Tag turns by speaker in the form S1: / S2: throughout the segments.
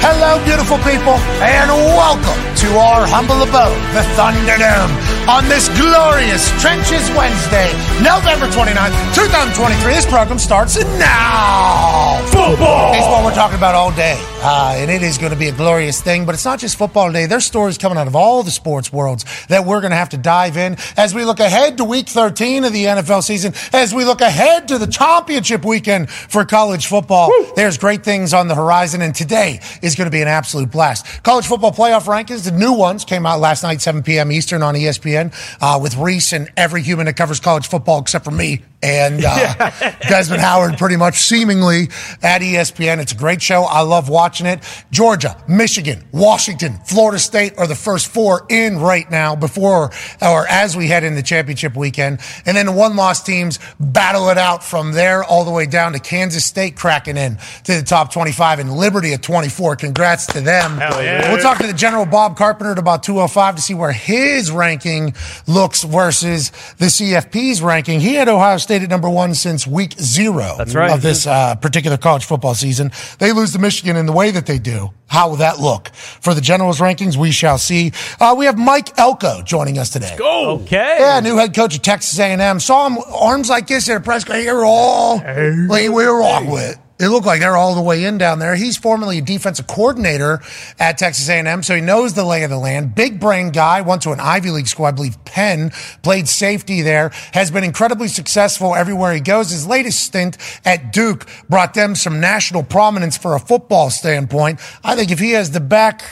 S1: Hello, beautiful people, and welcome to our humble abode, the Thunderdome, on this glorious Trenches Wednesday, November 29th, 2023. This program starts now.
S2: Football!
S1: It's what we're talking about all day, uh, and it is going to be a glorious thing, but it's not just football today. There's stories coming out of all the sports worlds that we're going to have to dive in as we look ahead to week 13 of the NFL season, as we look ahead to the championship weekend for college football. There's great things on the horizon, and today is going to be an absolute blast. College football playoff rankings, the new ones came out last night, 7 p.m. Eastern on E ESPN, uh, with Reese and every human that covers college football except for me and uh, Desmond Howard pretty much seemingly at E ESPN. It's a great show. I love watching it. Georgia, Michigan, Washington, Florida State are the first four in right now before or as we head into championship weekend. And then the one loss teams battle it out from there all the way down to Kansas State cracking in to the top 25 and Liberty at 24. Congrats to them.
S2: Hell yeah.
S1: We'll talk to the general Bob Carpenter at about 205 to see where his ranking looks versus the CFP's ranking. He had Ohio State. State at number one since week zero
S2: That's right.
S1: of this uh, particular college football season. They lose to Michigan in the way that they do. How will that look? For the Generals rankings, we shall see. Uh, we have Mike Elko joining us today.
S2: Go! Okay.
S1: Yeah, new head coach of Texas A&M. Saw him arms like this at a press conference. They were all, like, we were all with. It looked like they're all the way in down there. He's formerly a defensive coordinator at Texas A&M, so he knows the lay of the land. Big brain guy, went to an Ivy League school, I believe Penn, played safety there, has been incredibly successful everywhere he goes. His latest stint at Duke brought them some national prominence for a football standpoint. I think if he has the back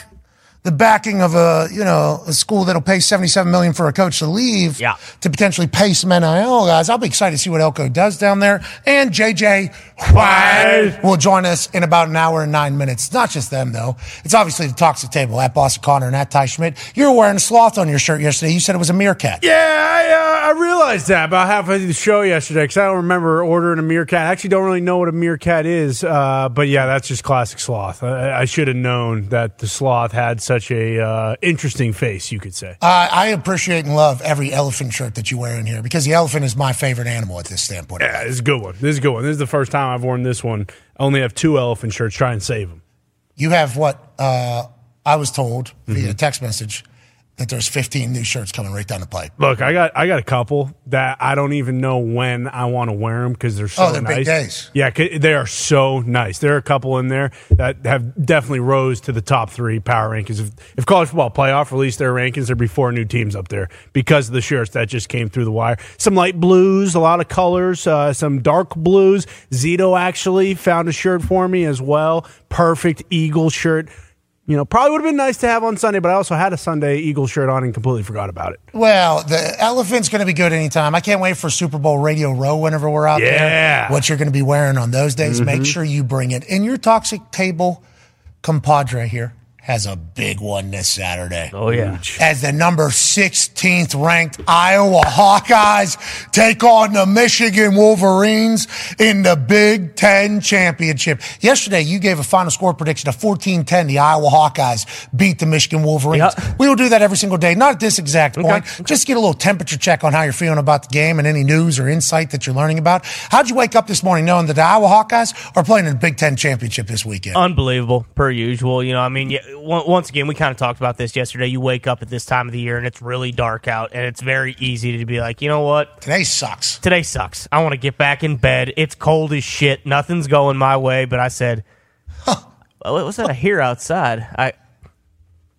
S1: the backing of a you know a school that'll pay seventy seven million for a coach to leave
S2: Yeah.
S1: to potentially pay some NIL oh, guys. I'll be excited to see what Elko does down there. And JJ White will join us in about an hour and nine minutes. It's not just them though. It's obviously the toxic table at Boston Connor and at Ty Schmidt. You were wearing a sloth on your shirt yesterday. You said it was a meerkat.
S2: Yeah, I, uh, I realized that about halfway through the show yesterday because I don't remember ordering a meerkat. I actually don't really know what a meerkat is, uh, but yeah, that's just classic sloth. I, I should have known that the sloth had such a uh, interesting face, you could say.
S1: Uh, I appreciate and love every elephant shirt that you wear in here because the elephant is my favorite animal at this standpoint.
S2: Yeah, this is a good one. This is a good one. This is the first time I've worn this one. I only have two elephant shirts. Try and save them.
S1: you have what uh, I was told via text message that there's 15 new shirts coming right down the pipe.
S2: Look, I got I got a couple that I don't even know when I want to wear them because they're so
S1: Oh, they're
S2: nice.
S1: big days.
S2: Yeah, 'cause they are so nice. There are a couple in there that have definitely rose to the top three power rankings. If, if college football playoff released their rankings, there'd be four new teams up there because of the shirts that just came through the wire. Some light blues, a lot of colors, uh, some dark blues. Zito actually found a shirt for me as well. Perfect eagle shirt. You know, probably would have been nice to have on Sunday, but I also had a Sunday Eagle shirt on and completely forgot about it.
S1: Well, the elephant's going to be good anytime. I can't wait for Super Bowl Radio Row whenever we're out there.
S2: Yeah.
S1: What you're going to be wearing on those days, make sure you bring it. And your toxic table compadre here has a big one this Saturday.
S2: Oh yeah.
S1: as the number 16th ranked Iowa Hawkeyes take on the Michigan Wolverines in the Big Ten Championship. Yesterday, you gave a final score prediction of 14 10. The Iowa Hawkeyes beat the Michigan Wolverines.
S2: Yep.
S1: We will do that every single day, not at this exact point. Just get a little temperature check on how you're feeling about the game and any news or insight that you're learning about. How'd you wake up this morning knowing that the Iowa Hawkeyes are playing in the Big Ten Championship this weekend?
S3: unbelievable per usual you know i mean yeah, on- once again we kind of talked about this yesterday you wake up at this time of the year and it's really dark out and it's very easy to be like you know what
S1: Today sucks.
S3: today sucks i want to get back in bed it's cold as shit nothing's going my way but i said "Oh, what was that i hear outside i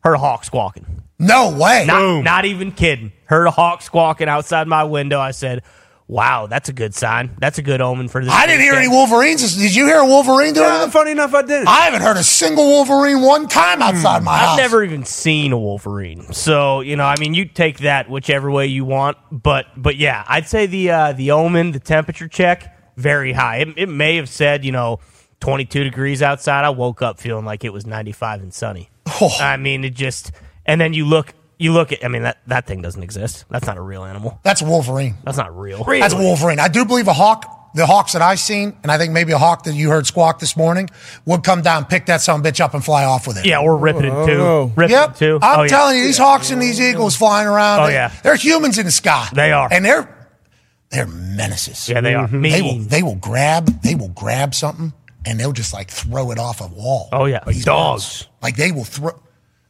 S3: heard a hawk squawking
S1: No way.
S3: not, not even kidding heard a hawk squawking outside my window i said wow that's a good sign that's a good omen for this
S1: I didn't hear any Wolverines. Did you hear a Wolverine doing
S2: Yeah,
S1: that?
S2: funny enough, I didn't.
S1: I haven't heard a single Wolverine one time outside my house.
S3: Hmm. I've never even seen a Wolverine, so you know, I mean, you take that whichever way you want. But but yeah, I'd say the uh, the omen, the temperature check, very high. It, it may have said you know twenty two degrees outside. I woke up feeling like it was ninety five and sunny.
S1: Oh.
S3: I mean, it just and then you look you look at. I mean that that thing doesn't exist. That's not a real animal.
S1: That's Wolverine.
S3: That's not real.
S1: That's Wolverine. I do believe a hawk, the hawks that I've seen, and I think maybe a hawk that you heard squawk this morning would come down, pick that son of a bitch up, and fly off with it.
S3: Yeah, or rip it
S2: Oh,
S3: in two.
S2: no.
S3: Rip it in
S1: Yep.
S3: two.
S1: I'm
S3: Oh, yeah.
S1: telling you, these hawks and these eagles flying around.
S3: Oh,
S1: they-
S3: yeah.
S1: They're humans in the sky.
S3: They are.
S1: And they're they're menaces.
S3: Yeah, they are.
S2: Mm-hmm.
S1: They will
S3: Mean.
S1: they will grab they will grab something and they'll just like throw it off a wall.
S3: Oh, yeah. Like
S1: These
S2: dogs.
S1: birds. Like they will throw.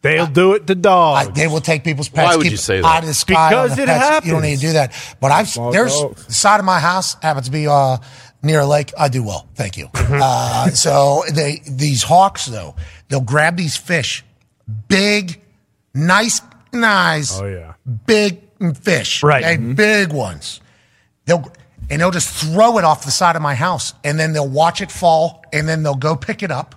S2: They'll do it to
S1: I-
S2: dogs.
S1: they will take people's pets.
S4: Why would
S1: keep
S4: you say
S1: it
S4: that?
S1: Out of the sky. on
S2: Because
S1: the
S2: it
S1: pets. You
S2: happens.
S1: don't need to do that. But I've there's
S2: dogs.
S1: the side of my house happens to be uh, near a lake. I do well, thank you.
S4: Mm-hmm.
S1: uh, so they these hawks though they'll grab these fish, big, nice, nice,
S2: Oh, yeah.
S1: big fish,
S3: Right. Mm-hmm.
S1: okay? Big ones. They'll and they'll just throw it off the side of my house, and then they'll watch it fall, and then they'll go pick it up.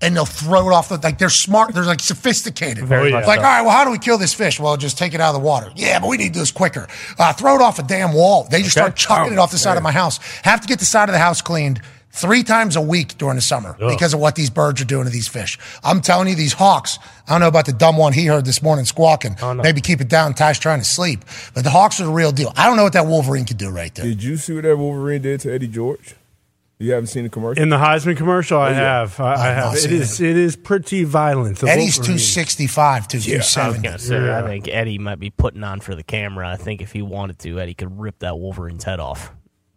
S1: And they'll throw it off the like they're smart, they're like sophisticated.
S3: Very
S2: Oh,
S3: much
S2: yeah.
S1: Like,
S3: so.
S1: all right, well, how do we kill this fish? Well, just take it out of the water. Yeah, but we need to do this quicker. Uh, throw it off a damn wall. They just start chucking
S2: Oh,
S1: it off the side of my house. Have to get the side of the house cleaned three times a week during the summer because of what these birds are doing to these fish. I'm telling you, these hawks, I don't know about the dumb one he heard this morning squawking.
S2: Oh,
S1: Maybe keep it down. Ty's trying to sleep. But the hawks are the real deal. I don't know what that Wolverine could do right there.
S5: Did you see what that Wolverine did to Eddie George? You haven't seen the commercial?
S2: In the Heisman commercial, I have. I, I
S1: Oh, I've
S2: have.
S1: not
S2: It
S1: seen
S2: is. It is pretty violent. The
S1: Eddie's
S2: Wolverine.
S1: 265 to
S3: I was
S1: 270.
S3: gonna say, I think Eddie might be putting on for the camera. I think if he wanted to, Eddie could rip that Wolverine's head off.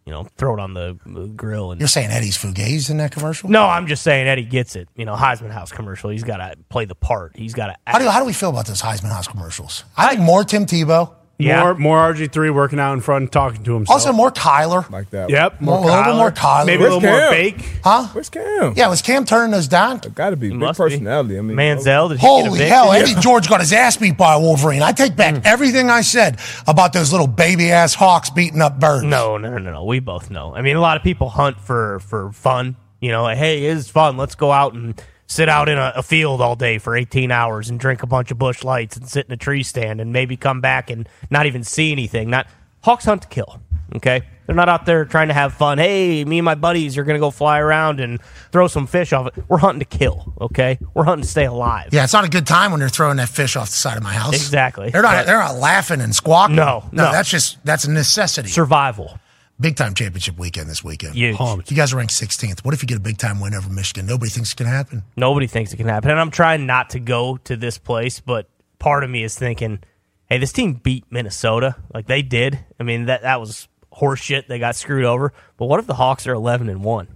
S3: You know, throw it on the the grill and.
S1: You're saying Eddie's fugazi in that commercial?
S3: no, I'm just saying Eddie gets it. You know, Heisman House commercial. He's got to play the part. He's got to.
S1: How do, how do we feel about those Heisman House commercials? I think more Tim Tebow.
S3: Yeah.
S2: More, more RG3 working out in front, talking to himself.
S1: Also, more Kyler.
S5: like that.
S2: yep.
S1: More- a little bit more Kyler.
S2: Maybe a
S5: Where's
S2: little more
S5: Cam?
S2: bake.
S1: Huh?
S5: Where's Cam?
S1: Yeah, was Cam turning those down?
S5: Gotta be. Big
S3: must
S5: personality.
S3: Be.
S5: I mean,
S3: Manziel, did he get a
S1: Holy
S3: big- Mm.
S1: hell, Eddie George got his ass beat by a Wolverine. I take back everything I said about those little baby ass hawks beating up birds.
S3: No, no, no, no, no. We both know. I mean, a lot of people hunt for for fun. You know, like, hey, it's fun. Let's go out and sit out in a, a field all day for 18 hours and drink a bunch of bush lights and sit in a tree stand and maybe come back and not even see anything. Not hawks hunt to kill. Okay, they're not out there trying to have fun. Hey, me and my buddies are gonna go fly around and throw some fish off it. We're hunting to kill. Okay, we're hunting to stay alive.
S1: Yeah, it's not a good time when they're throwing that fish off the side of my house.
S3: Exactly.
S1: They're not.
S3: But-
S1: they're not laughing and squawking.
S3: No, no.
S1: That's just that's a necessity.
S3: Survival.
S1: Big time championship weekend this weekend.
S3: Huge.
S1: You guys are ranked 16th. What if you get a big time win over Michigan? Nobody thinks it can happen.
S3: Nobody thinks it can happen. And I'm trying not to go to this place, but part of me is thinking, hey, this team beat Minnesota. Like they did. I mean, that, that was horseshit. They got screwed over. But what if the Hawks are 11 and 1?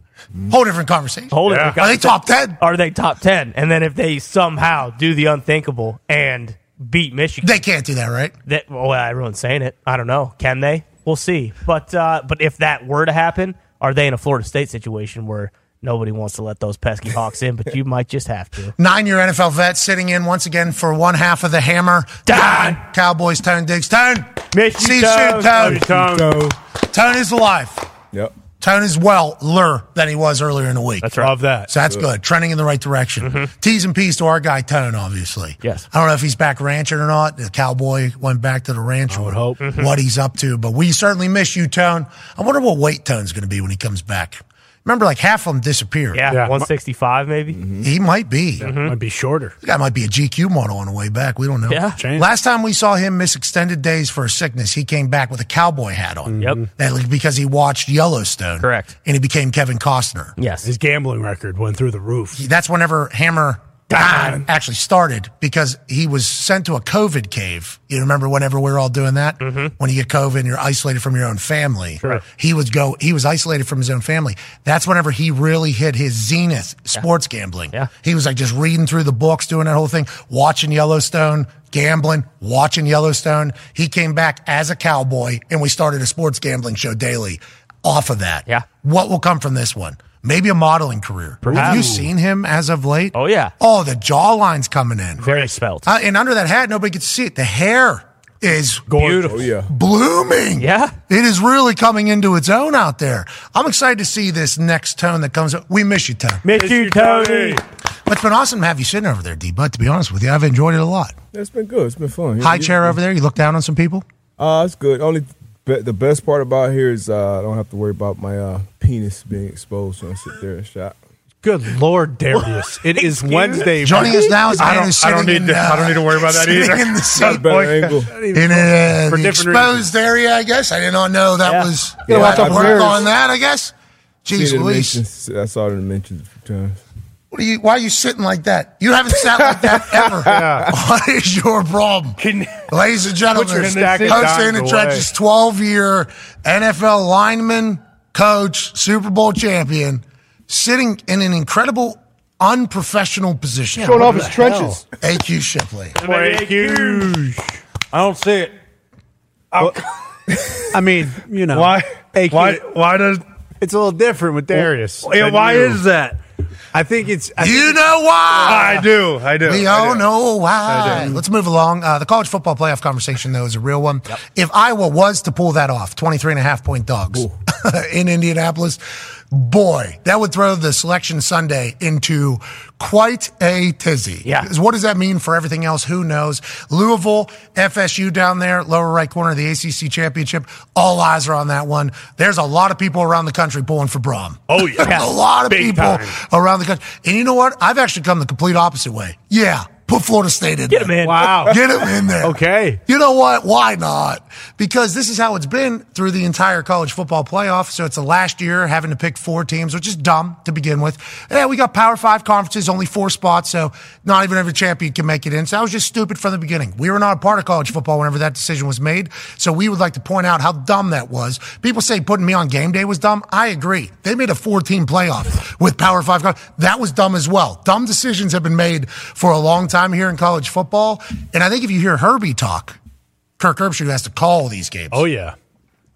S1: Whole different conversation.
S3: Hold
S2: Yeah.
S3: it.
S1: Are they top 10?
S3: Are they top 10? And then if they somehow do the unthinkable and beat Michigan,
S1: They can't do that, right?
S3: that, well, everyone's saying it. I don't know. Can they? We'll see. But, uh, but if that were to happen, are they in a Florida State situation where nobody wants to let those pesky Hawks in? But you might just have to.
S1: Nine year NFL vet sitting in once again for one half of the hammer.
S3: Don.
S1: Cowboys, Tone Diggs. Tone.
S3: Miss you,
S1: See you
S3: Tone.
S1: soon,
S2: Love
S1: Tone.
S2: you, Tom.
S5: So,
S1: Tone is alive.
S5: yep.
S1: Tone is well lur than he was earlier in the week. That's
S2: Love that.
S1: So that's good. Trending in the right direction. T's and P's to our guy Tone, obviously.
S3: Yes.
S1: I don't know if he's back ranching or not. The cowboy went back to the ranch. I would
S2: hope.
S1: what he's up to. But we certainly miss you, Tone. I wonder what weight Tone's going to be when he comes back. Remember, like half of them disappeared. Mm-hmm.
S3: Yeah,
S2: Yeah.
S3: 165 maybe.
S1: He might be.
S2: Might be shorter.
S1: That might be a GQ model on the way back. We don't know.
S3: Yeah.
S2: Change.
S1: Last time we saw him miss extended days for a sickness, he came back with a cowboy hat on.
S3: Yep.
S1: That was because he watched Yellowstone.
S3: Correct.
S1: And he became Kevin Costner.
S3: Yes.
S2: His gambling record went through the roof.
S1: That's whenever Hammer
S2: Don.
S1: actually started because he was sent to a COVID cave. You remember whenever we were all doing that?
S3: Mm-hmm.
S1: When you get COVID and you're isolated from your own family.
S2: Sure.
S1: He would go, he was isolated from his own family. That's whenever he really hit his zenith sports gambling.
S3: Yeah.
S1: He was like just reading through the books, doing that whole thing, watching Yellowstone, gambling, watching Yellowstone. He came back as a cowboy and we started a sports gambling show daily off of that.
S3: Yeah.
S1: What will come from this one? Maybe a modeling career. Have you seen him as of late?
S3: Oh, yeah.
S1: Oh, the jawline's coming in.
S3: Very spelt.
S1: Uh, and under that hat, nobody gets to see it. The hair is
S2: Beautiful.
S5: Oh, yeah.
S1: blooming.
S3: Yeah.
S1: It is really coming into its own out there. I'm excited to see this next tone that comes up. We miss you, Tone.
S3: Miss you, Tony.
S1: But it's been awesome to have you sitting over there, D. But to be honest with you, I've enjoyed it a lot.
S5: It's been good. It's been fun.
S1: High
S5: You-
S1: chair over there. You look down on some people.
S5: Uh, it's good. Only be- the best part about here is uh, I don't have to worry about my uh, penis being exposed when I sit there and shot.
S2: Good Lord, Darius. It is Wednesday.
S1: Joining us now is a
S6: I
S1: man
S6: don't-
S1: who's
S6: I
S1: sitting
S6: don't need
S1: in,
S6: to- I don't need to worry about that
S1: sitting
S6: either.
S1: In the seat
S5: Better
S6: Boy,
S5: angle.
S1: in uh,
S2: For
S1: the
S2: different
S1: exposed area, I guess. I did not know that
S3: Yeah.
S1: was.
S5: Yeah,
S1: we'll have to
S5: I've
S1: work
S5: heard.
S1: on that, I guess.
S5: See
S1: Jeez
S5: the
S1: Louise,
S5: dimensions. I saw the dimensions a few times.
S1: what are you? Why are you sitting like that? You haven't sat like that ever. What is your problem, ladies and gentlemen?
S2: your stack of
S1: Jose in the
S2: dimes
S1: trenches, twelve-year NFL lineman, coach, Super Bowl champion, sitting in an incredible unprofessional position.
S4: Showing
S1: What
S4: off his
S1: the hell?
S4: trenches.
S1: AQ Shipley.
S2: Break huge.
S4: I don't see it.
S2: Oh. I mean, you know,
S4: Why?
S2: AQ
S4: Why? Why does?
S2: It's a little different with Darius.
S4: Yeah,
S2: than
S4: why
S2: you.
S4: is that?
S2: I think it's. I think
S1: You know why?
S4: I do. I do.
S1: We
S4: I
S1: all
S4: do.
S1: know why. Let's move along. Uh, the college football playoff conversation, though, is a real one. If Iowa was to pull that off, 23 and a half point dogs in Indianapolis, boy, that would throw the selection Sunday into quite a tizzy.
S3: Yeah.
S1: 'Cause What does that mean for everything else? Who knows? Louisville, FSU down there, lower right corner of the ACC championship. All eyes are on that one. There's a lot of people around the country pulling for Brom.
S2: Oh, yeah.
S1: a lot of
S2: Big
S1: people
S2: time.
S1: around the country. And you know what? I've actually come the complete opposite way. Yeah, put Florida State in.
S3: Get him in.
S2: Wow.
S1: Get him in there.
S2: Okay.
S1: You know what? Why not? Because this is how it's been through the entire college football playoff. So it's the last year having to pick four teams, which is dumb to begin with. Yeah, we got Power Five conferences, only four spots, so not even every champion can make it in. So that was just stupid from the beginning. We were not a part of college football whenever that decision was made. So we would like to point out how dumb that was. People say putting me on game day was dumb. I agree. They made a four-team playoff with Power Five. con- That was dumb as well. Dumb decisions have been made for a long time here in college football, and I think if you hear Herbie talk. Kirk Herbstreit has to call these games.
S2: Oh yeah.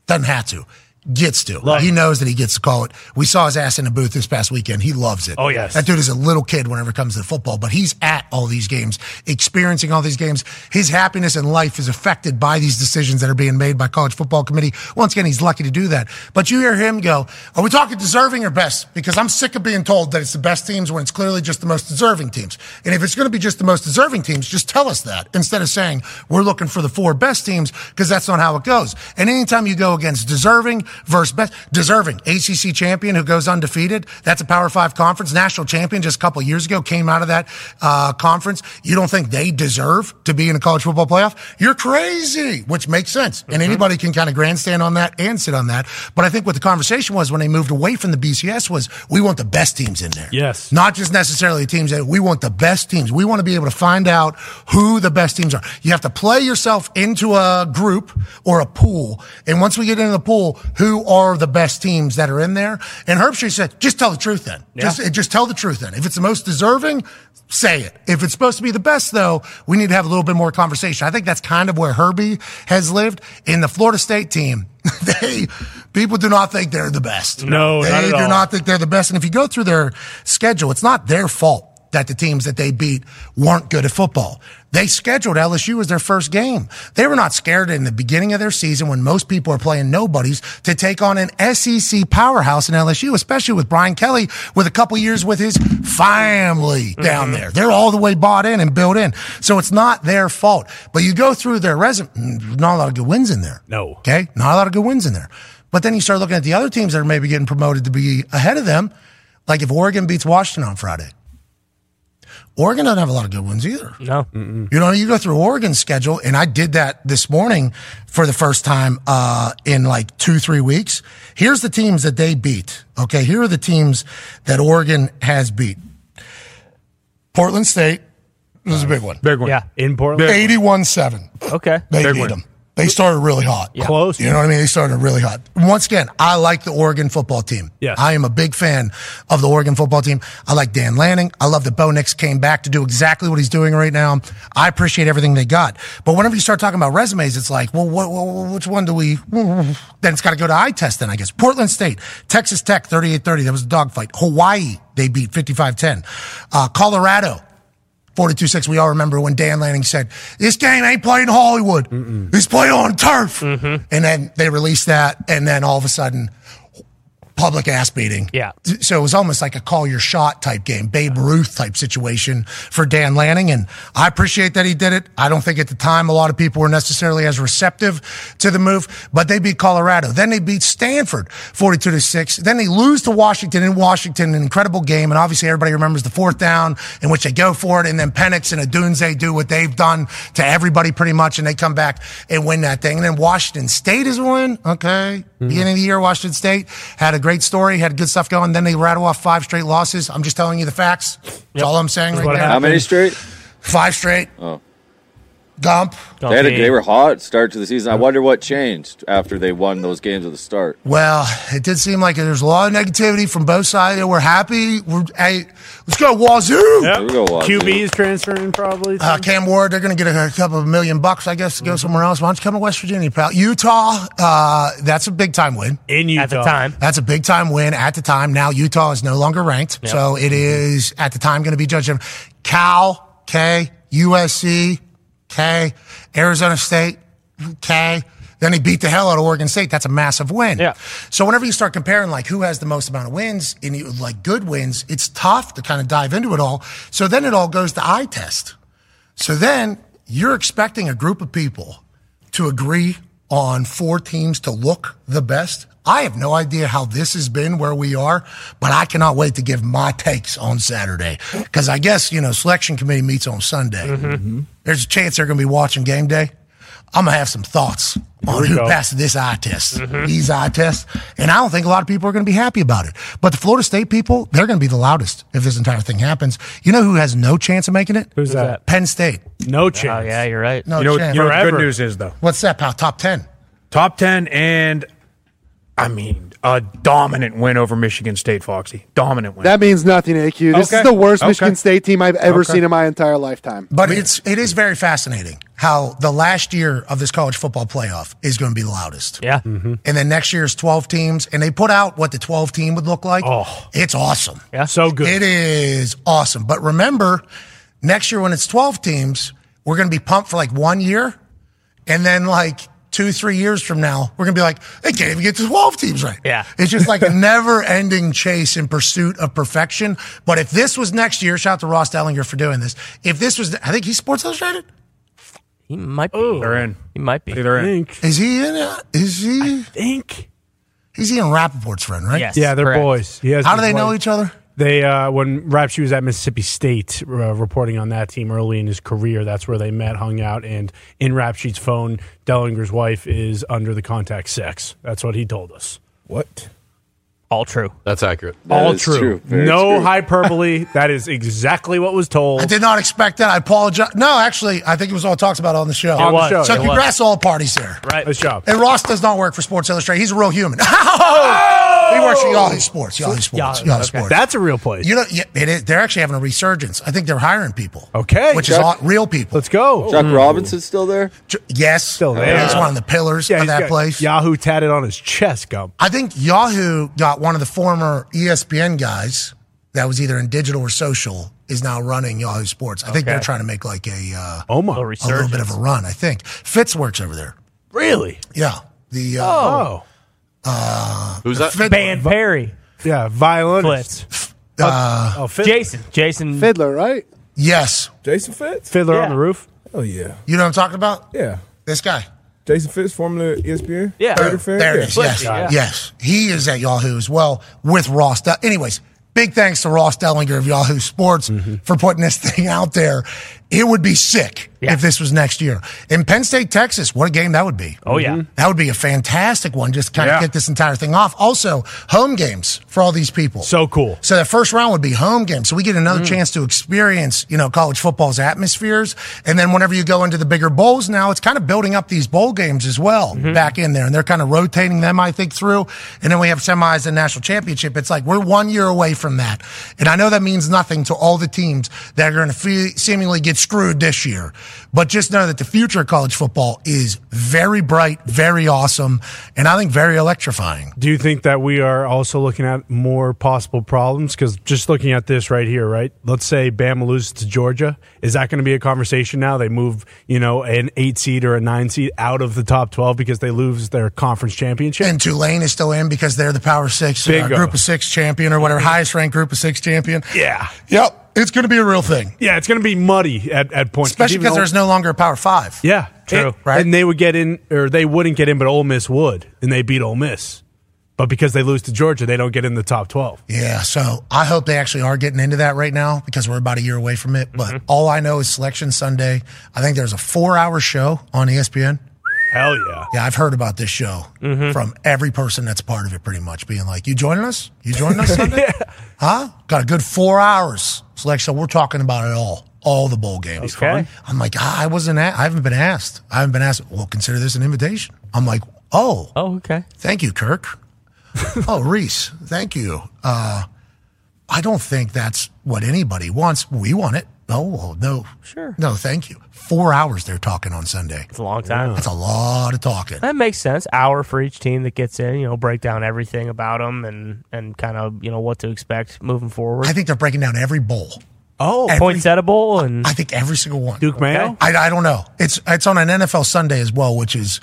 S1: Doesn't have to. Gets to. he knows that he gets to call it. We saw his ass in the booth this past weekend. He loves it.
S2: Oh, yes.
S1: That dude is a little kid whenever it comes to football, but he's at all these games, experiencing all these games. His happiness in life is affected by these decisions that are being made by college football committee. Once again, he's lucky to do that. But you hear him go, are we talking deserving or best? Because I'm sick of being told that it's the best teams when it's clearly just the most deserving teams. And if it's going to be just the most deserving teams, just tell us that instead of saying we're looking for the four best teams because that's not how it goes. And anytime you go against deserving versus best, deserving ACC champion who goes undefeated, that's a Power Five conference. National champion just a couple years ago came out of that uh, conference. You don't think they deserve to be in a college football playoff? You're crazy, which makes sense. And anybody can kind of grandstand on that and sit on that. But I think what the conversation was when they moved away from the BCS was we want the best teams in there.
S2: Yes.
S1: Not just necessarily teams that we want the best teams. We want to be able to find out who the best teams are. You have to play yourself into a group or a pool. And once we get into the pool, who are the best teams that are in there? And Herbstreit said, just tell the truth then. Just, just tell the truth then. If it's the most deserving, say it. If it's supposed to be the best though, we need to have a little bit more conversation. I think that's kind of where Herbie has lived in the Florida State team. They, people do not think they're the best.
S2: No,
S1: they
S2: not at
S1: do
S2: all.
S1: not think they're the best. And if you go through their schedule, it's not their fault that the teams that they beat weren't good at football. They scheduled LSU as their first game. They were not scared in the beginning of their season when most people are playing nobodies to take on an SEC powerhouse in LSU, especially with Brian Kelly with a couple years with his family
S2: Mm-hmm.
S1: down there. They're all the way bought in and built in. So it's not their fault. But you go through their resume, mm, not a lot of good wins in there.
S2: No.
S1: Okay. Not a lot of good wins in there. But then you start looking at the other teams that are maybe getting promoted to be ahead of them. Like if Oregon beats Washington on Friday, Oregon doesn't have a lot of good ones either.
S3: No.
S1: You know, you go through Oregon's schedule, and I did that this morning for the first time uh, in like two, three weeks. Here's the teams that they beat. Okay. Here are the teams that Oregon has beat Portland State. This is a big one.
S2: Big one.
S3: Yeah.
S2: In Portland.
S1: 81 7.
S3: Okay.
S1: They
S2: Big
S1: beat
S2: win.
S1: them. They started really hot.
S2: Close.
S1: You know what I mean? They started really hot. Once again, I like the Oregon football team.
S2: Yes.
S1: I am a big fan of the Oregon football team. I like Dan Lanning. I love that Bo Nix came back to do exactly what he's doing right now. I appreciate everything they got. But whenever you start talking about resumes, it's like, well, what, what, which one do we? Then it's got to go to eye test then, I guess. Portland State, Texas Tech, 38-30. That was a dogfight. Hawaii, they beat 55-10. Uh, Colorado, 42 6, we all remember when Dan Lanning said, This game ain't played in Hollywood. It's played on turf. And then they released that, and then all of a sudden, public ass beating.
S3: Yeah.
S1: So it was almost like a call your shot type game, Babe Ruth type situation for Dan Lanning. And I appreciate that he did it. I don't think at the time a lot of people were necessarily as receptive to the move, but they beat Colorado. Then they beat Stanford 42 to 6. Then they lose to Washington in Washington, an incredible game. And obviously everybody remembers the fourth down in which they go for it. And then Penix and Adunze do what they've done to everybody pretty much. And they come back and win that thing. And then Washington State is one. Okay. Beginning of the year, Washington State had a great story, had good stuff going. Then they rattle off five straight losses. I'm just telling you the facts. That's all I'm saying right
S2: what
S1: now.
S2: happened.
S6: How many straight?
S1: Five straight. Gump.
S6: Oh. They, had a, they were hot start to the season. I wonder what changed after they won those games at the start.
S1: Well, it did seem like there's a lot of negativity from both sides. We're happy. We're, hey, let's go Wazoo.
S6: There we go, Wazoo.
S2: QB is transferring probably.
S1: Uh, Cam Ward, they're going to get a, couple of million bucks, I guess, to go somewhere else. Why don't you come to West Virginia, pal? Utah, uh, that's a big time win.
S2: in Utah
S3: at the time.
S1: That's a big time win at the time. Now Utah is no longer ranked, so it is at the time going to be judged. on Cal, K, USC, K, Arizona State, K. Then he beat the hell out of Oregon State. That's a massive win.
S3: Yeah.
S1: So whenever you start comparing like who has the most amount of wins and you, like good wins, it's tough to kind of dive into it all. So then it all goes to eye test. So then you're expecting a group of people to agree on four teams to look the best. I have no idea how this has been where we are, but I cannot wait to give my takes on Saturday because I guess, you know, selection committee meets on Sunday. There's a chance they're going to be watching game day. I'm going to have some thoughts on who passed this eye test, these eye tests. And I don't think a lot of people are going to be happy about it. But the Florida State people, they're going to be the loudest if this entire thing happens. You know who has no chance of making it?
S2: Who's that?
S1: Penn State.
S2: No chance.
S3: Oh yeah, you're right.
S1: No
S4: You know, you
S1: chance.
S4: know what the
S2: Forever.
S4: good news is though.
S1: What's that, pal? Top 10.
S4: Top ten and I mean a dominant win over Michigan State, Foxy. Dominant win.
S7: That means nothing, AQ. This
S4: Okay.
S7: is the worst
S4: Okay.
S7: Michigan State team I've ever
S4: Okay.
S7: seen in my entire lifetime.
S1: But it's it is very fascinating how the last year of this college football playoff is going to be the loudest.
S3: Yeah.
S6: Mm-hmm.
S1: And then next year's 12 teams and they put out what the 12 team would look like.
S2: Oh.
S1: It's awesome.
S2: So good.
S1: It is awesome. But remember, next year when it's 12 teams, we're going to be pumped for like one year. And then like two, three years from now, we're going to be like, they can't even get to 12 teams right.
S3: Yeah.
S1: It's just like a never ending chase in pursuit of perfection. But if this was next year, shout out to Ross Dellinger for doing this. If this was, I think he's Sports Illustrated.
S3: He might be.
S4: They're in.
S3: He might be.
S4: They're
S2: I
S4: in.
S2: think.
S1: Is he in, uh, is he,
S2: think.
S1: he's Ian Rappaport's friend, right?
S3: Yes.
S2: Yeah, they're
S3: correct.
S2: boys. He has
S1: How do
S2: good
S1: they know
S2: boys.
S1: each other?
S2: They uh, when Rapshi was at Mississippi State, uh, reporting on that team early in his career. That's where they met, hung out, and in Rapshi's phone, Dellinger's wife is under the contact sex. That's what he told us.
S5: What?
S3: All true.
S8: That's accurate.
S6: That
S2: All
S6: is
S2: true.
S6: Very
S2: no
S6: true.
S2: hyperbole. that is exactly what was told.
S1: I did not expect that. I apologize. No, actually, I think it was all talked about on the show.
S2: On the was. show,
S1: So
S2: it was.
S1: congrats to all parties there.
S3: Right.
S2: Nice job.
S1: And Ross does not work for Sports Illustrated. He's a real human. He works for Yahoo Sports. Yahoo Sports. Yahoo,
S3: okay.
S1: Sports.
S2: That's a real place.
S1: you know, yeah, it is, they're actually having a resurgence. I think they're hiring people.
S2: Okay.
S1: Which is
S6: Chuck.
S1: all, real people.
S2: Let's go.
S6: Chuck Robinson's still there.
S1: J- Yes. Still
S2: there.
S1: He's one of the pillars
S2: Yeah,
S1: of
S2: he's
S1: that
S2: got
S1: place.
S2: Yahoo tatted on his chest, Gump.
S1: I think Yahoo got one of the former E ESPN guys that was either in digital or social is now running Yahoo Sports. I think they're trying to make like a, uh,
S2: Oh my!
S1: a little bit of a run, I think. Fitz works over there.
S2: Really?
S1: Yeah. The, uh,
S2: Oh,
S8: Who's that?
S1: Fit-
S3: Band Perry.
S2: yeah. Violinist.
S3: Blitz.
S2: Oh, Fid-
S3: Jason. Jason.
S7: Fiddler, right?
S1: Yes.
S5: Jason Fitz?
S2: Fiddler
S3: Yeah.
S2: on the roof.
S5: Oh yeah,
S1: You know what I'm talking about?
S5: yeah.
S1: This guy.
S5: Jason Fitz, formerly E ESPN.
S3: Yeah.
S5: Raider fan?
S1: There
S5: yeah.
S1: it is. Yes.
S3: Yeah.
S1: Yes. He is at Yahoo as well with Ross. Del- Anyways, big thanks to Ross Dellinger of Yahoo Sports for putting this thing out there. It would be sick if this was next year. In Penn State, Texas, what a game that would be.
S3: Oh, yeah.
S1: That would be a fantastic one just to kind
S4: Yeah.
S1: of get this entire thing off. Also, home games for all these people.
S2: So cool.
S1: So that first round would be home game. So we get another chance to experience, you know, college football's atmospheres. And then whenever you go into the bigger bowls now, it's kind of building up these bowl games as well back in there. And they're kind of rotating them, I think, through. And then we have semis and national championship. It's like we're one year away from that. And I know that means nothing to all the teams that are going to fe- seemingly get screwed this year. But just know that the future of college football is very bright, very awesome, and I think very electrifying.
S2: Do you think that we are also looking at more possible problems? Because just looking at this right here, right? Let's say Bama loses to Georgia. Is that going to be a conversation now? They move, you know, an eight seed or a nine seed out of the top 12 because they lose their conference championship?
S1: And Tulane is still in because they're the Power Six, uh,
S2: Bingo.
S1: Group of Six champion or whatever, highest ranked Group of Six champion.
S2: yeah.
S1: Yep, it's going to be a real thing,
S2: Yeah, it's going to be muddy at, at points.
S1: especially
S2: even
S1: because
S2: though-
S1: there's no longer a Power Five.
S2: Yeah,
S1: True.
S2: And,
S1: Right.
S2: and they would get in, or they wouldn't get in, but Ole Miss would, and they beat Ole Miss. But because they lose to Georgia, they don't get in the top twelve.
S1: Yeah, so I hope they actually are getting into that right now because we're about a year away from it. But
S3: Mm-hmm.
S1: all I know is Selection Sunday. I think there's a four-hour show on E ESPN.
S2: Hell yeah!
S1: Yeah, I've heard about this show
S3: Mm-hmm.
S1: from every person that's part of it, pretty much, being like, "You joining us? You joining us Sunday? Huh? Got a good four hours selection. We're talking about it all, all the bowl games.
S3: Okay.
S1: I'm like, ah, I wasn't. A- I haven't been asked. I haven't been asked. Well, consider this an invitation. I'm like, oh,
S3: Oh, okay.
S1: thank you, Kirk. oh, Reese, thank you. Uh, I don't think that's what anybody wants. We want it. Oh well, no,
S3: Sure.
S1: no, thank you. Four hours they're talking on Sunday.
S3: It's a long time.
S1: That's a lot of talking.
S3: That makes sense. Hour for each team that gets in. You know, break down everything about them and and kind of you know what to expect moving forward.
S1: I think they're breaking down every bowl.
S3: oh,
S1: every-
S3: poinsettia bowl and
S1: I think every single one.
S2: Duke Mayo?
S1: I, I don't know. It's it's on an NFL Sunday as well, which is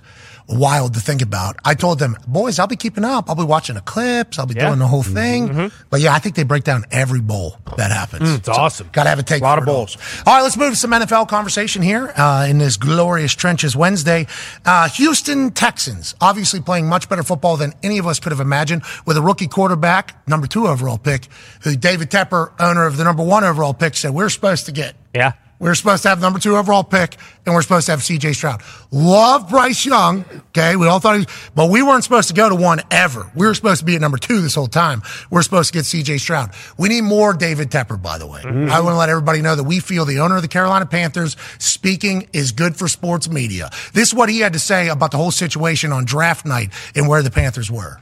S1: wild to think about. I told them, boys, I'll be keeping up. I'll be watching the clips. I'll be doing the whole thing. But yeah, I think they break down every bowl that happens.
S2: It's awesome.
S1: Got to have a take. Mm, A lot of bowls. All right, let's move to some NFL conversation here uh, in this glorious trenches Wednesday. Uh, Houston Texans obviously playing much better football than any of us could have imagined with a rookie quarterback, number two overall pick, who David Tepper, owner of the number one overall pick, said we're supposed to get.
S3: yeah,
S1: We are supposed to have number two overall pick, and we're supposed to have C.J. Stroud. Love Bryce Young. Okay, we all thought he, was, but we weren't supposed to go to one ever. We were supposed to be at number two this whole time. We're supposed to get C.J. Stroud. We need more David Tepper, by the way. I want to let everybody know that we feel the owner of the Carolina Panthers speaking is good for sports media. This is what he had to say about the whole situation on draft night and where the Panthers were.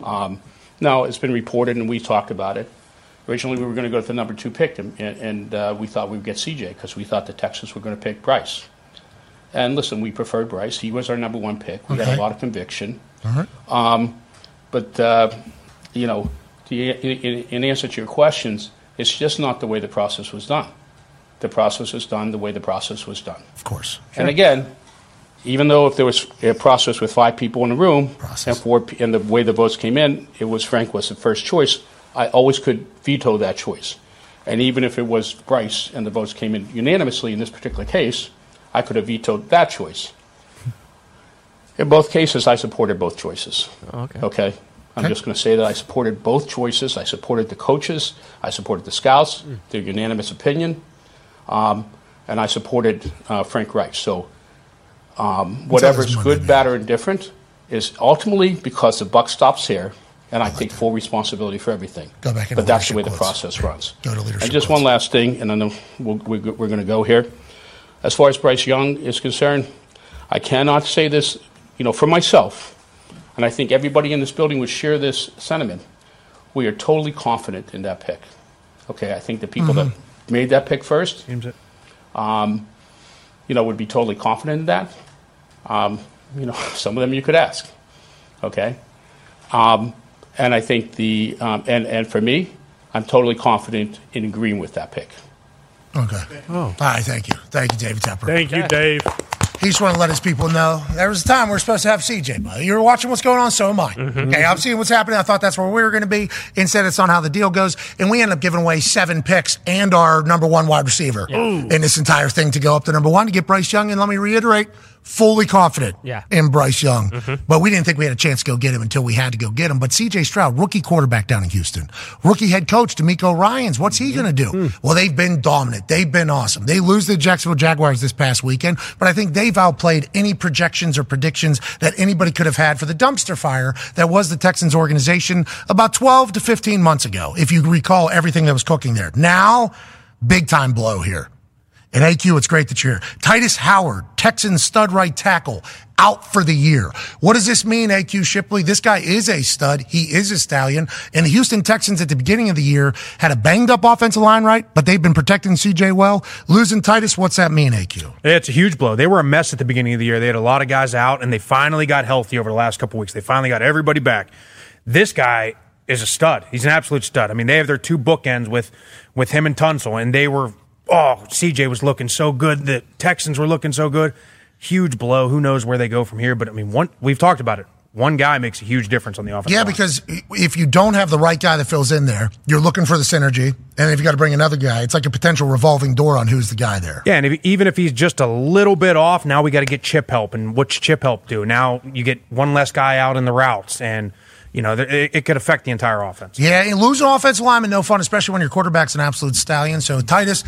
S9: No, Um, it's been reported and we talked about it. Originally, we were going to go to the number two pick, and, and uh, we thought we'd get CJ because we thought the Texans were going to pick Bryce. And listen, we preferred Bryce. He was our number one pick. We had
S1: Okay.
S9: a lot of conviction. Um, but uh, you know, the, in, in answer to your questions, it's just not the way the process was done. The process was done the way the process was done.
S1: Of course,
S9: And again, even though if there was a process with five people in the room
S1: Process.
S9: and four, pe- and the way the votes came in, it was Frank was the first choice. I always could veto that choice, and even if it was Bryce and the votes came in unanimously in this particular case, I could have vetoed that choice. In both cases, I supported both choices. Okay. Okay. I'm just going to say that I supported both choices. I supported the coaches. I supported the scouts.
S1: Mm.
S9: Their unanimous opinion Um, and I supported uh, Frank Reich. So um, whatever
S1: others
S9: is
S1: might
S9: good,
S1: not be.
S9: bad, or indifferent is ultimately because the buck stops here, and I take full responsibility for everything.
S1: Go back into
S9: but that's
S1: leadership
S9: the way the
S1: quotes.
S9: process runs.
S1: Go to leadership
S9: And just one
S1: quotes.
S9: last thing, and I know we'll, we're, go- we're going to go here. As far as Bryce Young is concerned, I cannot say this, you know, for myself, and I think everybody in this building would share this sentiment. We are totally confident in that pick. Okay, I think the people that made that pick first um, you know, would be totally confident in that. Um, you know, some of them you could ask, okay? Um, and I think the, um, and, and for me, I'm totally confident in agreeing with that pick.
S1: okay. All right, thank you, thank you, David Tepper.
S2: Oh. Thank you, Dave.
S1: He just want to let his people know there was a time we are supposed to have CJ. But you were watching what's going on, so am I.
S2: Mm-hmm.
S1: Okay, I'm seeing what's happening. I thought that's where we were going to be. Instead, it's on how the deal goes, and we end up giving away seven picks and our number one wide receiver in this entire thing to go up to number one to get Bryce Young. And let me reiterate, fully confident
S3: Yeah.
S1: in Bryce Young, but we didn't think we had a chance to go get him until we had to go get him. But CJ Stroud, rookie quarterback down in Houston, rookie head coach D'Amico Ryan's, what's he going to do? Well, they've been dominant. They've been awesome. They lose to the Jacksonville Jaguars this past weekend, but I think they've outplayed any projections or predictions that anybody could have had for the dumpster fire that was the Texans organization about 12 to 15 months ago, if you recall everything that was cooking there. Now, big time blow here. And AQ, it's great that you're here. Titus Howard, Texan stud right tackle, out for the year. What does this mean, AQ Shipley? This guy is a stud. He is a stallion. And the Houston Texans at the beginning of the year had a banged up offensive line, right? But they've been protecting CJ well. Losing Titus, what's that mean, AQ?
S4: Yeah, It's a huge blow. They were a mess at the beginning of the year. They had a lot of guys out, and they finally got healthy over the last couple weeks. They finally got everybody back. This guy is a stud. He's an absolute stud. I mean, they have their two bookends with with him and Tunsil, and they were oh, CJ was looking so good. The Texans were looking so good. Huge blow. Who knows where they go from here? But I mean, one we've talked about it. One guy makes a huge difference on the offense.
S1: Yeah, because if you don't have the right guy that fills in there, you're looking for the synergy. And if you got to bring another guy, it's like a potential revolving door on who's the guy there.
S4: Yeah, and if, even if he's just a little bit off, now we got to get chip help. And what's chip help do? Now you get one less guy out in the routes, and you know th- it, it could affect the entire offense.
S1: Yeah, and losing offensive lineman, no fun, especially when your quarterback's an absolute stallion. So, Titus,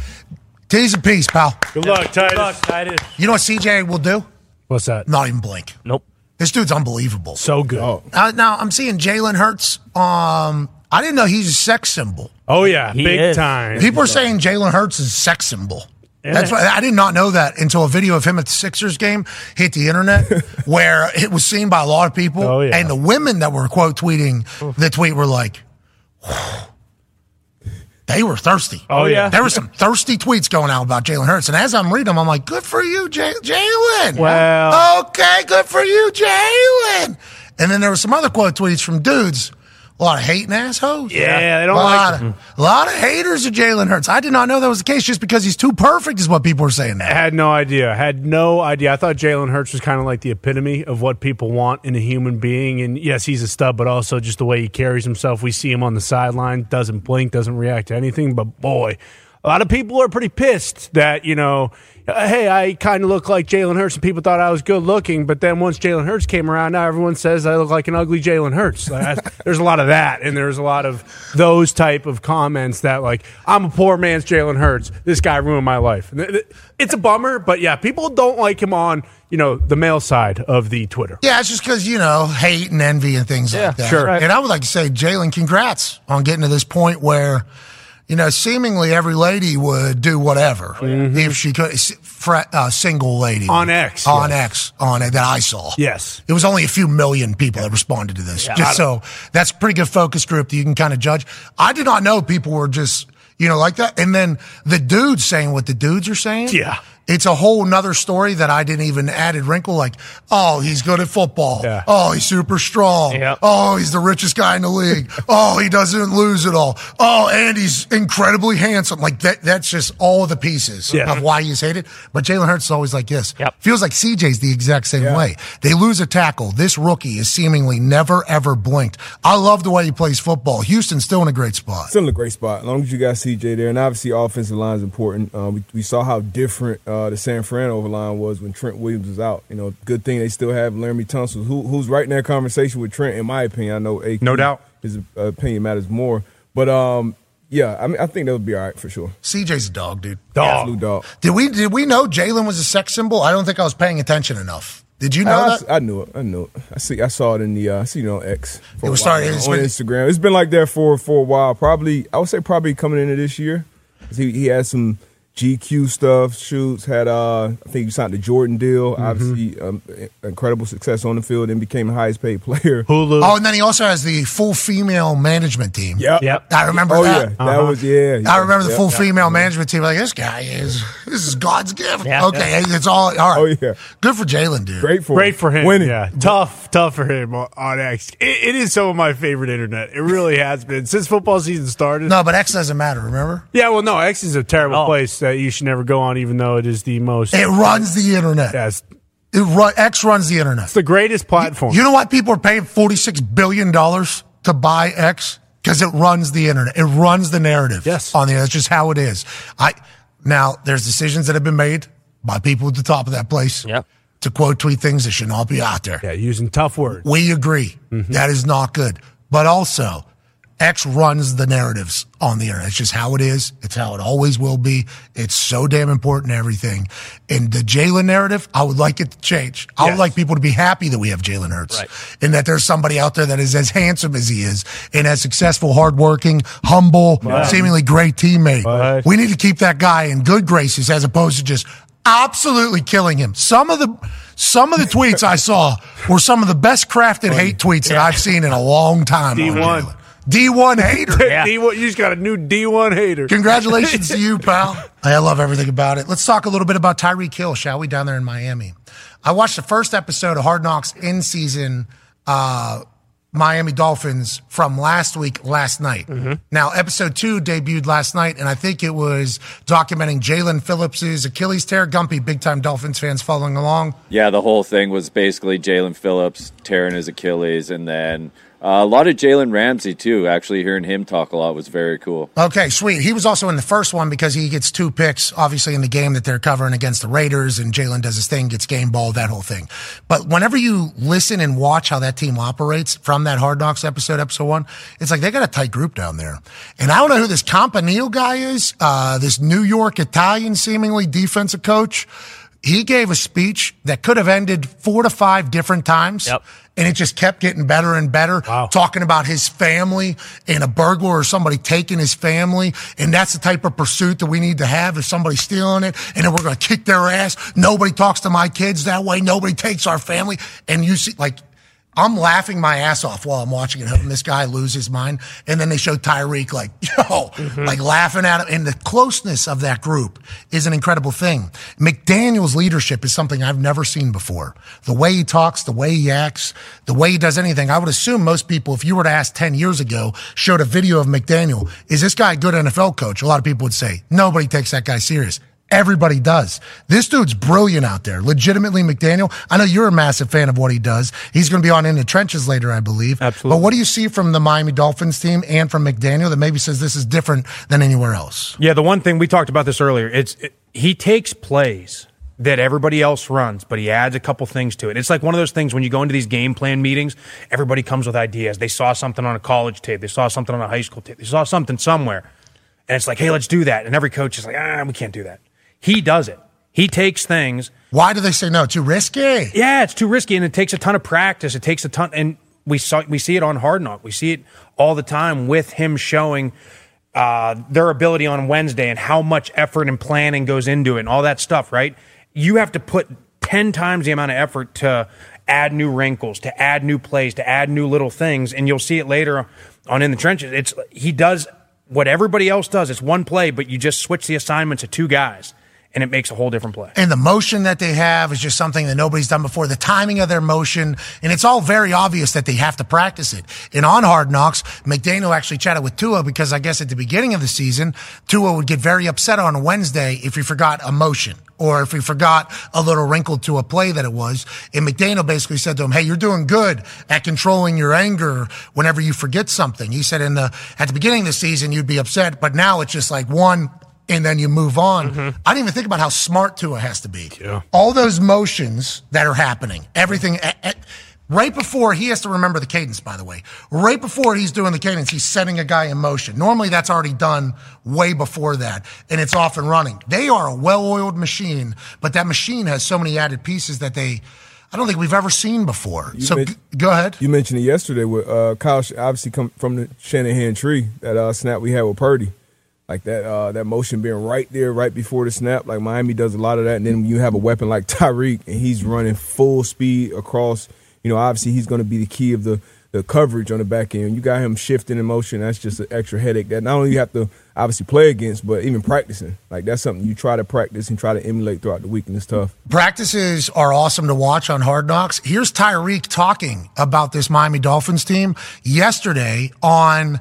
S1: tease and peace, pal.
S2: Good luck, Titus.
S1: You know what CJ will do?
S2: What's that?
S1: Not even blink.
S3: Nope.
S1: This dude's unbelievable.
S2: So good. Oh,
S1: Uh, now I'm seeing Jalen Hurts. Um, I didn't know he's a sex symbol.
S2: Oh, yeah,
S3: He
S2: big
S3: is.
S2: time.
S1: People are saying Jalen Hurts is a sex symbol. That's why I did not know that until a video of him at the Sixers game hit the internet, where it was seen by a lot of people,
S2: Oh, yeah.
S1: and the women that were quote tweeting the tweet were like, they were thirsty.
S2: Oh, yeah.
S1: there were some thirsty tweets going out about Jalen Hurts, and as I'm reading them, I'm like, good for you, J- Jalen.
S2: Well-
S1: okay, good for you, Jalen. And then there were some other quote tweets from dudes. A lot of hating assholes.
S2: Yeah, they don't
S1: a
S2: like
S1: lot of- a lot of haters of Jalen Hurts. I did not know that was the case just because he's too perfect, is what people were saying now.
S2: Had no idea. Had no idea. I thought Jalen Hurts was kind of like the epitome of what people want in a human being. And yes, he's a stud, but also just the way he carries himself. We see him on the sideline, doesn't blink, doesn't react to anything. But boy, a lot of people are pretty pissed that, you know, uh, hey, I kind of look like Jalen Hurts and people thought I was good looking. But then once Jalen Hurts came around, now everyone says I look like an ugly Jalen Hurts. Like, I- there's a lot of that. And there's a lot of those type of comments that, like, I'm a poor man's Jalen Hurts. This guy ruined my life. And th- th- It's a bummer, but yeah, people don't like him on, you know, the male side of the Twitter.
S1: Yeah, it's just because, you know, hate and envy and things like that.
S2: sure. Right.
S1: And I would like to say, Jalen, congrats on getting to this point where, you know, seemingly every lady would do whatever if she could. s- fr- uh, single lady.
S2: Mm-hmm. On X,
S1: On
S2: yes.
S1: X, on it that I saw.
S2: Yes.
S1: It was only a few million people that responded to this. just so that's a pretty good focus group that you can kind of judge. I did not know people were just, you know, like that. And then the dudes saying what the dudes are saying.
S2: Yeah.
S1: It's a whole nother story that I didn't even added wrinkle. Like, oh, he's good at football.
S2: Yeah.
S1: Oh, he's super strong.
S3: Yeah.
S1: Oh, he's the richest guy in the league. oh, he doesn't lose at all. Oh, and he's incredibly handsome. Like that. That's just all the pieces
S2: Yeah.
S1: of why he's hated. But Jalen Hurts is always like this.
S3: Yep.
S1: Feels like CJ's the exact same way. They lose a tackle. This rookie is seemingly never ever blinked. I love the way he plays football. Houston's still in a great spot.
S5: Still in a great spot. As long as you got CJ there, and obviously offensive line is important. Uh, we, we saw how different uh, the San Fran over line was when Trent Williams was out. You know, good thing they still have Laramie Tunsil, who, who's right in that conversation with Trent. In my opinion, I know AQ,
S4: No doubt.
S5: his uh, opinion matters more. But um, yeah, I mean, I think that would be all right for sure.
S1: CJ's a dog, dude.
S5: Blue
S2: Dog.
S5: dog.
S1: Did we did we know Jalen was a sex symbol? I don't think I was paying attention enough. Did you know
S5: I,
S1: that?
S5: I knew it. I knew it. I see. I saw it in the. Uh, I see it on X. for
S1: It
S5: a
S1: was
S5: while
S1: starting-
S5: now,
S1: it's
S5: on
S1: been-
S5: Instagram. It's been like that for for a while. Probably, I would say probably coming into this year. 'Cause He he had some GQ stuff. Shoots had. Uh, I think he signed the Jordan deal. Obviously, um, incredible success on the field and became the highest paid player.
S2: Hulu.
S1: oh, and then he also has the full female management team.
S5: Yep.
S2: Yep.
S1: I remember
S5: Oh yeah,
S1: that.
S5: that
S3: Uh-huh.
S5: was yeah. yeah,
S1: I remember the
S5: yep.
S1: full female management team. Like this guy is, this is God's gift.
S3: Yeah.
S1: okay, it's all all right.
S5: Oh, yeah.
S1: good for Jalen, dude.
S5: Great for
S2: Great for him.
S5: Winning.
S2: Yeah. Tough, tough for him on- on X. It, it is some of my favorite internet. It really has been since football season started.
S1: No, but X doesn't matter. Remember,
S2: Yeah, well, no, X is a terrible
S3: Oh.
S2: place that you should never go on, even though it is the most.
S1: it runs the internet.
S2: Yeah, it's
S1: It run, X runs the internet.
S2: it's the greatest platform.
S1: You know why people are paying forty six billion dollars to buy X? Because it runs the internet. It runs the narrative.
S2: Yes.
S1: on the that's just how it is. I now there's decisions that have been made by people at the top of that place.
S3: Yep.
S1: to quote tweet things that should not be out there.
S2: yeah, using tough words. Mm-hmm.
S1: We agree. That is not good. But also, X runs the narratives on the internet. It's just how it is. It's how it always will be. It's so damn important to everything. And the Jalen narrative, I would like it to change. I would
S2: Yes.
S1: like people to be happy that we have Jalen Hurts and that there's somebody out there that is as handsome as he is and as successful, hardworking, humble, seemingly great teammate.
S2: Right.
S1: We need to keep that guy in good graces as opposed to just absolutely killing him. Some of the some of the tweets I saw were some of the best crafted hate tweets that I've seen in a long time. on
S2: D1.
S1: Jalen. D1 hater.
S2: D1, you just got a new D1 hater.
S1: Congratulations to you, pal. I love everything about it. Let's talk a little bit about Tyreek Hill, shall we, down there in Miami. I watched the first episode of Hard Knocks in season uh, Miami Dolphins from last week, last night. Now, episode two debuted last night, and I think it was documenting Jalen Phillips' Achilles tear. Gumpy, big time Dolphins fans following along.
S6: Yeah, the whole thing was basically Jalen Phillips tearing his Achilles, and then uh, a lot of Jalen Ramsey too. Actually, hearing him talk a lot was very cool.
S1: Okay, sweet. He was also in the first one because he gets two picks, obviously, in the game that they're covering against the Raiders, and Jalen does his thing, gets game ball, that whole thing. But whenever you listen and watch how that team operates from that Hard Knocks episode, episode one, it's like they got a tight group down there. And I don't know who this Campanile guy is, uh, this New York Italian, seemingly defensive coach He gave a speech that could have ended four to five different times. And it just kept getting better and better. Talking about his family and a burglar or somebody taking his family. And that's the type of pursuit that we need to have if somebody's stealing it. And then we're going to kick their ass. Nobody talks to my kids that way. Nobody takes our family. And you see, like, I'm laughing my ass off while I'm watching it, hoping this guy loses his mind. And then they show Tyreek like, yo, like laughing at him. And the closeness of that group is an incredible thing. McDaniel's leadership is something I've never seen before. The way he talks, the way he acts, the way he does anything. I would assume most people, if you were to ask 10 years ago, showed a video of McDaniel, is this guy a good NFL coach? A lot of people would say, nobody takes that guy serious. Everybody does. This dude's brilliant out there. Legitimately, McDaniel. I know you're a massive fan of what he does. He's going to be on in the trenches later, I believe. Absolutely. But what do you see from the Miami Dolphins team and from McDaniel that maybe says this is different than anywhere else?
S4: Yeah, the one thing we talked about this earlier, it's it, he takes plays that everybody else runs, but he adds a couple things to it. It's like one of those things when you go into these game plan meetings, everybody comes with ideas. They saw something on a college tape, they saw something on a high school tape, they saw something somewhere. And it's like, "Hey, let's do that." And every coach is like, "Ah, we can't do that." He does it. He takes things.
S1: Why do they say no? Too risky.
S4: Yeah, it's too risky, and it takes a ton of practice. It takes a ton, and we saw we see it on Hard Knock. We see it all the time with him showing uh, their ability on Wednesday and how much effort and planning goes into it and all that stuff. Right? You have to put ten times the amount of effort to add new wrinkles, to add new plays, to add new little things, and you'll see it later on in the trenches. It's he does what everybody else does. It's one play, but you just switch the assignment to two guys, and it makes a whole different play.
S1: And the motion that they have is just something that nobody's done before. The timing of their motion, and it's all very obvious that they have to practice it. And on Hard Knocks, McDaniel actually chatted with Tua because I guess at the beginning of the season, Tua would get very upset on a Wednesday if he forgot a motion or if he forgot a little wrinkle to a play that it was. And McDaniel basically said to him, Hey, you're doing good at controlling your anger whenever you forget something. He said in the, at the beginning of the season, you'd be upset, but now it's just like one, and then you move on. I didn't even think about how smart Tua has to be. All those motions that are happening, everything. eh, eh, Right before he has to remember the cadence, by the way. Right before he's doing the cadence, he's setting a guy in motion. Normally that's already done way before that, and it's off and running. They are a well oiled machine, but that machine has so many added pieces that they, I don't think we've ever seen before. so
S5: men-
S1: g- go ahead.
S5: You mentioned it yesterday with uh, Kyle, Sh- obviously come from the Shanahan tree. That uh, snap we had with Purdy, like that uh, that motion being right there, right before the snap. Like Miami does a lot of that, and then you have a weapon like Tyreek, and he's running full speed across. You know, obviously he's going to be the key of the the coverage on the back end. You got him shifting in motion. That's just an extra headache that not only you have to obviously play against, but even practicing. Like that's something you try to practice and try to emulate throughout the week, and it's tough.
S1: Practices are awesome to watch on Hard Knocks. Here's Tyreek talking about this Miami Dolphins team yesterday on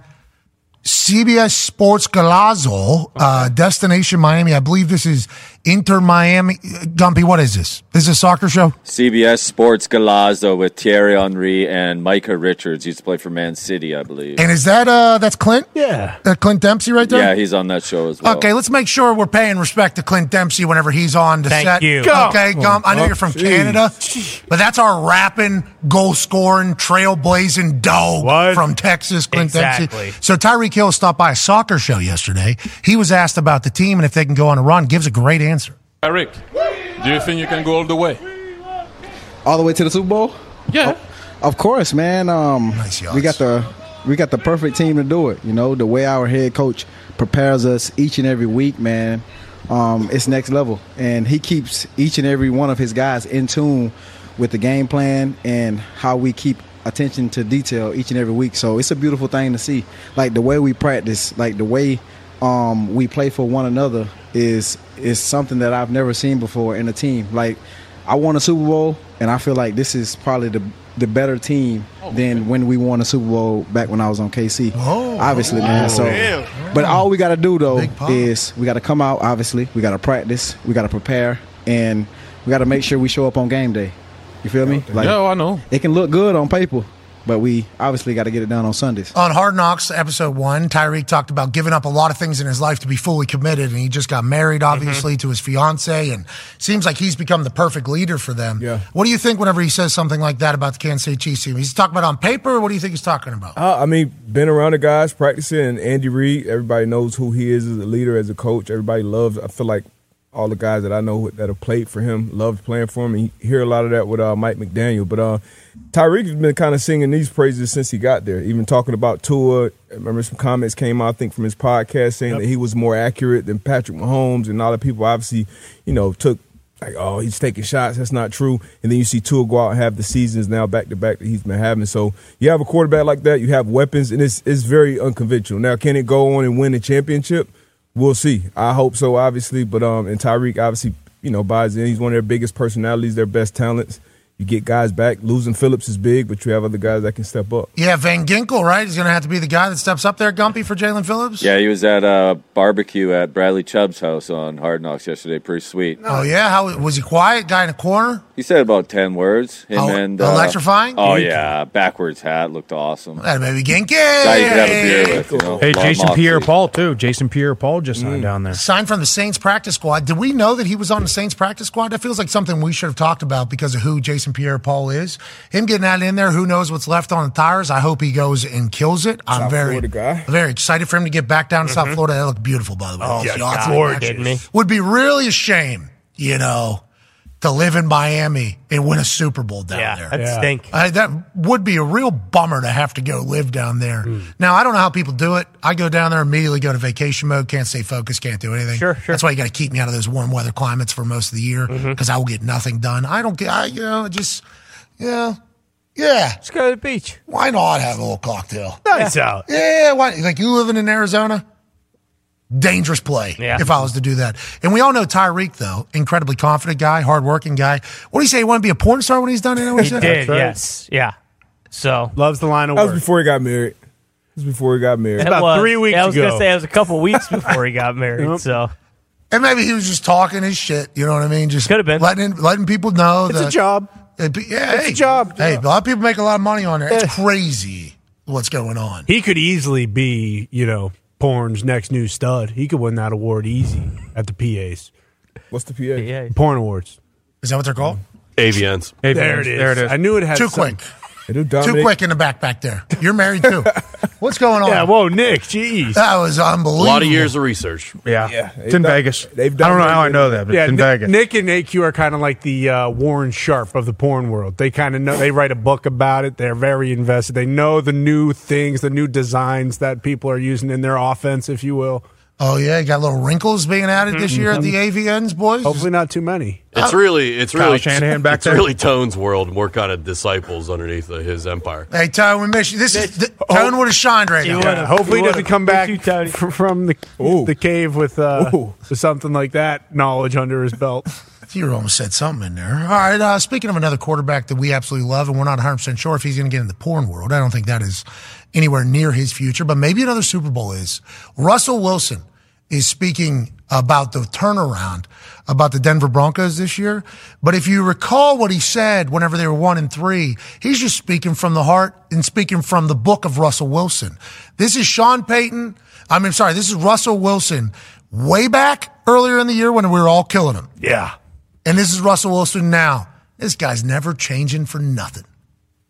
S1: CBS Sports Galazzo, uh, Destination Miami. I believe this is Inter Miami. Gumpy, what is this? This is a soccer show?
S6: CBS Sports Galazzo with Thierry Henry and Micah Richards. He used to play for Man City, I believe.
S1: And is that, uh, that's Clint? Yeah. Uh, Clint Dempsey right there?
S6: yeah, he's on that show as well.
S1: Okay, let's make sure we're paying respect to Clint Dempsey whenever he's on the
S6: Thank
S1: set.
S6: you.
S1: Okay,
S6: Go.
S1: Gump. I know
S6: Oh,
S1: you're from
S6: jeez.
S1: Canada, but that's our rapping, goal scoring, trailblazing dog from Texas, Clint
S3: Exactly.
S1: Dempsey. So Tyreek Hill stopped by a soccer show yesterday. He was asked about the team and if they can go on a run. Gives a great answer.
S10: Eric, do you think you can go all the way?
S11: all the way to the Super Bowl?
S10: Yeah.
S11: Of course, man. Um, we got the we got the perfect team to do it. You know, the way our head coach prepares us each and every week, man, um, it's next level. And he keeps each and every one of his guys in tune with the game plan and how we keep attention to detail each and every week. So it's a beautiful thing to see. Like the way we practice, like the way um, we play for one another is is something that I've never seen before in a team. Like I won a Super Bowl, and I feel like this is probably the the better team
S10: Oh,
S11: than when we won a Super Bowl back when I was on KC. Oh, obviously, man.
S12: wow.
S11: So,
S12: Yeah.
S11: but all we got to do though is we got to come out. Obviously, we got to practice, we got to prepare, and we got to make sure we show up on game day. You feel me?
S10: Yeah, I know.
S11: It can look good on paper, but we obviously got to get it done on Sundays.
S1: On Hard Knocks, episode one, Tyreek talked about giving up a lot of things in his life to be fully committed, and he just got married, obviously, to his fiance, and seems like he's become the perfect leader for them. Yeah. What do you think whenever he says something like that about the Kansas City Chiefs team? He's talking about on paper. Or what do you think he's talking about?
S5: Uh, I mean, been around the guys practicing, and Andy Reid. Everybody knows who he is as a leader, as a coach. Everybody loves. I feel like all the guys that I know who- that have played for him loved playing for him. And you hear a lot of that with uh, Mike McDaniel. But uh, Tyreek has been kind of singing these praises since he got there, even talking about Tua. I remember some comments came out, I think, from his podcast saying
S2: Yep.
S5: that he was more accurate than Patrick Mahomes. And all the people obviously, you know, took like, oh, he's taking shots. That's not true. And then you see Tua go out and have the seasons now back to back that he's been having. So you have a quarterback like that. You have weapons, and it's it's very unconventional. Now, can it go on and win a championship? We'll see. I hope so, obviously. But um, and Tyreek obviously, you know, buys in. He's one of their biggest personalities, their best talents. You get guys back. Losing Phillips is big, but you have other guys that can step up.
S1: Yeah, Van Ginkel, right? He's going to have to be the guy that steps up there, Gumpy, for Jalen Phillips.
S6: Yeah, he was at a barbecue at Bradley Chubb's house on Hard Knocks yesterday. Pretty sweet.
S1: Oh yeah, how was he quiet? Guy in the corner.
S6: He said about ten words. Him and uh,
S1: electrifying?
S6: Oh yeah, backwards hat looked awesome.
S1: That baby Ginky.
S6: Guy you could have a beer with. You know?
S4: Hey,
S6: Lon
S4: Jason
S6: Moxley.
S4: Pierre Paul, too. Jason Pierre Paul just signed down there.
S1: Signed from the Saints practice squad. Did we know that he was on the Saints practice squad? That feels like something we should have talked about because of who Jason Pierre Paul is. Him getting that in there, who knows what's left on the tires. I hope he goes and kills it. I'm
S5: South
S1: very
S5: Florida guy.
S1: very excited for him to get back down to South
S5: Mhm.
S1: Florida. That looked beautiful, by the way.
S5: Oh,
S1: It's the
S5: God,
S1: awesome
S5: Lord,
S1: action.
S5: didn't he?
S1: Would be really a shame, you know, to live in Miami and win a Super Bowl down
S3: Yeah,
S1: there.
S3: that'd Yeah. stink.
S1: I, that would be a real bummer to have to go live down there. Now, I don't know how people do it. I go down there, immediately go to vacation mode, can't stay focused, can't do anything. Sure, sure. That's why you got to keep me out of those warm weather climates for most of the year because I will get nothing done. I don't get, I, you know, just, yeah. Yeah. Let's
S3: go to the beach.
S1: Why not have a little cocktail?
S2: Nice
S1: yeah.
S2: out.
S1: Yeah. Why, like you living in Arizona? dangerous play
S2: Yeah.
S1: if I was to do that. And we all know Tyreek, though, incredibly confident guy, hardworking guy. What do you say? He want to be a porn star when he's done? He
S3: He did, yes. Yeah. So
S2: Mm. loves the line of
S5: That was
S3: work.
S5: before he got married. That was before he got married.
S3: That was- yeah, I was gonna say it was a couple weeks before he got married. So
S1: And maybe he was just talking his shit. You know what I mean? Just could have been letting letting people know
S2: It's a
S1: that
S2: job.
S1: It'd be- yeah,
S2: It's a
S1: hey,
S2: job.
S1: Hey, a lot of people make a lot of money on there. It's crazy what's going on.
S2: He could easily be, you know, porn's next new stud. He could win that award easy at the PAs.
S5: What's the PA?
S2: Porn awards.
S1: Is that what they're called?
S8: AVNs.
S2: There it is. I knew it had
S1: too
S2: something.
S1: quick. Too quick in the back back there. You're married too. What's going on?
S2: Yeah, whoa, Nick, E. jeez.
S1: That was
S8: A
S1: unbelievable.
S8: lot of years of research.
S4: Yeah.
S8: It's in Vegas.
S5: They've
S4: I don't know how I know that, but
S2: yeah,
S4: it's in
S2: Nick,
S4: Vegas.
S2: Nick and AQ are kind of like the uh, Warren Sharp of the porn world. They kind of know. They write a book about it. They're very invested. They know the new things, the new designs that people are using in their offense, if you will. Mm-hmm.
S1: Oh yeah, you got little wrinkles being added this year at the AVNs, boys.
S2: Hopefully not too many.
S1: Oh.
S8: It's really, it's
S2: Kyle
S8: really,
S2: Shanahan back
S8: it's
S2: there.
S8: really Tone's world. We're kind of disciples underneath uh, his empire.
S1: Hey, Tone, we miss you. This is the, Tone would have shined right now.
S2: Yeah, hopefully, he doesn't come back f- from the the cave with uh, with something like that knowledge under his belt.
S1: You almost said something in there. All right. Uh, speaking of another quarterback that we absolutely love, and we're not 100 percent sure if he's going to get in the porn world. I don't think that is anywhere near his future, but maybe another Super Bowl is. Russell Wilson is speaking about the turnaround about the Denver Broncos this year. But if you recall what he said whenever they were one and three, he's just speaking from the heart and speaking from the book of Russell Wilson. This is Sean Payton. I mean, sorry, this is Russell Wilson way back earlier in the year when we were all killing him.
S2: Yeah.
S1: And this is Russell Wilson now. This guy's never changing for nothing.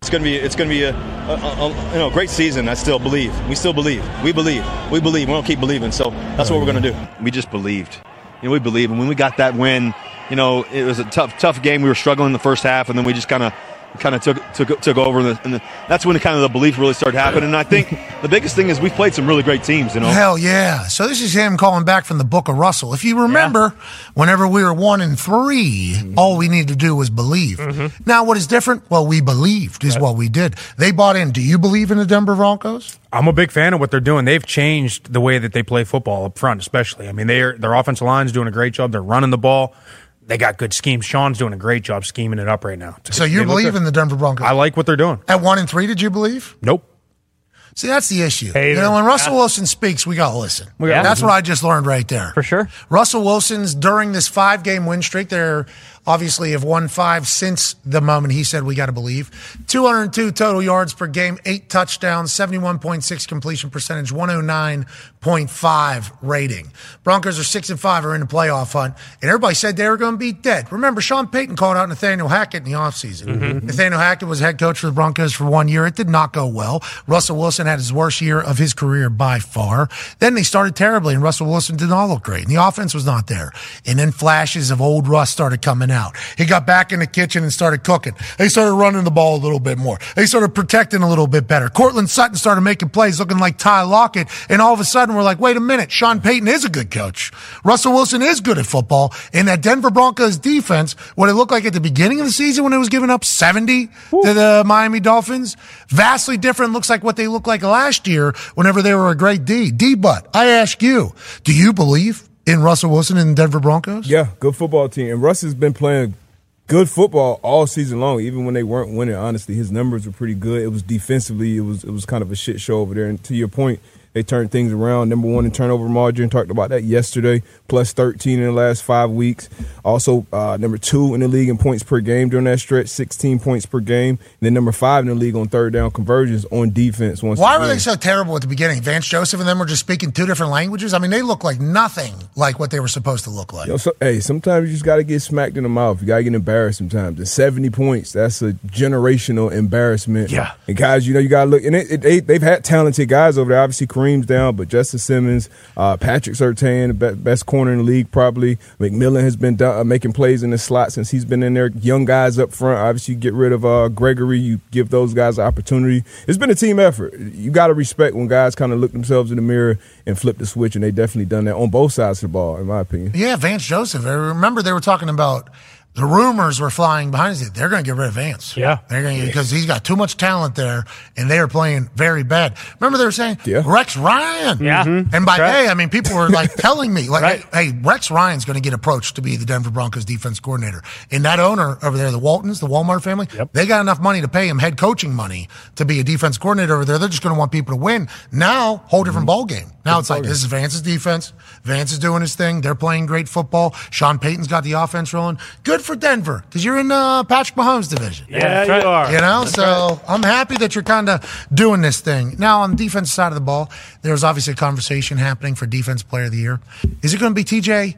S12: It's gonna be it's gonna be a, a, a, a- you know great season. I still believe. We still believe. We believe. We believe. We're gonna keep believing. So that's what we're gonna do. We just believed. You know, we believed. And when we got that win, you know, it was a tough tough game. We were struggling in the first half, and then we just kind of kind of took took took over. And, the, and the, that's when kind of the belief really started happening. And I think the biggest thing is we've played some really great teams. You know,
S1: Hell yeah. So this is him calling back from the book of Russell. If you remember, whenever we were one and 3
S4: Mm-hmm.
S1: all we needed to do was believe. Now, what is different? Well, we believed is what we did. They bought in. Do you believe in the Denver Broncos?
S4: I'm a big fan of what they're doing. They've changed the way that they play football up front, especially. I mean, their their offensive line's doing a great job. They're running the ball. They got good schemes. Sean's doing a great job scheming it up right now.
S1: So
S4: They
S1: you
S4: look
S1: believe
S4: good.
S1: in the Denver Broncos?
S4: I like what they're doing.
S1: At one and three, did you believe?
S4: Nope.
S1: See, that's the issue.
S4: Hater.
S1: You know, when Russell Wilson speaks, we got to listen.
S4: We gotta
S1: That's
S4: listen.
S1: what I just learned right there. For
S3: sure.
S1: Russell Wilson's during this five game win streak, they're obviously have won five since the moment he said, we got to believe. 202 total yards per game, eight touchdowns, 71.6 completion percentage, 109.6 .5 rating. Broncos are six and five, are in the playoff hunt, and everybody said they were going to be dead. Remember, Sean Payton called out Nathaniel Hackett in the offseason. Nathaniel Hackett was head coach for the Broncos for one year. It did not go well. Russell Wilson had his worst year of his career by far. Then they started terribly, and Russell Wilson did not look great, and the offense was not there. And then flashes of old Russ started coming out. He got back in the kitchen and started cooking. They started running the ball a little bit more. They started protecting a little bit better. Cortland Sutton started making plays looking like Ty Lockett, and all of a sudden we're like, wait a minute, Sean Payton is a good coach. Russell Wilson is good at football, and that Denver Broncos defense, what it looked like at the beginning of the season when it was giving up 70 to the Miami Dolphins, vastly different looks like what they looked like last year whenever they were a great D. D but I ask you, do you believe in Russell Wilson and the Denver Broncos?
S5: Yeah, good football team. And Russ has been playing good football all season long, even when they weren't winning. Honestly, his numbers were pretty good. It was defensively, it was it was kind of a shit show over there. And to your point, they turned things around. Number one in turnover margin. Talked about that yesterday. Plus thirteen in the last five weeks. Also, uh, number two in the league in points per game during that stretch, sixteen points per game. And then number five in the league on third down conversions on defense. Once
S1: Why were
S5: again.
S1: they so terrible at the beginning? Vance Joseph and them were just speaking two different languages. I mean, they look like nothing like what they were supposed to look like.
S5: Yo, so, hey, sometimes you just got to get smacked in the mouth. You got to get embarrassed sometimes. And 70 points, that's a generational embarrassment.
S2: Yeah.
S5: And guys, you know, you got to look. And it, it, they, they've had talented guys over there. Obviously, Kareem's down, but Justin Simmons, uh, Patrick Sertan, the be- best corner in the league probably. McMillan has been down, uh, making plays in the slot since he's been in there. Young guys up front. Obviously, you get rid of uh, Gregory. You give those guys an opportunity. It's been a team effort. You got to respect when guys kind of look themselves in the mirror and flip the switch, and they definitely done that on both sides of the ball, in my opinion.
S1: Yeah, Vance Joseph. I remember they were talking about the rumors were flying behind us. They're going to get rid of Vance.
S2: Yeah.
S1: They're going to because he's got too much talent there, and they are playing very bad. Remember they were saying Rex Ryan.
S2: Yeah. Mhm.
S1: And by
S2: Correct.
S1: they, I mean people were like telling me like, hey, Rex Ryan's going to get approached to be the Denver Broncos defense coordinator, and that owner over there, the Waltons, the Walmart family, they got enough money to pay him head coaching money to be a defense coordinator over there. They're just going to want people to win. Now, whole different ball
S2: Mm-hmm.
S1: game. Now it's like this is Vance's defense. Vance is doing his thing. They're playing great football. Sean Payton's got the offense rolling. Good for Denver because you're in uh, Patrick Mahomes' division.
S2: Yeah, That's right. you are.
S1: You know,
S2: That's
S1: so I'm happy that you're kind of doing this thing. Now, on the defensive side of the ball, there's obviously a conversation happening for Defense Player of the Year. Is it going to be TJ?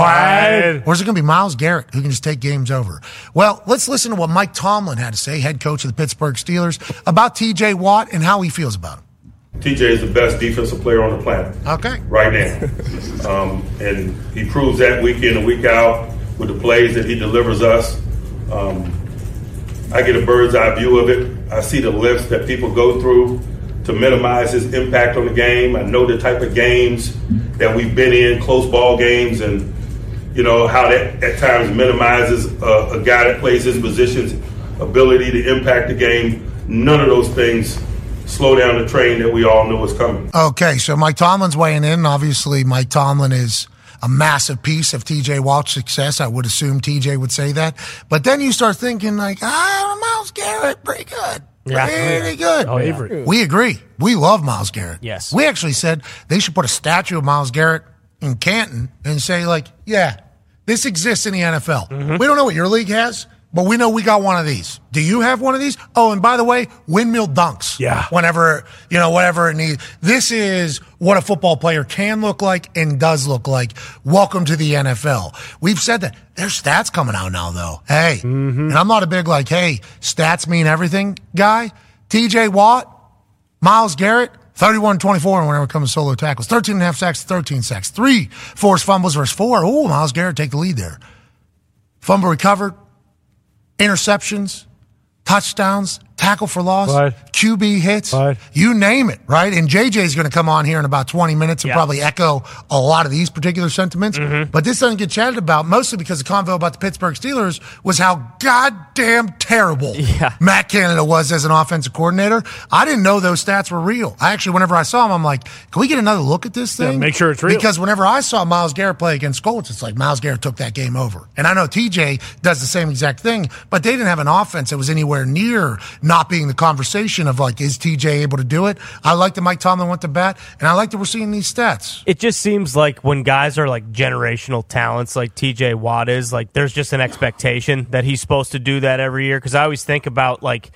S1: Hyde? Or is it going to be Miles Garrett who can just take games over? Well, let's listen to what Mike Tomlin had to say, head coach of the Pittsburgh Steelers, about TJ Watt and how he feels about him.
S13: TJ is the best defensive player on the planet
S1: Okay.
S13: right now. Um, and he proves that week in and week out with the plays that he delivers us. Um, I get a bird's eye view of it. I see the lifts that people go through to minimize his impact on the game. I know the type of games that we've been in, close ball games, and you know how that at times minimizes a, a guy that plays his position's ability to impact the game. None of those things slow down the train that we all know is coming.
S1: Okay, so Mike Tomlin's weighing in. Obviously, Mike Tomlin is a massive piece of TJ Watt's success. I would assume TJ would say that. But then you start thinking, like, ah, Miles Garrett, pretty good.
S2: Yeah.
S1: Pretty good.
S2: Oh, yeah. Favorite.
S1: We agree. We love Miles Garrett.
S2: Yes.
S1: We actually said they should put a statue of Miles Garrett in Canton and say, like, yeah, this exists in the NFL. We don't know what your league has, but we know we got one of these. Do you have one of these? Oh, and by the way, windmill dunks. Yeah. Whenever, you know, whatever it needs. This is what a football player can look like and does look like. Welcome to the NFL. We've said that. There's stats coming out now, though. Hey, and I'm not a big, like, hey, stats mean everything guy. TJ Watt, Miles Garrett, 31 24 whenever it comes to solo tackles. 13 and a half sacks, 13 sacks. Three forced fumbles versus four. Ooh, Miles Garrett take the lead there. Fumble recovered, interceptions, touchdowns, tackle for loss, QB hits, you name it, right? And JJ's going to come on here in about 20 minutes and probably echo a lot of these particular sentiments.
S2: Mm-hmm.
S1: But this doesn't get chatted about mostly because the convo about the Pittsburgh Steelers was how goddamn terrible Matt Canada was as an offensive coordinator. I didn't know those stats were real. I actually, whenever I saw him, I'm like, can we get another look at this
S2: Yeah,
S1: thing?
S2: make sure it's real.
S1: Because whenever I saw Miles Garrett play against Colts, it's like Miles Garrett took that game over. And I know TJ does the same exact thing, but they didn't have an offense that was anywhere near not being the conversation of like, is TJ able to do it? I like that Mike Tomlin went to bat, and I like that we're seeing these stats.
S3: It just seems like when guys are like generational talents, like TJ Watt is, like there's just an expectation that he's supposed to do that every year. Because I always think about like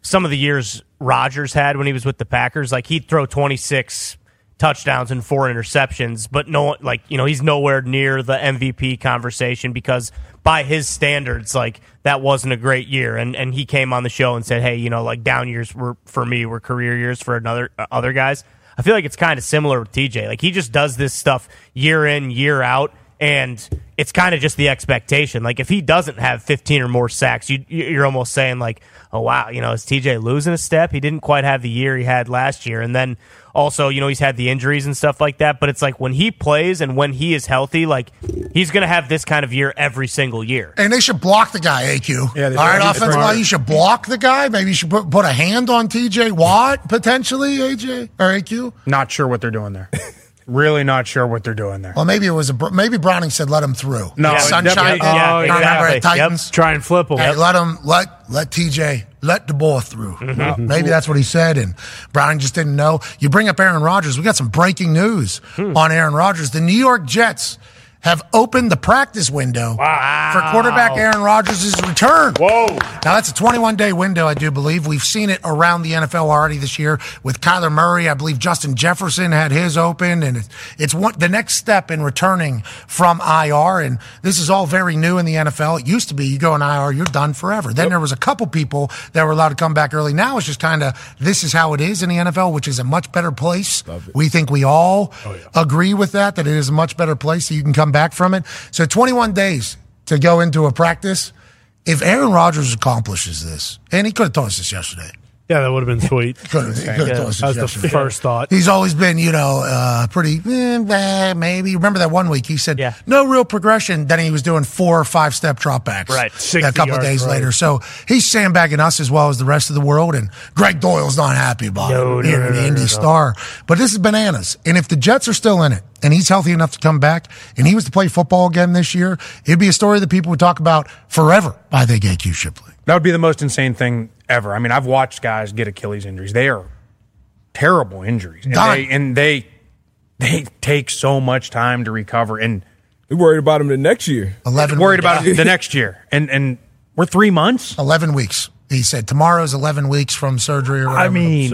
S3: some of the years Rodgers had when he was with the Packers, like he'd throw 26 touchdowns and four interceptions, but no one like, you know, he's nowhere near the MVP conversation because by his standards, like that wasn't a great year. And and he came on the show and said, Hey, you know, like down years were for me were career years for another uh, other guys. I feel like it's kind of similar with TJ. Like he just does this stuff year in, year out, and it's kind of just the expectation. Like if he doesn't have 15 or more sacks, you you're almost saying like, oh wow, you know, is TJ losing a step? He didn't quite have the year he had last year, and then also you know he's had the injuries and stuff like that. But it's like when he plays and when he is healthy, like he's gonna have this kind of year every single year.
S1: And they should block the guy, AQ. Yeah,
S3: they
S1: All right,
S3: should.
S1: offensive
S3: Right.
S1: line, you should block the guy. Maybe you should put, put a hand on TJ Watt, potentially, AJ, or AQ.
S4: Not sure what they're doing there. really not sure what they're doing there.
S1: Well, maybe it was a, br- maybe Browning said let him through.
S4: No, it
S1: sunshine.
S4: definitely-
S1: Law,
S4: yeah,
S1: I remember
S4: exactly.
S1: at Titans.
S2: Try and flip him.
S1: Hey, let him let let TJ let the ball through.
S2: Mhm.
S1: Maybe that's what he said, and Browning just didn't know. You bring up Aaron Rodgers. We got some breaking news on Aaron Rodgers. The New York Jets have opened the practice window for quarterback Aaron Rodgers' return. Whoa! Now that's a 21-day window, I do believe. We've seen it around the NFL already this year with Kyler Murray. I believe Justin Jefferson had his open, and it's, it's one, the next step in returning from IR. And this is all very new in the NFL. It used to be you go in IR, you're done forever. Then there was a couple people that were allowed to come back early. Now it's just kind of this is how it is in the NFL, which is a much better place. We think we all agree with that, that it is a much better place that you can come back from it. So 21 days to go into a practice. If Aaron Rodgers accomplishes this, and he could have told us this yesterday.
S2: Yeah, that would have been sweet.
S1: Could've- he could've told us
S2: that was the
S1: yesterday.
S2: first thought.
S1: He's always been, you know, uh, pretty eh, eh, maybe. Remember that one week he said no real progression. Then he was doing four or five step dropbacks.
S2: Right.
S1: a
S2: 60
S1: couple
S2: yards,
S1: days
S2: right.
S1: later. So he's sandbagging us as well as the rest of the world. And Greg Doyle's not happy about
S2: No,
S1: it.
S2: no,
S1: here
S2: no,
S1: in the
S2: no,
S1: Indy
S2: no, no.
S1: Star. But this is bananas. And if the Jets are still in it and he's healthy enough to come back and he was to play football again this year, it'd be a story that people would talk about forever. I think AQ Shipley.
S4: That would be the most insane thing ever. I mean, I've watched guys get Achilles injuries. They are terrible injuries, and
S5: Done.
S4: they and they, they take so much time to recover. And
S5: we worried about him the next year.
S1: Eleven
S4: worried about it the next year, and and we're three months,
S1: eleven weeks. He said tomorrow's eleven weeks from surgery. Or whatever.
S4: I mean,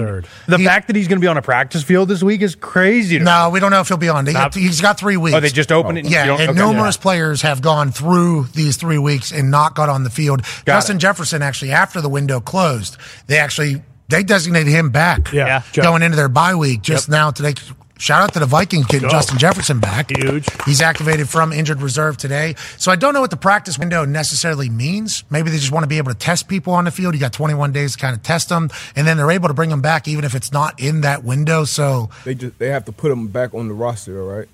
S4: the fact that he's going to be on a practice field this week is crazy. To
S1: No, we don't know if he'll be on. They
S4: Not-
S1: he's got three weeks.
S4: Oh, they just opened it and you
S1: Yeah,
S4: don't-
S1: and
S4: okay.
S1: numerous
S4: Yeah.
S1: players have gone through these three weeks and not got on the field. Justin Jefferson actually, after the window closed, they actually they designated him back.
S2: Yeah.
S1: going into their bye week just now today. Shout out to the Vikings getting
S2: Go.
S1: Justin Jefferson back. Huge. He's activated from injured reserve today. So I don't know what the practice window necessarily means. Maybe they just want to be able to test people on the field. You got 21 days to kind of test them, and then they're able to bring them back even if it's not in that window. So
S5: They just they have to put him back on the roster, all right?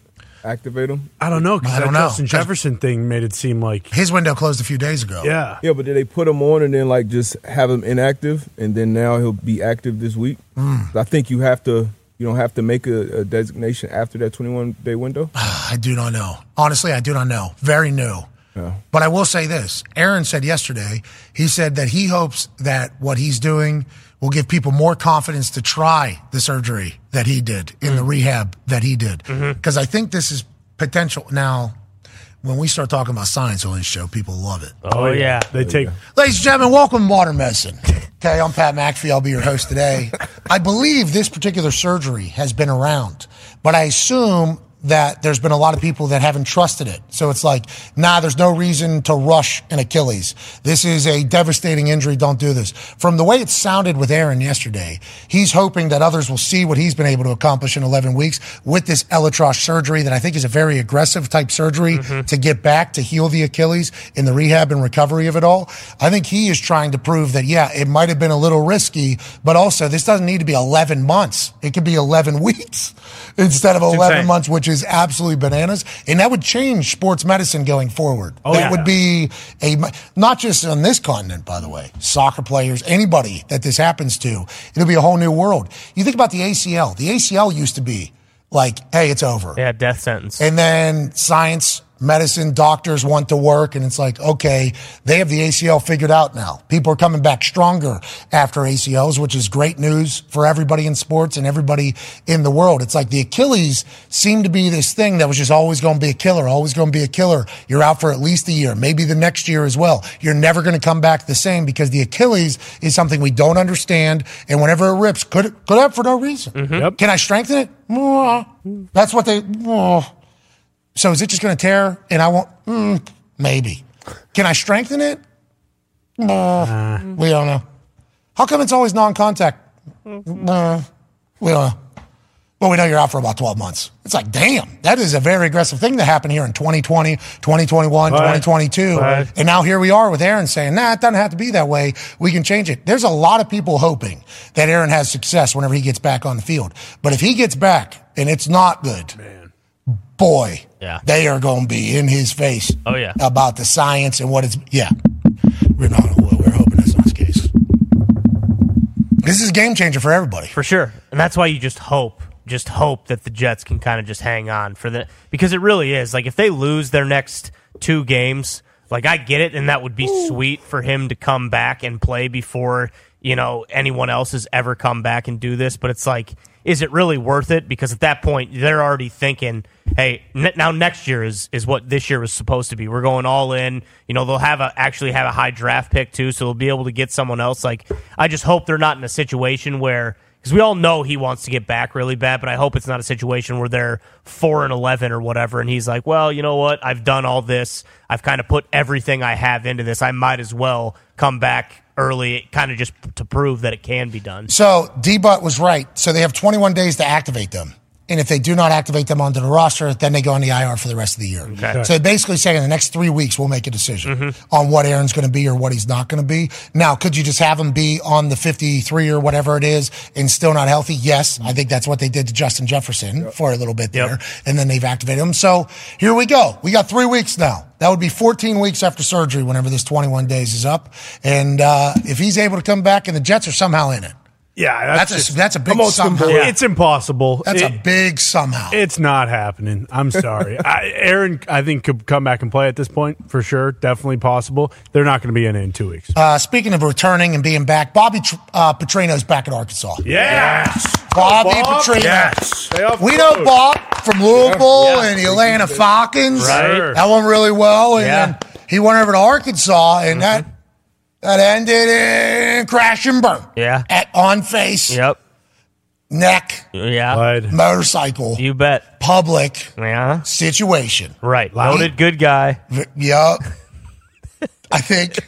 S5: Activate him.
S2: I don't know because
S5: I
S2: that
S5: don't know.
S2: Justin Jefferson thing made it seem like
S1: his window closed a few days ago.
S2: Yeah.
S5: Yeah, but did they put him on and then like just have him inactive and then now he'll be active this week?
S1: Hmm.
S5: I think you have to you don't have to make a, a designation after that 21 day window.
S1: I do not know. Honestly, I do not know. Very new.
S5: Yeah.
S1: But I will say this Aaron said yesterday, he said that he hopes that what he's doing will give people more confidence to try the surgery that he did in the rehab that he did. Because I think this is potential. Now, when we start talking about science on this show, people love it.
S2: Oh, yeah. They take
S1: Ladies and gentlemen, welcome to Modern Medicine. Okay, I'm Pat McAfee. I'll be your host today. I believe this particular surgery has been around, but I assume that there's been a lot of people that haven't trusted it. So it's like, nah, there's no reason to rush an Achilles. This is a devastating injury. Don't do this. From the way it sounded with Aaron yesterday, he's hoping that others will see what he's been able to accomplish in 11 weeks with this Elitrosh surgery that I think is a very aggressive type surgery
S2: Mm-hmm.
S1: to get back to heal the Achilles in the rehab and recovery of it all. I think he is trying to prove that, yeah, it might have been a little risky, but also this doesn't need to be 11 months. It could be 11 weeks instead of 11
S2: insane.
S1: months, which is absolutely bananas. And that would change sports medicine going forward.
S2: Oh,
S1: that
S2: yeah.
S1: would be a, not just on this continent, by the way, soccer players, anybody that this happens to, it'll be a whole new world. You think about the ACL. The ACL used to be like, hey, it's over.
S3: Yeah, death sentence.
S1: And then science medicine doctors want to work and it's like okay they have the acl figured out now people are coming back stronger after acls which is great news for everybody in sports and everybody in the world it's like the achilles seemed to be this thing that was just always going to be a killer always going to be a killer you're out for at least a year maybe the next year as well you're never going to come back the same because the achilles is something we don't understand and whenever it rips could could have for no reason can i strengthen it Mwah. that's what they mwah. So is it just going to tear? And I won't. Mm, maybe. Can I strengthen it? No, we don't know. How come it's always non-contact? No, we don't know. Well, we know you're out for about 12 months. It's like, damn, that is a very aggressive thing to happen here in 2020, 2021,
S14: Right.
S1: 2022.
S14: Right.
S1: And now here we are with Aaron saying, nah, it doesn't have to be that way. We can change it. There's a lot of people hoping that Aaron has success whenever he gets back on the field. But if he gets back and it's not good, boy,
S3: Yeah.
S1: they are going to be in his face.
S3: Oh, yeah.
S1: about the science and what it's yeah. We're not. We're hoping that's not the case. This is a game changer for everybody.
S3: For sure. And that's why you just hope, just hope that the Jets can kind of just hang on for the because it really is. Like if they lose their next two games, like I get it and that would be sweet for him to come back and play before, you know, anyone else has ever come back and do this, but it's like is it really worth it? Because at that point, they're already thinking, "Hey, n- now next year is is what this year was supposed to be. We're going all in." You know, they'll have a actually have a high draft pick too, so they'll be able to get someone else. Like, I just hope they're not in a situation where because we all know he wants to get back really bad, but I hope it's not a situation where they're four and eleven or whatever, and he's like, "Well, you know what? I've done all this. I've kind of put everything I have into this. I might as well come back early, kind of just to prove that it can be done."
S1: So D-Butt was right. So they have 21 days to activate them. And if they do not activate them onto the roster, then they go on the IR for the rest of the year.
S14: Okay.
S1: So basically saying in the next three weeks, we'll make a decision on what Aaron's going to be or what he's not going to be. Now, could you just have him be on the 53 or whatever it is and still not healthy? Yes. I think that's what they did to Justin Jefferson for a little bit there. And then they've activated him. So here we go. We got three weeks now. That would be 14 weeks after surgery whenever this 21 days is up. And uh, if he's able to come back and the Jets are somehow in it.
S2: Yeah,
S1: That's, a, that's a big somehow.
S2: It's impossible.
S1: That's a
S2: It-
S1: big somehow.
S2: It's not happening. I'm sorry. I, Aaron, I think could come back and play at this point for sure. Definitely possible. They're not going to be in it in two weeks.
S1: Uh, speaking of returning and being back, Bobby Tr- uh, Petrino's back at Arkansas.
S2: Yes.
S1: Bobby
S2: Go, Bob.
S1: Petrino.
S2: Yes. Stay off
S1: We
S2: the
S1: know
S2: road.
S1: Bob from Louisville
S2: Yeah.
S1: and the Atlanta Falcons.
S2: Right.
S1: That went really well. And
S2: Yeah.
S1: then he went over to Arkansas, and that
S2: Mm-hmm.
S1: that ended in crash and burn.
S3: Yeah.
S1: At on face,
S3: Yep.
S1: neck,
S3: Yeah.
S1: motorcycle,
S3: You bet.
S1: public
S3: Yeah.
S1: situation.
S3: Right.
S1: Loud.
S3: Loaded good guy.
S1: Yup. I think.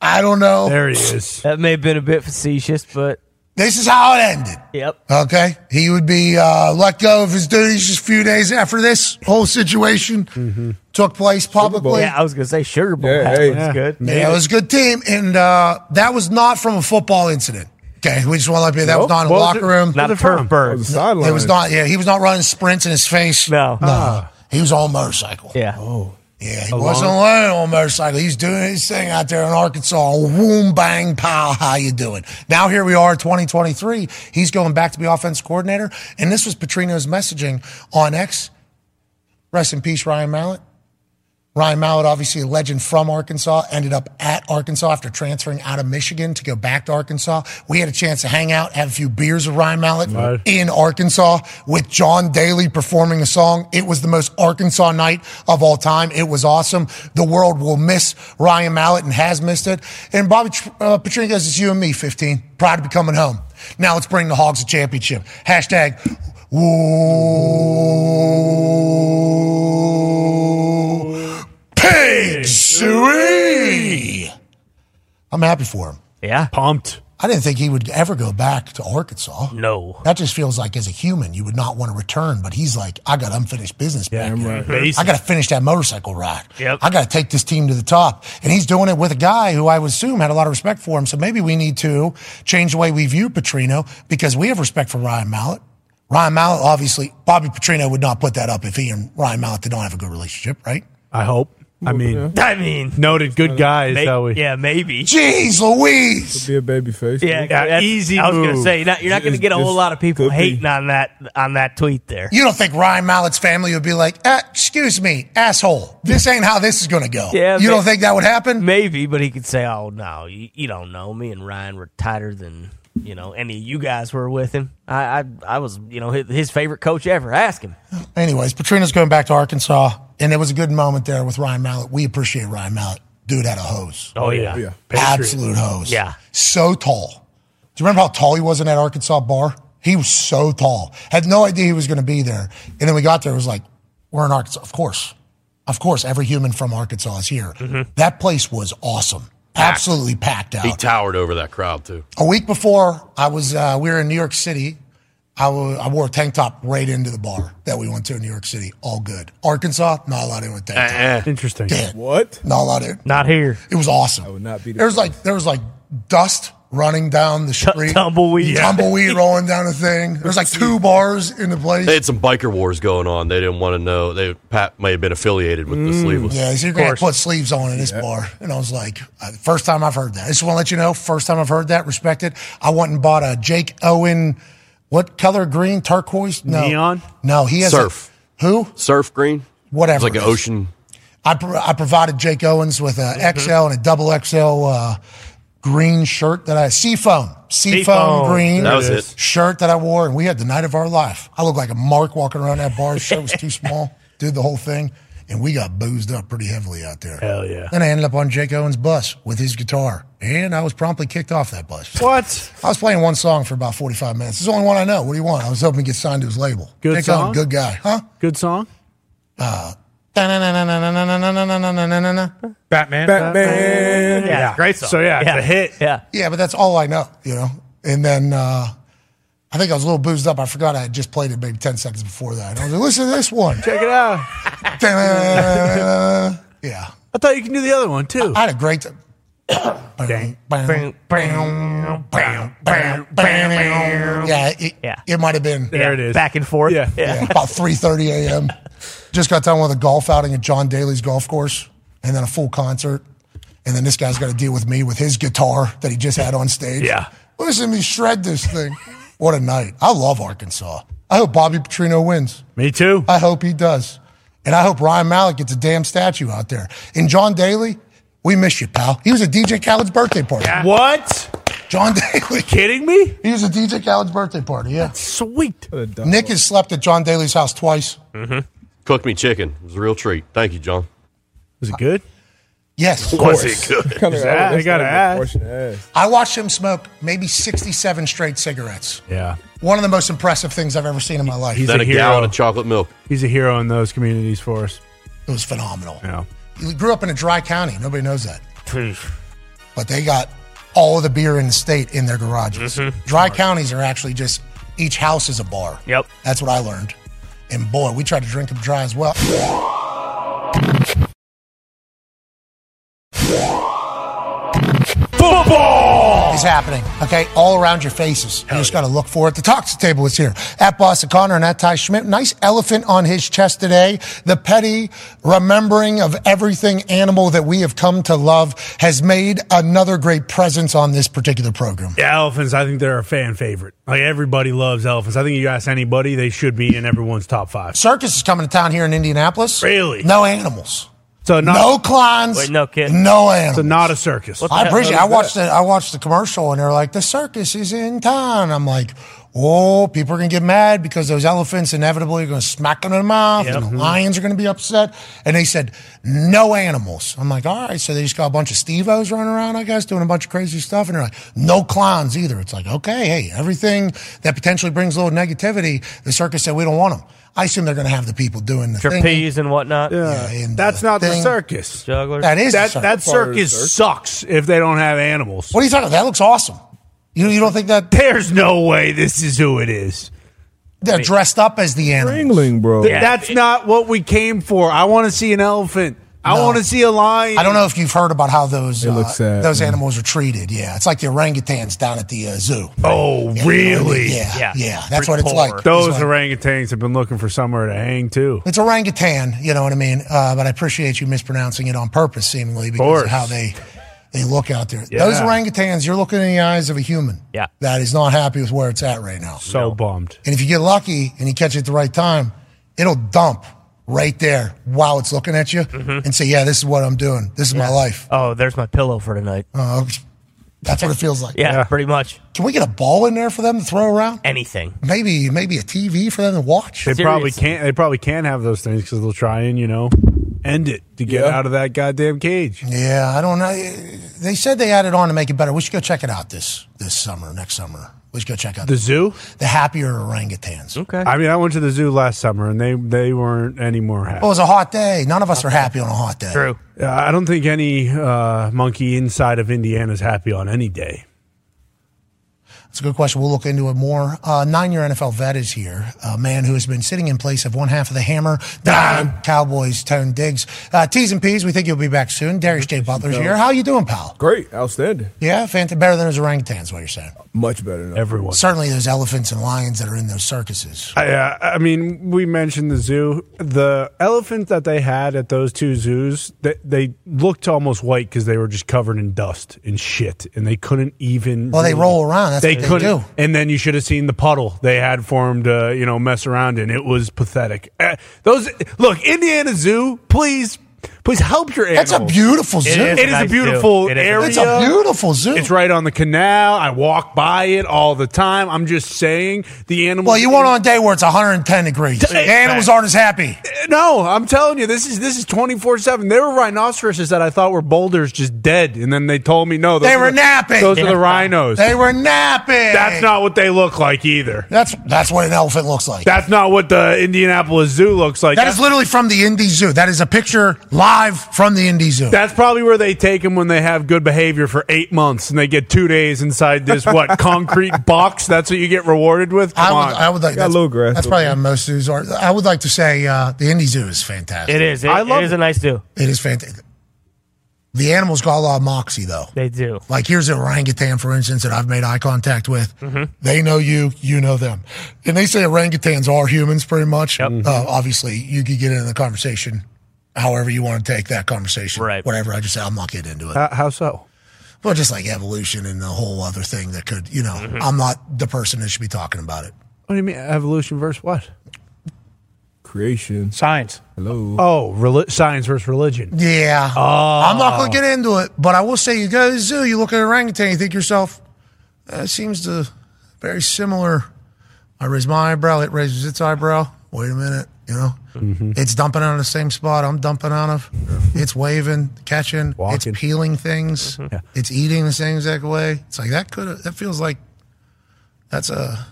S1: I don't know.
S2: There he is.
S3: That may have been a bit facetious, but
S1: This is how it ended.
S3: Yep.
S1: Okay. He would be uh, let go of his duties just a few days after this whole situation took place publicly.
S3: Yeah, I was gonna say Sugar Bowl.
S1: Yeah,
S3: Yeah,
S1: hey.
S3: was good.
S1: Yeah, it was a good team, and uh, that was not from a football incident. Okay, we just want to let you. That
S3: Nope.
S1: was not in the
S3: What was
S1: locker
S3: it-
S1: room.
S3: not a turf burn. It was a
S1: No, It was
S3: sideline.
S1: not. Yeah, he was not running sprints in his face.
S3: No,
S1: no, he was on a motorcycle.
S3: Yeah.
S1: Oh. Yeah, he
S14: A
S1: wasn't
S14: long-
S1: running on a motorcycle. He was doing his thing out there in Arkansas. Woom, bang, pow. How you doing? Now here we are, 2023. He's going back to be offense coordinator, and this was Petrino's messaging on X. Rest in peace, Ryan Mallett. Ryan Mallett, obviously a legend from Arkansas, ended up at Arkansas after transferring out of Michigan to go back to Arkansas. We had a chance to hang out, have a few beers with Ryan Mallett
S14: Right.
S1: in Arkansas with John Daly performing a song. It was the most Arkansas night of all time. It was awesome. The world will miss Ryan Mallett and has missed it. And Bobby Tr- uh, Petrino goes, It's you and me, 15. Proud to be coming home. Now let's bring the Hogs a championship. Hashtag. Pig Suey. I'm happy for him.
S3: Yeah.
S2: Pumped.
S1: I didn't think he would ever go back to Arkansas.
S3: No.
S1: That just feels like as a human, you would not want to return. But he's like, I got unfinished business back here.
S2: Basic.
S1: I got to finish that motorcycle ride.
S2: Yep.
S1: I got to take this team to the top. And he's doing it with a guy who I would assume had a lot of respect for him. So maybe we need to change the way we view Petrino because we have respect for Ryan Mallett. Ryan Mallett, obviously, Bobby Petrino would not put that up if he and Ryan Mallett did not have a good relationship, right?
S2: I hope. I mean,
S3: I mean,
S2: noted good guy is
S3: May-
S2: how we.
S3: yeah, maybe.
S1: Jeez Louise.
S5: Could be a baby face.
S3: Yeah, that's-
S2: easy
S3: I was gonna
S2: move.
S3: say you're not, you're not gonna
S1: Just-
S3: get a whole
S1: just
S3: lot of people
S1: could be.
S3: hating on that on that tweet there.
S1: You don't think Ryan Mallett's family would be like, "Eh, excuse me, asshole, this ain't how this is going to go.
S3: Yeah,
S1: you
S3: may-
S1: don't think that would happen?
S3: Maybe, but he could say, "Oh no, you, you don't know. Me and Ryan were tighter than you know any of you guys were with him. I I, I was you know his, his favorite coach ever. Ask him.
S1: Anyways, Patrina's going back to Arkansas, and it was a good moment there with Ryan Mallett. We appreciate Ryan Mallett. Dude had a hose.
S3: Oh, yeah. Yeah. Patriot.
S1: Absolute hose.
S3: Yeah.
S1: So tall. Do you remember how tall he was in that Arkansas bar? He was so tall. Had no idea he was going to be there. And then we got there, it was like, we're in Arkansas. Of course. Of course, every human from Arkansas is here. That place was awesome. Absolutely packed out.
S8: He towered over that crowd too.
S1: A week before, I was uh, we were in New York City. I wa- I wore a tank top right into the bar that we went to in New York City. All good. Arkansas, not allowed in with tank top.
S5: Uh-huh.
S2: Interesting.
S5: What?
S1: Not allowed in.
S3: Not here.
S1: It was awesome. I would
S5: not be
S1: There was like there was like dust running down the street.
S3: tumbleweed.
S8: Yeah.
S1: Tumbleweed rolling down the thing. There's like two bars in the place.
S8: They had some biker wars going on. They didn't want to know. They Pat may have been affiliated with the sleeveless.
S1: Mm. Yeah, so you're gonna have to put sleeves on in this bar. And I was like, uh, first time I've heard that. I just want to let you know, first time I've heard that. Respect it. I went and bought a Jake Owen, what color? Green, turquoise, no.
S8: Neon?
S1: No, he has a-
S8: surf.
S1: who?
S8: Surf green.
S1: Whatever
S8: It's like
S1: it
S8: an
S1: is.
S8: ocean.
S1: I, pro- I provided Jake Owens with a XL and a double XL uh, green shirt that I seafoam seafoam
S8: Seafoam.
S1: green
S8: That was it.
S1: shirt that I wore, and we had the night of our life. I looked like a mark walking around that bar. Shirt was too small. Did the whole thing, and we got boozed up pretty heavily out there. Hell yeah! Then I ended up on Jake Owens' bus with his guitar, and I was promptly kicked off that bus.
S2: What?
S1: I was playing one song for about forty five minutes. It's the only one I know. What do you want? I was hoping to get signed to his label.
S2: Good
S1: Jake
S2: song?
S1: Owens, good guy, huh?
S2: Good song.
S1: Uh, Batman.
S4: Batman.
S1: Batman.
S2: Yeah, great song. So, yeah, it's Yeah. a hit. Yeah.
S1: Yeah, but that's all I know, you know. And then uh, I think I was a little boozed up. I forgot I had just played it maybe 10 seconds before that. And I was like, listen to this one.
S2: Check it out.
S1: yeah.
S2: I thought you could do the other one too.
S1: I had a great time. Yeah, it, it might have been.
S3: There it is. Back and forth. Yeah.
S1: Yeah, about 3.30 a.m. Just got done with a golf outing at John Daly's golf course and then a full concert. And then this guy's got to deal with me with his guitar that he just had on stage.
S2: Yeah.
S1: Listen to me shred this thing. What a night. I love Arkansas. I hope Bobby Petrino wins.
S2: Me too.
S1: I hope he does. And I hope Ryan Mallett gets a damn statue out there. And John Daly, we miss you, pal. He was at DJ Khaled's birthday party.
S2: What?
S1: John Daly.
S2: Kidding me?
S1: He was at DJ Khaled's birthday party, yeah.
S2: sweet.
S1: Nick has slept at John Daly's house twice.
S8: Mm-hmm. Cooked me chicken. It was a real treat. Thank you, John.
S2: Was it good?
S1: Yes.
S8: Was it good?
S2: I gotta ask.
S1: I watched him smoke maybe 67 straight cigarettes.
S2: Yeah.
S1: One of the most impressive things I've ever seen in my life.
S2: Uh, He's
S8: Then
S2: a
S8: a,
S2: hero.
S8: gallon of chocolate milk.
S2: He's a hero in those communities for us.
S1: It was phenomenal.
S2: Yeah.
S1: He grew up in a dry county. Nobody knows that. But they got all of the beer in the state in their garages. Dry counties are actually just each house is a bar.
S3: Yep.
S1: That's what I learned. And boy, we tried to drink them dry as well. Football is happening. Okay, all around your faces. you just got to look for it. The talks table is here at Boston Connor and at Ty Schmidt. Nice elephant on his chest today. The petty remembering of everything animal that we have come to love has made another great presence on this particular program.
S2: Yeah, elephants. I think they're a fan favorite. Like everybody loves elephants. I think you ask anybody, they should be in everyone's top five.
S1: Circus is coming to town here in Indianapolis. Really? No animals.
S2: So not-
S1: no clowns.
S2: Wait, no kidding.
S1: No animals.
S2: So not a circus. What the
S1: I
S2: hell
S1: appreciate.
S2: is
S1: I watched
S2: that?
S1: the I watched the commercial and they're like, the circus is in town. I'm like, oh, people are gonna get mad because those elephants inevitably are gonna smack them in the mouth, and the lions are gonna be upset. And they said no animals. I'm like, all right. So they just got a bunch of stevos running around, I guess, doing a bunch of crazy stuff, and they're like, no clowns either. It's like, okay, hey, everything that potentially brings a little negativity, the circus said we don't want them. I assume they're gonna have the people doing the thing.
S3: Trapeze and whatnot.
S2: Yeah, that's not the
S1: thing.
S2: circus.
S3: Juggler.
S1: That is the
S2: that.
S1: circus.
S2: That
S1: Part of the
S2: circus
S1: circus.
S2: sucks if they don't have animals.
S1: What are you talking about? That looks awesome. You you don't think that
S2: There's no way this is who it is.
S1: they're dressed up as the animals?
S5: Ringling, bro.
S2: Th- That's not what we came for. I want to see an elephant.
S14: I want to see a line.
S1: I don't know if you've heard about how those
S14: They
S1: uh,
S14: look sad,
S1: those
S14: man.
S1: animals are treated. Yeah, it's like the orangutans down at the uh, zoo.
S2: Oh,
S1: Yeah,
S2: really?
S1: yeah, yeah, that's what it's like.
S2: Those
S1: It's like-
S2: orangutans have been looking for somewhere to hang too.
S1: It's orangutan, you know what I mean? Uh, but I appreciate you mispronouncing it on purpose, seemingly, because
S2: course.
S1: of how they they look out there.
S2: Yeah.
S1: Those orangutans, you're looking in the eyes of a human
S2: Yeah.
S1: that is not happy with where it's at right now.
S2: So bummed.
S1: And if you get lucky and you catch it at the right time, it'll dump right there while it's looking at you and say, "Yeah, this is what I'm doing. This is my life."
S3: Oh, there's my pillow for tonight.
S1: Uh, that's what it feels like.
S3: yeah, pretty much.
S1: Can we get a ball in there for them to throw around?
S3: Anything.
S1: Maybe maybe a TV for them to watch.
S2: They probably can't. They probably can't have those things because they'll try and you know end it to get out of that goddamn cage.
S1: Yeah, I don't know. They said they added on to make it better. We should go check it out this this summer, next summer. We should go check out
S2: The zoo.
S1: the happier orangutans.
S3: Okay.
S2: I mean, I went to the zoo last summer and they they weren't any more happy.
S1: Well, it was a hot day. None of us are happy on a hot day.
S3: True.
S2: Uh, I don't think any uh, monkey inside of Indiana is happy on any day.
S1: That's a good question. We'll look into it more. Uh, nine-year NFL vet is here, a man who has been sitting in place of one half of the hammer, Don Cowboys, Tone Diggs. Uh, T's and P's, we think you'll be back soon. Darius J. Butler's here. How you doing, pal?
S5: Great, outstanding.
S1: Yeah, fant- better than those orangutans, what you're saying.
S5: Much better than
S2: everyone.
S1: Certainly those elephants and lions that are in those circuses.
S2: I, uh, I mean, we mentioned the zoo. The elephants that they had at those two zoos, they, they looked almost white because they were just covered in dust and shit, and they couldn't even.
S1: Well, they roll around. That's what they
S2: couldn't.
S1: do.
S2: And then you should have seen the puddle they had for them to, you know, mess around in. It was pathetic. Uh, those look, Indiana Zoo, please. Please help your animals.
S1: That's a beautiful zoo.
S2: It is, a beautiful area.
S1: It's a beautiful zoo.
S2: It's right on the canal. I walk by it all the time. I'm just saying the animals.
S1: Well, you want on a day where it's 110 degrees.
S2: Hey,
S1: the animals
S2: man.
S1: aren't as happy.
S2: Uh, No, I'm telling you, this is this is 24 seven. There were rhinoceroses that I thought were boulders, just dead, and then they told me no, those
S1: They
S2: are
S1: were
S2: the-
S1: napping.
S2: Those are the rhinos.
S1: They were napping.
S2: That's not what they look like either.
S1: That's that's what an elephant looks like.
S2: That's not what the Indianapolis Zoo looks like.
S1: that is literally from the Indy Zoo. That is a picture live from the Indy Zoo.
S2: That's probably where they take them when they have good behavior for eight months, and they get two days inside this what concrete box. That's what you get rewarded with. Come
S1: I would,
S2: on,
S1: I would like
S2: Got a
S1: that's,
S2: little grass
S1: that's
S2: over
S1: probably
S2: there.
S1: how most zoos are. I would like to say uh, the Indy Zoo is fantastic.
S3: It is. It,
S1: I
S3: I
S1: love
S3: love it is a nice do.
S1: It is fantastic. The animals got a lot of moxie though.
S3: They do.
S1: Like here's an orangutan, for instance, that I've made eye contact with. They know you, you know them. And they say orangutans are humans pretty much. Uh, obviously, you could get into the conversation however you want to take that conversation. Right. Whatever. I just I'm not getting into it.
S2: How, how so?
S1: Well, just like evolution and the whole other thing that could, you know,
S3: Mm-hmm.
S2: Mhm.
S1: I'm not the person that should be talking about it.
S2: What do you mean evolution versus what?
S5: Creation.
S2: Science.
S5: Hello.
S2: Oh, reli- science versus religion.
S1: Yeah.
S2: Oh.
S1: I'm not going to get into it, but I will say you go to the zoo, you look at an orangutan, you think to yourself, that seems to very similar. I raise my eyebrow, it raises its eyebrow. Wait a minute, you know? Mm-hmm. It's dumping out of the same spot I'm dumping out of. It's waving, catching, it's peeling things,
S15: Mm-hmm.
S1: it's eating the same exact way. It's like that could that feels like that's a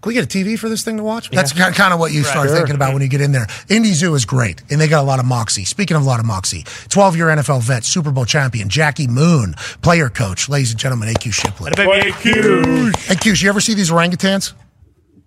S1: can we get a TV for this thing to watch? That's
S15: Yeah.
S1: kind of what you
S15: Right.
S1: start
S15: Sure.
S1: thinking about when you get in there. Indy Zoo is great, and they got a lot of moxie. Speaking of a lot of moxie, 12 year NFL vet, Super Bowl champion, Jackie Moon, player coach, ladies and gentlemen, AQ Shipley. AQ, you ever see these orangutans?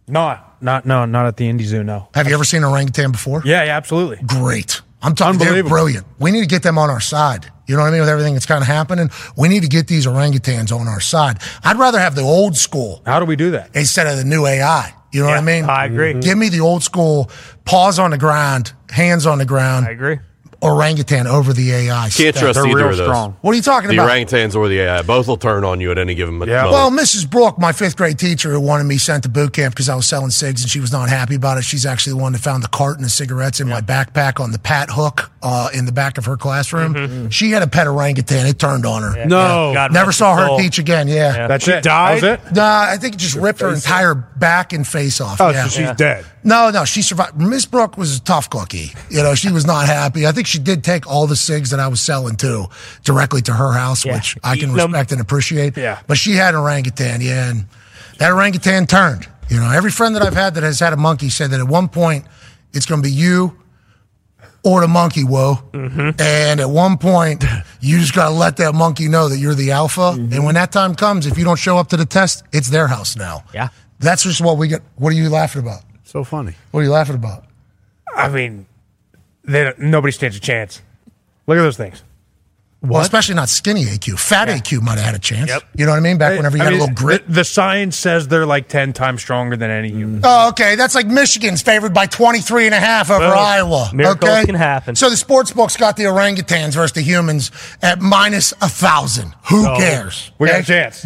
S4: Not, not, no, not at the Indy Zoo. No.
S1: Have you ever seen an orangutan before?
S4: Yeah, yeah, absolutely.
S1: Great. I'm talking, they're brilliant. We need to get them on our side. You know what I mean? With everything that's kind of happening, we need to get these orangutans on our side. I'd rather have the old school.
S4: How do we do that?
S1: Instead of the new AI. You know what I mean?
S3: I agree.
S1: Give me the old school paws on the ground, hands on the ground. I
S3: agree.
S1: Orangutan over the AI.
S8: Can't
S1: stuff.
S8: trust either of those.
S1: What are you talking
S8: the
S1: about?
S8: orangutans or the AI. Both will turn on you at any given moment.
S1: Well, Mrs. Brooke, my fifth grade teacher who wanted me sent to boot camp because I was selling cigs and she was not happy about it. She's actually the one that found the carton of cigarettes in my backpack on the pat hook uh, in the back of her classroom. She had a pet orangutan. It turned on her.
S2: Mm-hmm. No.
S1: Yeah.
S2: God
S1: Never
S2: rest
S1: saw
S2: her
S1: her
S2: soul.
S1: teach again. Yeah.
S2: Yeah. That's She it. died? That was
S1: Nah, I think it just ripped her
S2: face
S1: entire back and face off.
S2: Oh,
S1: yeah.
S2: so she's dead.
S1: No, no, she survived. Miss Brooke was a tough cookie. You know, she was not happy. I think she did take all the cigs that I was selling to directly to her house, which I can respect and appreciate.
S4: Yeah.
S1: But she had an orangutan, yeah, and that orangutan turned. You know, every friend that I've had that has had a monkey said that at one point it's going to be you or the monkey, whoa.
S4: Mm-hmm.
S1: And at one point, you just got to let that monkey know that you're the alpha.
S4: Mm-hmm.
S1: And when that time comes, if you don't show up to the test, it's their house now.
S3: Yeah.
S1: That's just what we get. What are you laughing about?
S2: So funny.
S1: What are you laughing about?
S4: I mean, they don't, nobody stands a chance. Look at those things.
S1: Well, especially not skinny AQ. Fat AQ might have had a chance.
S4: Yep.
S1: You know what I mean? Back whenever
S4: I
S1: you had
S4: mean,
S1: a little grit.
S4: The, the science says they're like 10 times stronger than any human.
S1: Oh, okay. That's like Michigan's favored by 23 and a half over
S4: Mm. Well,
S1: Iowa.
S4: miracles
S1: okay?
S4: can happen.
S1: So the sports books got the orangutans versus the humans at minus a thousand. Who
S4: So,
S1: cares?
S4: Oh, we got
S1: Okay?
S4: a chance.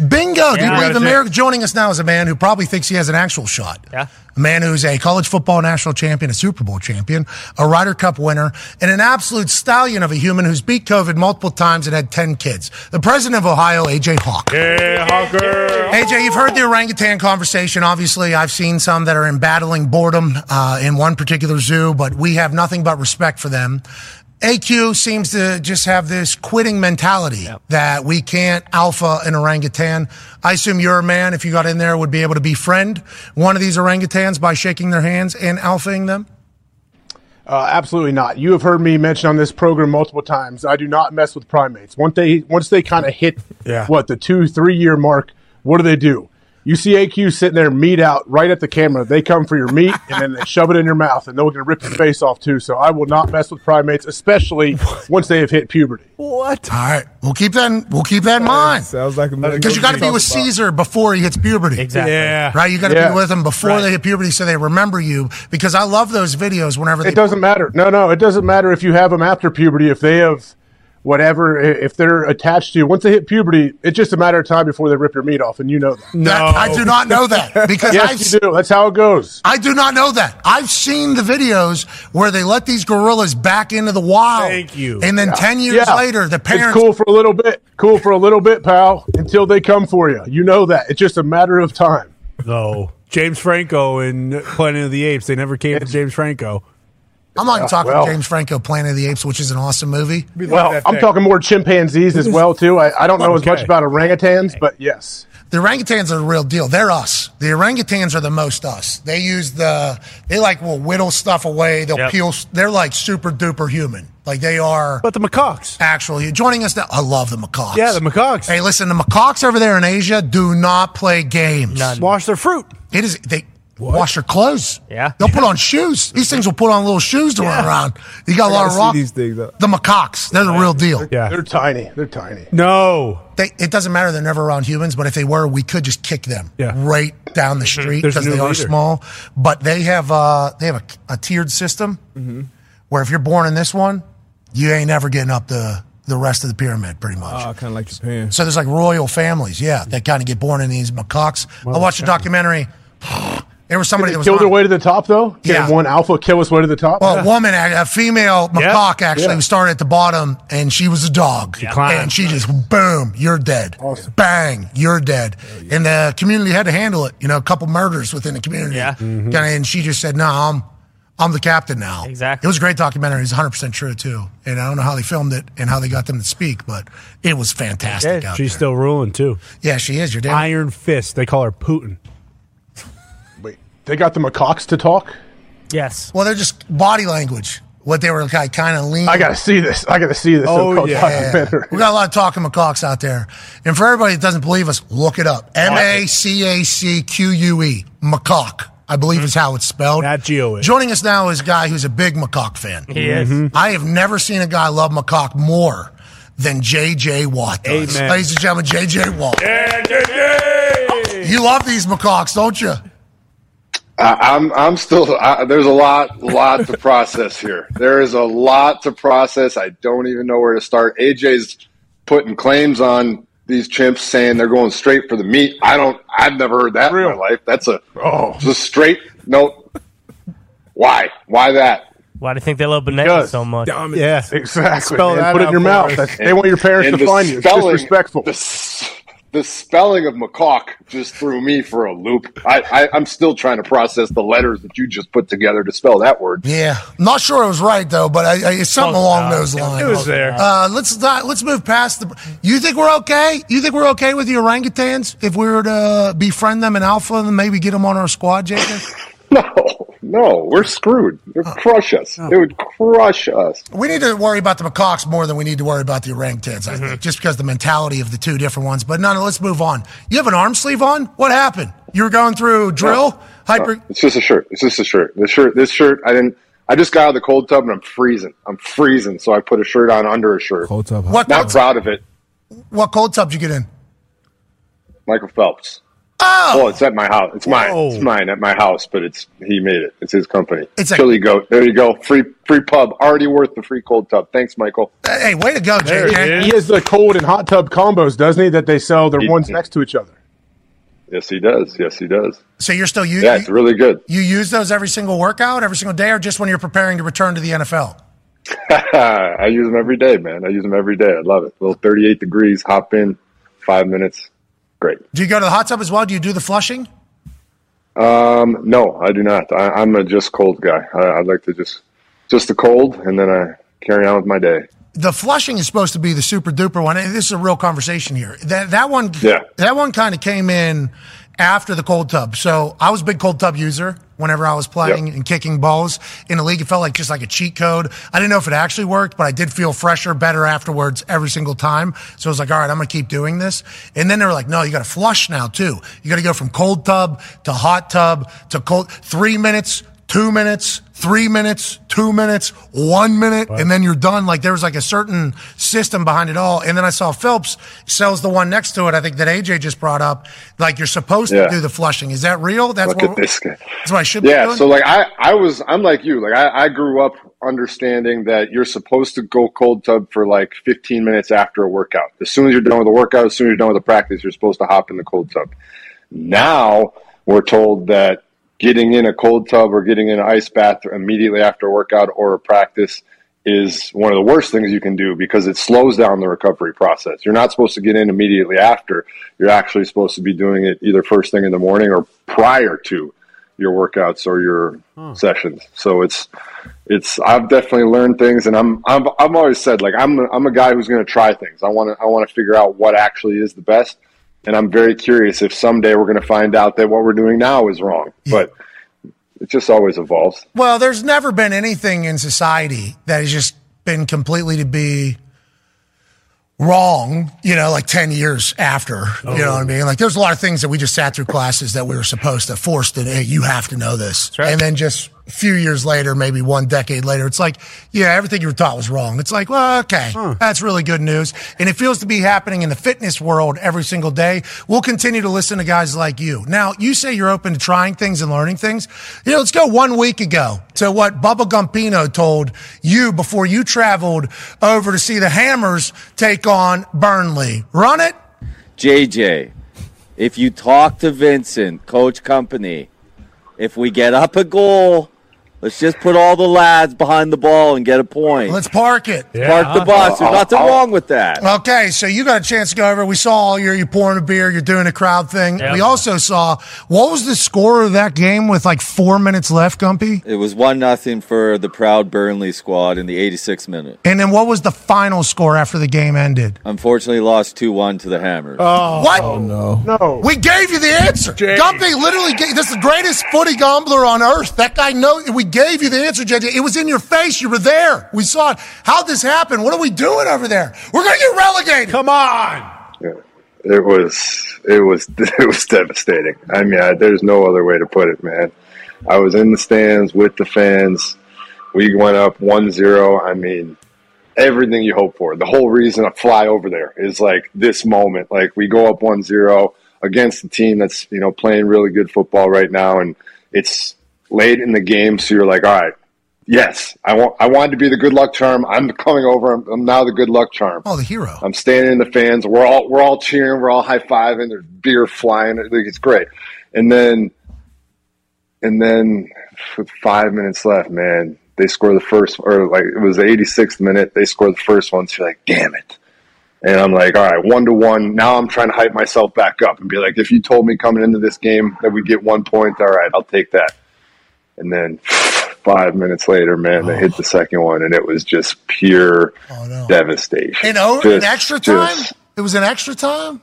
S4: Yeah,
S1: Bingo. Do
S4: we
S1: you
S4: got
S1: believe
S4: a
S1: in
S4: chance.
S1: miracles? Joining us now is a man who probably thinks he has an actual shot. Yeah. A man who's a college football national champion, a Super Bowl champion, a Ryder Cup winner, and an absolute stallion of a human who's beat COVID multiple times and had 10 kids. The president of Ohio, A.J. Hawk.
S4: Yeah, Hawker.
S1: AJ, you've heard the orangutan conversation. Obviously, I've seen some that are in battling boredom uh, in one particular zoo, but we have nothing but respect for them. AQ seems to just have this quitting mentality that we can't alpha an orangutan. I assume you're a man, if you got in there, would be able to befriend one of these orangutans by shaking their hands and alphaing them.
S7: Uh, absolutely not. You have heard me mention on this program multiple times. I do not mess with primates. Once they once they kind of hit
S4: Yeah.
S7: what the two three year mark, what do they do? You see AQ sitting there, meat out right at the camera. They come for your meat and then they shove it in your mouth, and they're going to rip your face off too. So I will not mess with primates, especially once they have hit puberty.
S1: What? All right, we'll keep that. In, we'll keep that in mind.
S5: Sounds like a
S1: because you got to be with Caesar before he hits puberty.
S5: Exactly. Yeah.
S1: Right. You got to
S7: Yeah.
S1: be with him before
S7: Right.
S1: they hit puberty, so they remember you. Because I love those videos. Whenever they
S7: It doesn't matter. No, no, it doesn't matter if you have them after puberty. If they have whatever, i- if they're attached to you, once they hit puberty, it's just a matter of time before they rip your meat off, and you know that.
S1: No. That- I do not know that, because
S7: yes,
S1: I've-
S7: you do. That's how it goes.
S1: I do not know that. I've seen the videos where they let these gorillas back into the wild.
S7: Thank you.
S1: And then
S7: Yeah.
S1: ten years
S7: Yeah.
S1: later, the
S7: It's
S1: parents.
S7: cool for a little bit. Cool for a little bit, pal. Until they come for you, you know that. It's just a matter of time.
S2: No. James Franco and Planet of the Apes, they never came for James Franco.
S1: I'm not even
S2: Yeah,
S1: talking
S2: well.
S1: James Franco, Planet of the Apes, which is an awesome movie.
S7: Well, I'm talking more chimpanzees as well too. I, I don't know as much
S1: Okay.
S7: about orangutans, but yes.
S1: The orangutans are the real deal. They're us. The orangutans are the most us. They use the, they like will whittle stuff away. They'll
S2: Yep.
S1: peel, they're like super duper human. Like they are.
S2: But the macaques.
S1: Actually, joining us now. I love the macaques.
S2: Yeah, the macaques.
S1: Hey, listen, the macaques over there in Asia do not play games.
S2: Wash their fruit.
S1: It is, they wash their clothes.
S3: Yeah.
S1: They'll put on shoes. These things will put on little shoes to run
S5: Yeah.
S1: around. You got a
S5: I
S1: lot
S5: gotta
S1: of
S5: see
S1: rock.
S5: these things, though.
S1: The macaques, they're the real deal.
S2: Yeah.
S7: They're tiny. They're tiny.
S2: No.
S1: They, it doesn't matter. They're never around humans, but if they were, we could just kick them
S2: Yeah.
S1: right down the street
S2: There's a
S1: because
S2: new
S1: they are
S2: leader.
S1: small. But they have uh, they have a, a tiered system
S2: Mm-hmm.
S1: where if you're born in this one, you ain't never getting up the the rest of the pyramid, pretty much.
S2: Ah,
S5: Oh, kind of like Japan.
S1: So there's like royal families, yeah, that kind of get born in these macaques. I watched a documentary. There was somebody
S7: Did it
S1: that was
S7: kill
S1: on-
S7: their way to the top though. Can
S1: Yeah.
S7: one alpha kill its way to the top?
S1: well, a woman, a a female
S7: Yeah.
S1: macaque, actually,
S7: Yeah.
S1: who started at the bottom, and she was a dog.
S2: She climbed.
S1: And she just, boom, you're dead. Bang, you're dead. And the community had to handle it. You know, a couple murders within the community. Yeah.
S7: Mm-hmm.
S1: Kinda, and she just said, no, I'm, I'm the captain now. Exactly. It was a great documentary. It's 100% true, too. And I don't know how they filmed it and how they got them to speak, but it was fantastic out
S2: She's
S1: there.
S2: still ruling too.
S1: Yeah, she is. Your damn
S2: Iron Fist. They call her Putin.
S7: Wait, they got the macaques to talk.
S3: Yes.
S1: Well, they're just body language. What they were like, kind of leaning.
S7: I gotta see this. I gotta see this.
S1: Oh,
S7: so-called
S1: yeah.
S7: documentary.
S1: We got a lot of talking macaques out there. And for everybody that doesn't believe us, look it up. M A C A C Q U E. Macaque, I believe is how it's spelled.
S2: Not Geo. is.
S1: Joining us now is a guy who's a big macaque fan. Mm-hmm.
S2: He is. Mhm.
S1: I have never seen a guy love macaque more than J.J. Watt does.
S2: Amen.
S1: Ladies and gentlemen, J.J. Watt. You love these macaques, don't you?
S14: I, I'm I'm still I, there's a lot lot to process here. There is a lot to process. I don't even know where to start. AJ's putting claims on these chimps saying they're going straight for the meat. I don't I've never heard that in my life. That's a oh just straight no. Why why that?
S3: Why do you think they love bananas so much?
S2: Yeah,
S7: Exactly. man. Put it in your mouth. That's- they want your parents to
S14: And the
S7: find you. It's
S14: spelling-
S7: disrespectful.
S14: The, s- the spelling of macaque just threw me for a loop. I, I I'm still trying to process the letters that you just put together to spell that word.
S1: Yeah, not sure it was right though, but I, I, it's something
S14: Close
S1: along
S14: enough.
S1: those
S14: It
S1: lines.
S14: was there.
S1: Uh, let's not, let's move past the. You think we're okay? You think we're okay with the orangutans if we were to befriend them and alpha them, maybe get them on our squad, Jacob?
S14: No, no, we're screwed. It would crush us. It would crush us.
S1: we need to worry about the macaques more than we need to worry about the orangutans. I think just because the mentality of the two different ones. But no, no, let's move on. You have an arm sleeve on. What happened? You were going through drill. Hyper.
S14: It's just a shirt. It's just a shirt. This shirt. This shirt. I didn't. I just got out of the cold tub and I'm freezing. I'm freezing, so I put a shirt on under a shirt.
S5: Cold tub.
S1: What-
S14: Not proud of it.
S1: What cold tub did you get in?
S14: Michael Phelps.
S1: Oh,
S14: well, it's at my house. It's mine.
S1: Whoa.
S14: It's mine at my house, but it's he made it. It's his company.
S1: It's
S14: It's
S1: a-
S14: Chili Goat. There you go. Free free pub. Already worth the free cold tub. Thanks, Michael.
S1: Hey, way to go,
S7: There he is. He has the cold and hot tub combos, doesn't he? That they sell. They're ones next to each other.
S14: Yes, he does. Yes, he does.
S1: So you're still you,
S14: yeah, it's really good.
S1: you use those every single workout, every single day, or just when you're preparing to return to the NFL?
S14: I use them every day, man. I use them every day. I love it. little 38 degrees. Hop in, five minutes. Great.
S1: Do you go to the hot tub as well? Do you do the flushing?
S14: Um, no, I do not. I, I'm a just cold guy. I, I'd like to just just the cold, and then I carry on with my day.
S1: The flushing is supposed to be the super duper one. And this is a real conversation here. That that one
S14: Yeah.
S1: that one kind of came in after the cold tub. So I was a big cold tub user whenever I was playing and kicking balls in the league. It felt like just like a cheat code. I didn't know if it actually worked, but I did feel fresher, better afterwards every single time. So I was like, all right, I'm going to keep doing this. And then they were like, no, you got to flush now too. You got to go from cold tub to hot tub to cold, three minutes, two minutes, three minutes, two minutes, one minute, and then you're done. Like there was like a certain system behind it all. And then I saw Phelps sells the one next to it. I think that AJ just brought up. Like you're supposed
S14: Yeah.
S1: to do the flushing. Is that real? That's
S14: Look
S1: what,
S14: at this guy.
S1: that's what I should be
S14: yeah
S1: doing.
S14: so like i i was i'm like you like I, I grew up understanding that you're supposed to go cold tub for like 15 minutes after a workout as soon as you're done with the workout as soon as you're done with the practice you're supposed to hop in the cold tub now we're told that getting in a cold tub or getting in an ice bath immediately after a workout or a practice is one of the worst things you can do because it slows down the recovery process. You're not supposed to get in immediately after. You're actually supposed to be doing it either first thing in the morning or prior to your workouts or your sessions. So it's it's I've definitely learned things and I'm I'm I've always said like I'm a- I'm a guy who's going to try things. I want to I want to figure out what actually is the best and I'm very curious if someday we're going to find out that what we're doing now is wrong. But it just always evolves.
S1: Well, there's never been anything in society that has just been completely to be wrong, you know, like 10 years after. You know what I mean? Like there's a lot of things that we just sat through classes that we were supposed to force to, hey, you have to know this. And then just a few years later, maybe one decade later, it's like, yeah, everything you were taught was wrong. It's like, well, okay, that's really good news. And it feels to be happening in the fitness world every single day. We'll continue to listen to guys like you. Now, you say you're open to trying things and learning things. You know, let's go one week ago to what Bubba Gumpino told you before you traveled over to see the Hammers take on Burnley. Run it.
S6: JJ, if you talk to Vincent, coach company, if we get up a goal, let's just put all the lads behind the ball and get a point.
S1: Let's park it.
S6: Park the bus. There's nothing wrong with that.
S1: Okay, so you got a chance to go over. We saw all year you pouring a beer, you're doing a crowd thing.
S6: Yeah.
S1: We also saw what was the score of that game with like four minutes left, Gumpy?
S6: It was one nothing for the proud Burnley squad in the 86th minute.
S1: And then what was the final score after the game ended?
S6: Unfortunately, lost two one to the Hammers.
S1: Oh. what?
S5: no.
S1: No. We gave you the answer. Gumpy literally gave this is the greatest footy gambler on earth. That guy know we gave you the answer, JJ. It was in your face. You were there. We saw it. How'd this happen? What are we doing over there? We're gonna get relegated. Come on.
S14: It was it was it was devastating. I mean, I, there's no other way to put it, man. I was in the stands with the fans. We went up 1-0. I mean, everything you hope for. The whole reason I fly over there is like this moment. Like we go up 1-0 against a team that's, you know, playing really good football right now and it's late in the game so you're like, "All right, yes, I want I wanted to be the good luck charm. I'm coming over. I'm, I'm now the good luck charm."
S1: Oh, the hero.
S14: I'm standing in the fans. We're all we're all cheering. We're all high fiving. There's beer flying. Like, It's great. And then, and then, with five minutes left, man, they score the first, or like it was the 86th minute. They score the first one. So you're like, damn it. And I'm like, all right, one to one. Now I'm trying to hype myself back up and be like, if you told me coming into this game that we get one point, all right, I'll take that. And then five minutes later, man, they
S1: Oh.
S14: hit the second one, and it was just pure devastation.
S1: In over in
S14: Just-
S1: extra time?
S14: just
S1: It was an extra time?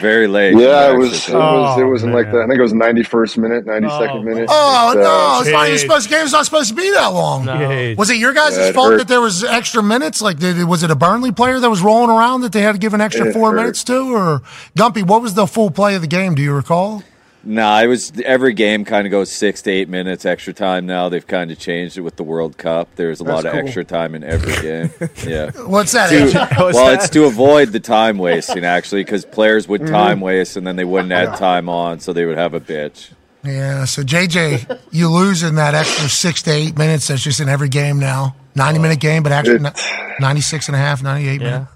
S6: Very late.
S14: yeah,
S6: Extra
S14: it was. It
S6: time.
S14: was. It was in like the. I think it was ninety first minute, ninety second minute.
S1: Oh
S14: It's, uh,
S1: no, it's not even supposed. The game's not supposed to be that long.
S14: No.
S1: Was it your guys'
S14: Yeah, it
S1: fault
S14: hurt.
S1: that there was extra minutes? Like, did, was it a Burnley player that was rolling around that they had to give an extra
S6: It
S1: four
S6: hurt.
S1: minutes to? Or Gumpy, what was the full play of the game? Do you recall?
S6: No, it was every game kind of goes six to eight minutes extra time now. They've kind of changed it with the World Cup. There's a
S1: That's
S6: lot of
S1: cool.
S6: extra time in every game. Yeah.
S1: What's that,
S6: To-
S1: Andrew? What's
S6: well,
S1: that?
S6: it's to avoid the time wasting actually, because players would
S1: Mhm.
S6: time waste and then they wouldn't add time on, so they would have a bitch.
S1: Yeah, so JJ, you lose in that extra six to eight minutes that's just in every game now. 90 minute game, but actually ni- 96 and a half, 98 minutes.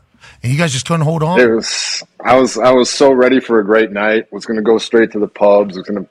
S1: And you guys just couldn't hold on.
S14: It was I was I was so ready for a great night. Was going to go straight to the pubs. Was going to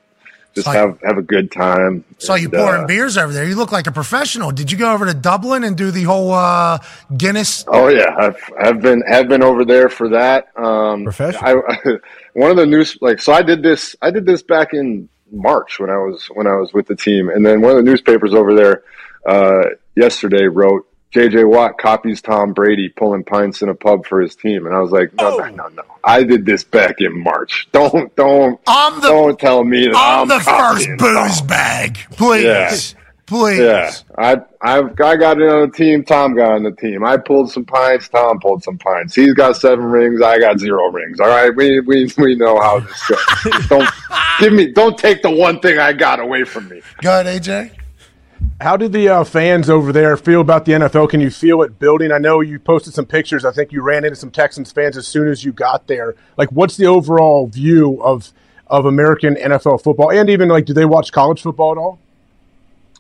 S14: just
S1: Saw you-
S14: have have a good time.
S1: Saw you
S14: And, uh,
S1: pouring beers over there. You look like a professional. Did you go over to Dublin and do the whole uh, Guinness?
S14: Oh yeah, I've I've been have been over there for that. Um, Professional. I, one of the news like so I did this I did this back in March when I was when I was with the team, and then one of the newspapers over there uh, yesterday wrote J.J. Watt copies Tom Brady pulling pints in a pub for his team, and I was like, no,
S1: Oh.
S14: no, no, no, I did this back in March. Don't don't
S1: I'm the,
S14: don't tell me that
S1: I'm,
S14: I'm,
S1: the first
S14: copying Tom
S1: booze bag. Please. Please.
S14: yeah. I I've I got it on the team. Tom got on the team. I pulled some pints. Tom pulled some pints. He's got seven rings. I got zero rings. All right, we we, we know how this goes. don't give me. Don't take the one thing I got away from me.
S1: Go ahead, AJ.
S7: How did the uh, fans over there feel about the NFL? Can you feel it building? I know you posted some pictures. I think you ran into some Texans fans as soon as you got there. Like, what's the overall view of of American NFL football? And even like, do they watch college football at all?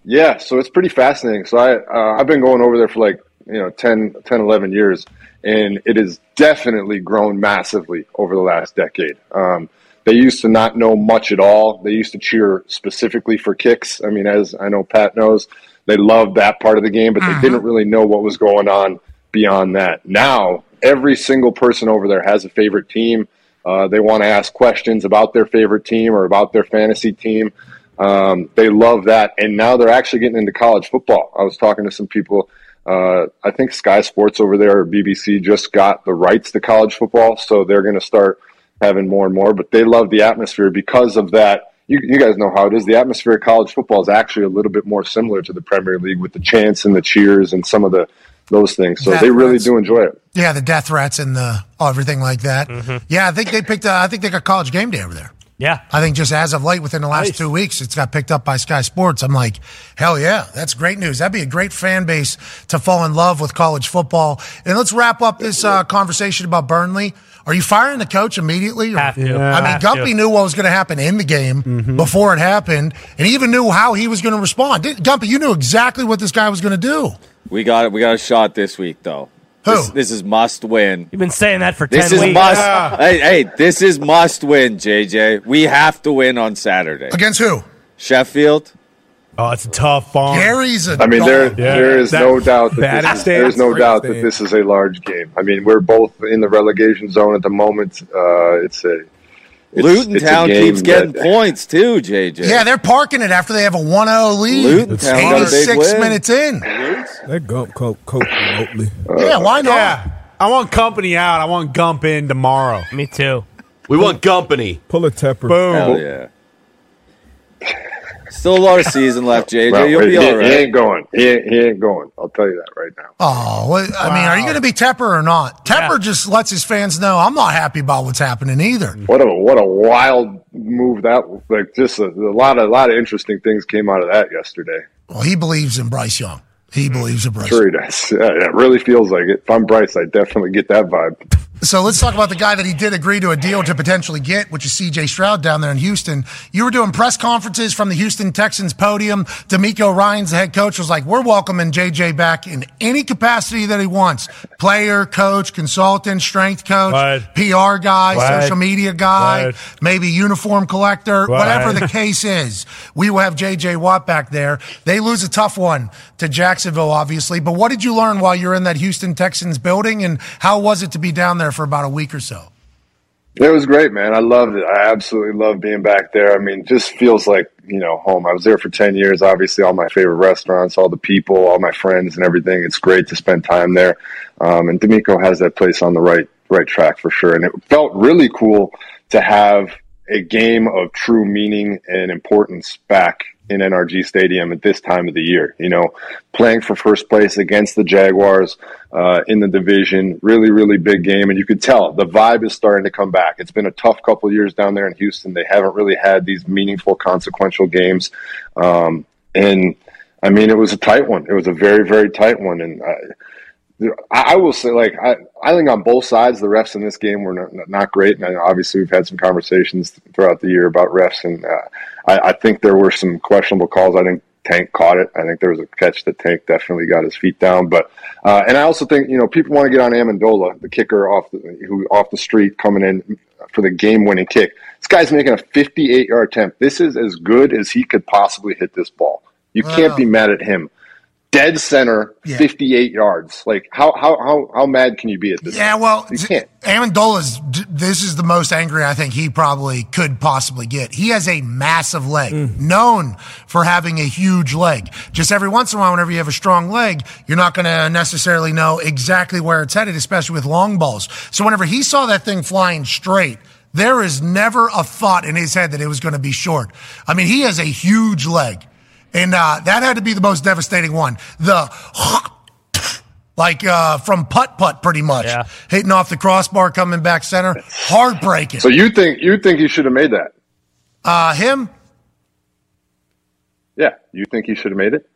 S14: Yeah, so it's pretty fascinating. So I uh, I've been going over there for like you know 10, 10, 11 years, and it has definitely grown massively over the last decade. Um, they used to not know much at all. They used to cheer specifically for kicks. I mean, as I know Pat knows, they loved that part of the game, but they didn't really know what was going on beyond that. Now every single person over there has a favorite team. Uh, they want to ask questions about their favorite team or about their fantasy team. Um, they love that, and now they're actually getting into college football. I was talking to some people. Uh, I think Sky Sports over there or BBC just got the rights to college football, so they're going to start having more and more. But they love the atmosphere because of that. You, you guys know how it is. The atmosphere of college football is actually a little bit more similar to the Premier League with the chants and the cheers and some of the those things. So
S1: That-
S14: they really
S1: that's-
S14: do enjoy it.
S1: Yeah, the death threats and the everything like that. Yeah, I think they picked. Uh, I think they got college game day over there.
S3: Mm-hmm. Yeah.
S1: I think just as of late, within the last two weeks, it's got picked up by Sky Sports. I'm like, hell yeah, that's great news. That'd be a great fan base to fall in love with college football. And let's wrap up this uh, conversation about Burnley. Are you firing the coach immediately? Or-
S3: to.
S1: I mean,
S3: Have to.
S1: Gumpy knew what was going to happen in the game before it happened, and he even knew how he was going to respond. Didn't- Gumpy, you knew exactly what this guy was going to do.
S6: We got we got a shot this week though. This, this is must win.
S3: You've been saying that for
S6: This
S3: 10
S6: is
S3: weeks.
S6: must. Hey, hey, this is must win, JJ. We have to win on Saturday
S1: Against who?
S6: Sheffield.
S2: Oh, it's a tough bomb.
S1: Gary's a
S14: I mean, there
S2: Yeah.
S14: there is
S2: That-
S14: no doubt that
S2: that
S14: this is,
S2: stance
S14: there's no
S2: right
S14: doubt that
S2: there.
S14: this is a large game. I mean, we're both in the relegation zone at the moment. Uh, it's a it's,
S6: Luton
S14: it's a
S6: Town
S14: game
S6: keeps getting
S14: that-
S6: points too, JJ.
S1: Yeah, they're parking it after they have a 1 0 lead.
S6: Luton
S1: It's
S6: Town got a big
S1: 86
S6: win.
S1: minutes in.
S5: That Gump coat coat remotely.
S8: Uh,
S1: yeah, why not?
S2: I want company out. I want Gump in tomorrow.
S3: Me too.
S8: We want company.
S5: Pull a temper.
S2: Boom.
S6: Hell yeah. Still a lot of season left, JJ.
S14: Well,
S6: You'll be
S14: he,
S6: all
S14: He
S6: right.
S14: ain't going. He ain't, he ain't going. I'll tell you that right now.
S1: Oh, well, I mean, are you going to be Tepper or not? Tepper just lets his fans know I'm not happy about what's happening either.
S14: What a what a wild move that like just a, a lot of a lot of interesting things came out of that yesterday.
S1: Well, he believes in Bryce Young. He believes in Bryce.
S14: Sure he does. Yeah, it really feels like it. If I'm Bryce, I definitely get that vibe.
S1: So let's talk about the guy that he did agree to a deal to potentially get, which is CJ Stroud down there in Houston. You were doing press conferences from the Houston Texans podium. D'Amico Ryan's the head coach was like, "We're welcoming JJ back in any capacity that he wants: player, coach, consultant, strength coach,
S2: Right.
S1: PR guy,
S2: Right.
S1: social media guy,
S2: Right.
S1: maybe uniform collector,
S2: Right.
S1: whatever the case is, we will have J.J. Watt back there. They lose a tough one to Jacksonville, obviously. But what did you learn while you're in that Houston Texans building, and how was it to be down there for about a week or so?
S14: It was great, man. I loved it. I absolutely love being back there. I mean, it just feels like, you know, home. I was there for 10 years, obviously, all my favorite restaurants, all the people, all my friends and everything. It's great to spend time there. Um, and D'Amico has that place on the right, right track for sure. And it felt really cool to have a game of true meaning and importance back in NRG Stadium at this time of the year. You know, playing for first place against the Jaguars uh, in the division, really, really big game, and you could tell the vibe is starting to come back. It's been a tough couple of years down there in Houston. They haven't really had these meaningful, consequential games, um, and I mean, it was a tight one. It was a very, very tight one, and. I, I I will say, like, I, I think on both sides, the refs in this game were not, not great. And I- obviously, we've had some conversations throughout the year about refs. And uh, I, I think there were some questionable calls. I think Tank caught it. I think there was a catch that Tank definitely got his feet down. But, uh, and I also think, you know, people want to get on Amendola, the kicker off the, who off the street coming in for the game winning kick. This guy's making a 58 yard attempt. This is as good as he could possibly hit this ball. You can't be mad at him dead center,
S1: Yeah.
S14: 58 yards. Like how how how how mad can you be at this?
S1: Yeah, well,
S14: you can't.
S1: Amendola's. d- This is the most angry I think he probably could possibly get. He has a massive leg, known for having a huge leg. Just every once in a while, whenever you have a strong leg, you're not going to necessarily know exactly where it's headed, especially with long balls. So whenever he saw that thing flying straight. There is never a thought in his head that it was going to be short. I mean, he has a huge leg. And uh, that had to be the most devastating one. The like uh, from putt putt pretty much hitting off the crossbar coming back center heartbreaking
S14: So you think you think he should have made that?
S1: uh, him
S14: Yeah, you think he should have made it?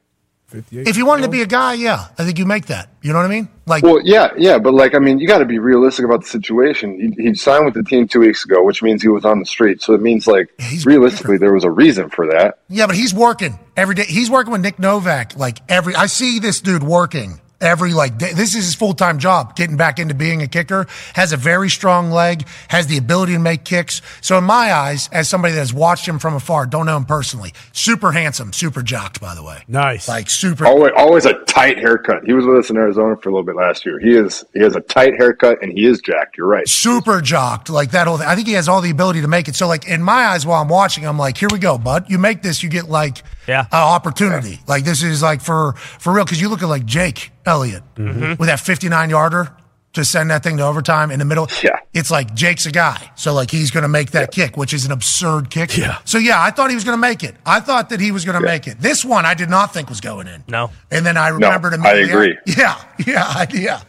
S1: if you wanted to be a guy yeah i think you make that you know what i mean like
S14: well, yeah, yeah, but like I mean, you got to be realistic about the situation. He, he signed with the team two weeks ago, which means he was on the street. So it means like realistically, there was a reason for that.
S1: yeah but he's working every day he's working with nick novak like every i see this dude working every like day. this is his full-time job getting back into being a kicker has a very strong leg has the ability to make kicks so in my eyes as somebody that has watched him from afar don't know him personally super handsome super jocked by the way
S2: nice
S1: like super
S14: Always, always a tight haircut. He was with us in Arizona for a little bit last year. He is he has a tight haircut and he is jacked. You're right.
S1: super jocked like that whole thing. I think he has all the ability to make it. So like in my eyes while I'm watching, I'm like, here we go, bud. You make this, you get like
S3: Yeah.
S1: an opportunity. Like this is like for for real because you look at like Jake Elliott
S3: Mhm.
S1: with that 59 yarder to send that thing to overtime in the middle. Yeah. It's like Jake's a guy. So like he's going to make that kick, which is an absurd kick. Yeah. So yeah, I thought he was going to make it. I thought that he was going to make it. This one I did not think was going in.
S3: No.
S1: And then I
S14: No,
S1: remembered
S14: I
S1: immediately.
S14: agree.
S1: Yeah. Yeah. I- Yeah.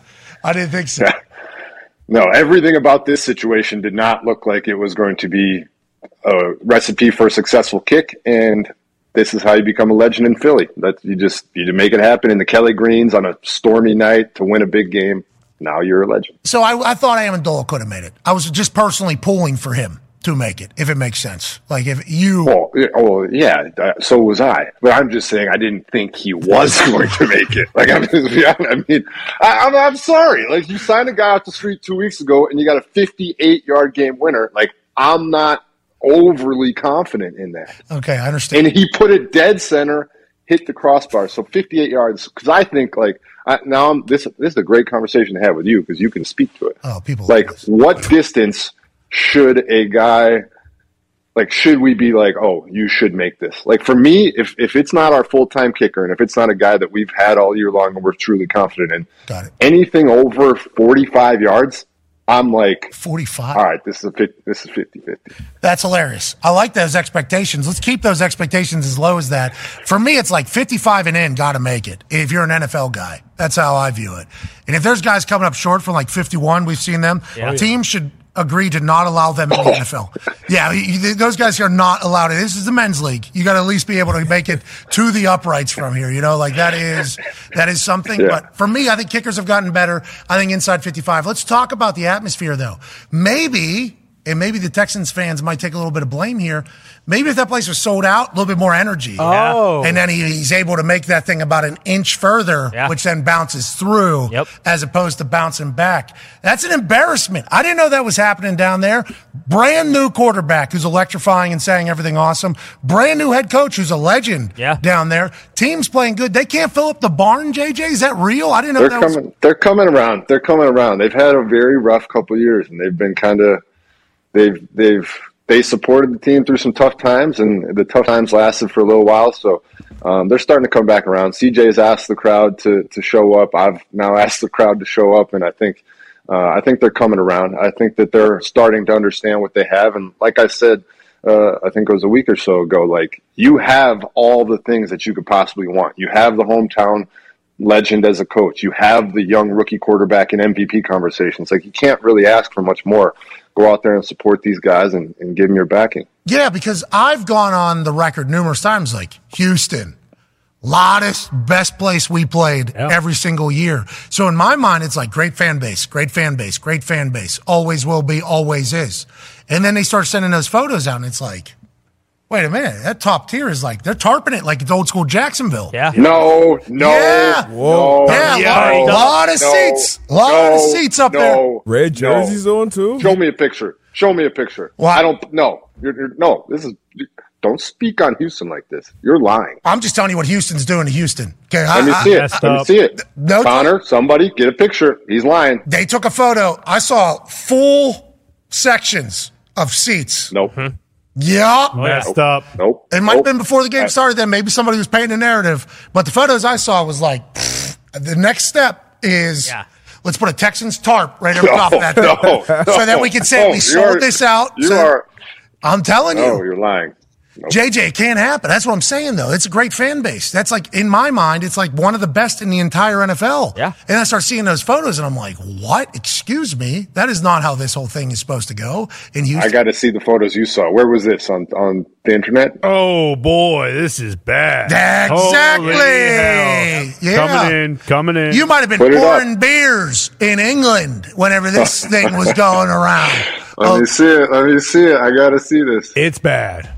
S1: I didn't think so.
S14: No, everything about this situation did not look like it was going to be a recipe for a successful kick, and this is how you become a legend in Philly. That you just you make it happen in the Kelly Greens on a stormy night to win a big game. Now you're a legend.
S1: So I, I thought Amendola could have made it. I was just personally pulling for him to make it, if it makes sense. Like if you,
S14: Well, yeah, well, yeah. uh, So was I, but I'm just saying I didn't think he was going to make it. Like I'm, just, I mean, I, I'm, I'm sorry. Like you signed a guy off the street two weeks ago, and you got a 58 yard game winner. Like I'm not overly confident in that.
S1: okay, I understand.
S14: And he put it dead center, hit the crossbar. So 58 yards. Because I think like I, now I'm this. This is a great conversation to have with you because you can speak to it.
S1: Oh, people
S14: like what distance should a guy like should we be like oh you should make this like for me if if it's not our full-time kicker and if it's not a guy that we've had all year long and we're truly confident in anything over 45 yards i'm like
S1: 45
S14: all right this is a 50, this is 50 50
S1: That's hilarious. I like those expectations. Let's keep those expectations as low as that. For me, it's like 55 and in, got to make it. If you're an NFL guy, that's how I view it. And if there's guys coming up short from like 51, we've seen them,
S15: Yeah.
S1: teams should agree to not allow them in the NFL. Yeah, you- you- those guys are not allowed. This is the men's league. You got to at least be able to make it to the uprights from here. You know, like that is that is something.
S15: Yeah.
S1: But for me, I think kickers have gotten better. I think inside 55. Let's talk about the atmosphere, though. Maybe, and maybe the Texans fans might take a little bit of blame here. Maybe if that place was sold out, a little bit more energy.
S2: Oh.
S1: And then he, he's able to make that thing about an inch further, which then bounces through as opposed to bouncing back. That's an embarrassment. I didn't know that was happening down there. Brand new quarterback who's electrifying and saying everything awesome. Brand new head coach who's a legend
S3: Yeah.
S1: down there. Teams playing good. They can't fill up the barn, JJ. Is that real? I didn't know
S14: they're
S1: that
S14: coming
S1: was.
S14: they're coming around they're coming around they've had a very rough couple years and they've been kind of they've they've they supported the team through some tough times and the tough times lasted for a little while so um, they're starting to come back around cj's asked the crowd to to show up i've now asked the crowd to show up and i think uh, i think they're coming around i think that they're starting to understand what they have and like i said uh, I think it was a week or so ago. Like you have all the things that you could possibly want. You have the hometown legend as a coach. You have the young rookie quarterback in MVP conversations. Like you can't really ask for much more. Go out there and support these guys and, and give them your backing.
S1: Yeah, because I've gone on the record numerous times like Houston, loudest, best place we played every single year. So in my mind, it's like great fan base, great fan base, great fan base, always will be, always is. And then they start sending those photos out and it's like, wait a minute, that top tier is like, they're tarping it like it's old school Jacksonville. Yeah.
S14: No, no,
S1: Yeah.
S14: no,
S1: Yeah,
S14: no,
S1: lot, lot of
S14: no,
S1: seats. lot
S14: no,
S1: of seats up
S14: no,
S1: there.
S5: Red
S14: no.
S5: jerseys on too.
S14: Show me a picture. Show me a picture.
S1: Well,
S14: I don't. No, you're, you're, no. This is. Don't speak on Houston like this. You're lying.
S1: I'm just telling you what Houston's doing to Houston. Okay, I-
S14: Let me
S1: I-
S14: see
S1: I-
S14: it. Let me see it.
S1: No-
S14: Connor, somebody get a picture. He's lying.
S1: They took a photo. I saw full sections of seats.
S14: Nope.
S1: Yeah.
S2: Hmm. Messed up.
S14: Nope.
S1: It might have been before the game started. Then maybe somebody was painting a narrative. But the photos I saw was like, pfft, the next step is let's put a Texans tarp right over
S14: No,
S1: top of that,
S14: no,
S1: thing. so that
S14: no.
S1: we can say
S14: No,
S1: we
S14: you
S1: sold
S14: are-
S1: this out.
S14: you
S1: So-
S14: are- Oh,
S1: I'm telling you.
S14: No, you're lying.
S1: JJ, it can't happen. That's what I'm saying, though. It's a great fan base. That's like, in my mind, it's like one of the best in the entire NFL. Yeah. And I start seeing those photos and I'm like, what? Excuse me? That is not how this whole thing is supposed to go in Houston.
S14: I got to see the photos you saw. Where was this on on the internet?
S2: Oh boy, this is bad.
S1: Exactly.
S2: Holy hell.
S1: Yeah.
S2: Coming in, coming in.
S1: You might have been pouring beers in England whenever this thing was going around. Oh.
S14: Let me see it. Let me see it. I got to see this.
S2: It's bad.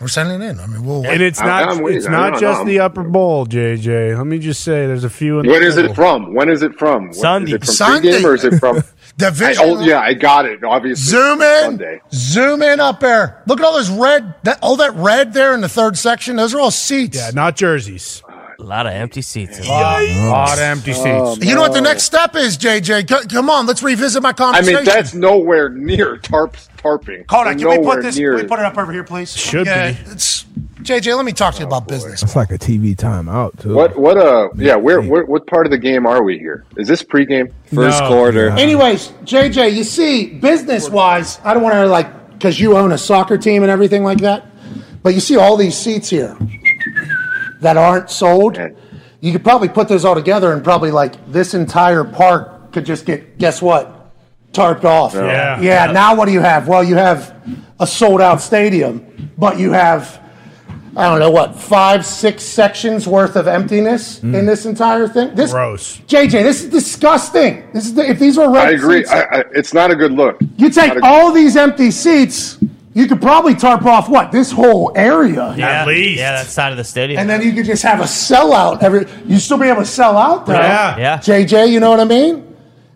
S1: We're sending it in. I mean, we'll.
S2: And it's
S14: I-
S2: not.
S14: I'm with
S2: it's
S14: you.
S2: not
S14: No, no,
S2: just
S14: I'm-
S2: the upper bowl, JJ. Let me just say, there's a few. In the
S14: When is
S2: middle.
S14: it from? When is it from? When- is
S2: Sunday.
S14: it from
S2: Sunday.
S14: pregame or is it from?
S1: Division-
S14: I, oh yeah, I got it. Obviously,
S1: Zoom in.
S14: Sunday.
S1: Zoom in up there. Look at all those red, that, all that red there in the third section. Those are all seats.
S2: Yeah, not jerseys.
S3: A lot of empty seats. A
S2: lot, lot of empty seats.
S1: You know what the next step is, JJ? C- come on, let's revisit my
S14: Oh, I
S1: conversation.
S14: mean, that's nowhere near tarp tarping.
S1: Hold on,
S14: We're
S1: can we
S14: nowhere
S1: put this? Can we put it up over here, please?
S14: Should
S1: yeah,
S14: be.
S1: It's, JJ, let me talk to you about business.
S5: It's like a TV timeout too.
S14: Oh, What? What? Uh, yeah. Where, where? What part of the game are we here? Is this pregame?
S5: First No. quarter.
S1: Anyways, JJ, you see, business wise, I don't want to like because you own a soccer team and everything like that, but you see all these seats here that aren't sold. You could probably put those all together and probably like this entire park could just get guess what tarped off.
S2: Yeah.
S1: Yeah. Now what do you have? Well, you have a sold out stadium, but you have. I don't know what five, six sections worth of emptiness in this entire thing. This
S2: gross.
S1: JJ, this is disgusting. This is the, if these were red
S14: I agree.
S1: seats,
S14: I, I, it's not a good look.
S1: you take
S14: Not a-
S1: all these empty seats, you could probably tarp off what this whole area,
S3: At least. Yeah, that side of the stadium.
S1: and then you could just have a sellout. Every you still be able to sell out though.
S3: Yeah. Yeah.
S1: JJ, you know what I mean?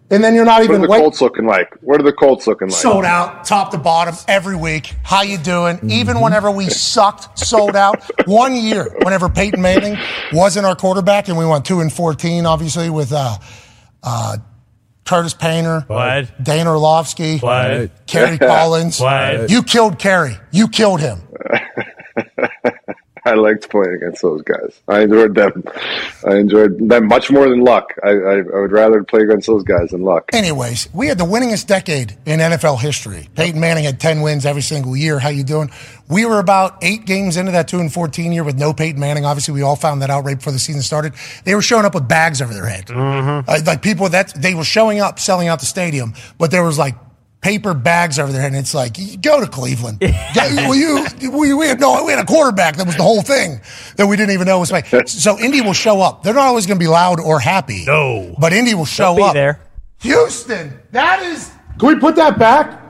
S1: And then you're not
S14: What are
S1: even
S14: the
S1: wait-
S14: Colts looking like? What are the Colts looking like?
S1: sold out, top to bottom, every week. How you doing? Even whenever we sucked, sold out. One year, whenever Peyton Manning wasn't our quarterback, and we went two and fourteen, obviously with uh, uh, Curtis Painter,
S3: Bud.
S1: Dan Orlovsky,
S3: Bud.
S1: Kerry Collins.
S3: Bud.
S1: You killed Kerry. You killed him.
S14: I liked playing against those guys. I enjoyed them. I enjoyed them much more than luck. I, I, I would rather play against those guys than luck.
S1: Anyways, we had the winningest decade in NFL history. Peyton Manning had 10 wins every single year. How you doing? We were about eight games into that 2 and 14 year with no Peyton Manning. Obviously, we all found that out right before the season started. They were showing up with bags over their head. Uh, like people that they were showing up, selling out the stadium, but there was like paper bags over their head. And it's like, you go to Cleveland. Yeah, well, you, we, we had no, we had a quarterback that was the whole thing that we didn't even know was playing. So Indy will show up. They're not always going to be loud or happy. No, but Indy will show
S3: be
S1: up
S3: there.
S1: Houston, that is. Can we put that back?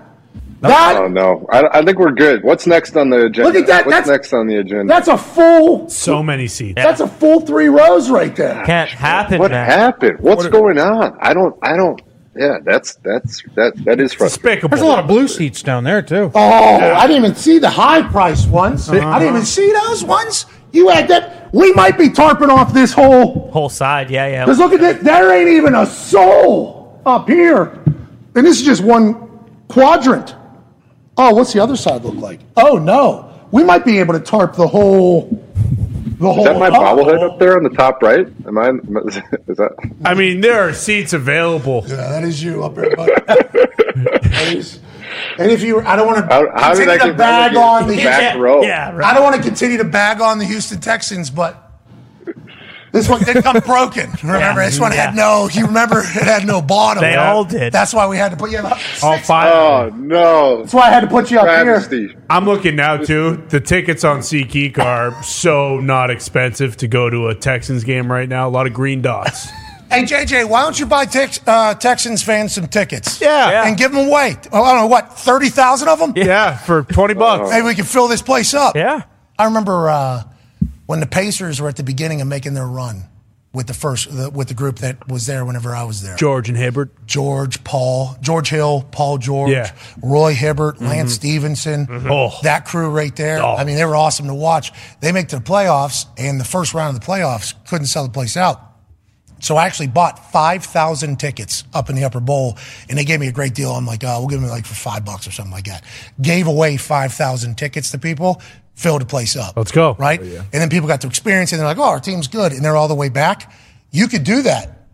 S14: I don't know. I, I think we're good. What's next on the agenda?
S1: Look at that.
S14: What's
S1: That's-
S14: next on the agenda?
S1: That's a full.
S2: So many seats.
S1: That's a full three rows right there.
S3: Can't happen,
S14: what
S3: man.
S14: happened? What's going on? I don't. I don't. Yeah, that's that's that that is frustrating.
S4: There's a lot of blue seats down there too.
S1: Oh, I didn't even see the high price ones. I didn't even see those ones. You had that. We might be tarping off this whole.
S3: Whole side. Yeah, yeah.
S1: Because look at this. There ain't even a soul up here. And this is just one quadrant. Oh, what's the other side look like? Oh, no. We might be able to tarp the whole. The whole
S14: Is that my
S1: oh.
S14: bobblehead up there on the top right? Am I? am I- Is that?
S2: I mean, there are seats available.
S1: Yeah, that is you up there, buddy. That is- And if you, I don't want
S14: How-
S1: to
S14: how did
S1: continue
S14: I
S1: to
S14: get
S1: bag
S14: relegated
S1: on
S14: to
S1: the
S14: the back Yeah, row? yeah, right.
S1: I don't want to continue to bag on the Houston Texans, but this one did come broken. Remember,
S2: Yeah,
S1: this one had
S2: yeah.
S1: no. You remember, it had no bottom.
S2: They all did.
S1: That's why we had to put you. Up.
S2: All five.
S14: Oh no! That's
S1: why I had to put you up here.
S2: I'm looking now too. The tickets on SeatGeek are so not expensive to go to a Texans game right now. A lot of green dots.
S1: Hey JJ, why don't you buy Tex- uh, Texans fans some tickets?
S2: Yeah. Yeah.
S1: and give them away. Oh, I don't know what thirty thousand of them.
S2: Yeah, for twenty bucks.
S1: Maybe we can fill this place up.
S2: Yeah.
S1: I remember uh, when the Pacers were at the beginning of making their run with the first the, with the group that was there whenever I was there.
S2: George and Hibbert.
S1: George, Paul, George Hill, Paul George,
S2: Yeah.
S1: Roy Hibbert, Lance
S2: Mhm.
S1: Stevenson,
S2: Mhm. Oh.
S1: that crew right there. I mean, they were awesome to watch. They make to the playoffs, and the first round of the playoffs couldn't sell the place out. So I actually bought 5,000 tickets up in the upper bowl, and they gave me a great deal. I'm like, oh, we'll give them like for five bucks or something like that. Gave away 5,000 tickets to people, filled the place up. Let's
S2: go.
S1: Right?
S14: Oh,
S1: And then people got to experience it, and they're like, oh, our team's good, and they're all the way back. You could do that.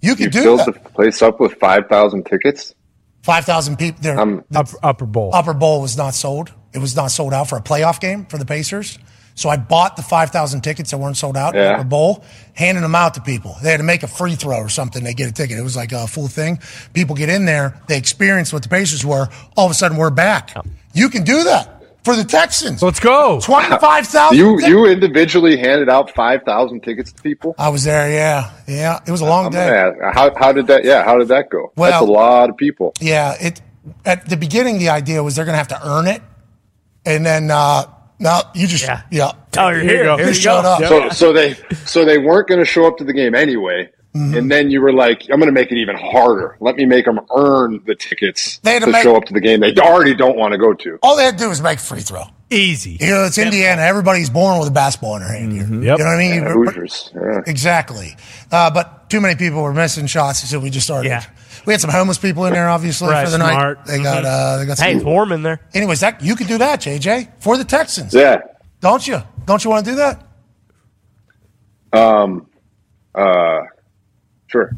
S1: You could
S14: You
S1: do
S14: filled
S1: that.
S14: the place up with five thousand tickets.
S1: 5,000 people. Their
S14: I'm
S2: upper, upper bowl.
S1: upper bowl was not sold. It was not sold out for a playoff game for the Pacers. So I bought the 5,000 tickets that weren't sold out in the
S14: Yeah.
S1: upper bowl, handing them out to people. They had to make a free throw or something. They get a ticket. It was like a full thing. People get in there. They experience what the Pacers were. All of a sudden, we're back. You can do that for the Texans.
S2: Let's go.
S1: 25,000.
S14: You
S1: tickets.
S14: you individually handed out five thousand tickets to people.
S1: I was there. Yeah. Yeah. It was a long
S14: I'm
S1: day.
S14: gonna ask, how how did that? Yeah, how did that go? That's a
S1: Well-
S14: lot of people.
S1: Yeah, it at the beginning the idea was they're going to have to earn it, and then uh, no, you just yeah.
S3: Oh, you're here.
S1: You showed up.
S14: So, so they so they weren't going to show up to the game anyway,
S1: Mm-hmm.
S14: and then you were like, "I'm going to make it even harder. Let me make them earn the tickets
S1: They had to
S14: to
S1: make-
S14: show up to the game they already don't want to go to."
S1: All they had to do was make a free throw.
S2: Easy.
S1: You know, it's Indiana. Everybody's born with a basketball in their hand.
S3: Mm-hmm.
S1: Here. You know what I mean?
S14: Yeah, Hoosiers. Yeah.
S1: Exactly. Uh, but too many people were missing shots, so we just started.
S3: Yeah.
S1: We had some homeless people in there, obviously,
S3: Right,
S1: for the
S3: smart. Mm-hmm.
S1: night. They got uh, they got.
S3: Hey, it's warm in there.
S1: Anyways, that you could do that, JJ, for the Texans.
S14: Yeah.
S1: Don't you? Don't you want to do that?
S14: Um. Uh. Sure.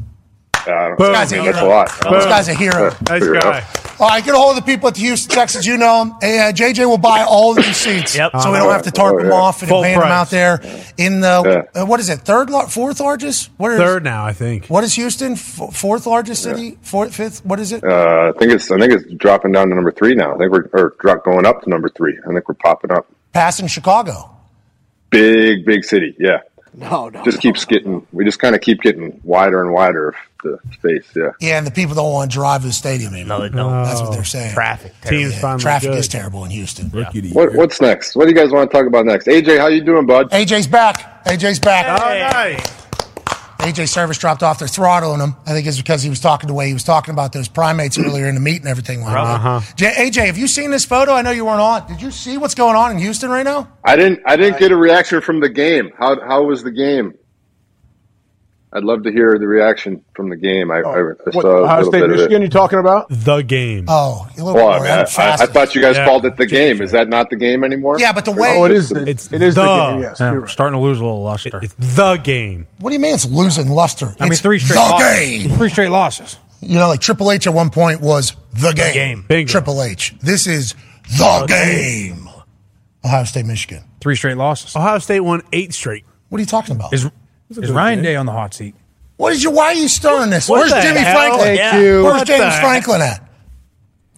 S14: Uh, I don't
S1: Boom.
S14: I
S1: This guy's
S14: mean,
S1: a
S14: that's a
S1: hero.
S14: lot.
S1: This guy's a hero.
S14: Yeah, figure it out.
S1: All right, get a hold of the people at the Houston Texans. You know them. Uh, JJ will buy all of these seats,
S3: Yep.
S1: so we don't have to tarp
S14: Oh,
S1: them
S14: yeah.
S1: off and
S2: Full
S1: hand them
S2: price.
S1: out there in
S16: Oh,
S1: the uh, what is it? Third, lar- fourth largest? Where is
S2: Third now, I think.
S1: What is Houston? F- fourth largest city? Fourth, fifth? What is it?
S14: Uh, I think it's I think it's dropping down to number three now. I think we're or drop, going up to number three. I think we're popping up.
S1: Passing Chicago.
S14: Big big city. Yeah.
S1: No, no.
S14: Just keeps getting. We just kind of keep getting wider and wider of the space. Yeah.
S1: Yeah, and the people don't want to drive to the stadium anymore. No, they don't. That's what they're saying. Traffic.
S14: Teams finally
S1: traffic
S14: good.
S1: is terrible in Houston.
S14: What, what's next? What do you guys want to talk about next? AJ, how you doing, bud?
S1: AJ's back. AJ's back.
S2: Oh, nice.
S1: AJ Service dropped off their throttle on him. I think it's because he was talking the way he was talking about those primates earlier in the meet and everything like that.
S2: Uh-huh.
S1: J- AJ, have you seen this photo? I know you weren't on. Did you see what's going on in Houston right now?
S14: I didn't. I didn't get a reaction from the game. How how was the game? I'd love to hear the reaction from the game. I, I, I
S7: What,
S14: saw a
S7: Ohio
S14: little
S7: State,
S14: bit of it.
S7: Michigan, you talking about?
S2: The game.
S1: Oh, a little
S14: Well, I,
S1: more
S14: mean, I, I, I
S1: emphatic.
S14: thought you guys
S1: Yeah.
S14: called it the game. Is that not the game anymore?
S1: Yeah, but the way-
S7: Oh, it is. The, it is the,
S2: the-
S7: game. Yes,
S4: Yeah,
S7: you're
S4: we're starting to lose a little luster.
S2: Oh, The game.
S1: What do you mean it's losing luster?
S4: I mean,
S1: It's
S4: three straight
S1: the
S4: losses.
S1: game.
S4: Three straight losses.
S1: You know, like Triple H at one point was the game. Triple H. This is the, game. Ohio State, Michigan.
S4: Three straight losses.
S2: Ohio State won eight straight.
S1: What are you talking about?
S4: Is, is Ryan Day on the hot seat?
S1: What is your? Why are you stirring this?
S4: What
S1: Where's
S4: the
S1: Jimmy
S4: hell?
S1: Franklin?
S4: Thank Yeah. you.
S1: Where's
S4: What
S1: James
S4: the-
S1: Franklin at?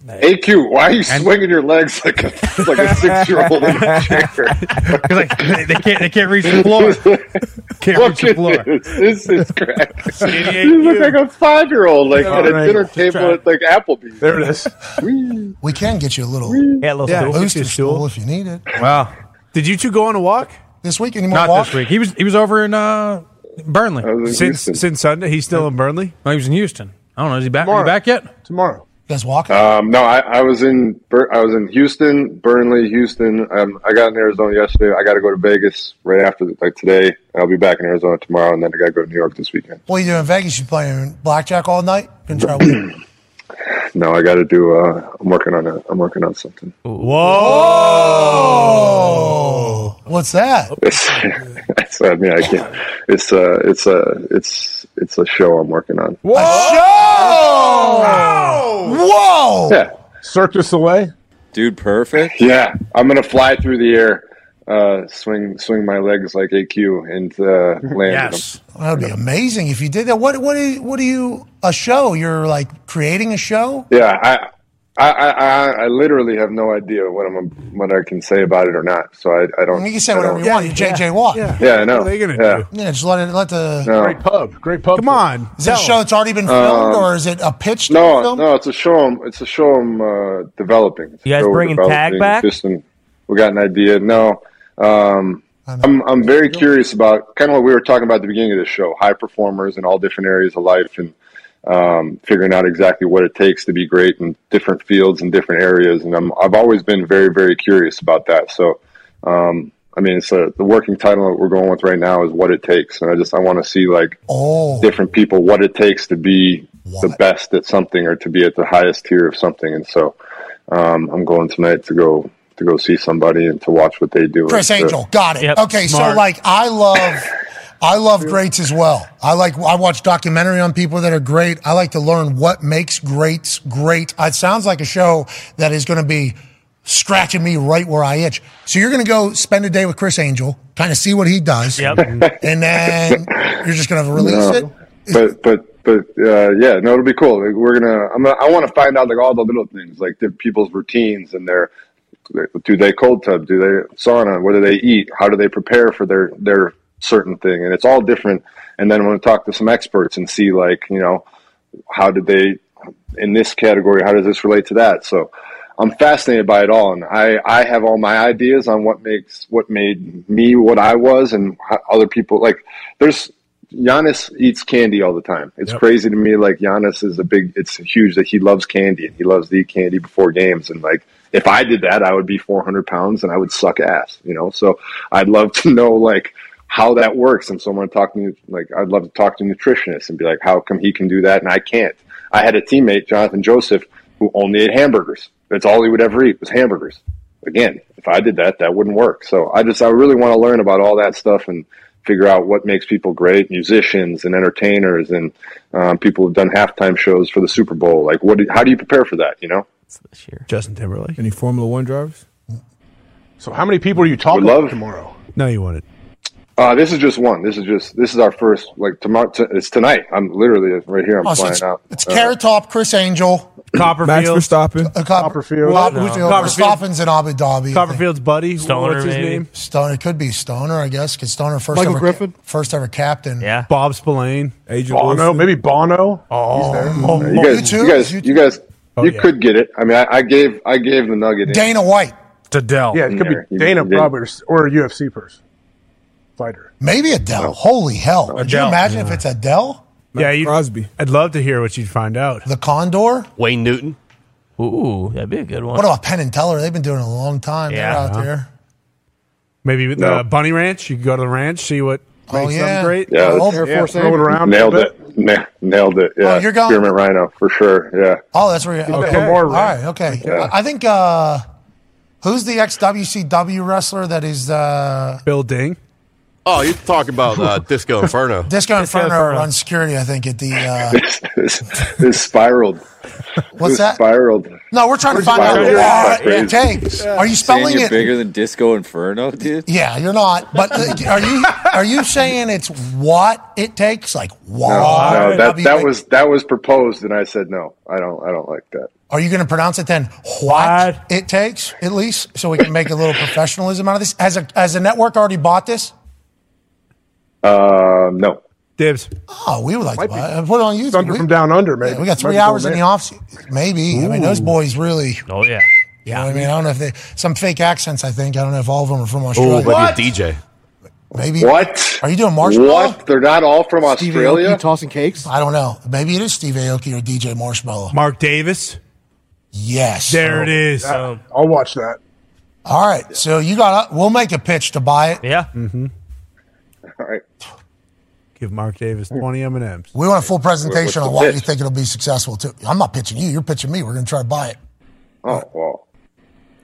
S14: AQ, why are you swinging your legs like a like a six year old in a chair?
S4: Like, they, they can't. They can't reach the floor. Can't reach the floor.
S14: Look at This, this is crack. you look like a five year old, like
S1: Yeah,
S14: at a
S1: right.
S14: dinner table at like Applebee's.
S7: There it is.
S1: We can get you a little,
S3: Yeah, a little
S2: stool.
S1: booster
S2: Get you a
S1: stool. if you need it.
S4: Wow.
S2: Did you two go on a walk
S1: this week? Any more
S4: Not
S1: walk?
S4: this week. He was. He was over in uh, Burnley.
S7: Oh,
S2: since since Sunday? He's still in Burnley.
S4: No, he was in Houston. I don't know. Is he back? Is
S7: Tomorrow.
S4: he back yet?
S7: Tomorrow.
S1: You guys walking?
S14: Um, no, I, I was in Bur- I was in Houston, Burnley, Houston. Um, I got in Arizona yesterday. I got to go to Vegas right after like today. I'll be back in Arizona tomorrow, and then I got to go to New York this weekend.
S1: What are you doing in Vegas? You playing blackjack all night? Been trying to win.
S14: No, I got to do. Uh, I'm working on a, I'm working on something.
S1: Whoa! What's that?
S14: It's, it's, I mean, I can't. It's a it's a it's it's a show I'm working on.
S1: Whoa! Whoa!
S14: Yeah,
S7: Cirque du Soleil.
S6: Dude, perfect.
S14: Yeah, I'm gonna fly through the air, uh, swing swing my legs like AQ and uh, land.
S1: Yes. That would be amazing if you did that. What what do you, what do you a show? You're like creating a show.
S14: them. Yeah, I. I, I, I, I literally have no idea what I'm what I can say about it or not, so I, I don't.
S1: You can say
S14: I
S1: whatever
S14: don't-
S1: you want. You're JJ Watt.
S14: Yeah. Yeah, I know. What are they gonna Yeah. do?
S1: Yeah, just let it let the
S14: No. Great
S1: pub. Great
S2: pub. Come on.
S1: Is it a
S14: Tell
S1: show that's already been filmed,
S14: Um,
S1: or is it a pitch to
S14: No,
S1: be filmed?
S14: no, it's a show. I'm, it's a show I'm uh, developing. It's a
S1: You guys
S14: show we're
S1: bringing Tag
S14: developing.
S1: back?
S14: Just an- we got an idea. No, um, I'm I'm very curious about kind of what we were talking about at the beginning of this show: high performers in all different areas of life, and um, figuring out exactly what it takes to be great in different fields and different areas. And I'm I've always been very very curious about that. So. Um, I mean, it's a, the working title that we're going with right now is "What It Takes," and I just I want to see like
S1: Oh.
S14: different people what it takes to be the best at something or to be at the highest tier of something. And so um, I'm going tonight to go to go see somebody and to watch what they do.
S1: Chris
S14: And to-
S1: Angel, got it. okay, so
S14: Smart.
S1: like I love, I love greats as well. I like I watch documentary on people that are great. I like to learn what makes greats great. It sounds like a show that is going to be scratching me right where I itch. So you're going to go spend a day with Chris Angel, kind of see what he does, and then you're just going to release
S14: No.
S1: it.
S14: But but but uh, yeah, no, it'll be cool. Like, we're gonna. I'm gonna I want to find out like all the little things, like the people's routines and their. Do they cold tub? Do they sauna? What do they eat? How do they prepare for their their certain thing? And it's all different. And then I'm going to talk to some experts and see like you know how did they in this category? How does this relate to that? So I'm fascinated by it all, and I, I have all my ideas on what makes what made me what I was, and how other people like. There's Giannis eats candy all the time. It's crazy to me. Like Giannis is a big. It's huge that he loves candy and he loves to eat candy before games. And like, if I did that, I would be 400 pounds and I would suck ass. You know. So I'd love to know like how that works. And someone talking like I'd love to talk to nutritionists and be like, how come he can do that and I can't? I had a teammate, Jonathan Joseph, who only ate hamburgers. That's all he would ever eat was hamburgers. Again, if I did that, that wouldn't work. So I just I really want to learn about all that stuff and figure out what makes people great, musicians and entertainers and um, people who've done halftime shows for the Super Bowl. Like, what? Do, how do you prepare for that? You know.
S2: Justin Timberlake.
S5: Any Formula One drivers?
S7: So how many people are you talking
S14: Would love-
S7: to tomorrow?
S2: No, you want it.
S14: Uh, this is just one. This is just this is our first like tomorrow. T- it's tonight. I'm literally right here. I'm
S1: Oh, so
S14: flying
S1: it's
S14: out.
S1: it's
S14: Uh,
S1: Carrot Top, Chris Angel,
S2: Copperfield.
S5: Max Verstappen.
S1: uh, Copperfield,
S2: No. Copperfield.
S1: Verstappen's in Abu Dhabi. I think.
S2: Copperfield's buddy. What's his name?
S1: Stoner it could be Stoner, I guess. Because Stoner first
S2: Michael
S1: ever
S2: Griffin?
S1: first ever captain.
S2: Yeah. Bob Spillane.
S5: Agent
S7: Bono, maybe Bono.
S1: Oh,
S14: you guys, you guys, you guys,
S7: Oh,
S14: you could get it. I mean, I, I gave, I gave the nugget.
S1: Dana White.
S14: to Dell.
S7: Yeah, it could be Dana Roberts or a UFC person. Fighter.
S1: Maybe Adele. Holy hell. Could you
S2: Adele.
S1: imagine if it's Adele?
S2: Yeah, you, Crosby. I'd love to hear what you'd find out.
S1: The Condor?
S8: Wayne Newton.
S3: Ooh, that'd be a good one.
S1: What about Penn and Teller? They've been doing it a long time.
S2: Yeah.
S1: They're out
S2: Yeah.
S1: there.
S2: Maybe with
S1: No.
S2: the Bunny Ranch. You could go to the ranch, see what
S1: Oh,
S2: makes
S1: yeah.
S2: them great.
S14: Yeah, that's-
S7: throw it around a
S14: Nailed
S7: little
S14: it. Na- nailed it. Yeah.
S1: Oh, you're going-
S14: Spearmint Rhino for sure. Yeah.
S1: Oh, that's where you're
S14: Okay.
S1: okay.
S14: Lamar
S1: All right,
S14: Rand.
S1: okay.
S14: Yeah.
S1: I I think uh who's the ex WCW wrestler that is uh
S2: Bill Ding.
S8: Oh, you talk about uh, Disco Inferno.
S1: Disco Inferno on security, I think, at the uh
S14: This, this, this spiraled.
S1: What's
S14: This
S1: that?
S14: Spiraled.
S1: No, we're trying to
S14: We're
S1: find out what
S14: spiraled. Yeah.
S1: it takes. Are you
S6: Saying
S1: spelling
S6: you're
S1: it?
S6: bigger than Disco Inferno, dude?
S1: Yeah, you're not. But like, are you are you saying it's what it takes? Like
S14: No,
S1: what?
S14: no, that,
S1: W-
S14: that was, that was proposed. And I said, no, I don't, I don't like that.
S1: Are you going to pronounce it then? What, it takes, at least, so we can make a little professionalism out of this. Has a has a network already bought this?
S14: Uh, no.
S2: Dibs.
S1: Oh, we would like to buy it. Put it on YouTube.
S7: Thunder
S1: We-
S7: from down under, maybe.
S1: we got
S7: Might
S1: three
S7: be going
S1: hours in the
S7: there.
S1: off. Maybe. I mean, those
S7: Ooh.
S1: boys really.
S3: Oh yeah.
S1: You know what I mean, I don't know if they some fake accents. I think I don't know if all of them are from Australia.
S8: Oh, maybe a DJ.
S1: Maybe
S14: What?
S1: Are you doing marshmallow?
S14: What? They're not all from Australia.
S1: tossing cakes? I don't know. Maybe it is Steve Aoki or DJ Marshmallow.
S2: Mark Davis.
S1: Yes. Oh.
S2: There it is.
S7: Yeah, I'll watch that.
S1: All right. So you got. We'll make a pitch to buy it.
S3: Yeah.
S2: Mm-hmm.
S14: All right.
S2: Give Mark Davis 20 M&Ms.
S1: We want a full presentation
S2: What's
S1: on
S2: the
S1: why
S2: pitch?
S1: you think it'll be successful too. I'm not pitching you. You're pitching me. We're going to try to buy it.
S14: Oh, well,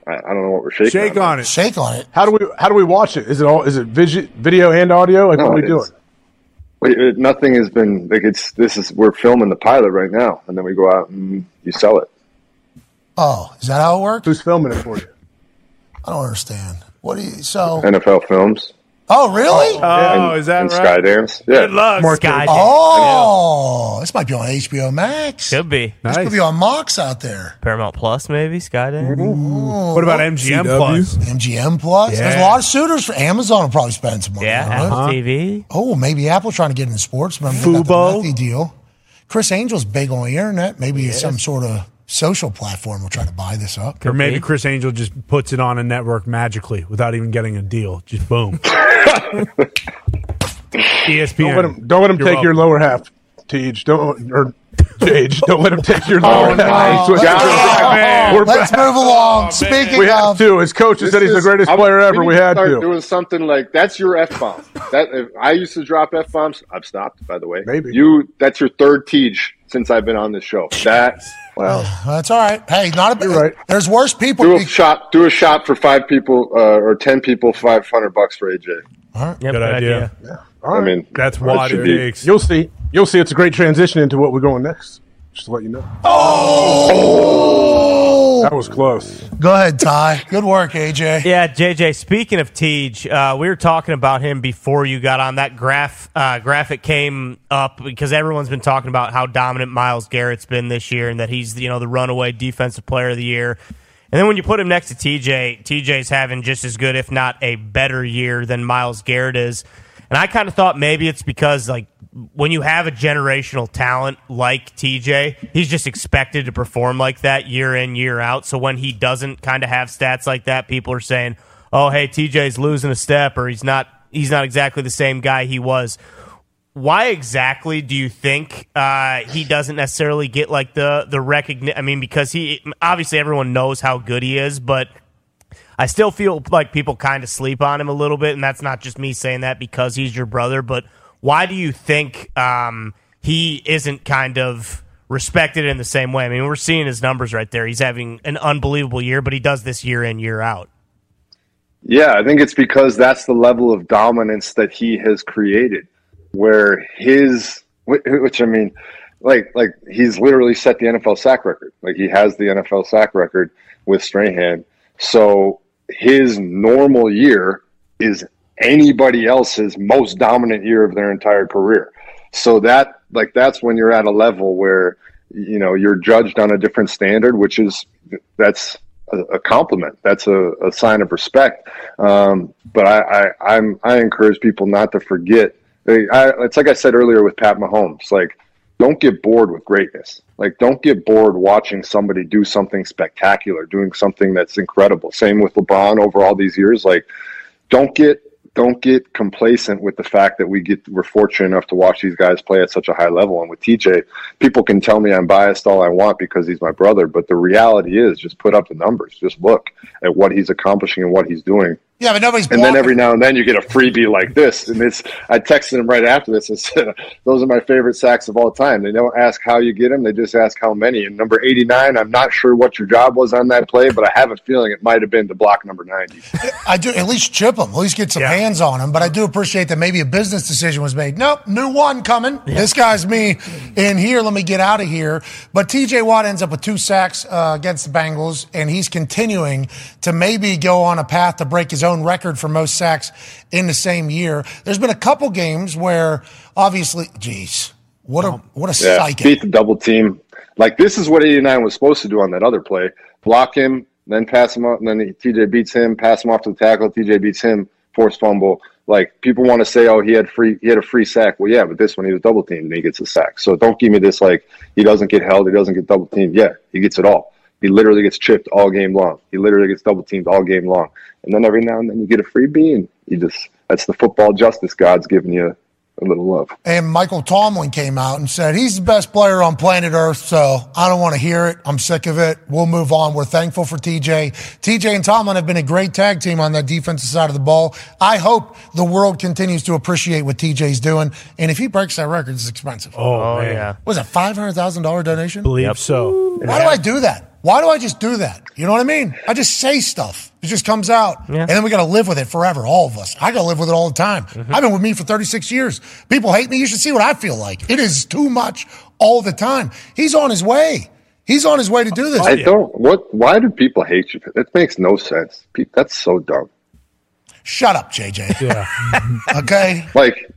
S14: I, I don't know what we're shaking.
S7: on
S1: it. Shake on it.
S7: How do we how do we watch it? Is it all is it visi- video and audio? Like
S14: No,
S7: what are we
S14: it
S7: doing?
S14: is. Wait, it, nothing has been like it's. This is we're filming the pilot right now, and then we go out and you sell it.
S1: Oh, is that how it works?
S7: Who's filming it for you?
S1: I don't understand. What do you? So.
S14: NFL Films.
S1: Oh, really?
S14: Oh, And- is that and right? Skydance. Yeah. Good luck, More Skydance. kids.
S1: Oh, this might be on HBO Max.
S3: Could be.
S1: This could be on Mox out there. Oh,
S3: Paramount Plus, maybe Skydance.
S1: Ooh.
S3: What about MGM Plus?
S1: MGM Plus.
S3: Yeah.
S1: There's a lot of suitors for Amazon. Will probably spend some money.
S3: Yeah,
S1: on it.
S3: Apple TV.
S1: Oh, maybe Apple trying to get into sports. Remember they got the Nike deal. Chris Angel's big on the internet. Maybe
S2: Yes.
S1: some sort of social platform will try to buy this up.
S2: Or maybe Chris Angel just puts it on a network magically without even getting a deal. Just boom. E ESPN.
S7: Don't let him, don't let him
S2: You're
S7: take
S2: up.
S7: your lower half, Tej. Don't or Tej. Don't let him take your lower half. He's twisted. We're
S1: Oh, Let's
S7: back.
S1: move
S14: Oh,
S1: along. Speaking
S7: we have
S1: of
S7: to. His coach has said he's
S14: This
S7: the
S14: is-
S7: greatest
S14: I'm-
S7: player ever.
S14: need
S7: We
S14: to
S7: had
S14: start
S7: to.
S14: doing something like that's your f bomb. that if I used to drop f bombs. I've stopped, by the way. Maybe you. That's your third teach since I've been on this show. That well,
S1: that's all right. Hey, not a right. There's worse people.
S14: do a shot. Do a shot for five people uh, or ten people. Five hundred bucks for AJ.
S2: good idea.
S14: I mean,
S2: that's
S14: that
S2: why
S14: should
S2: it
S14: be-
S2: takes.
S7: You'll see. You'll see. It's a great transition into what we're going next. Just to let you know. Oh.
S1: Oh,
S7: that was close.
S1: Go ahead, Ty. Good work, AJ.
S3: Yeah, JJ. Speaking of Tej, uh, we were talking about him before you got on. That graph uh, graphic came up because everyone's been talking about how dominant Miles Garrett's been this year, and that he's you know the runaway defensive player of the year. And then when you put him next to TJ, TJ's having just as good, if not a better year than Miles Garrett is. And I kind of thought maybe it's because like when you have a generational talent like TJ, he's just expected to perform like that year in year out. So when he doesn't kind of have stats like that, people are saying, "Oh, hey, TJ's losing a step or he's not he's not exactly the same guy he was." Why exactly do you think uh, he doesn't necessarily get like the the recognition? I mean, because he obviously everyone knows how good he is, but I still feel like people kind of sleep on him a little bit, and that's not just me saying that because he's your brother. But why do you think um, he isn't kind of respected in the same way? I mean, we're seeing his numbers right there. He's having an unbelievable year, but he does this year in year out.
S14: Yeah, I think it's because that's the level of dominance that he has created, where his whi- which I mean, like like he's literally set the NFL sack record. Like he has the NFL sack record with Strahan. So his normal year is anybody else's most dominant year of their entire career. So that like that's when you're at a level where you know you're judged on a different standard, which is that's a, a compliment. That's a, a sign of respect. Um, but I, I I'm I encourage people not to forget. They, I, it's like I said earlier with Pat Mahomes. Like, don't get bored with greatness. Like, don't get bored watching somebody do something spectacular, doing something that's incredible. Same with LeBron over all these years. Like, don't get don't get complacent with the fact that we get we're fortunate enough to watch these guys play at such a high level. And with TJ, people can tell me I'm biased all I want because he's my brother, but the reality is just put up the numbers. Just look at what he's accomplishing and what he's doing.
S1: Yeah, but nobody's
S14: And then every now and then you get a freebie like this. And it's I texted him right after this and said, "Those are my favorite sacks of all time." They don't ask how you get them; they just ask how many. And number eighty-nine, I'm not sure what your job was on that play, but I have a feeling it might have been to block number ninety.
S1: I do at least chip him, at least get some hands on him. But I do appreciate that maybe a business decision was made. Nope, new one coming. This guy's me in here. Let me get out of here. But T.J. Watt ends up with two sacks uh, against the Bengals, and he's continuing to maybe go on a path to break his own record for most sacks in the same year. There's been a couple games where, obviously, geez, what a what a psychic.
S14: Beat the double team. Like this is what 89 was supposed to do on that other play. Block him, then pass him up, and then TJ beats him, pass him off to the tackle, TJ beats him, force fumble. Like people want to say, oh, he had free, he had a free sack. Well, yeah, but this one he was double teamed and he gets a sack. So don't give me this like he doesn't get held, he doesn't get double teamed. Yeah, he gets it all. He literally gets chipped all game long. He literally gets double teamed all game long. And then every now and then you get a freebie, and you just that's the football justice God's giving you a little love.
S1: And Michael Tomlin came out and said he's the best player on planet Earth, so I don't want to hear it. I'm sick of it. We'll move on. We're thankful for TJ. TJ and Tomlin have been a great tag team on that defensive side of the ball. I hope the world continues to appreciate what TJ's doing. And if he breaks that record, it's expensive.
S2: Oh, man. yeah.
S1: Was it five hundred thousand dollar donation?
S2: Believe so.
S1: Why do I do that? Why do I just do that? You know what I mean? I just say stuff. It just comes out. And then we got to live with it forever, all of us. I got to live with it all the time. I've been with me for 36 years. People hate me. You should see what I feel like. It is too much all the time. He's on his way. He's on his way to do this.
S14: I don't. What? Why do people hate you? That makes no sense. People, that's so dumb.
S1: Shut up, JJ. Yeah. okay.
S14: Like,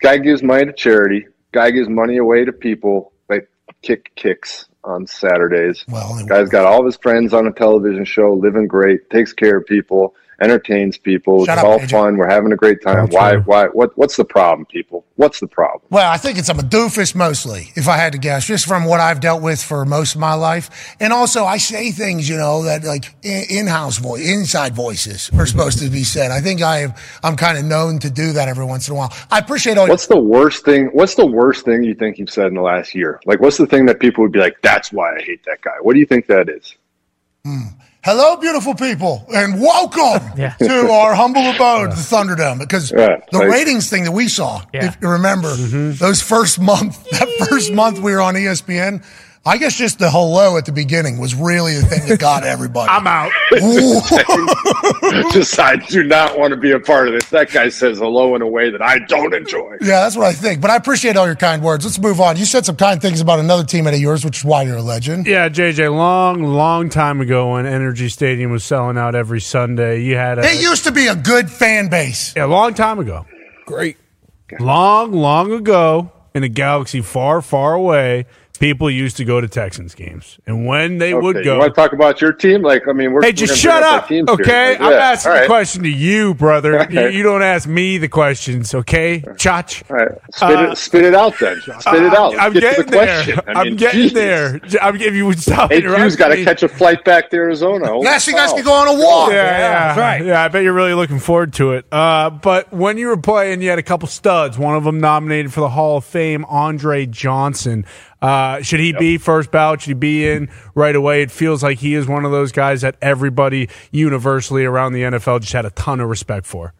S14: guy gives money to charity. Guy gives money away to people. Like kick kicks on Saturdays.
S1: Well,
S14: guy's got all of his friends on a television show, living great, takes care of people, entertains people.
S1: Shut
S14: it's
S1: up,
S14: all
S1: AJ.
S14: fun. We're having a great time.
S1: That's
S14: Why?
S1: true.
S14: Why? What? What's the problem, people? What's the problem?
S1: Well, I think it's I'm a doofus mostly, if I had to guess, just from what I've dealt with for most of my life. And also, I say things, you know, that like in- in-house voice, inside voices are supposed to be said. I think I am, I'm kind of known to do that every once in a while. I appreciate all.
S14: What's the worst thing? What's the worst thing you think you've said in the last year? Like, what's the thing that people would be like, "That's why I hate that guy"? What do you think that is?
S1: Hello, beautiful people, and welcome to our humble abode, the Thunderdome, because
S14: Yeah,
S1: the
S14: like-
S1: ratings thing that we saw, if you remember, those first month, that first month we were on E ESPN, I guess just the hello at the beginning was really the thing that got everybody. I'm
S2: out.
S14: Just I do not want to be a part of this. That guy says hello in a way that I don't enjoy.
S1: Yeah, that's what I think. But I appreciate all your kind words. Let's move on. You said some kind things about another teammate of yours, which is why you're a legend.
S2: Yeah, JJ, long, long time ago when Energy Stadium was selling out every Sunday, you had a.
S1: It used to be a good fan base.
S2: Yeah, a long time ago. Great. Long, long ago, in a galaxy far, far away, people used to go to Texans games. And when they would
S14: Okay,
S2: go.
S14: You want to talk about your team? Like, I mean, we're
S2: hey, just
S14: we're gonna
S2: shut
S14: bring
S2: up,
S14: our teams here.
S2: okay?
S14: Like,
S2: I'm
S14: yeah,
S2: asking
S14: all
S2: the
S14: right.
S2: question to you, brother. You,
S14: Okay.
S2: you don't ask me the questions, okay, Chach?
S14: Spit,
S2: Uh,
S14: it, spit it out then. Spit it out. Let's
S2: I'm
S14: get to
S2: getting
S14: the question.
S2: there.
S14: I
S2: I'm
S14: mean,
S2: getting
S14: geez.
S2: there. I'm, if you would stop
S14: AQ's
S2: interrupting
S14: got
S2: me.
S14: to catch a flight back to Arizona. Oh, Holy
S1: Yes, you guys
S14: cow.
S1: can go on a walk.
S2: Yeah, yeah,
S1: That's right.
S2: Yeah, I bet you're really looking forward to it. Uh, but when you were playing, you had a couple studs. One of them nominated for the Hall of Fame, Andre Johnson. Uh, should he be first ballot? Should he be in right away? It feels like he is one of those guys that everybody universally around the NFL just had a ton of respect for.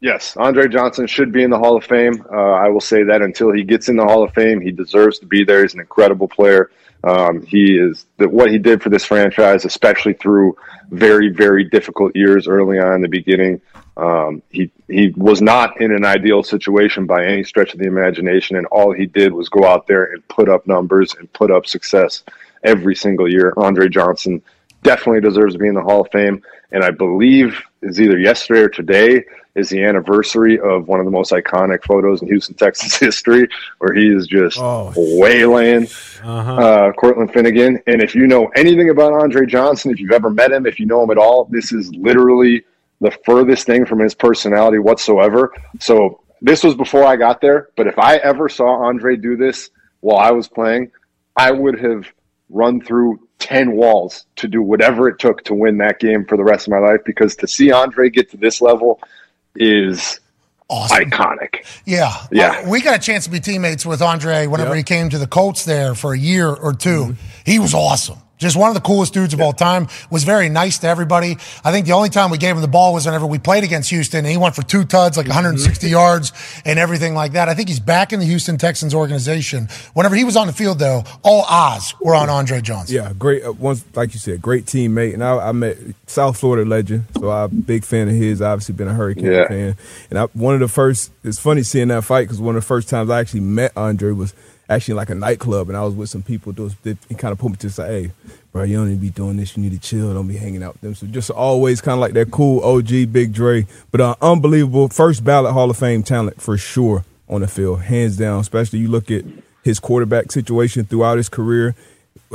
S14: Yes, Andre Johnson should be in the Hall of Fame. Uh, I will say that until he gets in the Hall of Fame, he deserves to be there. He's an incredible player. Um, he is the, what he did for this franchise, especially through very, very difficult years early on in the beginning. Um, he he was not in an ideal situation by any stretch of the imagination, and all he did was go out there and put up numbers and put up success every single year. Andre Johnson definitely deserves to be in the Hall of Fame. And I believe is either yesterday or today is the anniversary of one of the most iconic photos in Houston Texans history, where he is just waylaying uh Cortland Finnegan. And if you know anything about Andre Johnson, if you've ever met him, if you know him at all, this is literally the furthest thing from his personality whatsoever. So this was before I got there, but if I ever saw Andre do this while I was playing, I would have run through 10 walls to do whatever it took to win that game for the rest of my life because to see Andre get to this level is iconic.
S1: Yeah.
S14: Yeah.
S1: Uh, we got a chance to be teammates with Andre whenever he came to the Colts there for a year or 2 He was awesome. Just one of the coolest dudes of all time. Was very nice to everybody. I think the only time we gave him the ball was whenever we played against Houston and he went for two tuds, like 160 yards and everything like that. I think he's back in the Houston Texans organization. Whenever he was on the field though, all eyes were on Andre Johnson.
S5: Yeah, great. Uh, once, like you said, great teammate, and I, I met South Florida legend. So I'm a big fan of his. Obviously, been a Hurricane
S14: Yeah.
S5: fan, and I, one of the first. It's funny seeing that fight because one of the first times I actually met Andre was actually in like a nightclub, and I was with some people. Those they, kind of put me to say, "Hey, bro, you don't need to be doing this. You need to chill. Don't be hanging out with them." So just always kind of like that cool OG Big Dre, but uh, unbelievable first ballot Hall of Fame talent for sure on the field, hands down. Especially you look at his quarterback situation throughout his career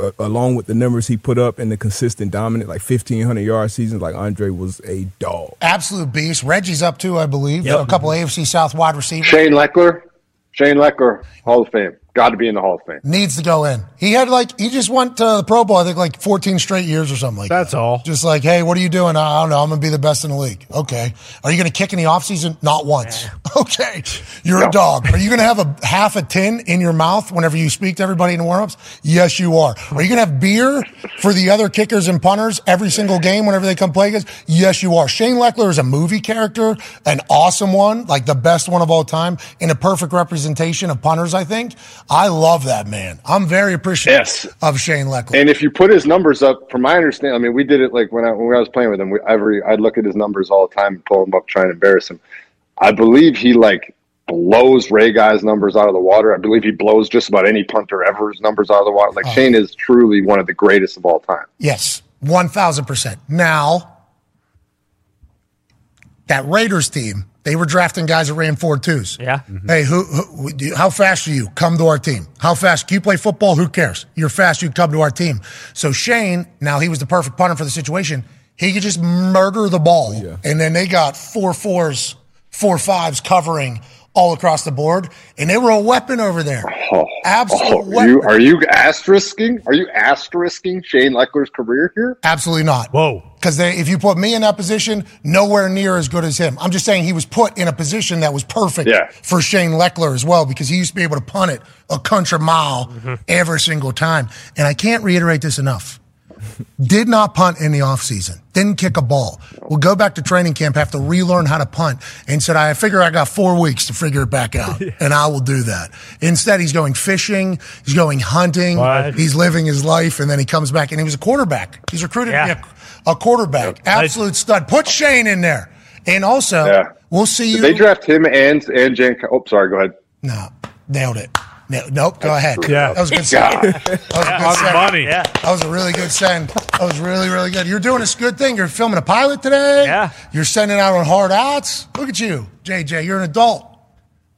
S5: uh, along with the numbers he put up and the consistent dominant like 1500 yard seasons like andre was a dog
S1: Absolute beast. Reggie's up too, I believe. So a couple AFC South wide receivers.
S14: Shane Leckler, Shane Leckler, Hall of Fame. Got to be in the Hall of Fame.
S1: needs to go in. He had like he just went to the Pro Bowl. I think like 14 straight years or something like That's that. all. Just like, hey, what are you doing? I don't know. I'm gonna be the best in the league. Okay. Are you gonna kick in the offseason? Not once. Okay. You're a
S14: No.
S1: dog. Are you gonna have a half a tin in your mouth whenever you speak to everybody in warmups? Yes, you are. Are you gonna have beer for the other kickers and punters every single game whenever they come play against? Yes, you are. Shane Leckler is a movie character, an awesome one, like the best one of all time, and a perfect representation of punters. I think I love that man. I'm very appreciative of Shane Leckler.
S14: And if you put his numbers up, from my understanding, I mean, we did it like when I when I was playing with him. We, every I'd look at his numbers all the time and pull him up, try and embarrass him. I believe he like blows Ray Guy's numbers out of the water. I believe he blows just about any punter ever's numbers out of the water.
S1: Oh.
S14: Like Shane is truly one of the greatest of all time.
S1: Yes, 1,000%. Now, that Raiders team, they were drafting guys that ran 4 twos.
S3: Yeah.
S1: Hey, who, who do you- how fast are you? Come to our team. How fast can you play football? Who cares? You're fast, you come to our team. So Shane, now he was the perfect punter for the situation. He could just murder the ball. And then they got four fours, four fives covering all across the board. And they were a weapon over there.
S14: Oh,
S1: Absolute
S14: oh, you, are you asterisking? Are you asterisking Shane Leckler's career here?
S1: Absolutely not. Whoa. Because if you put me in that position, nowhere near as good as him. I'm just saying he was put in a position that was perfect
S14: Yeah.
S1: for Shane Leckler as well, because he used to be able to punt it a country mile every single time. And I can't reiterate this enough. Did not punt in the offseason. Didn't kick a ball. We'll go back to training camp, have to relearn how to punt, and said, I figure I got four weeks to figure it back out, and I will do that. Instead, he's going fishing, he's going hunting,
S2: Right.
S1: he's living his life, and then he comes back, and he was a quarterback. He's recruited to be a, a quarterback. Absolute stud. Put Shane in there. And also,
S14: Yeah.
S1: we'll see
S14: Did
S1: you.
S14: they draft him and and Jan? Oh, sorry. Go ahead.
S1: Nailed it. No, nope, go ahead.
S14: screwed Yeah. up.
S1: That was a good
S14: God.
S1: send. That was a good send.
S2: money. Yeah.
S1: That was a really good send. That was really, really good. You're doing a good thing. You're filming a pilot today. Yeah. You're sending out on hard outs. Look at you, JJ. You're an adult.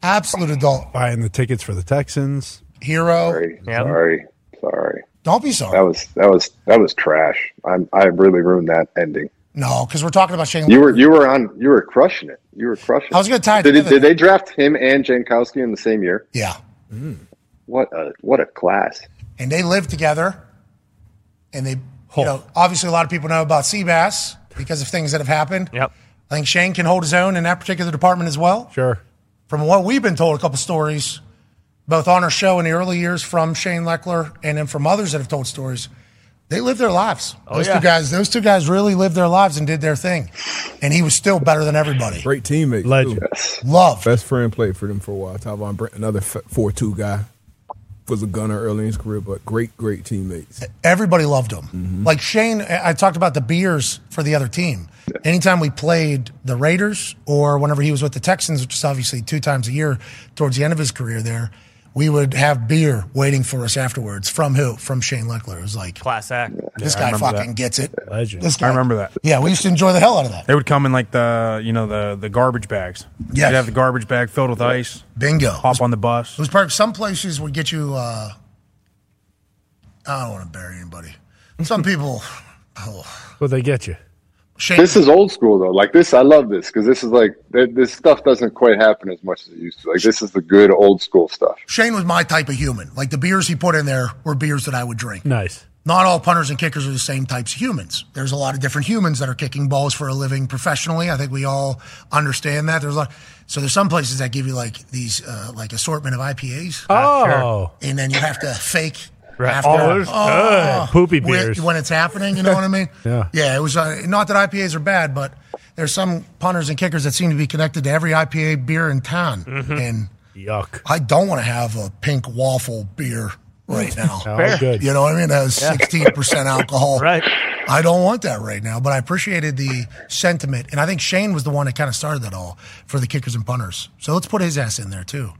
S1: Absolute adult.
S2: Buying the tickets for the Texans.
S1: Hero.
S14: Sorry. Sorry. Sorry.
S1: Don't be sorry.
S14: That was that was that was trash. I'm I really ruined that ending.
S1: No, because we're talking about Shane.
S14: You were you were on you were crushing it. You were crushing.
S1: I was gonna tie it
S14: Did,
S1: together.
S14: did they draft him and Jankowski in the same year?
S1: Yeah.
S14: What a what a class.
S1: and they lived together. And they, you know, obviously a lot of people know about Seabass because of things that have happened. Yep. I think Shane can hold his own in that particular department as well.
S2: Sure.
S1: From what we've been told, a couple stories, both on our show in the early years from Shane Leckler and then from others that have told stories. They lived their lives.
S5: Oh,
S1: those
S5: yeah.
S1: two guys, those two guys really lived their lives and did their thing. And he was still better than everybody.
S5: Great teammate.
S2: Legend.
S1: Love.
S5: Best friend played for them for a while. Tavon Brent, another 4 2 guy. Was a gunner early in his career, but great, great teammates.
S1: Everybody loved him.
S2: Mm-hmm.
S1: Like Shane, I I talked about the beers for the other team. Anytime we played the Raiders or whenever he was with the Texans, which is obviously two times a year towards the end of his career there, we would have beer waiting for us afterwards. From who? From Shane Leckler. It was like,
S3: Class act.
S1: this
S4: Yeah, I
S1: guy
S4: remember
S1: fucking
S4: that.
S1: gets it.
S2: Legend.
S1: This guy.
S4: I remember that.
S1: Yeah, we used to enjoy the hell out of that.
S4: They would come in like the you know the the garbage bags.
S1: Yes.
S4: You'd have the garbage bag filled with ice.
S1: Bingo.
S4: Hop on the bus.
S1: It was perfect. Some places would get you. Uh, I don't want to bury anybody. Some people. oh.
S2: Well, they get you.
S1: Shane,
S14: This is old school though. Like this, I love this because this is like th- this stuff doesn't quite happen as much as it used to. Like this is the good old school stuff.
S1: Shane was my type of human. Like the beers he put in there were beers that I would drink.
S2: Nice.
S1: Not all punters and kickers are the same types of humans. There's a lot of different humans that are kicking balls for a living professionally. I think we all understand that. There's a lot. So there's some places that give you like these uh, like assortment of IPAs.
S2: Oh.
S1: and then you have to fake.
S2: Right.
S1: After,
S2: Oh, there's good. Poopy
S1: when-
S2: beers.
S1: when it's happening. You know what I mean?
S2: Yeah.
S1: Yeah, it was uh, not that IPAs are bad, but there's some punters and kickers that seem to be connected to every IPA beer in town. And
S2: Mm-hmm. yuck,
S1: I don't want to have a pink waffle beer right now.
S2: Oh, Fair. good.
S1: You know what I mean? That was
S2: Yeah.
S1: 16% alcohol.
S2: Right.
S1: I don't want that right now, but I appreciated the sentiment. And I think Shane was the one that kind of started that all for the kickers and punters. So let's put his ass in there too.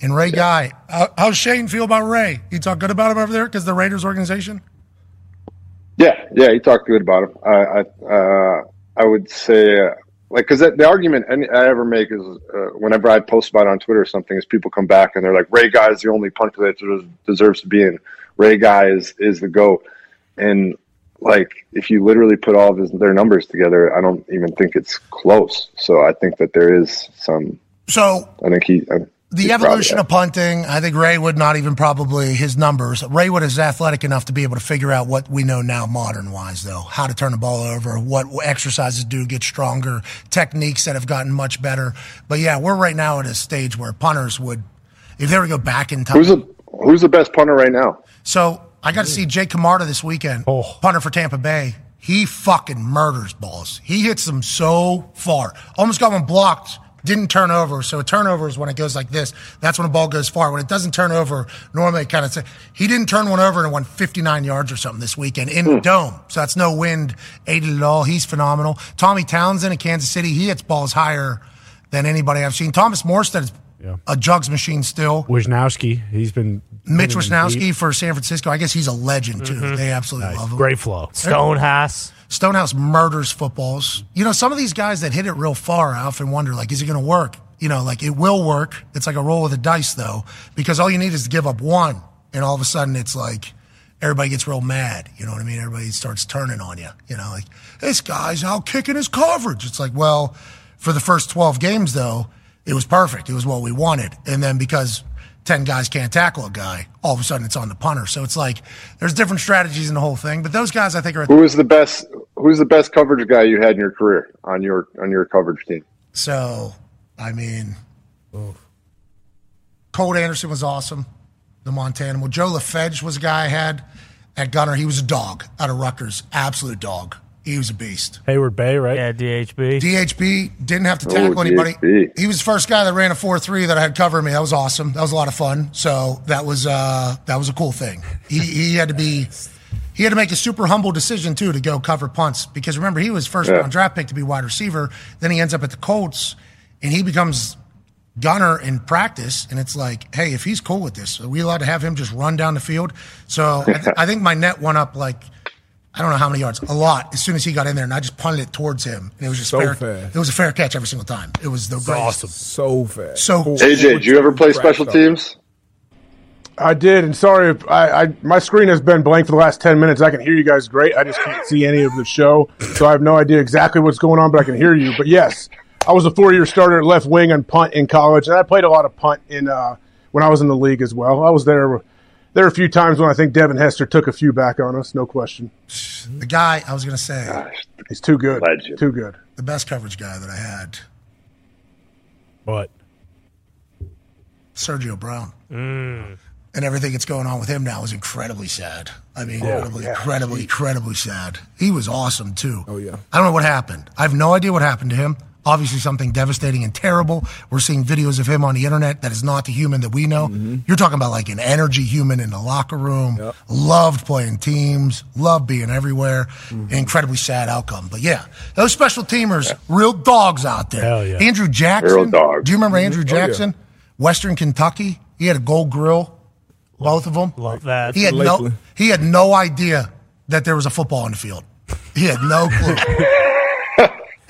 S1: And Ray Guy, how, how's Shane feel about Ray? You talk good about him over there because the Raiders organization?
S14: Yeah, yeah, he talked good about him. I, I, uh, I would say, uh, like, because the argument any, I ever make is uh, whenever I post about it on Twitter or something, is people come back and they're like, "Ray Guy is the only punter that des- deserves to be in. Ray Guy is is the goat." And like, if you literally put all of his, their numbers together, I don't even think it's close. So I think that there is some.
S1: So
S14: I think he. I,
S1: the evolution of punting, I think Ray would not even probably his numbers. Ray Wood is athletic enough to be able to figure out what we know now, modern wise, though, how to turn the ball over, what exercises do get stronger, techniques that have gotten much better. But yeah, we're right now at a stage where punters would, if they were to go back in time.
S14: who's the who's the best punter right now?
S1: So I got to see Jake Camarda this weekend,
S2: Oh.
S1: punter for Tampa Bay. He fucking murders balls. He hits them so far. Almost got one blocked, didn't turn over. So a turnover is when it goes like this. That's when a ball goes far. When it doesn't turn over, normally it kind of. He didn't turn one over and it went 59 yards or something this weekend in the
S14: Hmm.
S1: dome. So that's no wind aided at all. He's phenomenal. Tommy Townsend in Kansas City, he hits balls higher than anybody I've seen. Thomas Morstead is a jugs machine still.
S2: Wisnowski, he's been
S1: Mitch
S2: been in the Mm-hmm.
S1: Wisnowski
S2: heat.
S1: for San Francisco. I guess he's a legend too. They absolutely love him.
S2: Great flow.
S3: Stonehouse.
S1: Stonehouse murders footballs. You know, some of these guys that hit it real far, I often wonder, like, is it going to work? You know, like it will work. It's like a roll of the dice, though, because all you need is to give up one, and all of a sudden it's like everybody gets real mad. You know what I mean? Everybody starts turning on you. You know, like this guy's out kicking his coverage. It's like, well, for the first twelve games, though, it was perfect. It was what we wanted, and then because 10 guys can't tackle a guy, all of a sudden it's on the punter. So it's like there's different strategies in the whole thing, but those guys I think are at
S14: Who was the best? Who's the best coverage guy you had in your career on your on your coverage team?
S1: So, I mean, Colt Anderson was awesome. The Montana. Well, Joe LaFedge was a guy I had at Gunner. He was a dog out of Rutgers. Absolute dog. He was a beast.
S2: Hayward Bay, right?
S3: Yeah, DHB.
S1: DHB didn't have to tackle
S2: Oh,
S1: anybody.
S2: DHB.
S1: He was the first guy that ran a 4 3 that I had covering me. That was awesome. That was a lot of fun. So that was uh, that was a cool thing. He, he had to be. He had to make a super humble decision too to go cover punts because remember he was first
S14: Yeah.
S1: round draft pick to be wide receiver. Then he ends up at the Colts, and he becomes gunner in practice. And it's like, hey, if he's cool with this, are we allowed to have him just run down the field? So I, th- I think my net went up like I don't know how many yards, a lot. As soon as he got in there, and I just punted it towards him, and it was just
S5: So
S1: fair.
S5: fast.
S1: It was a fair catch every single time. It was the greatest.
S5: So fast.
S1: So
S14: AJ, did you ever play special teams?
S7: I did, and sorry, if I, I my screen has been blank for the last ten minutes. I can hear you guys great. I just can't see any of the show, so I have no idea exactly what's going on, but I can hear you. But yes, I was a four-year starter at left wing and punt in college, and I played a lot of punt in uh, when I was in the league as well. I was there there were a few times when I think Devin Hester took a few back on us, no question.
S1: The guy I was going to say,
S7: He's too good, too good.
S1: the best coverage guy that I had,
S2: What?
S1: Sergio Brown, and everything that's going on with him now is incredibly sad. I mean,
S5: Oh,
S1: incredibly,
S5: yeah.
S1: incredibly, incredibly sad. He was awesome too.
S5: Oh yeah.
S1: I don't know what happened. I have no idea what happened to him. Obviously, something devastating and terrible. We're seeing videos of him on the internet that is not the human that we know.
S2: Mm-hmm.
S1: You're talking about like an energy human in the locker room, loved playing teams, loved being everywhere.
S2: Mm-hmm.
S1: Incredibly sad outcome. But yeah, those special teamers, real dogs out there.
S2: Hell yeah.
S1: Andrew Jackson.
S2: Real dogs.
S1: Do you remember
S2: Mhm.
S1: Andrew
S2: Oh, yeah.
S1: Jackson? Western Kentucky. He had a gold grill, both of them. Love
S3: that.
S1: He had, no,
S3: Lately.
S1: he had no idea that there was a football in the field. He had no clue.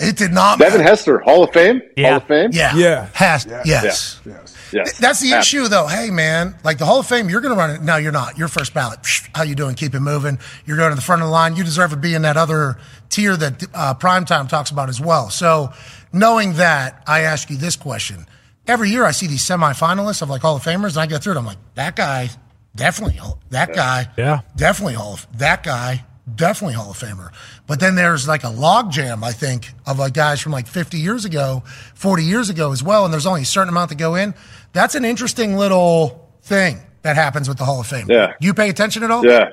S1: It did not.
S14: Devin Hester, Hall of Fame. Hall of Fame.
S1: Yeah. Has, Yes.
S14: Yes.
S1: That's the
S14: Ab-
S1: issue, though. Hey, man, like the Hall of Fame, you're going to run it. No, you're not. You're first ballot. Psh, How you doing? Keep it moving. You're going to the front of the line. You deserve to be in that other tier that uh, Primetime talks about as well. So, knowing that, I ask you this question. Every year I see these semifinalists of like Hall of Famers, and I go through it. I'm like, that guy, definitely. Hall- That guy,
S2: Yeah.
S1: definitely Hall of that guy, definitely Hall of Famer. But then there's like a logjam, I think, of like guys from like 50 years ago, 40 years ago as well, and there's only a certain amount that go in. That's an interesting little thing that happens with the Hall of Fame.
S14: Yeah.
S1: You pay attention at all?
S14: Yeah.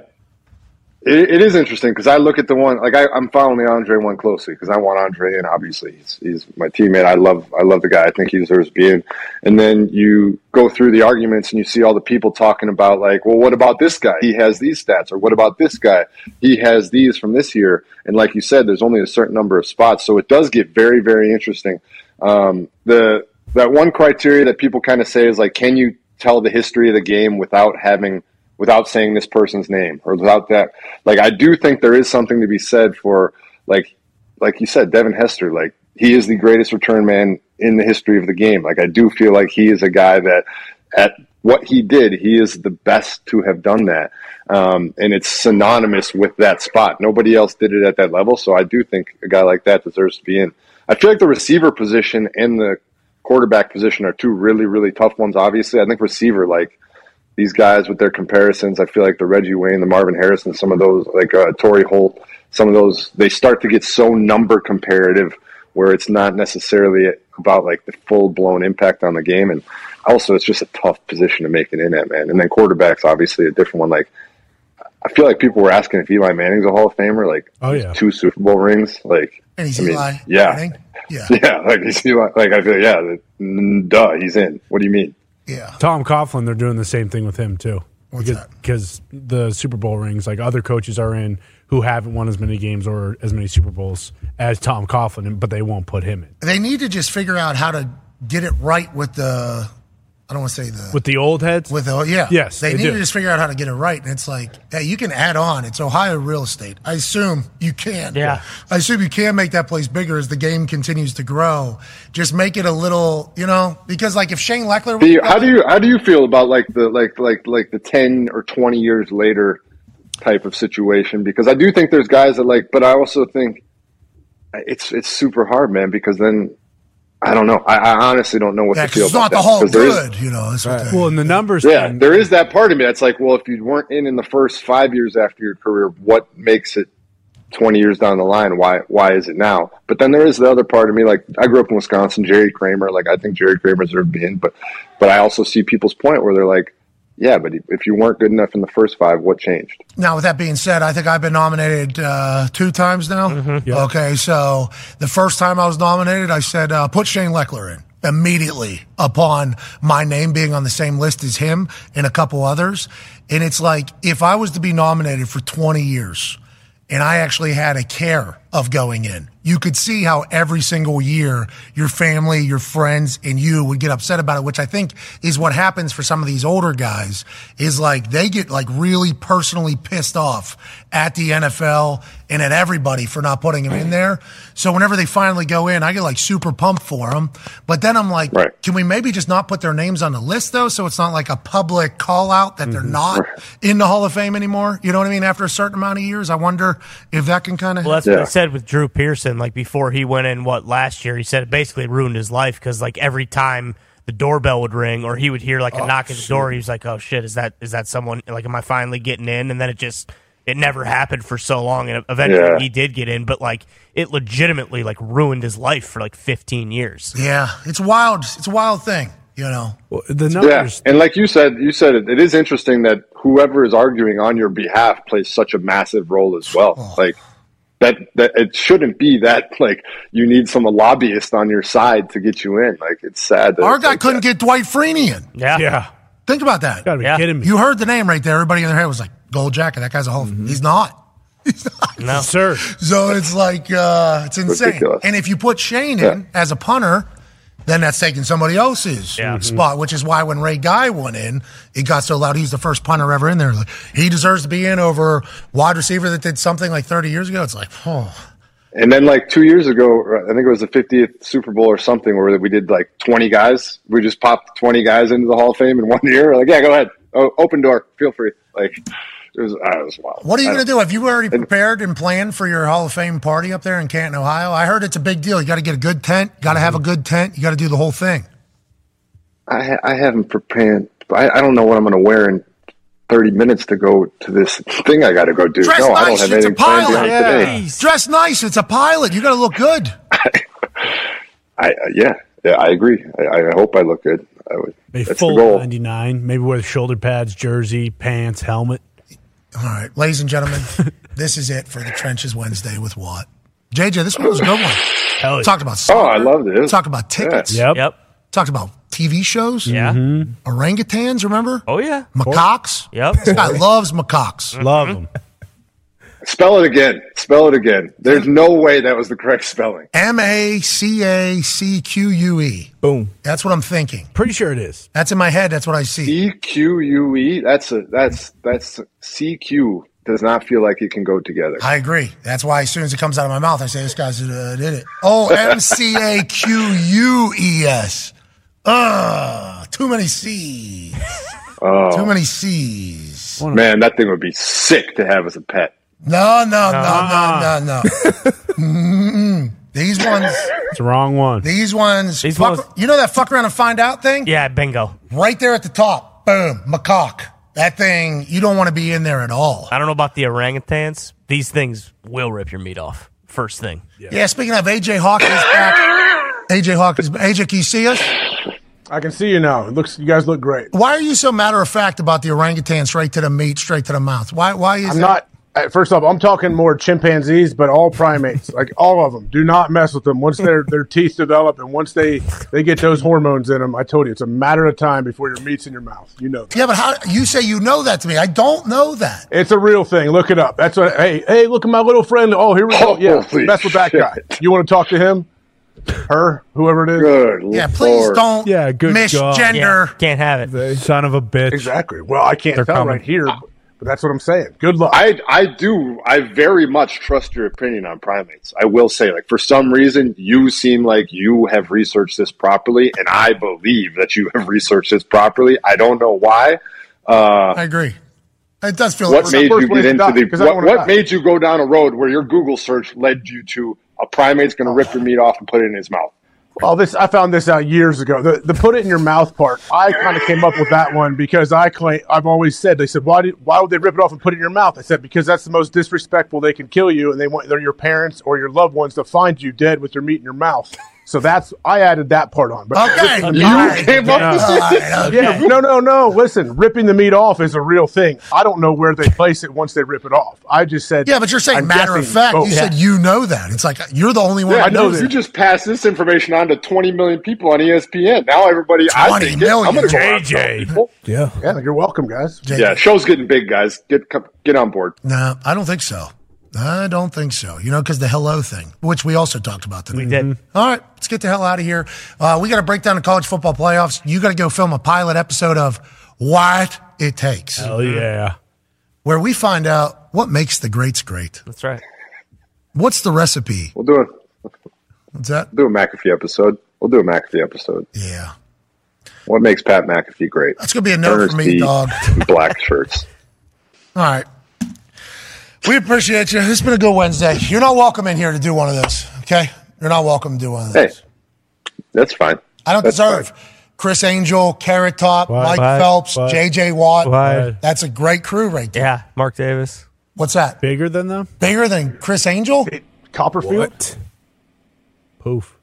S14: It, it is interesting because I look at the one like I, I'm following the Andre one closely because I want Andre in. Obviously, he's, he's my teammate. I love I love the guy. I think he deserves to be in. And then you go through the arguments and you see all the people talking about like, well, what about this guy? He has these stats, or what about this guy? He has these from this year. And like you said, there's only a certain number of spots, so it does get very very interesting. Um, the that one criteria that people kind of say is like, can you tell the history of the game without having without saying this person's name or without that. Like I do think there is something to be said for like like you said, Devin Hester, like he is the greatest return man in the history of the game. Like I do feel like he is a guy that at what he did, he is the best to have done that. Um, and it's synonymous with that spot. Nobody else did it at that level. So I do think a guy like that deserves to be in. I feel like the receiver position and the quarterback position are two really, really tough ones, obviously. I think receiver, like these guys with their comparisons. I feel like the Reggie Wayne, the Marvin Harrison, some of those, like uh, Torrey Holt, some of those, they start to get so number comparative where it's not necessarily about like the full blown impact on the game. And also, it's just a tough position to make it in at, man. And then quarterbacks, obviously, a different one. Like, I feel like people were asking if Eli Manning's a Hall of Famer, like
S2: Oh, yeah.
S14: two Super Bowl rings. Like,
S1: And he's
S14: I mean,
S1: Eli.
S14: yeah.
S1: Manning? Yeah.
S14: Yeah, like he's Eli. Like I feel, yeah, mm, duh, he's in. What do you mean?
S2: Tom Coughlin, they're doing the same thing with him too. because, because the Super Bowl rings, like other coaches are in who haven't won as many games or as many Super Bowls as Tom Coughlin, but they won't put him in.
S1: They need to just figure out how to get it right with the I don't want to say the
S2: with the old heads.
S1: With the yeah,
S2: yes,
S1: They, need
S2: do.
S1: to just figure out how to get it right, and it's like, hey, you can add on. It's Ohio real estate. I assume you can.
S3: Yeah.
S1: I assume you can make that place bigger as the game continues to grow. Just make it a little, you know, because like if Shane Leckler,
S14: Do you- how do you how do you feel about like the like like like the ten or twenty years later type of situation? Because I do think there's guys that like, but I also think it's it's super hard, man. Because then I don't know. I, I honestly don't know what
S1: Yeah,
S14: to
S1: 'cause
S14: feel
S1: it's not
S14: about that.
S1: the whole
S14: 'Cause there is-
S1: good, you know. That's what
S2: Well, and the numbers.
S14: yeah, there is that part of me that's like, well, if you weren't in in the first five years after your career, what makes it twenty years down the line? Why why is it now? But then there is the other part of me, like I grew up in Wisconsin, Jerry Kramer. Like I think Jerry Kramer deserved to be in, but but I also see people's point where they're like, yeah, but if you weren't good enough in the first five, what changed?
S1: Now, with that being said, I think I've been nominated uh, two times now. Okay, so the first time I was nominated, I said, uh, put Shane Leckler in immediately upon my name being on the same list as him and a couple others. And it's like, if I was to be nominated for 20 years, and I actually had a care of going in. You could see how every single year your family, your friends, and you would get upset about it, which I think is what happens for some of these older guys is like they get like really personally pissed off at the NFL and at everybody for not putting him in there. So whenever they finally go in, I get like super pumped for them. But then I'm like,
S14: Right.
S1: can we maybe just not put their names on the list though? So it's not like a public call out that they're not in the Hall of Fame anymore. You know what I mean? After a certain amount of years, I wonder if that can kind of.
S3: Well, that's what I said with Drew Pearson. Like before he went in, what last year? He said it basically ruined his life because like every time the doorbell would ring or he would hear like a
S14: Oh,
S3: knock at the door, he was like, "Oh shit, is that is that someone? Like, am I finally getting in?" And then it just it never happened for so long, and eventually
S1: Yeah.
S3: he did get in. But like it legitimately like ruined his life for like fifteen years.
S1: Yeah, it's wild. It's a wild thing, you know.
S2: the
S14: Yeah, and like you said, you said it, it is interesting that whoever is arguing on your behalf plays such a massive role as well.
S1: Oh.
S14: Like that, that it shouldn't be that like you need some lobbyist on your side to get you in. Like it's sad. That
S1: Our
S14: it's
S1: guy
S14: like
S1: couldn't get Dwight Freeney in.
S3: Yeah.
S2: Yeah.
S1: Think about that.
S2: Gotta be kidding me.
S1: You heard the name right there. Everybody in their head was like, "Gold jacket." That guy's a whole.
S3: Mm-hmm.
S1: He's not.
S3: No,
S2: sir.
S1: So it's like uh, it's insane.
S2: Ridiculous.
S1: And if you put Shane in
S2: Yeah.
S1: as a punter, then that's taking somebody else's
S14: Mm-hmm.
S2: Yeah.
S1: spot, which is why when Ray Guy went in, it got so loud. He was the first punter ever in there. Like, he deserves to be in over wide receiver that did something like 30 years ago. It's like, oh,
S14: And then like two years ago, uh, I think it was the 50th Super Bowl or something where we did like 20 guys. We just popped 20 guys into the Hall of Fame in one year. Like, yeah, go ahead. Oh, open door. Feel free. Like it was, ah, it was wild.
S1: What are you
S14: I
S1: going to
S14: don't-
S1: do? Have you already prepared and planned for your Hall of Fame party up there in Canton, Ohio? I heard it's a big deal. You got to get a good tent. You got to
S14: Mm-hmm.
S1: have a good tent. You got to do the whole thing.
S14: I, ha- I haven't prepared. I, I don't know what I'm going to wear in 30 minutes to go to this thing I got to go do.
S1: Dress
S14: no, I don't
S1: nice. It's
S14: have
S1: a
S14: anything planned
S1: pilot.
S14: beyond today.
S1: Dress nice. It's a pilot. You got to look good.
S14: I, I, yeah, yeah, I agree. I, I hope I look good. I would,
S2: They
S14: that's the
S2: full
S14: goal.
S2: ninety nine. Maybe wear the shoulder pads, jersey, pants, helmet.
S1: All right, ladies and gentlemen, this is it for the Trenches Wednesday with Watt. JJ, this one was a good one.
S3: Hell yeah.
S1: Talked about
S14: Oh,
S1: soccer.
S14: I loved it.
S1: Talked about tickets.
S14: Yeah.
S3: Yep.
S1: Talked about TV shows.
S3: Yeah.
S1: Orangutans, remember?
S3: Oh yeah.
S1: Macaques.
S3: Yep.
S1: This guy loves macaques.
S2: Love them.
S14: Spell it again. Spell it again. There's no way that was the correct spelling.
S1: M A C A C Q U E.
S5: Boom.
S1: That's what I'm thinking.
S2: Pretty sure it is.
S1: That's in my head. That's what I see.
S14: E Q U E. That's a that's that's C Q does not feel like it can go together.
S1: I agree. That's why as soon as it comes out of my mouth, I say this guy's uh, did it. Oh, M C A Q U E S. Ugh, too many C's.
S14: Oh,
S1: Too many C's.
S14: man, that thing would be sick to have as a pet.
S1: No, no,
S14: Ah.
S1: no, no, no, no. Mm-mm. These ones,
S2: It's the wrong one.
S1: these ones,
S2: These
S1: fuck-
S2: ones-
S1: you know that fuck around and find out thing?
S3: Yeah, bingo.
S1: Right there at the top. Boom, macaque. That thing, you don't want to be in there at all.
S3: I don't know about the orangutans. These things will rip your meat off. First thing.
S1: Yeah, speaking of AJ Hawkins back. AJ Hawkins, AJ, can you see us?
S7: I can see you now. It looks you guys look great.
S1: Why are you so matter of fact about the orangutan straight to the meat, straight to the mouth? Why, why is
S7: I'm
S1: that?
S7: not. uh, First off, I'm talking more chimpanzees, but all primates, like all of them, do not mess with them. Once their their teeth develop and once they they get those hormones in them, I told you it's a matter of time before your meat's in your mouth. You know.
S1: Yeah, but how you say you know that to me? I don't know that.
S7: It's a real thing. Look it up. That's what. Hey, hey, look at my little friend. Oh, here we go. Yeah,
S14: Holy
S7: mess with that guy. You want to talk to him? Her, whoever it is.
S14: Good
S1: Yeah, please Lord. don't
S2: Yeah, good God.
S1: misgender.
S3: can't have it.
S2: Son of a bitch.
S7: Exactly. Well, I can't
S2: They're
S7: tell
S2: coming.
S7: right here, but but that's what I'm saying. Good luck.
S14: I I do I very much trust your opinion on primates. I will say, like for some reason, you seem like you have researched this properly, and I believe that you have researched this properly. I don't know why. Uh,
S1: I agree. It does feel
S14: what
S1: like
S14: made you get into the what, what
S1: made
S14: made you go down a road where your Google search led you to a primate's going to rip your meat off and put it in his mouth?
S7: Well, this I found this out years ago. The, the put it in your mouth part, I kind of came up with that one because I claim I've always said they said why did, why would they rip it off and put it in your mouth? I said because that's the most disrespectful. They can kill you, and they want they're your parents or your loved ones to find you dead with your meat in your mouth. So that's I added that part on. But
S1: Okay.
S7: You
S14: came
S1: up with this? All right, okay.
S7: Yeah, no, no, no. Listen, ripping the meat off is a real thing. I don't know where they place it once they rip it off. I just said
S1: Yeah, but you're saying
S7: I'm
S1: matter of
S7: guessing Oh,
S1: fact.
S7: both.
S1: You said you know that. It's like you're the only one.
S14: Yeah,
S1: who
S14: I know
S1: knows
S14: you
S1: it.
S14: just passed this information on to 20 million people on E ESPN. Now everybody, I
S1: 20
S14: think it- I'm going
S1: million.
S14: to go around telling
S2: JJ.
S14: people.
S7: yeah, yeah. You're welcome, guys.
S14: Yeah, show's getting big, guys. Get co- get on board.
S1: No, I don't think so. I don't think so. You know, because the hello thing, which we also talked about today. We did. All right, let's get the hell out of here. Uh, we got to break down the college football playoffs. You got to go film a pilot episode of What It Takes. Mm-hmm.
S2: Hell yeah.
S1: Where we find out what makes the greats great.
S3: That's right.
S1: What's the recipe?
S14: We'll do a
S1: What's that?
S14: do a McAfee episode. We'll do a McAfee episode.
S1: Yeah.
S14: What makes Pat McAfee great?
S1: That's gonna be a no for
S14: Ernest
S1: me,
S14: B.
S1: dog.
S14: and Black shirts.
S1: All right. We appreciate you. It's been a good Wednesday. You're not welcome in here to do one of those, okay? You're not welcome to do one of those.
S14: Hey, that's fine.
S1: I don't
S14: That's
S1: deserve Chris Angel, Carrot Top,
S3: What?
S1: Mike
S3: What?
S1: Phelps,
S3: What?
S1: JJ Watt.
S3: What?
S1: That's a great crew right there.
S3: Yeah, Mark Davis.
S1: What's that?
S2: Bigger than them?
S1: Bigger than Chris Angel?
S7: Copperfield.
S2: Poof.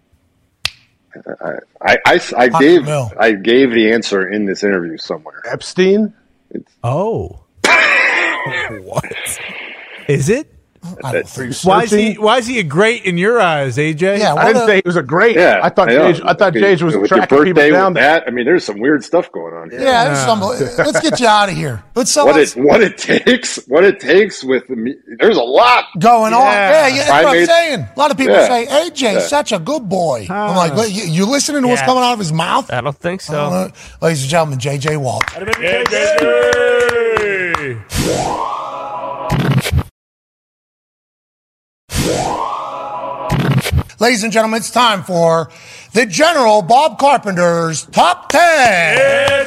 S14: I, I, I, I gave I gave the answer in this interview somewhere.
S7: Epstein.
S2: Oh. what? Is it?
S1: I
S14: don't think
S7: so.
S2: Why is he? Why is he a great in your eyes, AJ?
S1: Yeah,
S7: I didn't say he was a great.
S14: Yeah,
S7: I thought
S14: know.
S7: Jage, I thought
S14: With-
S7: Jage was
S14: with
S7: tracking
S14: your
S7: people
S14: birthday
S7: down.
S14: with that. I mean, there's some weird stuff going on here.
S1: Yeah, that's unbelievable. let's get you out of here. Let's
S14: what it what it takes what it takes with the me- there's a lot
S1: going on. Yeah, yeah that's what I'm
S14: Primates-
S1: saying. A lot of people
S14: Yeah.
S1: say AJ,
S14: Yeah.
S1: such a good boy. I'm like, "Look, you, you listening to what's
S3: Yeah.
S1: coming out of his mouth?
S3: I don't think so.
S1: Uh, ladies and gentlemen, JJ Watt. Ladies and gentlemen, it's time for the General Bob Carpenter's Top 10.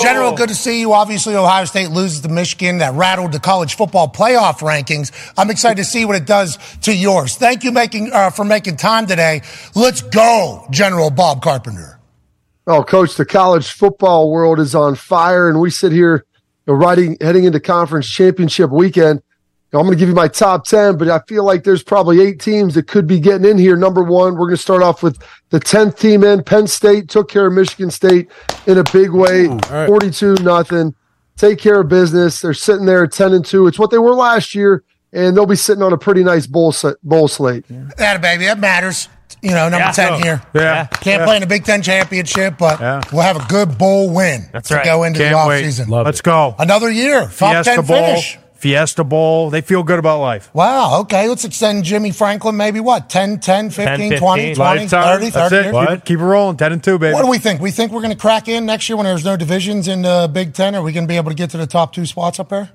S1: General! good to see you. Obviously, Ohio State loses to Michigan. That rattled the college football playoff rankings. I'm excited to see what it does to yours. Thank you making, uh, for making time today. Let's go, General Bob Carpenter.
S15: Oh, coach, the college football world is on fire, and we sit here you know, riding, heading into conference championship weekend. You know, I'm going to give you my top 10, but I feel like there's probably eight teams that could be getting in here. Number one, we're going to start off with the 10th team in. Penn State took care of Michigan State in a big way, 42 nothing. Take care of business. They're sitting there at 10 and 2. It's what they were last year, and they'll be sitting on a pretty nice bowl, sa- bowl slate.
S1: That baby, that matters. You know, number
S15: Yeah.
S1: 10 here.
S15: Yeah.
S1: Can't
S15: Yeah.
S1: play in the Big Ten championship, but we'll have a good bowl win
S4: That's
S1: to
S4: right.
S1: go into
S4: Can't
S1: the
S4: wait.
S1: offseason.
S4: Love Let's it. go.
S1: Oh. Another year. Top
S4: Fiesta
S1: 10
S4: Bowl.
S1: finish.
S4: Fiesta Bowl. They feel good about life.
S1: Wow. Okay. Let's extend Jimmy Franklin maybe what? 10, 10, 15, 20, 20, 30, 30 years.
S4: Keep, keep it rolling. 10 and 2, baby.
S1: What do we think? We think we're going to crack in next year when there's no divisions in the Big Ten? Are we going to be able to get to the top two spots up there?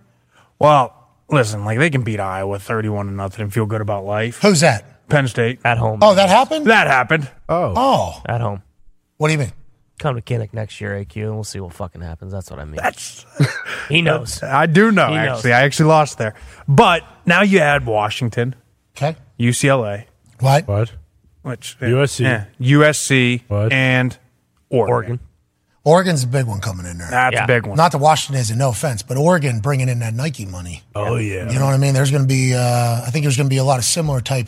S4: Well, listen, like they can beat Iowa 31 to nothing and feel good about life.
S1: Who's that?
S4: Penn State.
S3: At home.
S1: Oh, that happened?
S4: That happened.
S2: Oh.
S1: Oh.
S3: At home.
S1: What do you mean?
S3: Come to Kinnick next year, AQ, and we'll see what fucking happens. That's what I mean. That's he knows.
S4: I do know,
S3: He knows.
S4: actually. I actually lost there. But now you add Washington.
S1: Okay.
S4: UCLA.
S1: What?
S2: What?
S4: Which
S2: USC.
S4: yeah, USC and Oregon.
S1: Oregon's a big one coming in there.
S4: That's a Yeah. big one.
S1: Not that Washington isn't, no offense, but Oregon bringing in that Nike money.
S2: Oh yeah.
S1: You know what I mean? There's going to be, uh, I think there's going to be a lot of similar type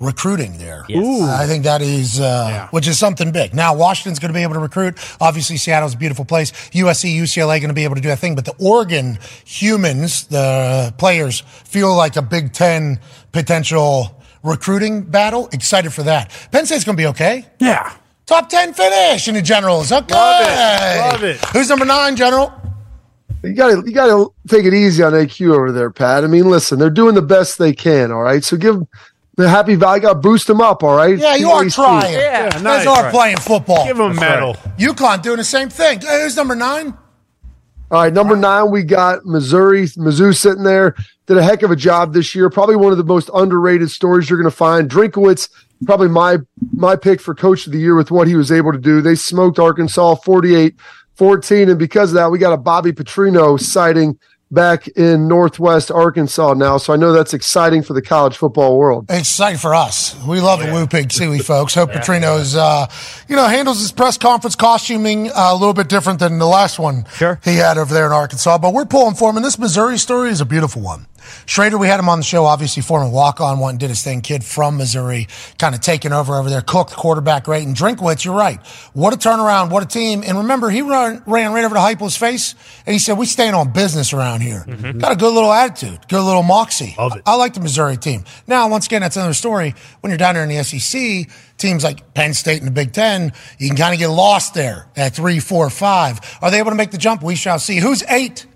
S1: recruiting there.
S2: Yes. Ooh.
S1: I think that is, uh, which is something big. Now, Washington's going to be able to recruit. Obviously, Seattle's a beautiful place. USC, UCLA going to be able to do that thing. But the Oregon humans, the players, feel like a Big Ten potential recruiting battle. Excited for that. Penn State's going to be okay.
S4: Yeah.
S1: Top 10 finish in the Generals. Okay.
S15: Love it.
S1: Who's number nine, General?
S15: You gotta you gotta take it easy on AQ over there, Pat. I mean, listen, they're doing the best they can, all right? So give The happy value got boost him up, all right?
S1: Yeah, you are trying.
S15: Yeah,
S1: you
S15: nice.
S1: guys are
S15: Right.
S1: playing football.
S15: Give 'em a E That's medal.
S1: UConn doing the same thing. Hey, Who's number nine?
S15: All right, number nine, we got Missouri. Mizzou sitting there did a heck of a job this year. Probably one of the most underrated stories you're going to find. Drinkowitz, probably my my pick for coach of the year with what he was able to do. They smoked Arkansas 48 14, and because of that, we got a Bobby Petrino sighting back in Northwest Arkansas now. So I know that's exciting for the college football world.
S1: Exciting for us. We love the Woo Pig Sealy folks. Hope Petrino's, uh, you know, handles his press conference costuming uh, a little bit different than the last one he had over there in Arkansas. But we're pulling for him, and this Missouri story is a beautiful one. Schrader, we had him on the show, obviously former walk-on one, did his thing, kid from Missouri, kind of taking over over there. Cook, quarterback, great, and Drinkwitz. You're right. What a turnaround! What a team! And remember, he run, ran right over to Heupel's face, and he said, "We staying on business around here." Got a good little attitude, good little moxie. Love it. I, I like the Missouri team. Now, once again, that's another story. When you're down there in the SEC, teams like Penn State and the Big Ten, you can kind of get lost there at three, four, five. Are they able to make the jump? We shall see. Who's eight?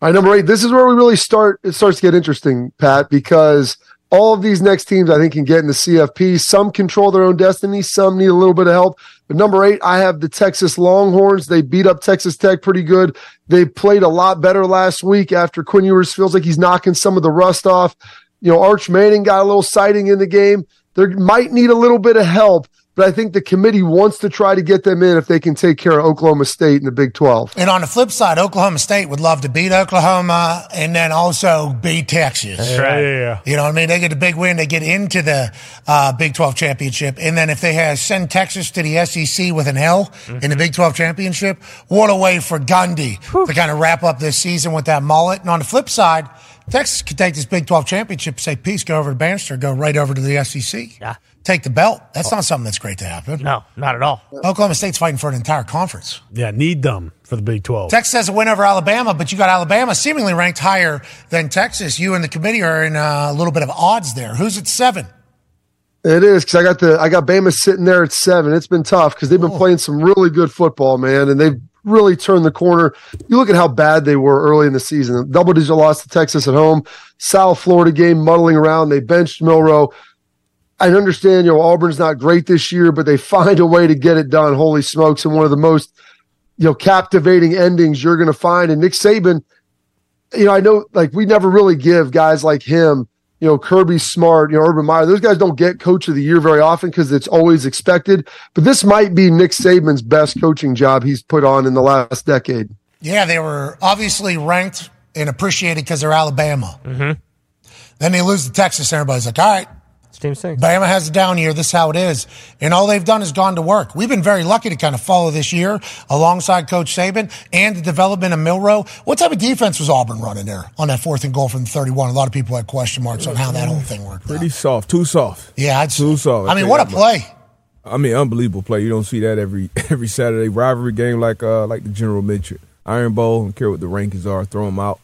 S15: All right, number eight. This is where we really start. It starts to get interesting, Pat, because all of these next teams I think can get in the CFP. Some control their own destiny. Some need a little bit of help. But number eight, I have the Texas Longhorns. They beat up Texas Tech pretty good. They played a lot better last week after Quinn Ewers feels like he's knocking some of the rust off. You know, Arch Manning got a little sighting in the game. They might need a little bit of help, but I think the committee wants to try to get them in if they can take care of Oklahoma State in the Big 12.
S1: And on the flip side, Oklahoma State would love to beat Oklahoma and then also beat Texas.
S2: That's right. Yeah, yeah, yeah.
S1: You know what I mean? They get a big win. They get into the uh, Big 12 championship. And then if they have send Texas to the SEC with an L in the Big 12 championship, what a way for Gundy to kind of wrap up this season with that mullet. And on the flip side, Texas could take this Big 12 championship, say, peace, go over to Bannister, go right over to the SEC. Yeah. Take the belt. That's not something that's great to happen.
S3: No, not at all.
S1: Oklahoma State's fighting for an entire conference.
S2: Yeah, need them for the Big 12.
S1: Texas has a win over Alabama, but you got Alabama seemingly ranked higher than Texas. You and the committee are in uh, a little bit of odds there. Who's at seven?
S15: It is because I got the I got Bama sitting there at seven. It's been tough because they've been playing some really good football, man, and they've really turned the corner. You look at how bad they were early in the season. Double digit loss to Texas at home. South Florida game muddling around. They benched Milrow. I understand, you know, Auburn's not great this year, but they find a way to get it done. Holy smokes! And one of the most, you know, captivating endings you're going to find. And Nick Saban, you know, I know like we never really give guys like him, you know, Kirby Smart, you know, Urban Meyer, those guys don't get coach of the year very often because it's always expected. But this might be Nick Saban's best coaching job he's put on in the last decade.
S1: Yeah, they were obviously ranked and appreciated because they're Alabama.
S3: Mm-hmm.
S1: Then they lose to Texas, and everybody's like, all right.
S3: Team six.
S1: Bama has a down year. This is how it is. And all they've done is gone to work. We've been very lucky to kind of follow this year alongside Coach Saban and the development of Milrow. What type of defense was Auburn running there on that fourth and goal from the 31? A lot of people had question marks on how that whole thing worked.
S5: Pretty soft, too soft.
S1: Yeah,
S5: too soft.
S1: I mean, what a play.
S5: I mean, unbelievable play. You don't see that every every Saturday rivalry game like uh like the General Mitchell Iron Bowl. Don't care what the rankings are, throw them out.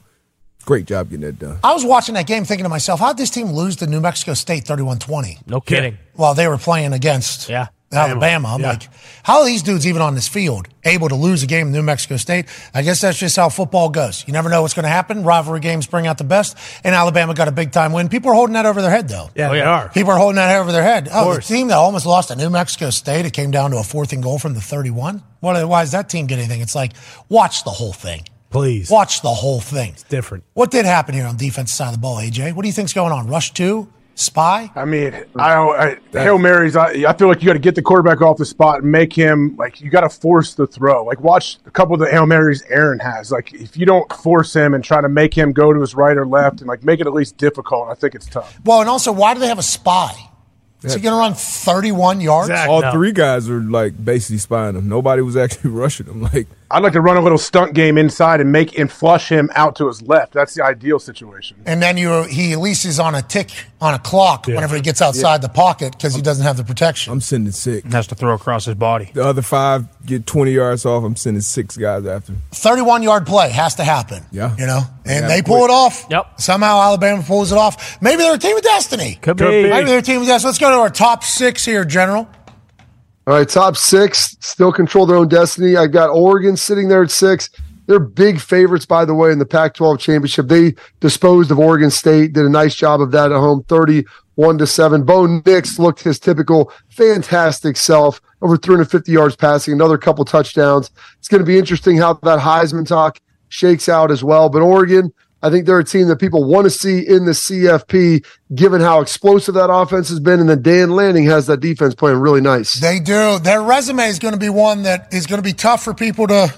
S5: Great job getting that done.
S1: I was watching that game thinking to myself, how'd this team lose to New Mexico State 31 20?
S3: No kidding.
S1: While they were playing against
S3: yeah.
S1: Alabama. I'm like, how are these dudes even on this field able to lose a game in New Mexico State? I guess that's just how football goes. You never know what's going to happen. Rivalry games bring out the best, and Alabama got a big time win. People are holding that over their head, though.
S2: Yeah,
S3: Oh,
S2: they are.
S1: People are holding that over their head. Oh, the
S2: course.
S1: team that almost lost to New Mexico State, it came down to a fourth and goal from the 31. Why why does that team get anything? It's like, watch the whole thing.
S2: Please.
S1: Watch the whole thing. It's
S2: different.
S1: What did happen here on the defensive side of the ball, AJ? What do you think's going on? Rush two? Spy?
S7: I mean, I, I Hail Marys. I, I feel like you got to get the quarterback off the spot and make him like you got to force the throw. Like watch a couple of the Hail Marys Aaron has. Like if you don't force him and try to make him go to his right or left and like make it at least difficult, I think it's tough.
S1: Well, and also, why do they have a spy? Is he
S5: Yeah.
S1: going to run 31 yards?
S5: All three guys are like basically spying them. Nobody was actually rushing them. Like
S7: I'd like to run a little stunt game inside and make and flush him out to his left. That's the ideal situation.
S1: And then you, he at least is on a tick, on a clock whenever he gets outside the pocket because he doesn't have the protection.
S5: I'm sending six.
S3: Has to throw across his body.
S5: The other five get twenty yards off. I'm sending six guys after.
S1: 31 yard play has to happen.
S5: Yeah.
S1: You know? And
S5: Yeah,
S1: they
S5: quick.
S1: pull it off. Yep. Somehow Alabama pulls it off. Maybe they're a team of destiny.
S3: Could Could be. be.
S1: Maybe they're a team of destiny. Let's go to our top six here, General.
S15: All right, top six still control their own destiny. I've got Oregon sitting there at six. They're big favorites, by the way, in the Pac 12 championship. They disposed of Oregon State, did a nice job of that at home, 31 to 7. Bo Nix looked his typical fantastic self, over 350 yards passing, another couple touchdowns. It's going to be interesting how that Heisman talk shakes out as well. But Oregon, I think they're a team that people want to see in the CFP, given how explosive that offense has been. And then Dan Lanning has that defense playing really nice.
S1: They do. Their resume is going to be one that is going to be tough for people to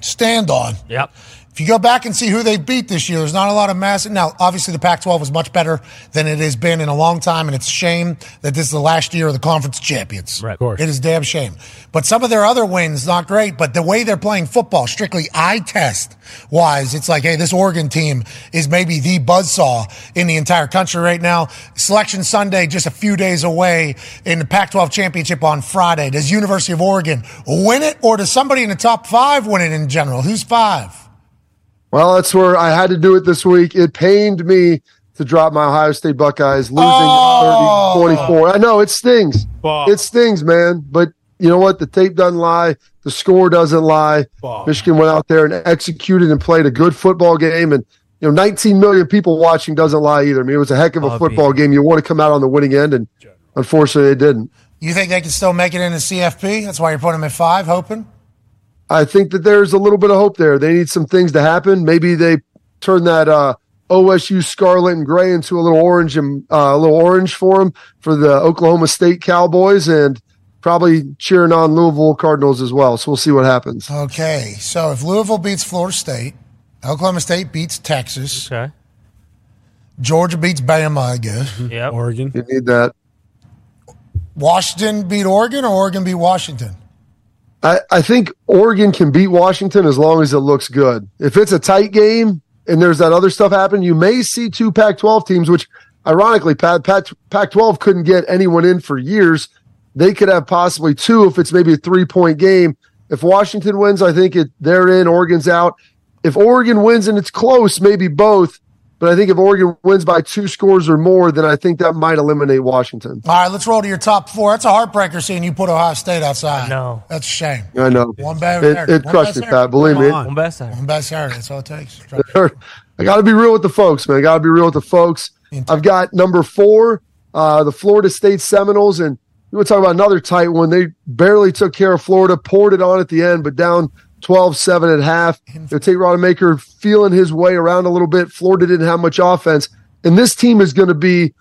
S1: stand on.
S3: Yep.
S1: If you go back and see who they beat this year, there's not a lot of massive. Now, obviously, the Pac 12 was much better than it has been in a long time, and it's a shame that this is the last year of the conference champions. Right, of course. It is a damn shame. But some of their other wins, not great, but the way they're playing football, strictly eye test wise, it's like, hey, this Oregon team is maybe the buzzsaw in the entire country right now. Selection Sunday, just a few days away, in the Pac 12 championship on Friday. Does University of Oregon win it, or does somebody in the top five win it in general? Who's five?
S15: Well, that's where I had to do it this week. It pained me to drop my Ohio State Buckeyes losing 30 24. I know it stings. It stings, man. But you know what? The tape doesn't lie. The score doesn't lie. Michigan went out there and executed and played a good football game. And, you know, 19 million people watching doesn't lie either. I mean, it was a heck of a football game. You want to come out on the winning end. And unfortunately, it didn't.
S1: You think they can still make it in the CFP? That's why you're putting them at five, hoping?
S15: I think that there's a little bit of hope there. They need some things to happen. Maybe they turn that uh, OSU scarlet and gray into a little orange and uh, a little orange for them for the Oklahoma State Cowboys and probably cheering on Louisville Cardinals as well. So we'll see what happens.
S1: Okay, so if Louisville beats Florida State, Oklahoma State beats Texas.
S3: Okay. Mm-hmm.
S1: Georgia beats Bama, I guess.
S3: Yeah.
S2: Oregon.
S15: You need that.
S1: Washington beat Oregon, or Oregon beat Washington.
S15: I, I think Oregon can beat Washington as long as it looks good. If it's a tight game and there's that other stuff happening, you may see two Pac 12 teams, which ironically, Pat, Pac 12 couldn't get anyone in for years. They could have possibly two if it's maybe a three point game. If Washington wins, I think it, they're in, Oregon's out. If Oregon wins and it's close, maybe both. But I think if Oregon wins by two scores or more, then I think that might eliminate Washington.
S1: All right, let's roll to your top four. That's a heartbreaker seeing you put Ohio State outside. No. That's a shame.
S15: I know.
S1: One bad
S15: It, it crushed me, Pat. Believe me.
S1: One
S3: bad Saturday.
S1: One bad Saturday. That's all it takes.
S15: I got to be real with the folks, man. I got to be real with the folks. I've got number four, uh, the Florida State Seminoles, and we want to talk about another tight one. They barely took care of Florida, poured it on at the end, but down 12-7 at half. They'll take Rodemaker feeling his way around a little bit. Florida didn't have much offense, and this team is going to be,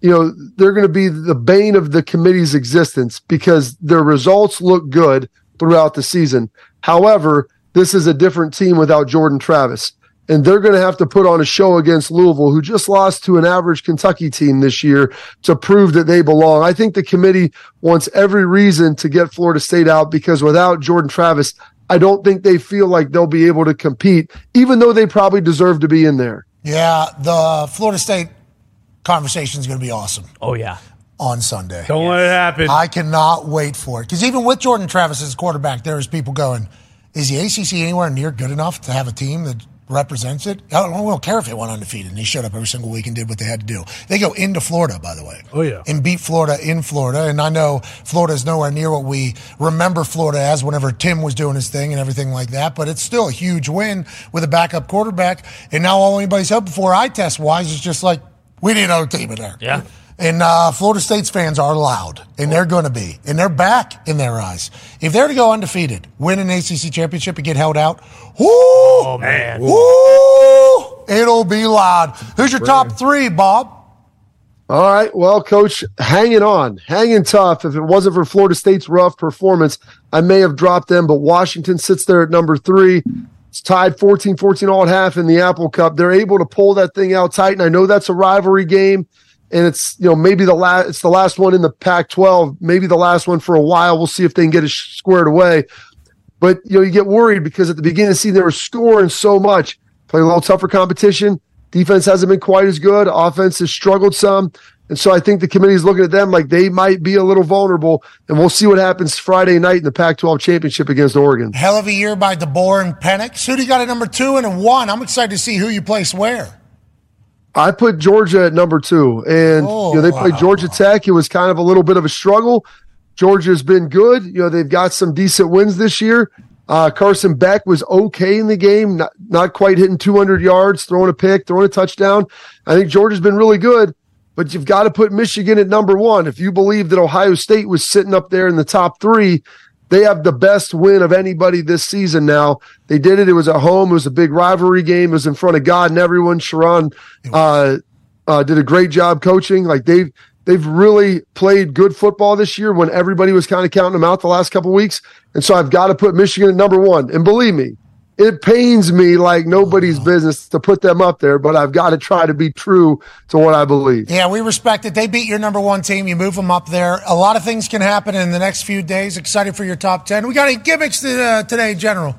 S15: you know, they're going to be the bane of the committee's existence because their results look good throughout the season. However, this is a different team without Jordan Travis and they're going to have to put on a show against Louisville, who just lost to an average Kentucky team this year to prove that they belong. I think the committee wants every reason to get Florida State out because without Jordan Travis, I don't think they feel like they'll be able to compete, even though they probably deserve to be in there.
S1: Yeah, the Florida State conversation is going to be awesome
S3: Oh, yeah.
S1: on Sunday.
S2: Don't let it happen.
S1: I cannot wait for it. Because even with Jordan Travis as quarterback, there is people going, is the ACC anywhere near good enough to have a team that represents it? I don't, I don't care if it went undefeated and they showed up every single week and did what they had to do. They go into Florida, by the way.
S2: Oh, yeah.
S1: And beat Florida in Florida. And I know Florida is nowhere near what we remember Florida as whenever Tim was doing his thing and everything like that. But it's still a huge win with a backup quarterback. And now all anybody's hoping for eye test wise is just like, we need another team in there.
S3: Yeah.
S1: And uh, Florida State's fans are loud, and they're going to be, and they're back in their eyes. If they're to go undefeated, win an ACC championship, and get held out, whoo, oh
S3: man,
S1: whoo, it'll be loud. Who's your top three, Bob?
S15: All right. Well, coach, hanging on, hanging tough. If it wasn't for Florida State's rough performance, I may have dropped them, but Washington sits there at number three. It's tied 14 14 all at half in the Apple Cup. They're able to pull that thing out tight. And I know that's a rivalry game. And it's, you know, maybe the last, it's the last one in the Pac 12, maybe the last one for a while. We'll see if they can get it sh- squared away. But you know, you get worried because at the beginning of the season they were scoring so much, playing a little tougher competition. Defense hasn't been quite as good. Offense has struggled some. And so I think the committee's looking at them like they might be a little vulnerable. And we'll see what happens Friday night in the Pac 12 championship against Oregon.
S1: Hell of a year by DeBoer and Penix. Who do you got at number two and a one? I'm excited to see who you place where.
S15: I put Georgia at number two, and you know, they played Georgia Tech. It was kind of a little bit of a struggle. Georgia's been good. You know, they've got some decent wins this year. Uh, Carson Beck was okay in the game, not, not quite hitting 200 yards, throwing a pick, throwing a touchdown. I think Georgia's been really good, but you've got to put Michigan at number one. If you believe that Ohio State was sitting up there in the top three, they have the best win of anybody this season now. They did it. It was at home. It was a big rivalry game. It was in front of God and everyone. Sharon uh, uh, did a great job coaching. Like they've they've really played good football this year when everybody was kind of counting them out the last couple weeks. And so I've got to put Michigan at number one. And believe me, it pains me like nobody's business to put them up there, but I've got to try to be true to what I believe.
S1: Yeah, we respect it. They beat your number one team. You move them up there. A lot of things can happen in the next few days. Excited for your top 10. We got any gimmicks to, uh, today, General?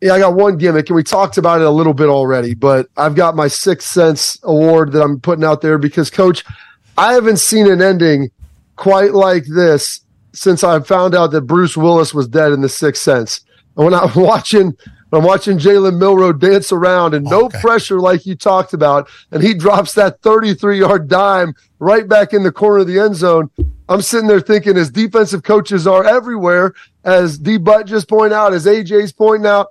S15: Yeah, I got one gimmick, and we talked about it a little bit already, but I've got my Sixth Sense award that I'm putting out there because, Coach, I haven't seen an ending quite like this since I found out that Bruce Willis was dead in The Sixth Sense. And when I'm watching, when I'm watching Jalen Milrow dance around and no pressure like you talked about, and he drops that 33 yard dime right back in the corner of the end zone. I'm sitting there thinking, as defensive coaches are everywhere, as D Butt just pointed out, as AJ's pointing out,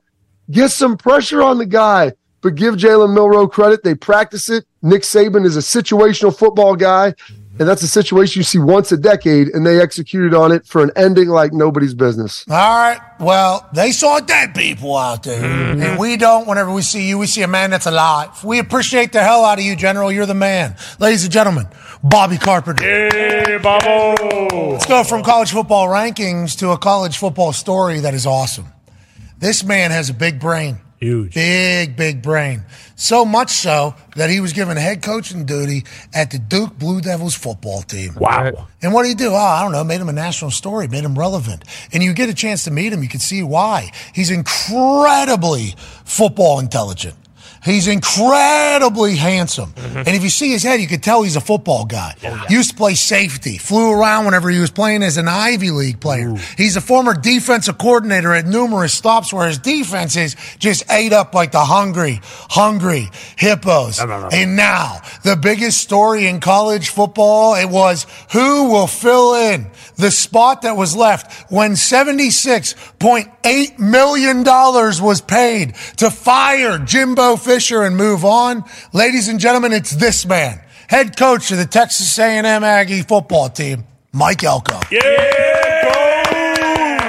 S15: get some pressure on the guy. But give Jalen Milrow credit. They practice it. Nick Saban is a situational football guy, and that's a situation you see once a decade, and they executed on it for an ending like nobody's business.
S1: All right. Well, they saw dead people out there. And we don't, whenever we see you, we see a man that's alive. We appreciate the hell out of you, General. You're the man. Ladies and gentlemen, Bobby Carpenter.
S2: Hey, Bobo.
S1: Let's go from college football rankings to a college football story that is awesome. This man has a big brain. Huge. Big, big brain. So much so that he was given head coaching duty at the Duke Blue Devils football team.
S2: Wow.
S1: And what do you do? Oh, I don't know. Made him a national story, made him relevant. And you get a chance to meet him, you can see why. He's incredibly football intelligent. He's incredibly handsome. And if you see his head, you could tell he's a football guy. Used to play safety, flew around whenever he was playing as an Ivy League player. He's a former defensive coordinator at numerous stops where his defenses just ate up like the hungry, hungry hippos. And now, the biggest story in college football, it was who will fill in the spot that was left when $76.8 million was paid to fire Jimbo Fisher and move on. Ladies and gentlemen, it's this man, head coach of the Texas A&M Aggie football team, Mike Elko.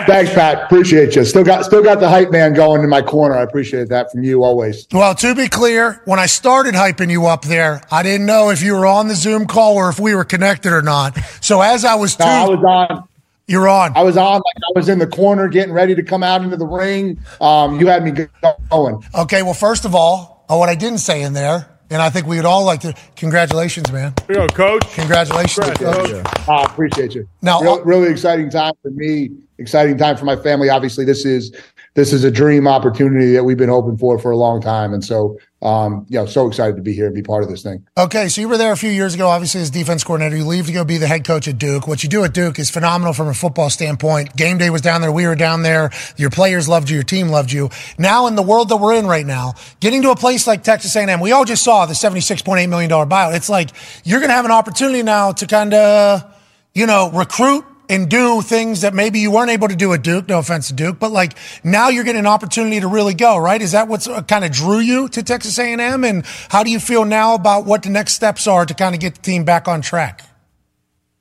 S17: Thanks, Pat. Appreciate you. Still got still got the hype man going in my corner. I appreciate that from you always.
S1: Well, to be clear, when I started hyping you up there, I didn't know if you were on the Zoom call or if we were connected or not. So as I was,
S17: No, I
S1: too-
S17: was on.
S1: You're on.
S17: I was on. Like I was in the corner getting ready to come out into the ring. Um, you had me going.
S1: Okay, well, first of all, uh, what I didn't say in there, and I think we would all like to, congratulations, man.
S2: Here you go, coach.
S1: Congratulations.
S17: I appreciate you.
S1: Now,
S17: Real- really exciting time for me. Exciting time for my family. Obviously, this is this is a dream opportunity that we've been hoping for for a long time, and so um, you know, so excited to be here and be part of this thing.
S1: Okay, so you were there a few years ago, obviously as defense coordinator. You leave to go be the head coach at Duke. What you do at Duke is phenomenal from a football standpoint. Game day was down there. We were down there. Your players loved you. Your team loved you. Now in the world that we're in right now, getting to a place like Texas A&M, we all just saw the $76.8 million buyout. It's like you're going to have an opportunity now to kind of, you know, recruit and do things that maybe you weren't able to do at Duke. No offense to Duke, but like now you're getting an opportunity to really go, right? Is that what's uh, kind of drew you to Texas A&M? And how do you feel now about what the next steps are to kind of get the team back on track?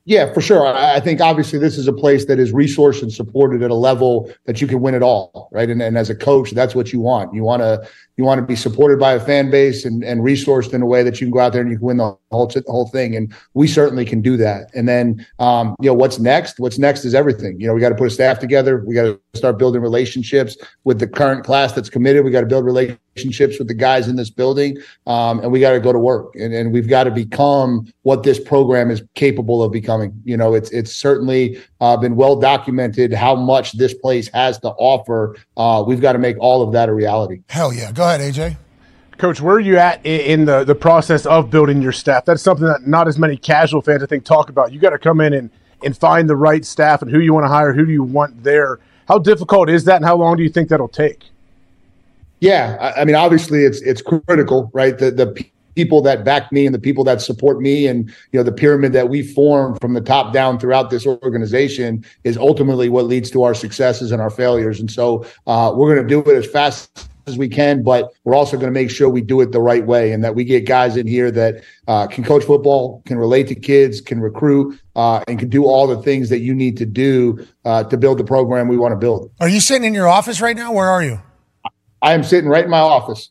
S17: Yeah, for sure. I, I think obviously this is a place that is resourced and supported at a level that you can win it all, right? And, and as a coach, that's what you want. You want to you want to be supported by a fan base and, and resourced in a way that you can go out there and you can win the whole the whole thing. And we certainly can do that. And then um, you know what's next? What's next is everything. You know we got to put a staff together. We got to start building relationships with the current class that's committed. We got to build relationships relationships with the guys in this building, um, and we got to go to work, and, and we've got to become what this program is capable of becoming. You know, it's it's certainly uh, been well documented how much this place has to offer. Uh, we've got to make all of that a reality.
S1: Hell yeah. Go ahead, AJ.
S7: Coach, where are you at i- in the, the process of building your staff? That's something that not as many casual fans, I think, talk about. You got to come in and, and find the right staff and who you want to hire, who do you want there. How difficult is that, and how long do you think that'll take?
S17: Yeah, I, I mean, obviously, it's it's critical, right? The the people that back me and the people that support me and you know the pyramid that we form from the top down throughout this organization is ultimately what leads to our successes and our failures. And so uh, we're going to do it as fast as we can, but we're also going to make sure we do it the right way and that we get guys in here that uh, can coach football, can relate to kids, can recruit, uh, and can do all the things that you need to do uh, to build the program we want to build.
S1: Are you sitting in your office right now? Where are you?
S17: I am sitting right in my office.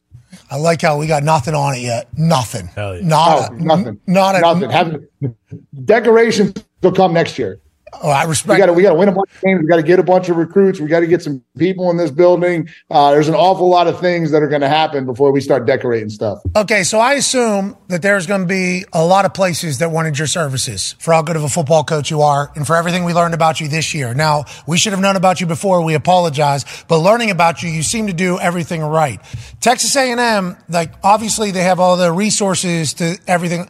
S1: I like how we got nothing on it yet. Nothing. Not
S17: No, Oh, nothing.
S1: Not a-
S17: nothing. Have, decorations will come next year.
S1: Oh, I respect.
S17: We got to we got to win a bunch of games. We got to get a bunch of recruits. We got to get some people in this building. Uh, there's an awful lot of things that are going to happen before we start decorating stuff.
S1: Okay, so I assume that there's going to be a lot of places that wanted your services for how good of a football coach you are and for everything we learned about you this year. Now, we should have known about you before. We apologize, but learning about you, you seem to do everything right. Texas A&M, like obviously they have all the resources to everything.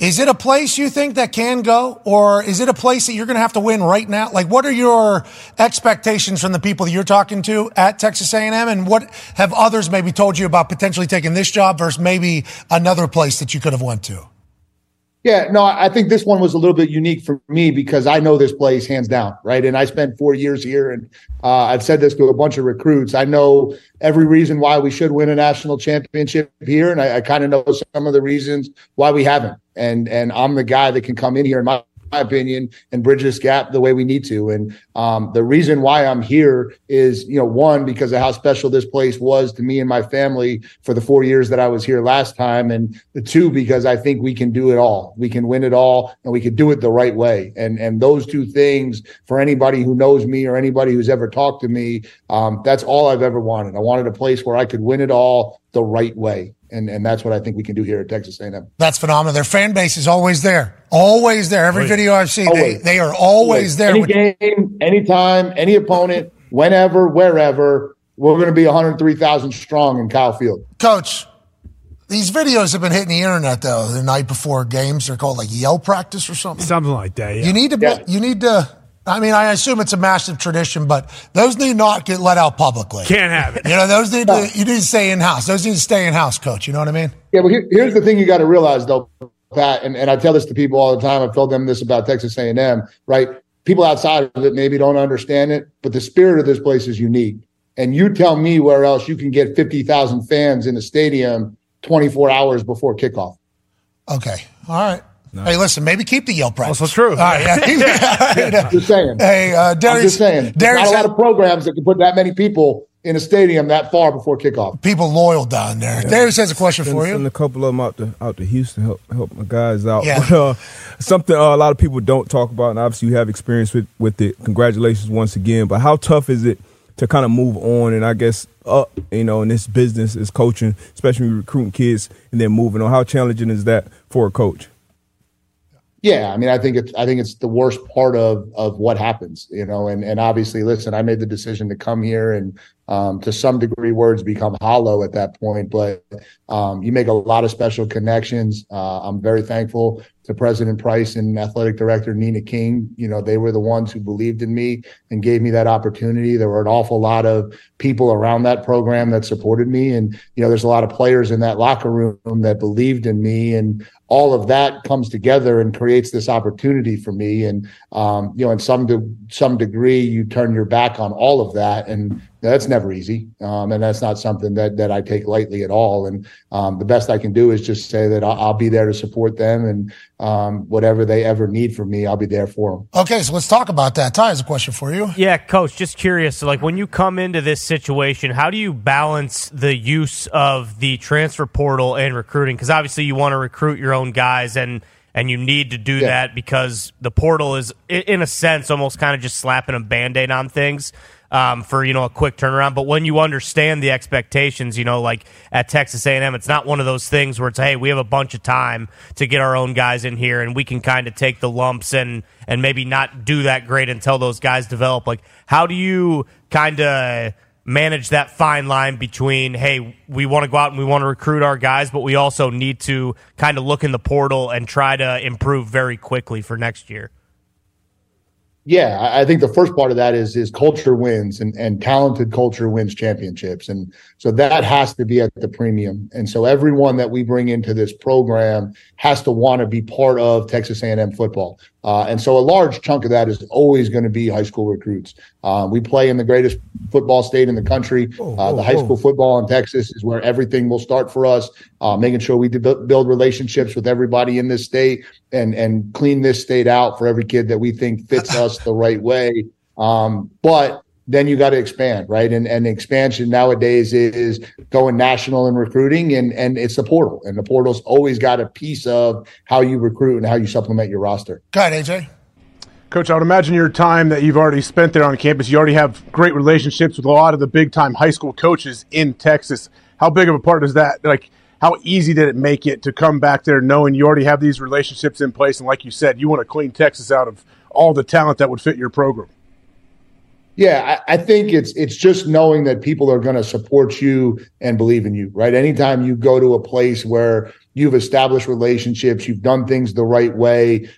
S1: Is it a place you think that can go or is it a place that you're going to have to win right now? Like what are your expectations from the people that you're talking to at Texas A&M and what have others maybe told you about potentially taking this job versus maybe another place that you could have went to?
S17: Yeah, no, I think this one was a little bit unique for me because I know this place hands down, right? And I spent four years here, and uh, I've said this to a bunch of recruits. I know every reason why we should win a national championship here, and I, I kind of know some of the reasons why we haven't. And and I'm the guy that can come in here in my, my opinion and bridge this gap the way we need to. And um, the reason why I'm here is, you know, one because of how special this place was to me and my family for the four years that I was here last time, and the two because I think we can do it all. We can win it all, and we can do it the right way. And and those two things for anybody who knows me or anybody who's ever talked to me, um, that's all I've ever wanted. I wanted a place where I could win it all the right way, and and that's what I think we can do here at Texas A&M.
S1: That's phenomenal. Their fan base is always there. Always there. Every
S17: Always.
S1: video I've seen, they,
S17: Always.
S1: they are always there.
S17: Any game, anytime, any opponent, whenever, wherever, we're going to be 103,000 strong in Kyle Field.
S1: Coach, these videos have been hitting the internet though. The night before games, they're called like yell practice or something.
S2: Something like that. Yeah.
S1: You need to. You need to. I mean, I assume it's a massive tradition, but those need not get let out publicly.
S2: Can't have it.
S1: You know, those need to, you need to stay in house. Those need to stay in house, coach. You know what I mean?
S17: Yeah, but here, here's the thing you got to realize though, Pat, and, and I tell this to people all the time. I've told them this about Texas A&M, right? People outside of it maybe don't understand it, but the spirit of this place is unique. And you tell me where else you can get 50,000 fans in a stadium 24 hours before kickoff.
S1: Okay. All right. Hey, listen. Maybe keep the yell practice. That's true.
S17: just saying.
S1: Hey, uh,
S17: I'm
S1: Darius-
S17: just saying.
S1: Darius-
S17: There's not a lot of programs that can put that many people in a stadium that far before kickoff.
S1: People loyal down there. Darius has a question
S5: send,
S1: for you.
S5: Send a couple of them out to out to Houston help help my guys out.
S1: Yeah.
S5: But, uh, something uh, a lot of people don't talk about, and obviously you have experience with with it. Congratulations once again. But how tough is it to kind of move on and I guess up, you know, in this business is coaching, especially when you're recruiting kids and then moving on. How challenging is that for a coach?
S17: Yeah, I mean, I think it's I think it's the worst part of of what happens, you know. And and obviously, listen, I made the decision to come here, and um, to some degree, words become hollow at that point. But um, you make a lot of special connections. Uh, I'm very thankful to President Price and Athletic Director Nina King. You know, they were the ones who believed in me and gave me that opportunity. There were an awful lot of people around that program that supported me, and you know, there's a lot of players in that locker room that believed in me and all of that comes together and creates this opportunity for me. And um, you know, in some de- some degree, you turn your back on all of that, and that's never easy. Um, and that's not something that that I take lightly at all. And um, the best I can do is just say that I'll, I'll be there to support them, and um, whatever they ever need from me, I'll be there for them.
S1: Okay, so let's talk about that. Ty has a question for you.
S3: Yeah, coach, just curious. So, like, when you come into this situation, how do you balance the use of the transfer portal and recruiting? Because obviously, you want to recruit your own guys, and and you need to do that because the portal is, i- in a sense, almost kind of just slapping a band aid on things um, for you know a quick turnaround. But when you understand the expectations, you know, like at Texas A&M, it's not one of those things where it's hey, we have a bunch of time to get our own guys in here, and we can kind of take the lumps and and maybe not do that great until those guys develop. Like, how do you kind of manage that fine line between hey we want to go out and we want to recruit our guys but we also need to kind of look in the portal and try to improve very quickly for next year
S17: yeah, I I think the first part of that is is culture wins and and talented culture wins championships, and so that has to be at the premium. And so everyone that we bring into this program has to want to be part of Texas A&M football. Uh, and so a large chunk of that is always going to be high school recruits. Uh, we play in the greatest football state in the country. uh, the high
S18: whoa.
S17: school football in Texas is where everything will start for us, uh, making sure we de- build relationships with everybody in this state and, and clean this state out for every kid that we think fits us the right way. Um, but then you got to expand, right? And and expansion nowadays is going national in recruiting, and and it's the portal, and the portal's always got a piece of how you recruit and how you supplement your roster.
S1: Go ahead, AJ.
S7: Coach, I would imagine your time that you've already spent there on campus, you already have great relationships with a lot of the big time high school coaches in Texas. How big of a part is that? Like, how easy did it make it to come back there knowing you already have these relationships in place? And like you said, you want to clean Texas out of all the talent that would fit your program.
S17: Yeah, I, I think it's it's just knowing that people are going to support you and believe in you, right? Anytime you go to a place where you've established relationships, you've done things the right way,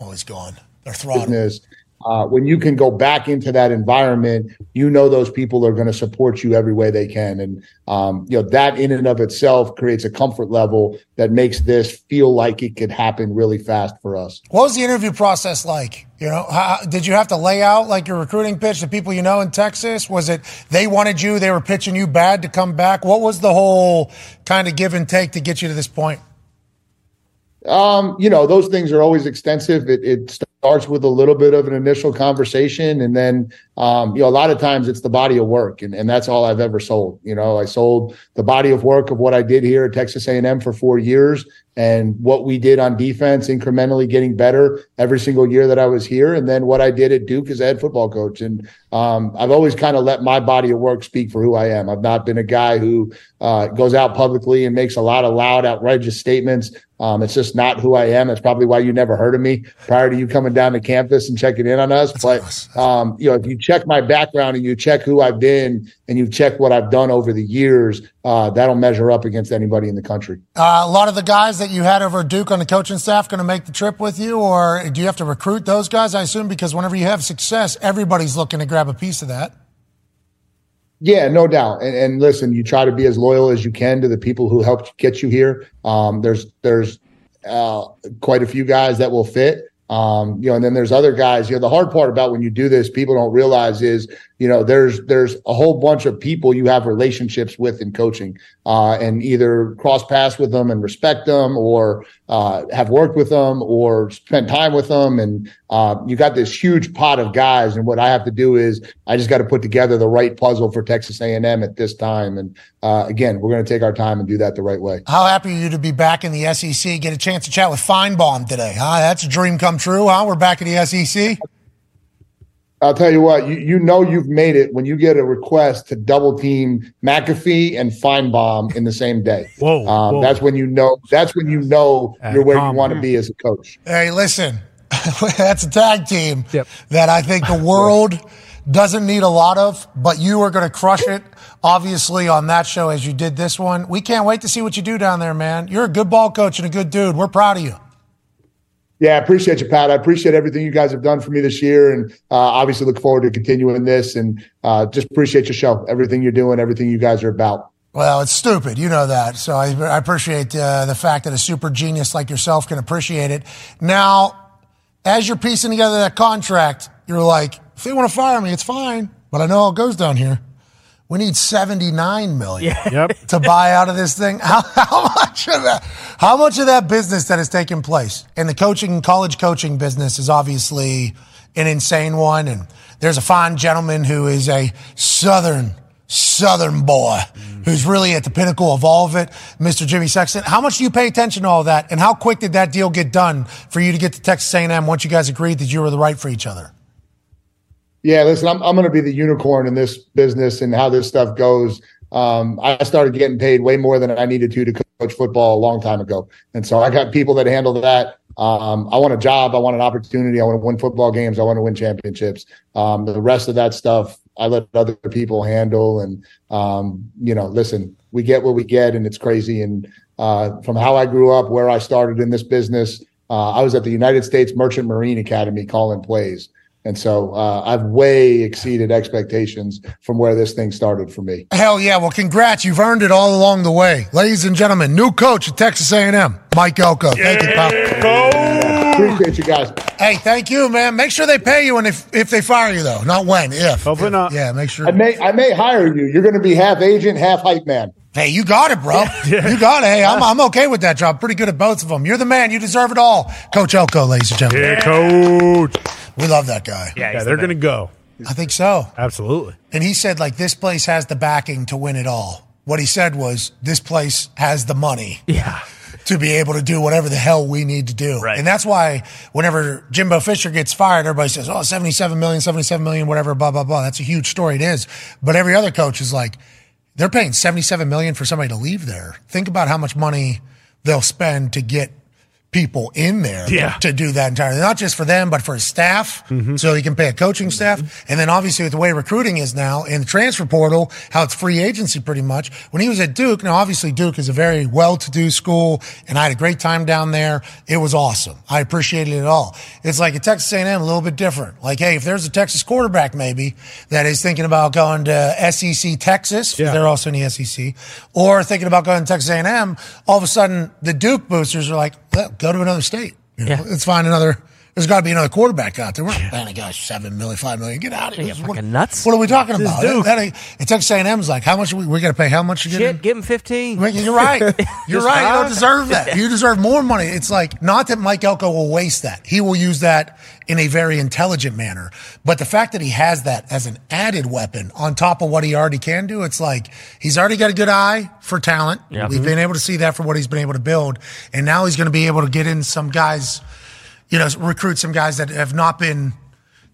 S1: Oh, he's gone. They're throttled.
S17: business. Uh, when you can go back into that environment, you know those people are going to support you every way they can, and um, you know that in and of itself creates a comfort level that makes this feel like it could happen really fast for us.
S1: What was the interview process like? You know, how, did you have to lay out like your recruiting pitch to people you know in Texas? Was it they wanted you, they were pitching you bad to come back? What was the whole kind of give and take to get you to this point?
S17: Um, you know, those things are always extensive. It, it starts with a little bit of an initial conversation, and then um, you know, a lot of times it's the body of work, and, and that's all I've ever sold. You know, I sold the body of work of what I did here at Texas A&M for four years, and what we did on defense, incrementally getting better every single year that I was here, and then what I did at Duke as a head football coach. And um, I've always kind of let my body of work speak for who I am. I've not been a guy who uh, goes out publicly and makes a lot of loud, outrageous statements. Um, it's just not who I am. That's probably why you never heard of me prior to you coming down to campus and checking in on us. But um, you know, if you check my background and you check who I've been and you check what I've done over the years, uh, that'll measure up against anybody in the country.
S1: Uh, a lot of the guys that you had over at Duke on the coaching staff going to make the trip with you, or do you have to recruit those guys? I assume because whenever you have success, everybody's looking to grab a piece of that.
S17: Yeah, no doubt. And, and listen, you try to be as loyal as you can to the people who helped get you here. Um, there's there's uh, quite a few guys that will fit. Um, you know, and then there's other guys. You know, the hard part about when you do this, people don't realize is you know there's there's a whole bunch of people you have relationships with in coaching, uh, and either cross paths with them and respect them, or uh, have worked with them, or spent time with them, and uh, you got this huge pot of guys. And what I have to do is I just got to put together the right puzzle for Texas A&M at this time. And uh, again, we're going to take our time and do that the right way.
S1: How happy are you to be back in the SEC? Get a chance to chat with Feinbaum today, huh? That's a dream come true, huh? We're back in the E SEC.
S17: I'll tell you what, you, you know you've made it when you get a request to double team McAfee and Feinbaum in the same day.
S2: Whoa,
S17: um,
S1: whoa.
S17: that's when you know. That's when you know you're where you want to be as a coach.
S1: Hey, listen, that's a tag team that I think the world doesn't need a lot of, but you are going to crush it, obviously, on that show as you did this one. We can't wait to see what you do down there, man. You're a good ball coach and a good dude. We're proud of you.
S17: Yeah, I appreciate you, Pat. I appreciate everything you guys have done for me this year, and uh, obviously look forward to continuing this. And uh, just appreciate your show, everything you're doing, everything you guys are about.
S1: Well, it's stupid. You know that. So I, I appreciate uh, the fact that a super genius like yourself can appreciate it. Now, as you're piecing together that contract, you're like, if they want to fire me, it's fine. But I know how it goes down here. We need 79 million to buy out of this thing. How, how much of that, how much of that business that has taken place and the coaching, college coaching business is obviously an insane one. And there's a fine gentleman who is a Southern, Southern boy who's really at the pinnacle of all of it. Mr. Jimmy Sexton, how much do you pay attention to all that? And how quick did that deal get done for you to get to Texas A&M once you guys agreed that you were the right for each other?
S17: Yeah, listen, I'm I'm going to be the unicorn in this business and how this stuff goes. Um, I started getting paid way more than I needed to to coach football a long time ago, and so I got people that handle that. Um, I want a job, I want an opportunity, I want to win football games, I want to win championships. Um, the rest of that stuff I let other people handle, and um, you know, listen, we get what we get, and it's crazy. And uh, from how I grew up, where I started in this business, Uh, I was at the United States Merchant Marine Academy calling plays. And so uh, I've way exceeded expectations from where this thing started for me.
S1: Hell yeah! Well, congrats. You've earned it all along the way, ladies and gentlemen. New coach at Texas A&M, Mike Elko. Thank you, pal.
S17: Appreciate you guys.
S1: Hey, thank you, man. Make sure they pay you, and if if they fire you though, not when, if. Hopefully not. Yeah, make sure.
S17: I may I may hire you. You're going to be half agent, half hype man.
S1: Hey, you got it, bro. You got it. Hey, I'm, I'm okay with that job. Pretty good at both of them. You're the man. You deserve it all. Coach Elko, ladies and gentlemen.
S2: Yeah, coach.
S1: We love that guy.
S2: Yeah, they're going to go.
S1: I think so.
S2: Absolutely.
S1: And he said, like, this place has the backing to win it all. What he said was, this place has the money.
S3: Yeah.
S1: To be able to do whatever the hell we need to do. Right. And that's why whenever Jimbo Fisher gets fired, everybody says, oh, 77 million, 77 million, whatever, blah, blah, blah. That's a huge story. It is. But every other coach is like, they're paying 77 million for somebody to leave there. Think about how much money they'll spend to get people in there
S2: Yeah.
S1: to do that entirely. Not just for them, but for his staff. So he can pay a coaching staff. And then obviously with the way recruiting is now in the transfer portal, how it's free agency pretty much. When he was at Duke, now obviously Duke is a very well-to-do school and I had a great time down there. It was awesome. I appreciated it all. It's like at Texas A&M, a little bit different. Like, hey, if there's a Texas quarterback maybe that is thinking about going to SEC Texas, they're also in the SEC, or thinking about going to Texas A&M, all of a sudden the Duke boosters are like, well, go to another state. You know, Let's find another. There's got to be another quarterback out there. We're not paying a guy seven million, five million. Get out of here. What, nuts. What are we talking
S3: This is
S1: about?
S3: Duke.
S1: That, ain't- and Texas A&M's like, how much are we, we got to pay? How much to get in?
S3: Shit, give him 15.
S1: You're right. You're right. You don't deserve that. You deserve more money. It's like not that Mike Elko will waste that. He will use that in a very intelligent manner. But the fact that he has that as an added weapon on top of what he already can do, it's like he's already got a good eye for talent.
S2: Yeah.
S1: We've been able to see that for what he's been able to build, and now he's going to be able to get in some guys, you know, recruit some guys that have not been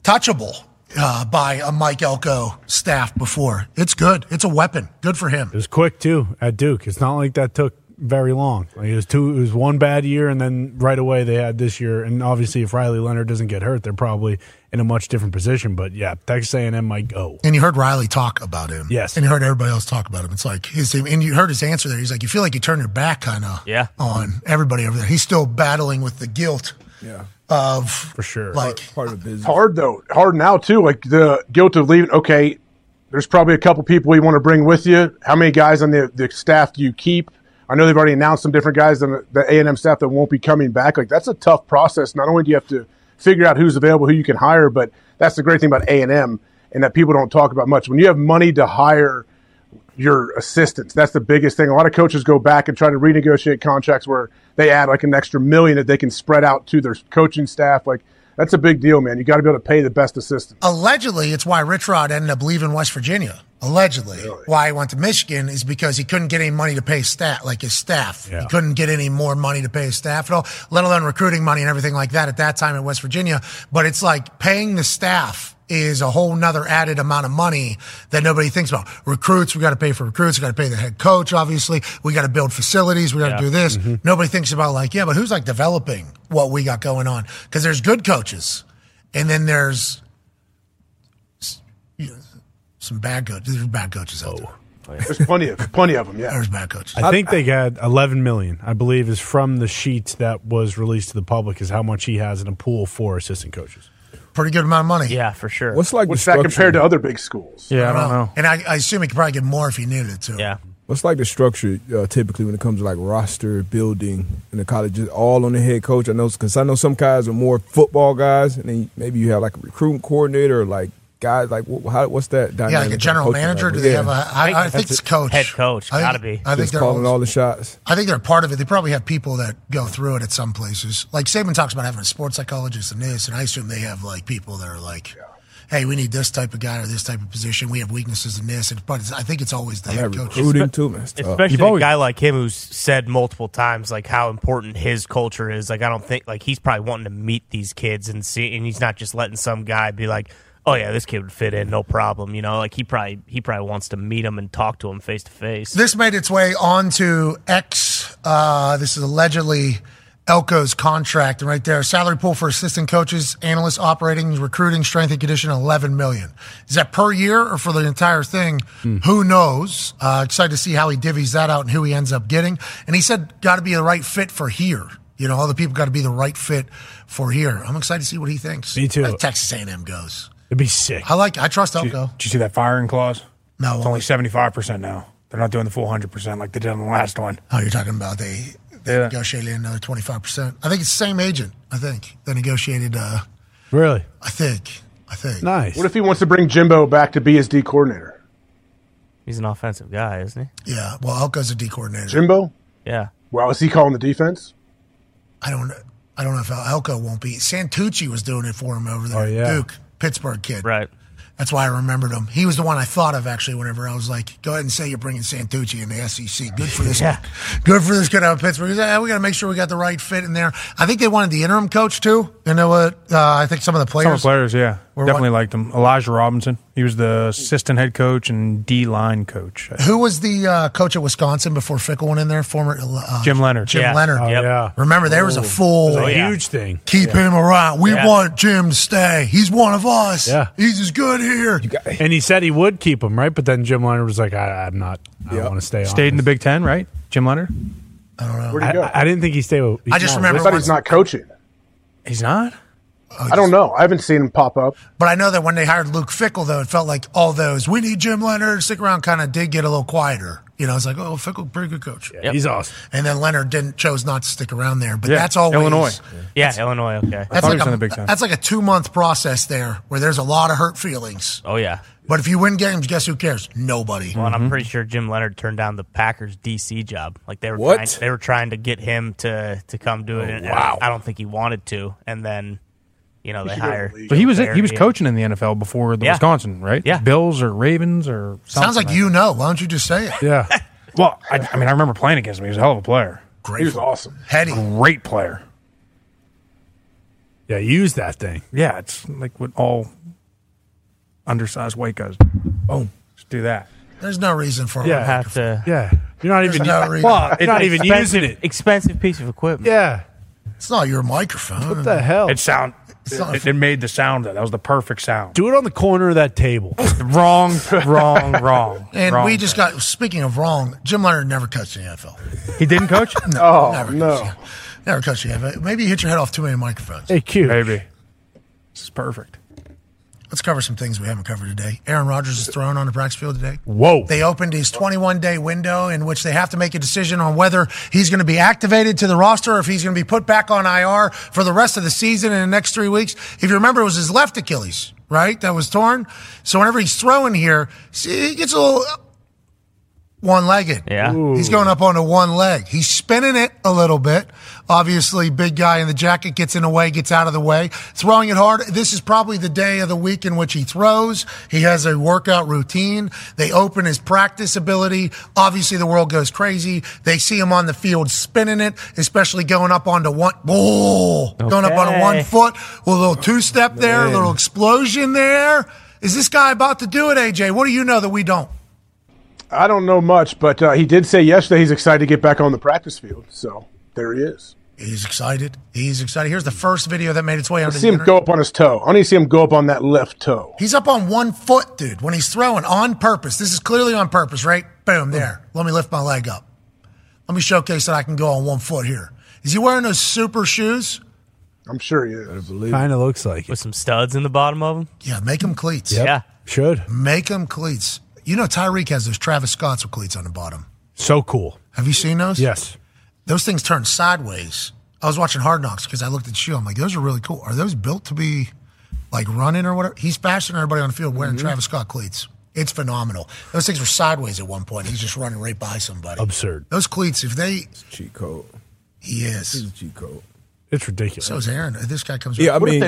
S1: touchable. Uh, by a Mike Elko staff before. It's good. It's a weapon. Good for him.
S2: It was quick too at Duke. It's not like that took very long. Like it was two. It was one bad year, and then right away they had this year. And obviously, if Riley Leonard doesn't get hurt, they're probably in a much different position. But yeah, Texas A&M might go.
S1: And you heard Riley talk about him.
S2: Yes.
S1: And you heard everybody else talk about him. It's like his team. And you heard his answer there. He's like, you feel like you turn your back kind of
S2: Yeah.
S1: on everybody over there. He's still battling with the guilt
S5: Yeah.
S1: of
S2: for sure.
S1: like
S5: part of the business.
S7: hard though. Hard now too. Like the guilt of leaving. Okay, there's probably a couple people you want to bring with you. How many guys on the, the staff do you keep? I know they've already announced some different guys on the- the A and M staff that won't be coming back. Like that's a tough process. Not only do you have to figure out who's available, who you can hire, but that's the great thing about A and M, and that people don't talk about much. When you have money to hire your assistants. That's the biggest thing. A lot of coaches go back and try to renegotiate contracts where they add like an extra million that they can spread out to their coaching staff. Like that's a big deal, man. You got to be able to pay the best assistants.
S1: allegedly it's why Rich Rod ended up leaving West Virginia. Allegedly, why he went to Michigan is because he couldn't get any money to pay staff, like his staff. He couldn't get any more money to pay his staff at all, let alone recruiting money and everything like that at that time in West Virginia. But it's like paying the staff is a whole nother added amount of money that nobody thinks about. Recruits, we got to pay for recruits. We got to pay the head coach, obviously. We got to build facilities. We got to
S3: Uh,
S2: Yeah.
S1: do this.
S3: mm-hmm.
S1: Nobody thinks about like, yeah, but who's like developing what we got going on? Cause there's good coaches and then there's some bad coaches. There's bad coaches
S3: Oh.
S1: out there.
S7: Oh, There's plenty of plenty of them. Yeah,
S1: there's bad coaches.
S2: I think they had 11 million, I believe, is from the sheet that was released to the public is how much he has in a pool for assistant coaches.
S1: pretty good amount of money.
S3: Yeah, for sure.
S5: What's like
S7: What's
S5: the
S7: that
S5: structure?
S7: compared to other big schools?
S5: Yeah, I don't know.
S1: And I, I assume he could probably get more if he needed it to.
S3: Yeah.
S5: What's like the structure uh, typically when it comes to like roster building in the college? Is all on the head coach. I know because I know some guys are more football guys, and then maybe you have like a recruitment coordinator, or like guys like wh- how, what's that? Dynamic
S1: Yeah, like a
S5: on
S1: general
S5: coaching
S1: manager.
S5: level?
S1: Do they
S5: Yeah.
S1: have a? I, I think it's coach.
S3: Head coach,
S1: I think-
S3: gotta be.
S1: I think
S5: Just
S1: they're
S5: calling
S1: all-
S5: all the shots.
S1: I think they're a part of it. They probably have people that go through it at some places. Like Saban talks about having a sports psychologist and this, and I assume they have like people that are like, "Hey, we need this type of guy or this type of position. We have weaknesses in this." And but it's, I think it's always the head coach.
S5: recruiting too, man. It's tough.
S3: Especially
S5: You've
S3: a
S5: always-
S3: guy like him who's said multiple times like how important his culture is. Like I don't think like he's probably wanting to meet these kids and see, and he's not just letting some guy be like, oh yeah, this kid would fit in, no problem. You know, like he probably he probably wants to meet him and talk to him face to face.
S1: This made its way onto X. Uh, this is allegedly Elko's contract, and right there, salary pool for assistant coaches, analysts, operating, recruiting, strength and conditioning, eleven million. Is that per year or for the entire thing?
S2: Hmm.
S1: Who knows? Uh, excited to see how he divvies that out and who he ends up getting. And he said, "Got to be the right fit for here." You know, all the people got to be the right fit for here. I'm excited to see what he thinks. Me too. Texas A&M goes.
S2: It'd be sick.
S1: I like. I trust
S4: Did you,
S1: Elko.
S4: did you see that firing clause?
S1: No.
S4: It's only 75% now. They're not doing the full 100% like they did on the last one.
S1: Oh, you're talking about they, they
S4: Yeah.
S1: negotiated another 25. percent I think it's the same agent. I think they negotiated. Uh,
S2: really?
S1: I think. I think.
S2: Nice.
S7: What if he wants to bring Jimbo back to BSD coordinator?
S3: He's an offensive guy, isn't he?
S1: Yeah. Well, Elko's a D coordinator.
S7: Jimbo?
S3: Yeah.
S7: Wow, is he calling the defense?
S1: I don't. I don't know if Elko won't be. Santucci was doing it for him over there.
S7: Oh, yeah.
S1: Duke, Pittsburgh kid.
S3: Right.
S1: That's why I remembered him. He was the one I thought of actually. Whenever I was like, "Go ahead and say you're bringing Santucci in the SEC. Good for this.
S3: Yeah.
S1: Good for this kid out of Pittsburgh. He's like, "Ah, we got to make sure we got the right fit in there." I think they wanted the interim coach too. You know what? Uh, I think some of the
S4: Some
S1: players.
S4: of the players, yeah.
S1: We're
S4: Definitely liked him. Elijah Robinson. He was the assistant head coach and D line coach.
S1: Who was the uh, coach at Wisconsin before Fickle went in there? Former uh,
S4: Jim Leonard.
S1: Jim
S4: Yeah.
S1: Leonard.
S4: Oh, yeah.
S1: Remember, there was a
S4: Ooh.
S1: full,
S2: It was a Oh, yeah. huge thing.
S1: Keep
S2: Yeah.
S1: him around. We
S2: Yeah.
S1: want Jim to stay. He's one of us.
S2: Yeah.
S1: He's as good here.
S2: And he said he would keep him, right? But then Jim Leonard was like, I, I'm not. I don't want to stay on.
S4: Stayed in the Big Ten, right? Jim Leonard?
S1: I don't know.
S7: Where'd he go?
S2: I, didn't think he stayed with.
S7: I just remember I thought he was once- not coaching.
S4: He's not?
S7: I don't know. I haven't seen him pop up.
S1: But I know that when they hired Luke Fickle, though, it felt like all those we need Jim Leonard stick around kind of did get a little quieter. You know, it's like oh, Fickle, pretty good coach.
S3: Yep. he's awesome.
S1: And then Leonard didn't chose not to stick around there. But
S3: Yeah,
S1: that's always
S3: Illinois. Yeah, Illinois. Okay.
S1: That's like, a, that's like a two month process there where there's a lot of hurt feelings.
S3: oh yeah.
S1: But if you win games, guess who cares? Nobody.
S2: Mm-hmm.
S3: Well, and
S4: Mm-hmm.
S3: I'm pretty sure Jim Leonard turned down the Packers DC job. Like they were
S1: What?
S3: Trying, they were trying to get him to to come do it. and I-
S1: wow.
S3: I, don't think he wanted to. And then, you know,
S4: He
S3: they
S4: should go to
S3: hired.
S4: But he was he was
S3: Barry.
S4: coaching in the NFL before the
S3: Yeah.
S4: Wisconsin, right? Yeah. Bills or Ravens or something.
S1: Sounds like you know. Why don't you just say it?
S4: Yeah. well, I, I mean, I remember playing against him. He was a hell of a player.
S1: Great. He was
S7: awesome.
S1: Heady.
S4: Great player.
S2: Yeah, use that thing.
S4: Yeah, it's like what all undersized white guys. Boom. Just do that.
S1: There's no reason for
S2: Yeah,
S1: it.
S3: have to.
S2: Yeah, you're not even.
S1: There's no reason.
S2: well, you're not even
S3: Expensive-
S2: using it.
S3: Expensive piece of equipment.
S2: Yeah.
S1: It's not your microphone.
S2: What the hell?
S4: It sound.
S1: It's not-
S4: It, it made the sound. That that was the perfect sound.
S2: Do it on the corner of that table.
S4: wrong, wrong, wrong.
S1: And
S4: wrong.
S1: we just got. Speaking of wrong, Jim Leonard never coached the NFL.
S4: He didn't coach.
S1: No,
S7: oh
S1: never
S7: no.
S1: Never coached the NFL. Maybe you hit your head off too many microphones.
S2: Hey, Q.
S4: Maybe. This is perfect.
S1: Let's cover some things we haven't covered today. Aaron Rodgers is thrown on the practice field today.
S2: Whoa.
S1: They opened his 21 day window in which they have to make a decision on whether he's going to be activated to the roster or if he's going to be put back on IR for the rest of the season in the next three weeks. If you remember, it was his left Achilles, right? That was torn. So whenever he's throwing here, see, he gets a little one legged.
S3: Yeah.
S1: He's going up onto one leg. He's spinning it a little bit. Obviously, big guy in the jacket gets in the way, gets out of the way, throwing it hard. This is probably the day of the week in which he throws. He has a workout routine. They open his practice ability. Obviously, the world goes crazy. They see him on the field spinning it, especially going up onto one. Whoa! Going up onto
S18: Okay.
S1: one foot with a little two step there, a little explosion there. Is this guy about to do it, AJ? What do you know that we don't?
S7: I don't know much, but uh, he did say yesterday he's excited to get back on the practice field. So there he is.
S1: He's excited. He's excited. Here's the first video that made its way
S7: I
S1: onto
S7: see
S1: the
S7: him
S1: internet.
S7: go up on his toe. I need to see him go up on that left toe.
S1: He's up on one foot, dude, when he's throwing on purpose. This is clearly on purpose, right? Boom, there. Let me lift my leg up. Let me showcase that I can go on one foot here. Is he wearing those super shoes?
S7: I'm sure he is.
S2: Kind of looks like
S3: with some studs in the bottom of them.
S1: Yeah, make them cleats.
S2: Yep. Yeah. Should.
S1: Make them cleats. You know, Tyreek has those Travis Scott's with cleats on the bottom.
S2: So cool.
S1: Have you seen those?
S2: Yes.
S1: Those things turn sideways. I was watching Hard Knocks because I looked at the shoe. I'm like, those are really cool. Are those built to be like running or whatever? He's faster than everybody on the field wearing
S2: Mm-hmm.
S1: Travis Scott cleats. It's phenomenal. Those things were sideways at one point. He's just running right by somebody.
S2: Absurd.
S1: Those cleats, if they.
S5: Cheat code.
S1: He is.
S5: He's a cheat code.
S2: It's ridiculous.
S1: So is Aaron. This guy comes.
S5: Yeah, I mean, Who, who,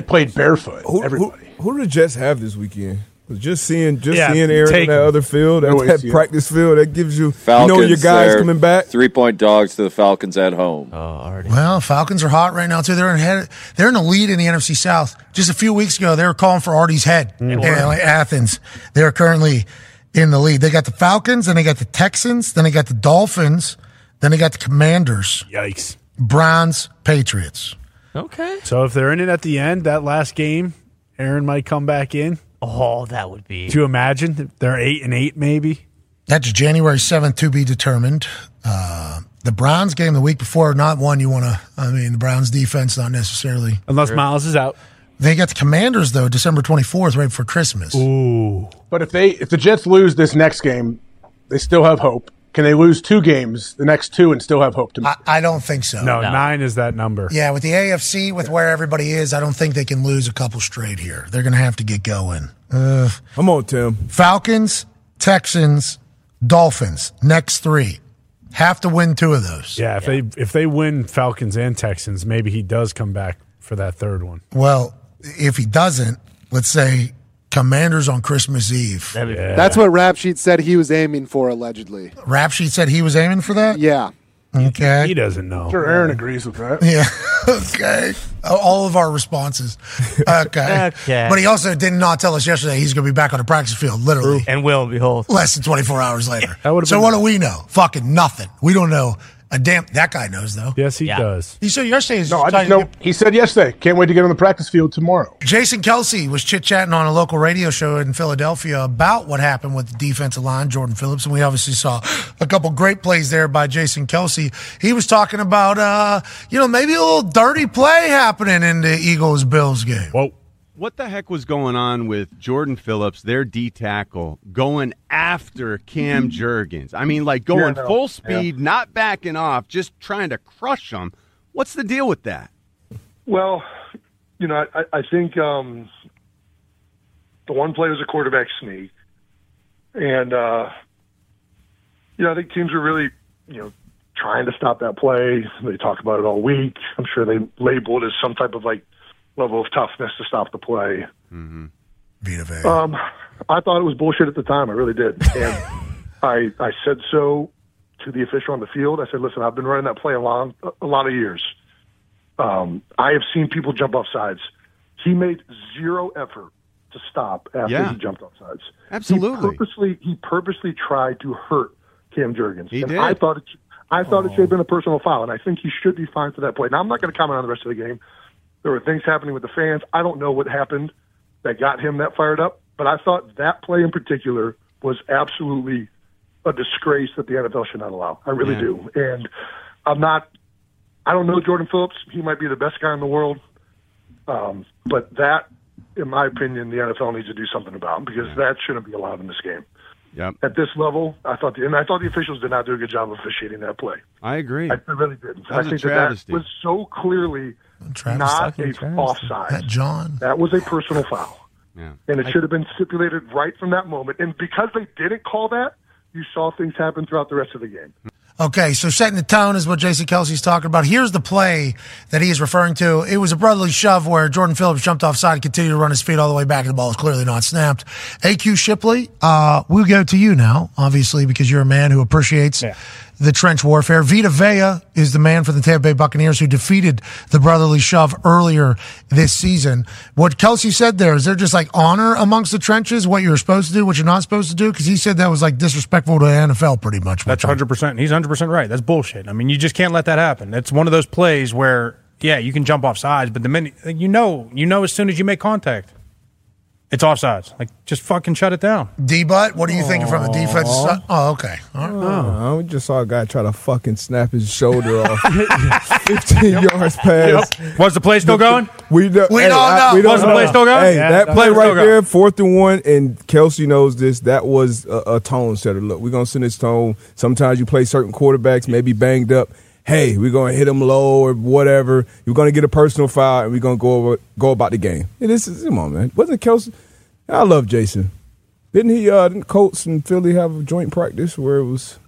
S1: Everybody.
S5: who did the Jets have this weekend? 'Cause Just seeing, just
S1: Yeah,
S5: seeing Aaron on
S1: take
S5: that
S1: him.
S5: other field, that,
S1: No
S5: that
S1: ACL.
S5: practice field, that gives you,
S6: Falcons.
S5: you know, your guys
S6: they're
S5: coming back.
S6: Three point dogs to the Falcons at home. Oh,
S3: already.
S1: Well, Falcons are hot right now too. They're in head, they're in the lead in the NFC South. Just a few weeks ago, they were calling for Artie's head
S2: Mm.
S1: in LA Athens. They're currently in the lead. They got the Falcons, then they got the Texans, then they got the Dolphins, then they got the Commanders,
S2: Yikes.
S1: Browns, Patriots.
S3: Okay.
S2: So if they're in it at the end, that last game, Aaron might come back in.
S3: Oh, that would be.
S2: Do you imagine? They're eight and eight, maybe.
S1: That's January seventh to be determined. Uh, The Browns game the week before, not one you want to. I mean, the Browns defense, not necessarily.
S2: Unless Sure. Miles is out.
S1: They got the Commanders, though, December 24th, right before Christmas.
S2: Ooh.
S7: But if they if the Jets lose this next game, they still have hope. Can they lose two games, the next two, and still have hope to? I,
S1: I don't think so.
S2: No, nine is that number.
S1: Yeah, with the AFC, with where everybody is, I don't think they can lose a couple straight here. They're going to have to get going. Uh,
S5: Come on, Tim.
S1: Falcons, Texans, Dolphins, next three. Have to win two of those.
S2: Yeah, if they if they win Falcons and Texans, maybe he does come back for that third one.
S1: Well, if he doesn't, let's say Commanders on Christmas Eve.
S18: That's what Rap Sheet said he was aiming for, allegedly.
S1: Rap Sheet said he was aiming for that?
S18: Yeah.
S1: Okay.
S2: He doesn't know.
S7: sure Aaron agrees with that.
S1: Yeah. okay. All of our responses. Okay.
S7: Okay.
S1: But he also did not tell us yesterday he's going to be back on the practice field, literally.
S3: And will, behold.
S1: Less than 24 hours later.
S3: That would've
S1: so
S3: been-
S1: what do we know? Fucking nothing. We don't know a damn. That guy knows, though.
S2: Yes, he does.
S1: He said yesterday.
S7: No, I just know he said yesterday. Can't wait to get on the practice field tomorrow.
S1: Jason Kelsey was chit chatting on a local radio show in Philadelphia about what happened with the defensive line, Jordan Phillips, and we obviously saw a couple great plays there by Jason Kelsey. He was talking about, uh, you know, maybe a little dirty play happening in the Eagles Bills game.
S2: Whoa.
S19: What the heck was going on with Jordan Phillips, their D tackle, going after Cam Jurgens? I mean, like
S16: Yeah,
S19: going
S16: no.
S19: full speed, not backing off, just trying to crush him. What's the deal with that?
S16: Well, you know, I, I think um, the one play was a quarterback sneak, and uh, you know, I think teams are really, you know, trying to stop that play. They talk about it all week. I'm sure they label it as some type of like level of toughness to stop the play.
S19: Mm-hmm.
S16: Um, I thought it was bullshit at the time. I really did, and I I said so to the official on the field. I said, "Listen, I've been running that play a long a lot of years. Um, I have seen people jump off sides. He made zero effort to stop after
S19: Yeah.
S16: he jumped off sides.
S19: Absolutely.
S16: he purposely he purposely tried to hurt Cam Jurgens.
S19: He
S16: and
S19: did. Oh.
S16: I thought it, I thought it should have been a personal foul, and I think he should be fined for that play. Now I'm not going to comment on the rest of the game. There were things happening with the fans. I don't know what happened that got him that fired up, but I thought that play in particular was absolutely a disgrace that the NFL should not allow. I really
S19: Yeah.
S16: do, and I'm not. I don't know Jordan Phillips. He might be the best guy in the world, um, but that, in my opinion, the NFL needs to do something about because that shouldn't be allowed in this game.
S19: Yep.
S16: At this level, I thought the and I thought the officials did not do a good job of officiating that play.
S19: I agree.
S16: I really didn't.
S19: That was
S16: I
S19: a
S16: think that,
S19: travesty.
S16: that was so clearly
S1: Travis
S16: not
S1: Tucker,
S16: a
S1: Travis.
S16: offside.
S1: That John.
S16: That was a personal foul,
S19: Yeah.
S16: and it should have been stipulated right from that moment. And because they didn't call that, you saw things happen throughout the rest of the game.
S1: Okay, so setting the tone is what Jason Kelsey's talking about. Here's the play that he is referring to. It was a brotherly shove where Jordan Phillips jumped offside and continued to run his feet all the way back, and the ball was clearly not snapped. AQ Shipley, uh, we'll go to you now, obviously, because you're a man who appreciates the trench warfare. Vita Vea is the man for the Tampa Bay Buccaneers who defeated the brotherly shove earlier this season. What Kelsey said there is there just like honor amongst the trenches, what you're supposed to do, what you're not supposed to do? Because he said that was like disrespectful to the NFL pretty much.
S4: That's hundred percent. He's hundred percent right. That's bullshit. I mean, you just can't let that happen. That's one of those plays where, yeah, you can jump off sides, but the minute you know, you know, as soon as you make contact, it's offsides. Like, just fucking shut it down.
S1: D butt, what are you thinking from the defense? side? Oh, okay. All right.
S5: Oh, I just saw a guy try to fucking snap his shoulder off. 15 yards past.
S4: Was the play still going?
S5: We, do,
S4: We don't know. Was the play still going?
S5: Hey,
S4: Yeah,
S5: that
S4: that
S5: play
S4: play was
S5: right
S4: still going.
S5: there, fourth and one, and Kelsey knows this. That was a, a tone setter. Look, we're going to send this tone. Sometimes you play certain quarterbacks, maybe banged up. Hey, we're going to hit them low or whatever. You're going to get a personal foul, and we're going to go over, go about the game. And this is, come on, man. Wasn't Kelsey? I love Jason. Didn't he, uh, didn't Colts and Philly have a joint practice where it was.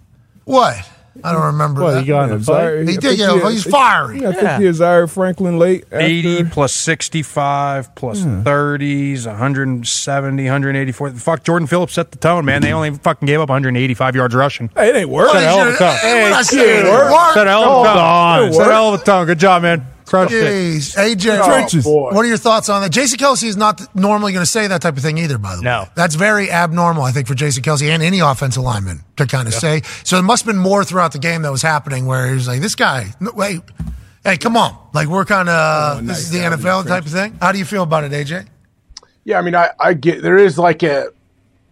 S1: What? I don't remember.
S5: Well,
S1: that.
S5: he got in a Yeah, fight? sorry.
S1: He
S5: I
S1: did.
S5: think
S1: Yeah,
S5: he-
S1: he's
S5: I-
S1: fiery.
S5: yeah, I think he is Zaire Franklin late. after- Hmm.
S4: 80 plus 65 plus 30s 170 184 fuck jordan phillips set the tone man they only fucking gave up 185 yards rushing
S5: Hey, it ain't work.
S4: Set a hell of a tone.
S1: Hey, when I
S4: Hey,
S1: say
S4: shit,
S1: it ain't work,
S4: set a hell of a
S1: it
S4: tone.
S1: worked.
S4: Set a hell of a tone. Good job, man. Crushed it.
S1: Jeez, AJ,
S4: Oh, Trenches. boy.
S1: what are your thoughts on that? Jason Kelsey is not th- normally going to say that type of thing either. By the way, no, that's very abnormal, I think, for Jason Kelsey and any offensive lineman to kind of say. So there must have been more throughout the game that was happening where he was like, "This guy, no, wait, hey, come on, like we're kind
S5: Oh,
S1: of this is the NFL type of thing." How do you feel about it, AJ?
S7: Yeah, I mean, I, I get there is like a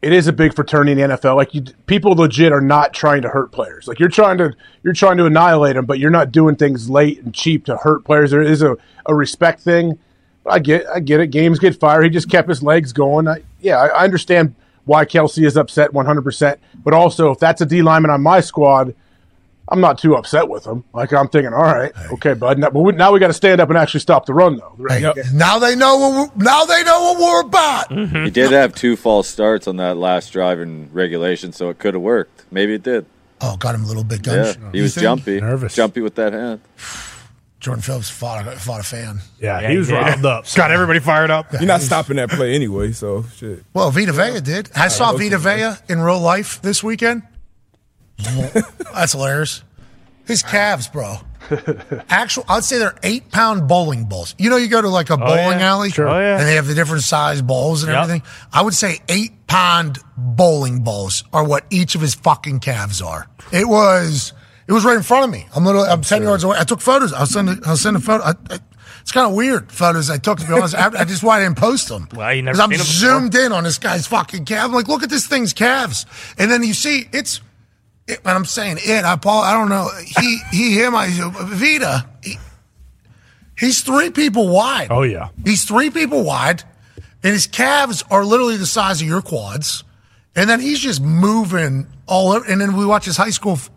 S7: it is a big fraternity in the NFL. Like you, people legit are not trying to hurt players. Like you're trying to you're trying to annihilate them, but you're not doing things late and cheap to hurt players. There is a, a respect thing. I get I get it. Games get fired. He just kept his legs going. I, yeah, I, I understand why Kelsey is upset 100. percent But also, if that's a D lineman on my squad, I'm not too upset with him. Like I'm thinking, all right, okay, bud. Now, but we, now we got to stand up and actually stop the run, though. Right?
S1: Now they know what we're, now they know what we're about.
S6: He did have two false starts on that last drive in regulation, so it could have worked. Maybe it did.
S1: Oh, got him a little bit
S6: Yeah,
S1: gun.
S6: he was jumpy, jumpy with that hand.
S1: Jordan Phillips fought a, fought a fan.
S2: Yeah, he was riled up.
S4: Got everybody fired up.
S5: You're not stopping that play anyway, so shit.
S1: Well, Vita Vea did. I saw Vita Vea in real life this weekend. That's hilarious. His calves, bro. Actual, I'd say they're eight pound bowling balls. You know, you go to like a bowling
S2: yeah.
S1: alley,
S2: Sure. Oh, yeah.
S1: and they have the different size balls and
S2: Yep.
S1: everything. I would say eight pound bowling balls are what each of his fucking calves are. It was, it was right in front of me. I'm little, I'm, ten yards away. I took photos. I'll send, a- I'll send a photo. I, I, it's kind of weird photos I took to be honest. I, I just why I didn't post them.
S3: Well, you never
S1: 'Cause I'm
S3: seen him before.
S1: zoomed in on this guy's fucking calf. I'm like, look at this thing's calves. And then you see it's, it, and I'm saying it. I Paul. I don't know. He he him. I Vita. he- he's three people wide.
S2: Oh yeah.
S1: He's three people wide, and his calves are literally the size of your quads. And then he's just moving all over. And then we watch his high school. f-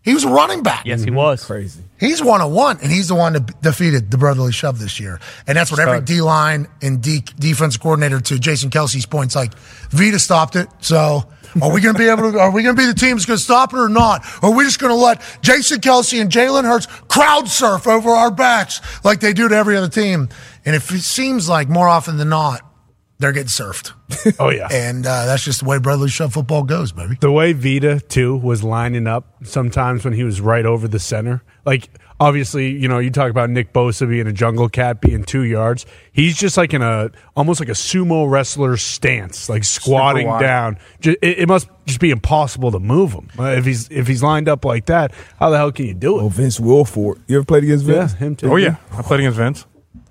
S1: He was a running back.
S3: Yes, he was.
S5: Crazy.
S1: He's one on one, and he's the one that defeated the brotherly shove this year. And that's what every
S3: Stud.
S1: D line and D defense coordinator to Jason Kelsey's points like Vita stopped it. So are we going to be able to? Are we going to be the team that's going to stop it or not? Or are we just going to let Jason Kelsey and Jalen Hurts crowd surf over our backs like they do to every other team? And if it seems like more often than not, they're getting surfed.
S2: Oh yeah.
S1: and uh, that's just the way brotherly shove football goes, baby.
S2: The way Vita too was lining up sometimes when he was right over the center. Like obviously, you know, you talk about Nick Bosa being a jungle cat being two yards. He's just like in a almost like a sumo wrestler stance, like squatting
S4: wide.
S2: down. Ju- It, it must just be impossible to move him Uh, if he's if he's lined up like that. How the hell can you do it?
S5: Oh, Vince Wilford. You ever played against Vince?
S2: Yeah, him too.
S4: Oh yeah, I played against Vince.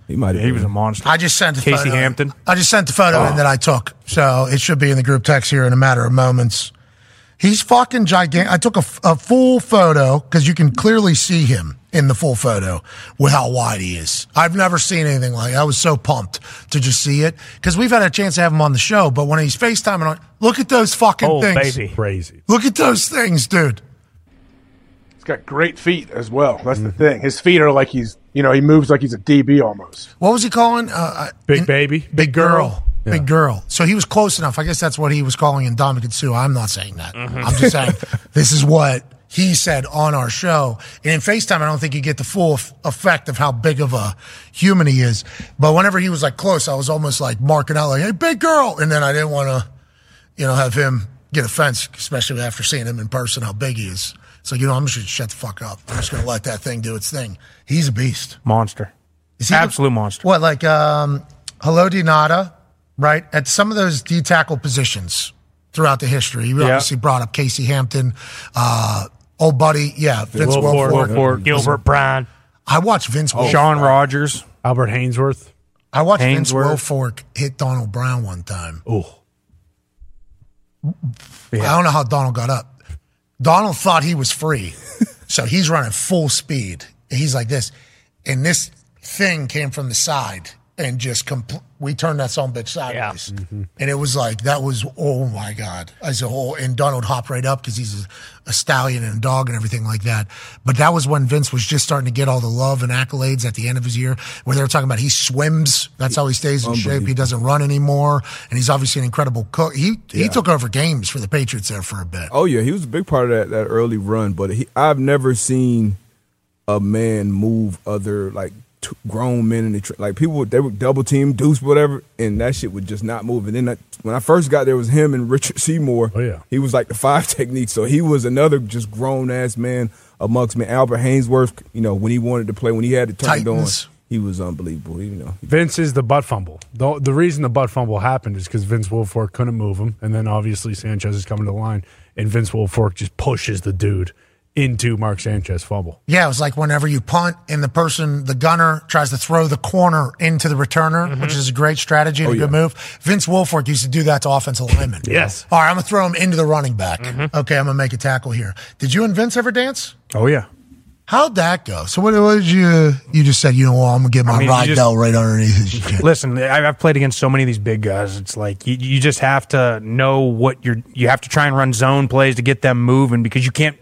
S5: He might.
S4: he was a monster.
S1: I just sent a
S4: Casey
S1: photo.
S4: Hampton.
S1: I just sent the photo
S2: Oh.
S1: in that I took, so it should be in the group text here in a matter of moments. He's fucking gigantic. I took a, f- a full photo because you can clearly see him in the full photo with how wide he is. I've never seen anything like. I was so pumped to just see it because we've had a chance to have him on the show. But when he's FaceTiming, on, look at those fucking
S2: Oh
S1: things.
S2: baby, crazy.
S1: Look at those things, dude.
S7: He's got great feet as well. That's
S4: Mm-hmm.
S7: the thing. His feet are like he's you know he moves like he's a DB almost.
S1: What was he calling? Uh,
S2: Big baby, big,
S1: girl. Big girl. So he was close enough. I guess that's what he was calling in Dominican Sue. I'm not saying that. I'm just saying this is what he said on our show. And in FaceTime, I don't think you get the full f- effect of how big of a human he is. But whenever he was like close, I was almost like marking out like, hey, big girl. And then I didn't want to, you know, have him get offense, especially after seeing him in person, how big he is. So, you know, I'm just going to shut the fuck up. I'm just going to let that thing do its thing. He's a beast.
S4: Monster.
S1: Is he the-
S4: Absolute monster.
S1: What, like um, Haloti Nada, right? At some of those D tackle positions throughout the history. You
S4: Yeah.
S1: obviously brought up Casey Hampton, uh, old buddy. Yeah, Vince Wilfork.
S3: Gilbert Brown,
S1: I watched Vince Wilfork.
S4: Oh. Sean Rogers.
S2: Albert Hainsworth.
S1: I watched Vince
S4: Hainsworth.
S1: Wilfork hit Donald Brown one time.
S2: Oh,
S1: I don't know how Donald got up. Donald thought he was free. so he's running full speed. He's like this. And this thing came from the side and just compl- we turned that song bitch sideways. And it was like, that was, oh my God. As a whole, and Donald hopped right up because he's a, a stallion and a dog and everything like that. But that was when Vince was just starting to get all the love and accolades at the end of his year, where they were talking about he swims. That's how he stays in shape. He doesn't run anymore. And he's obviously an incredible cook. He, he took over games for the Patriots there for a bit.
S5: Oh yeah, he was a big part of that that early run. But he, I've never seen a man move other like two grown men in the tr like people would they would double team Deuce whatever, and that shit would just not move. And then I, when I first got there, it was him and Richard Seymour.
S2: Oh, yeah.
S5: he was like the five technique, so he was another just grown ass man amongst men. Albert Hainsworth, you know, when he wanted to play, when he had it turned on,
S1: Titans.
S5: he was unbelievable. You know,
S2: Vince is the butt fumble. The, the reason the butt fumble happened is because Vince Wilfork couldn't move him, and then obviously Sanchez is coming to the line, and Vince Wilfork just pushes the dude into Mark Sanchez fumble.
S1: Yeah, it was like whenever you punt and the person, the gunner, tries to throw the corner into the returner, which is a great strategy and
S2: Mm-hmm. Oh,
S1: a good
S2: yeah.
S1: move. Vince Wilfork used to do that to offensive linemen.
S2: Yes.
S1: All right, I'm going to throw him into the running back.
S4: Mm-hmm.
S1: Okay, I'm going to make a tackle here. Did you and Vince ever dance?
S2: Oh yeah.
S1: How'd that go? So what, what did you? You just said, you know, what, I'm going to get my
S4: I mean, you
S1: ride
S4: just-
S1: bell right underneath his
S4: Listen, I- I've played against so many of these big guys. It's like you, you just have to know what you're. You have to try and run zone plays to get them moving because you can't.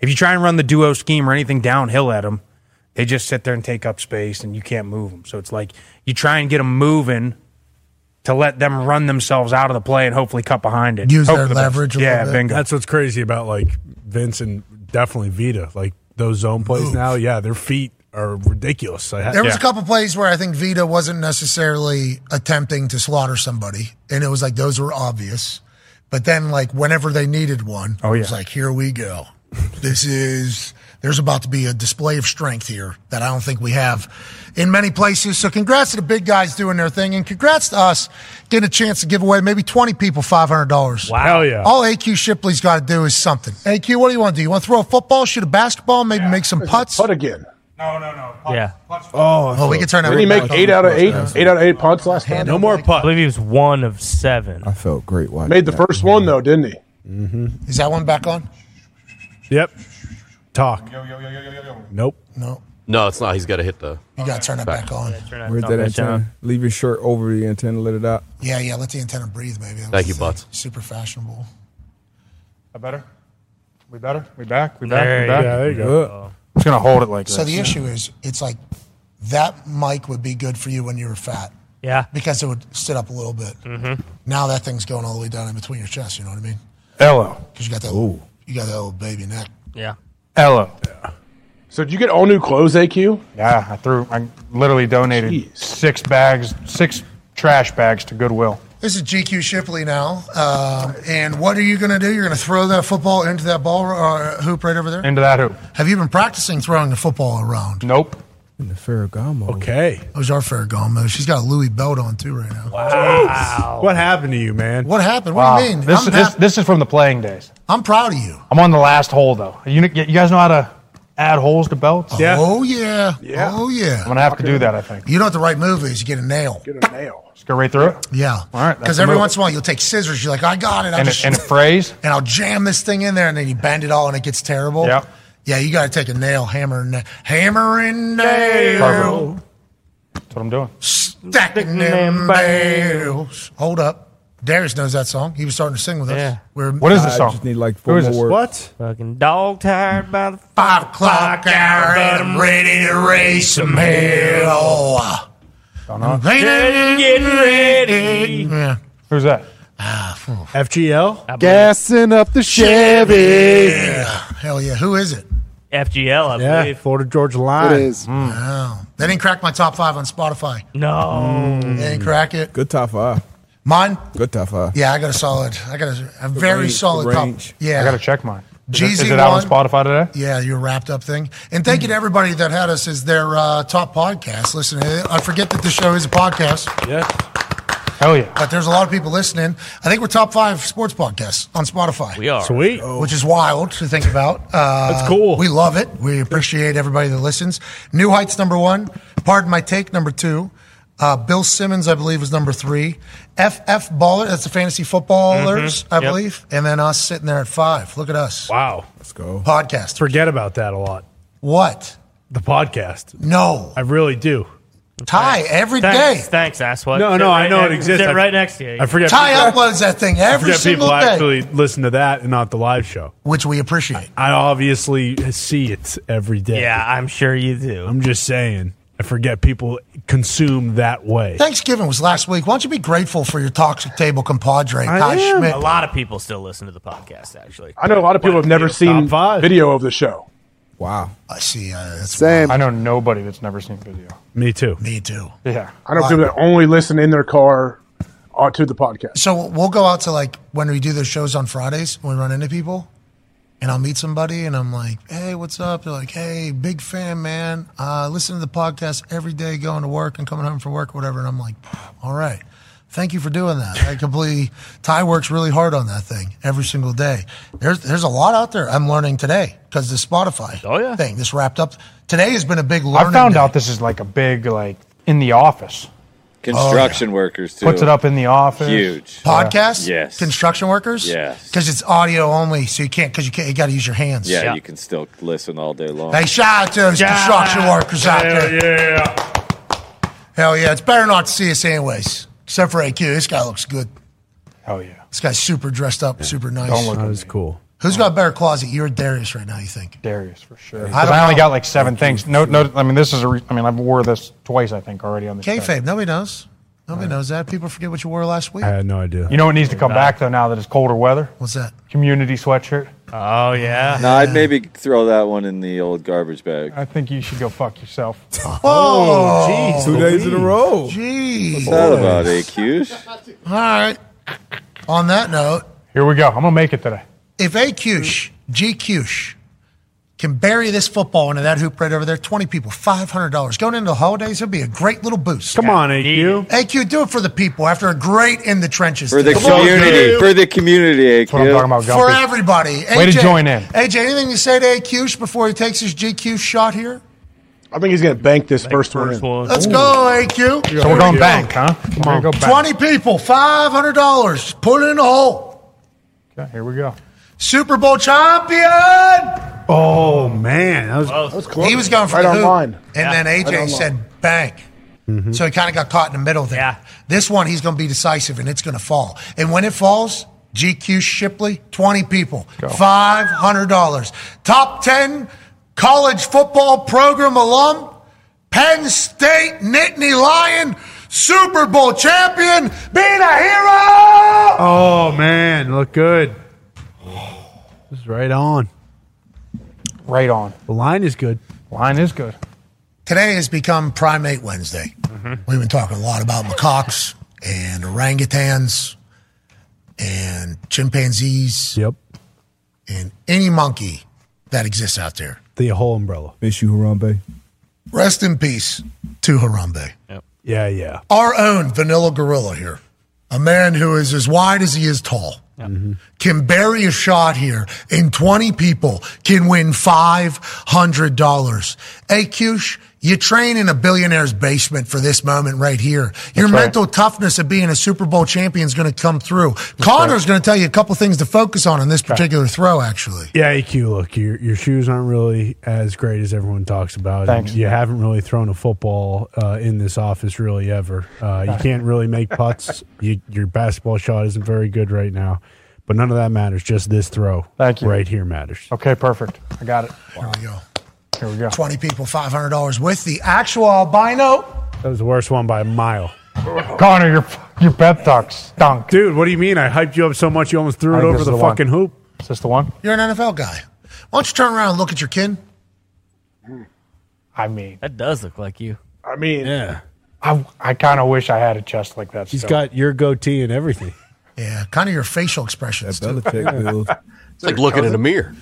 S4: If you try and run the duo scheme or anything downhill at them, they just sit there and take up space, and you can't move them. So it's like you try and get them moving to let them run themselves out of the play and hopefully cut behind it. Hope for the best. yeah, bingo.
S2: That's what's crazy about like Vince and definitely Vita. Like those zone plays now, yeah, their feet are ridiculous. I ha-
S1: There was
S2: Yeah.
S1: a couple plays where I think Vita wasn't necessarily attempting to slaughter somebody, and it was like those were obvious. But then, like whenever they needed one,
S4: Oh,
S1: it
S4: yeah.
S1: was like here we go. this is there's about to be a display of strength here that I don't think we have in many places. So congrats to the big guys doing their thing, and congrats to us getting a chance to give away maybe 20 people $500.
S2: Wow. Hell yeah.
S1: All AQ Shipley's got to do is something. AQ, what do you want to do? You want to throw a football, shoot a basketball, maybe make some putts? Put
S7: again.
S3: Yeah.
S7: Oh,
S1: we can turn that
S7: Didn't he
S1: back
S7: make
S1: on.
S7: eight out of eight? Eight out of eight punts last time.
S3: No more putt. I believe he was one of seven. I
S5: felt great watching.
S7: Made the first one though, didn't he?
S3: Mm-hmm.
S1: Mm. Is that one back on?
S2: Yep. Talk. Nope.
S1: No.
S8: No, it's not. He's got to hit the.
S1: You got to turn that back on.
S5: Where's that antenna? Leave your shirt over the antenna. Let it out.
S1: Yeah, yeah. Let the antenna breathe, maybe. That
S5: Thank
S1: was
S5: you,
S1: the
S6: Oh,
S5: Butts.
S1: thing. Super fashionable.
S4: I better. We better. We back. We
S1: There
S4: back. Uh,
S1: you
S4: We back.
S1: go, there you
S2: go.
S4: I'm just gonna hold it like
S1: So
S4: this.
S1: the issue is, it's like that mic would be good for you when you were fat.
S3: Yeah.
S1: Because it would sit up a little bit. Mm-hmm. Now that thing's going all the way down in between your chest. You know what I mean?
S4: Hello.
S1: Because you got that. You got that old baby neck.
S3: Yeah.
S4: Hello.
S7: So did you get all new clothes, AQ?
S4: Yeah, I threw. I literally donated six bags, six trash bags to Goodwill.
S1: This is GQ Shipley now, um, and what are you going to do? You're going to throw that football into that ball uh, hoop right over there.
S4: Into that hoop.
S1: Have you been practicing throwing the football around?
S4: Nope.
S5: In the Ferragamo.
S2: Okay.
S1: That was our Ferragamo. She's got a Louis belt on too right now.
S2: Wow. What happened to you, man?
S1: What happened?
S20: Ah,
S1: What do you
S4: Wow.
S1: mean?
S4: This,
S1: I'm,
S4: this,
S1: hap-
S4: this is from the playing days.
S1: I'm proud of you.
S4: I'm on the last hole though. You, you guys know how to add holes to belts?
S1: Oh yeah. Oh yeah.
S4: I'm gonna have to do that. I think.
S1: You know what the right move is? You get a nail. Get
S7: a nail.
S4: Just go right through it.
S1: Yeah. All
S4: right. that's
S1: Because
S4: the
S1: every
S4: move.
S1: once in a while you'll take scissors. You're like, I got it. I'll
S4: and,
S1: just
S4: a, and a phrase.
S1: and I'll jam this thing in there, and then you bend it all, and it gets terrible.
S4: Yep.
S1: Yeah, you got to take a nail, hammer, and na- hammer and nail,
S4: That's what I'm doing.
S1: stacking them nails. Hold up, Darius knows that song. He was starting to sing with us.
S3: Yeah.
S1: We're,
S4: What is this song? Who is this?
S3: Fucking dog tired by the
S1: five o'clock hour, and
S3: Um,
S1: I'm ready to raise some hell. I'm getting ready. Yeah.
S4: Who's that?
S2: FGL?
S18: Gassing up the Chevy.
S1: Hell yeah. Who is it?
S3: FGL, I
S2: Yeah,
S3: believe.
S2: Florida Georgia Line.
S18: It is.
S1: Wow. They didn't crack my top five on Spotify.
S3: No.
S1: They didn't Mm. crack it.
S5: Good top five.
S1: Mine.
S5: Good top five.
S1: Yeah, I got a solid. I got a, a
S5: The
S1: very
S5: range,
S1: solid
S5: the
S1: top.
S5: range.
S1: Yeah.
S4: I gotta check mine. Is it-
S1: Jeezy
S4: is it out on
S1: one.
S4: Spotify today?
S1: Yeah, your wrapped up thing. And thank you to everybody that had us as their uh, top podcast. Listen, uh, I forget that the show is a podcast.
S2: Yes.
S4: Hell yeah.
S1: But there's a lot of people listening. I think we're top five sports podcasts on Spotify.
S2: We are. Oh. Sweet.
S1: Which is wild to think about. Uh,
S2: That's cool.
S1: We love it. We appreciate everybody that listens. New Heights, number one. Pardon My Take, number two. Uh, Bill Simmons, I believe, was number three. FF Baller, that's the fantasy footballers,
S2: Mhm.
S1: I
S2: Yep.
S1: believe. And then us sitting there at five. Look at us.
S2: Wow.
S5: Let's go.
S1: Podcast.
S2: Forget about that a lot.
S1: What?
S2: The podcast.
S1: No.
S2: I really do.
S1: Ty, every day.
S3: Thanks, thanks, asswipe.
S2: No,
S3: Sit
S2: no,
S3: right
S2: I know
S3: ne-
S2: it exists.
S3: sit
S2: I-
S3: right next to you.
S2: I forget.
S1: Ty uploads that thing
S2: I
S1: every
S2: forget
S1: single
S2: people
S1: day.
S2: actually listen to that and not the live show,
S1: which we appreciate.
S2: I obviously see it every day. Yeah,
S3: I'm sure you do.
S2: I'm just saying. I forget people consume that way.
S1: Thanksgiving was last week. Why don't you be grateful for your toxic table compadre, Ty Schmidt?
S3: A lot of people still listen to the podcast, actually.
S7: I know a lot of people have never seen video of the show.
S5: Wow.
S1: I see. Uh, that's
S7: Same.
S4: I know nobody that's never seen video.
S2: Me too.
S1: Me too.
S4: Yeah.
S7: I know people that only listen in their car uh, to the podcast.
S1: So we'll go out to like when we do those shows on Fridays when we run into people, and I'll meet somebody and I'm like, "Hey, what's up?" They're like, "Hey, big fan, man. Uh, listen to the podcast every day, going to work and coming home from work, whatever." And I'm like, "All right, Thank you for doing that. I completely. Ty works really hard on that thing every single day. There's there's a lot out there I'm learning today because the Spotify oh, yeah. thing. This wrapped up today has been a big learning.
S20: I found
S1: day.
S20: out this is like a big like in the office.
S6: Construction workers too.
S20: Puts it up in the office.
S6: Huge
S1: Podcasts,
S6: Yes.
S1: construction workers,
S6: Yes.
S1: because it's audio only, so you can't because you can't. You got to use your hands.
S6: Yeah, you can still listen all day long.
S1: Hey, shout out to those
S6: Yeah.
S1: construction workers out
S6: Hell
S1: there. Yeah. Hell yeah. It's better not to see us anyways. Except for AQ. This guy looks good.
S20: Hell yeah.
S1: This guy's super dressed up, super nice.
S20: Don't look at
S1: Who's
S20: That is me. cool.
S1: got better closet? You're Darius right now, you think?
S20: Darius for sure.
S1: Oh, I
S20: I,
S1: don't
S20: I only
S1: know.
S20: got like seven things. No, no. I mean, this is a. Re- I mean, I've wore this twice. I think already on this. show.
S1: Kayfabe. Nobody knows. Nobody knows that. People forget what you wore last week.
S20: had no idea. You know what needs to come back though now that it's colder weather?
S1: What's that?
S20: Community sweatshirt.
S3: Oh yeah.
S6: No, I'd maybe throw that one in the old garbage bag.
S20: I think you should go fuck yourself.
S1: Oh,
S20: jeez.
S6: Two days in a
S20: row.
S1: Jeez.
S6: What's that about, AQs?
S1: All right. On that note,
S20: Here we go. I'm gonna make it today.
S1: if AQ, GQ can bury this football into that hoop right over there, 20 people, $500. Going into the holidays, it'll be a great little boost.
S2: Come on, AQ.
S1: AQ, do it for the people after a great in the trenches.
S6: For the
S1: Come on,
S6: community.
S1: AQ.
S6: For the community, eh, AQ.
S1: what I'm talking about, For everybody.
S6: Way to join in.
S1: AJ, anything you say to AQ before he takes his GQ shot here?
S7: I think he's going to bank this first, one.
S1: Let's go, AQ.
S7: So we're going bank,
S20: huh?
S7: Come on.
S1: 20 people, $500. Put it in the hole.
S20: Okay, here we go.
S1: Super Bowl champion.
S2: Oh man, that was, that was
S1: He was going for
S7: Right
S1: the
S7: on
S1: hoop,
S7: line.
S1: and then AJ
S7: Right on line.
S1: said bank.
S2: Mm-hmm.
S1: So he kind of got caught in the middle there. This one, he's going to be decisive, and it's going to fall. And when it falls, GQ Shipley, 20 people, $500. Top 10 college football program alum, Penn State Nittany Lion, Super Bowl champion, being a hero!
S2: Oh man, look good. This is right on.
S20: Right on.
S2: The line is good.
S20: Line is good.
S1: Today has become Primate Wednesday.
S2: Mm-hmm.
S1: We've been talking a lot about macaques and orangutans and chimpanzees.
S2: Yep.
S1: And any monkey that exists out there.
S2: The whole umbrella.
S5: Miss you, Harambe.
S1: Rest in peace to Harambe.
S2: Yeah, yeah.
S1: Our own vanilla gorilla here, a man who is as wide as he is tall,
S20: Mm-hmm.
S1: can bury a shot here, and 20 people can win $500. Hey, Cush, you train in a billionaire's basement for this moment right here. Your
S20: right.
S1: mental toughness of being a Super Bowl champion is going to come through. Connor's going to tell you a couple things to focus on in this particular throw, actually.
S2: Yeah, AQ. Look, your your shoes aren't really as great as everyone talks about.
S1: Thanks.
S2: You haven't really thrown a football uh, in this office really ever. Uh, you can't really make putts. you, your basketball shot isn't very good right now, but none of that matters. Just this throw,
S20: Thank you.
S2: right here matters.
S20: Okay, perfect. I got it.
S1: Here we go.
S20: Here we go.
S1: 20 people, $500 with the actual albino.
S2: That was the worst one by a mile.
S20: Connor, your your pep talk stunk.
S2: Dude, what do you mean? I hyped you up so much you almost threw
S20: I
S2: it
S20: think
S2: over
S20: this is
S2: the,
S20: the one.
S2: fucking hoop.
S20: Is this the one?
S1: You're an NFL guy. Why don't you turn around and look at your kin?
S20: I mean,
S3: that does look like you.
S20: I mean, yeah. I I kind of wish I had a chest like that.
S2: He's
S20: still.
S2: got your goatee and everything.
S1: Yeah, kind of your facial expressions. too.
S8: It's like looking in a mirror.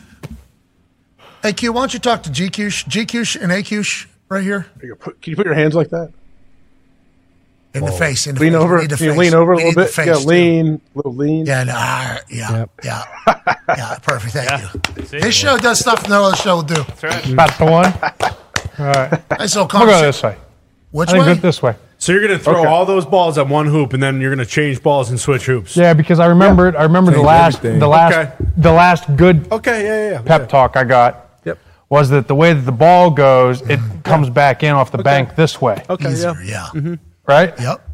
S1: Hey, Q, why don't you talk to GQ, GQ, and AQ right here?
S7: Put- Can you put your hands like that?
S1: In the face. In the
S7: lean
S1: face.
S7: over.
S1: Need the
S7: can you
S1: face.
S7: lean over a
S1: We
S7: little
S1: need the
S7: bit. yeah,
S1: face, too.
S7: lean. Little lean.
S1: Yeah, no, ah, yeah, yeah, yeah. Perfect. Thank you. This show does stuff no other show will do. That's
S20: That's the one. All right.
S1: Nice little
S20: We'll go
S1: conversation.
S20: this way.
S1: Which
S20: I think
S1: way?
S20: go this way.
S2: So you're gonna throw
S20: Okay.
S2: all those balls at one hoop, and then you're gonna change balls and switch hoops.
S20: Yeah, because I remember it. I remember the
S2: Change
S20: last,
S2: everything.
S20: the last,
S2: Okay.
S20: the last good
S2: Okay, yeah, yeah, yeah.
S20: pep talk I got
S2: Yep.
S20: was that the way that the ball goes, it comes back in off the bank this way,
S2: Okay, yeah.
S1: Yeah.
S20: right?
S1: Yep.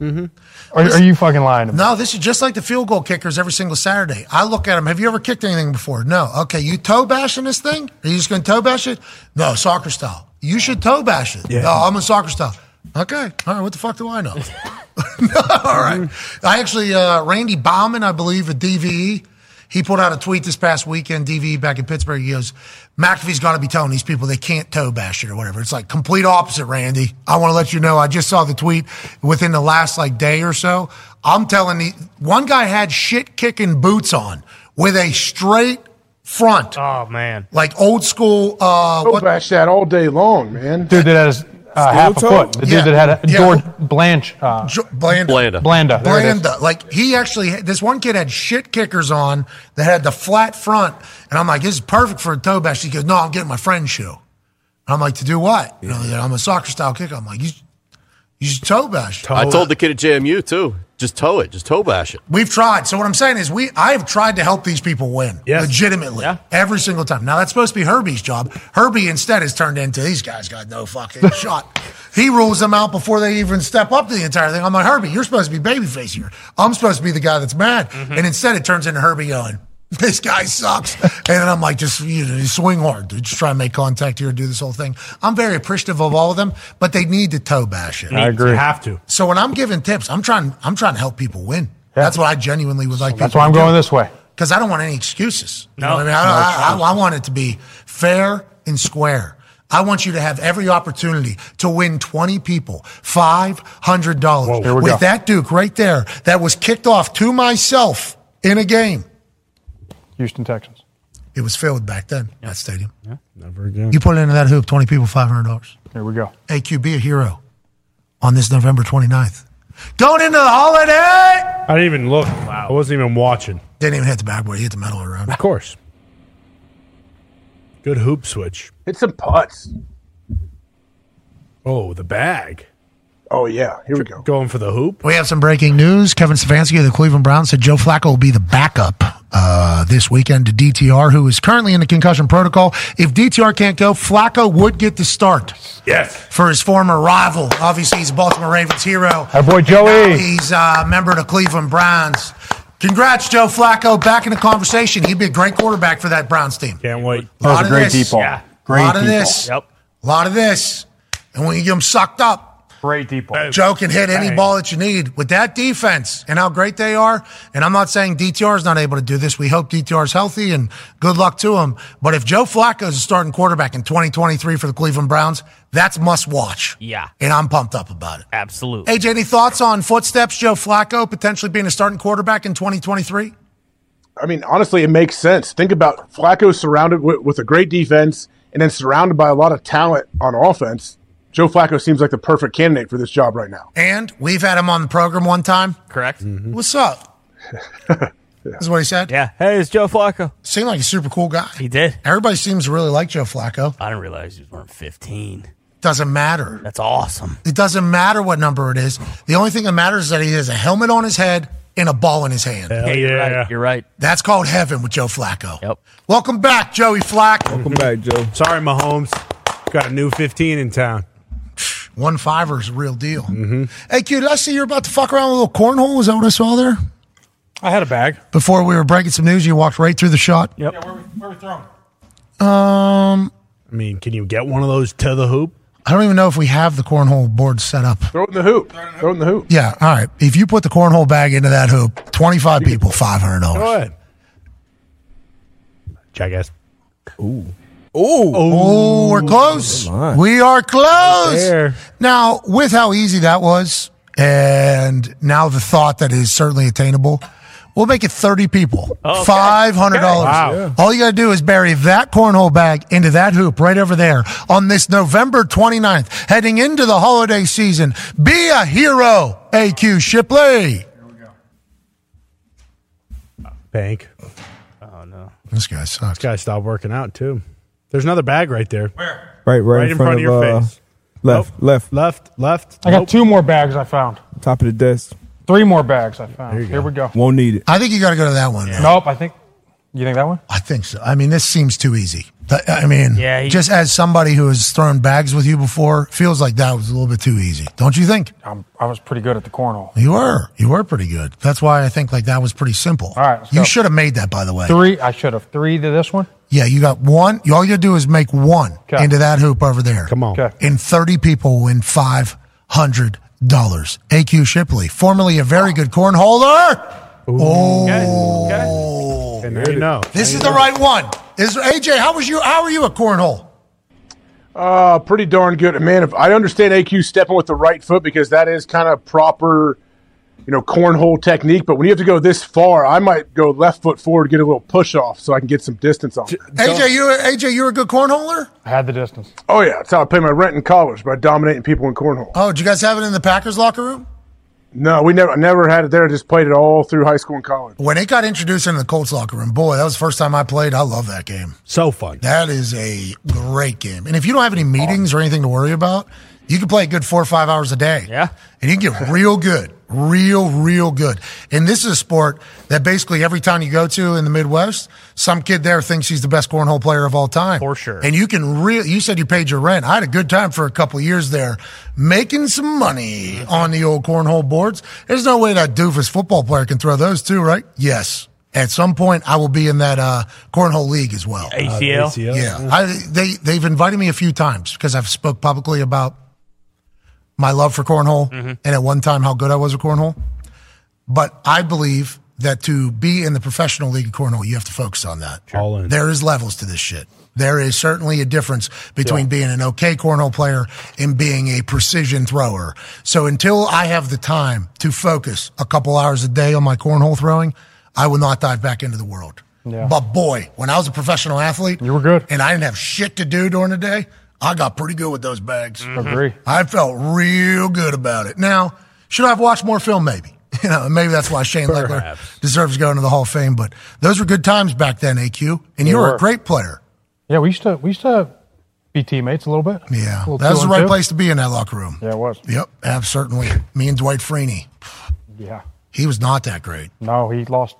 S20: Are, are you fucking lying to me?
S1: No, this is just like the field goal kickers every single Saturday. I look at them. Have you ever kicked anything before? No. Okay, you toe bashing this thing? Are you just going to toe bash it? No, soccer style. You should toe bash it.
S2: Yeah.
S1: No, I'm a soccer style. Okay. All right. What the fuck do I know? All right. I actually, uh, Randy Bauman, I believe, at DVE, he put out a tweet this past weekend, DVE back in Pittsburgh. He goes, McAfee's got to be telling these people they can't toe bash it or whatever. It's like complete opposite, Randy. I want to let you know, I just saw the tweet within the last like day or so. I'm telling you, one guy had shit kicking boots on with a straight front,
S3: Oh man.
S1: like old school. Uh,
S7: Toe bash that all day long, man.
S20: Dude, that is. uh, half a foot. The
S1: Yeah.
S20: dude that had a,
S1: Yeah.
S20: George Blanche. Uh,
S1: Blanda.
S20: Blanda. Blanda. There it is.
S1: Blanda. Like he actually, this one kid had shit kickers on that had the flat front, and I'm like, this is perfect for a toe bash. He goes, no, I'm getting my friend's shoe. And I'm like, to do what? You know, "Yeah, I'm a soccer style kicker. I'm like, you, you should toe bash.
S8: I told the kid at JMU too. Just tow it. Just toe bash it.
S1: We've tried. So what I'm saying is, we I have tried to help these people win legitimately every single time. Now that's supposed to be Herbie's job. Herbie instead has turned into these guys got no fucking shot. He rules them out before they even step up to the entire thing. I'm like Herbie, you're supposed to be babyface here. I'm supposed to be the guy that's mad,
S2: Mm-hmm.
S1: and instead it turns into Herbie going, "This guy sucks," and then I'm like, just you know, just swing hard, dude. Just try and make contact here, and do this whole thing. I'm very appreciative of all of them, but they need to toe bash it.
S2: I agree. You have to.
S1: So when I'm giving tips, I'm trying I'm trying to help people win. That's what I genuinely would like.
S20: That's why I'm going this way.
S1: because I don't want any excuses. You
S20: No.
S1: know what I mean,
S20: No,
S1: I,
S20: it's
S1: I, I, I want it to be fair and square. I want you to have every opportunity to win 20 people $500
S20: Here we
S1: with
S20: go.
S1: that Duke right there that was kicked off to myself in a game.
S20: Houston Texans.
S1: It was filled back then, that stadium.
S2: Never again.
S1: You put it into that hoop, 20 people, $500.
S20: Here we go.
S1: AQ, be a hero on this November 29th. Going into the holiday!
S2: I didn't even look. I wasn't even watching.
S1: Didn't even hit the backboard. He hit the metal around.
S2: Of course. Good hoop switch.
S7: Hit some putts.
S2: Oh, the bag.
S7: Oh, yeah. Here we go.
S2: Going for the hoop.
S1: We have some breaking news. Kevin Stefanski of the Cleveland Browns said Joe Flacco will be the backup uh, this weekend to DTR, who is currently in the concussion protocol. If DTR can't go, Flacco would get the start
S2: Yes.
S1: for his former rival. Obviously, he's a Baltimore Ravens hero.
S20: Our boy
S1: And
S20: Joey.
S1: now He's uh, a member of the Cleveland Browns. Congrats, Joe Flacco. Back in the conversation. He'd be a great quarterback for that Browns team.
S2: Can't wait.
S1: That was a great deep ball. a lot of this.
S3: Yep.
S1: A lot of this. And when you get them sucked up,
S20: great deep ball.
S1: Joe can hit any
S20: Bang.
S1: ball that you need with that defense and how great they are. And I'm not saying DTR is not able to do this. We hope DTR is healthy and good luck to him. But if Joe Flacco is a starting quarterback in 2023 for the Cleveland Browns, that's must watch.
S3: Yeah.
S1: And I'm pumped up about it.
S3: Absolutely.
S1: AJ, any thoughts on footsteps, Joe Flacco potentially being a starting quarterback in 2023?
S7: I mean, honestly, it makes sense. Think about Flacco surrounded with, with a great defense and then surrounded by a lot of talent on offense. Joe Flacco seems like the perfect candidate for this job right now.
S1: And we've had him on the program one time.
S3: Correct.
S1: What's up? That's what he said.
S3: Yeah. Hey, it's Joe Flacco.
S1: Seemed like a super cool guy.
S3: He did.
S1: Everybody seems to really like Joe Flacco.
S3: I didn't realize he was wearing 15.
S1: Doesn't matter.
S3: That's awesome.
S1: It doesn't matter what number it is. The only thing that matters is that he has a helmet on his head and a ball in his hand.
S3: Yeah, you're right. You're right.
S1: That's called heaven with Joe Flacco.
S3: Yep.
S1: Welcome back, Joey Flack.
S5: Welcome back, Joe.
S2: Sorry, Mahomes. Got a new 15 in town.
S1: One fiver is a real deal. Mm-hmm. Hey, Q, did I see you're about to fuck around with a little cornhole? Is that what I saw there?
S20: I had a bag.
S1: Before we were breaking some news, you walked right through the shot.
S20: Yep.
S1: Um,
S2: I mean, can you get one of those to the hoop?
S1: I don't even know if we have the cornhole board set up.
S7: Throw it in the hoop. Throw it in the hoop.
S1: Yeah, all right. If you put the cornhole bag into that hoop, 25 people, $500.
S2: Go ahead. Jackass.
S1: Ooh. Ooh. Oh, we're close. We are close. now, with how easy that was, and now the thought that is certainly attainable, we'll make it 30 people.
S13: Okay.
S1: $500.
S13: Okay. Wow.
S1: All you got to do is bury that cornhole bag into that hoop right over there on this November 29th, heading into the holiday season. Be a hero, AQ Shipley.
S2: Bank.
S3: Oh, no.
S1: This guy sucks.
S2: This guy stopped working out, too. There's another bag right there. Where?
S5: Right, right,
S2: Right in front of your
S5: uh,
S2: face.
S5: Left, left,
S2: left, left.
S20: I got two more bags I found.
S5: Top of the desk.
S20: Three more bags I found. Here we go.
S5: Won't need it.
S1: I think you got to go to that one.
S20: Nope. I think. You think that one?
S1: I think so. I mean, this seems too easy. Th- I mean,
S20: Yeah, he-
S1: just as somebody who has thrown bags with you before, feels like that was a little bit too easy, don't you think?
S20: I'm, I was pretty good at the cornhole.
S1: You were, you were pretty good. That's why I think like that was pretty simple. All
S20: right, let's
S1: you
S20: go.
S1: should have made that, by the way.
S20: Three. I should have three to this one.
S1: Yeah, you got one. All you do is make one
S20: Okay.
S1: into that hoop over there. Come
S2: on.
S20: Okay.
S1: And 30 people win $500. AQ Shipley, formerly a very good cornholder. Oh,
S2: And there you know.
S1: this is the right one. Is AJ? How was you? How are you at cornhole?
S7: Uh, pretty darn good. And man, if I understand AQ stepping with the right foot because that is kind of proper you know, cornhole technique. But when you have to go this far, I might go left foot forward, get a little push off so I can get some distance on it.
S1: AJ, you AJ, you're a good cornholer.
S7: I had the distance. Oh, yeah. That's how I pay my rent in college by dominating people in cornhole.
S1: Oh, did you guys have it in the Packers locker room?
S7: No, we never never had it there. Just played it all through high school and college.
S1: When it got introduced into the Colts locker room, boy, that was the first time I played. I love that game.
S2: So fun.
S1: That is a great game. And if you don't have any meetings or anything to worry about, you can play a good four or five hours a day. Yeah. And you can get real good. Real, real good. And this is a sport that basically every town you go to in the Midwest, some kid there thinks he's the best cornhole player of all time. For sure. And you can real, you said you paid your rent. I had a good time for a couple years there making some money on the old cornhole boards. There's no way that doofus football player can throw those too, right? Yes. At some point, I will be in that uh, cornhole league as well.
S3: ACL? Uh, ACL.
S1: Yeah, I, they they've invited me a few times because I've spoke publicly about my love for cornhole and at one time how good I was at cornhole. But I believe that to be in the professional league of cornhole, you have to focus on that.
S2: All in.
S1: There is levels to this shit. There is certainly a difference between
S2: Yeah.
S1: being an okay cornhole player and being a precision thrower. So until I have the time to focus a couple hours a day on my cornhole throwing, I will not dive back into the world. But boy, when I was a professional athlete, you were good, and I didn't have shit to do during the day. I got pretty good with those bags.
S20: Mm-hmm. Agree.
S1: I felt real good about it. Now, should I have watched more film? Maybe. You know, maybe that's why Shane Leckler deserves going to the Hall of Fame. But those were good times back then, AQ. And
S20: They
S1: you were
S20: were.
S1: a great player.
S20: Yeah, we used to we used to be teammates a little bit. Yeah,
S1: That was the right place to be in that locker room.
S20: Yeah, it was.
S1: Yep, absolutely. Me and Dwight Freeney.
S20: Yeah.
S1: He was not that great.
S20: No, he lost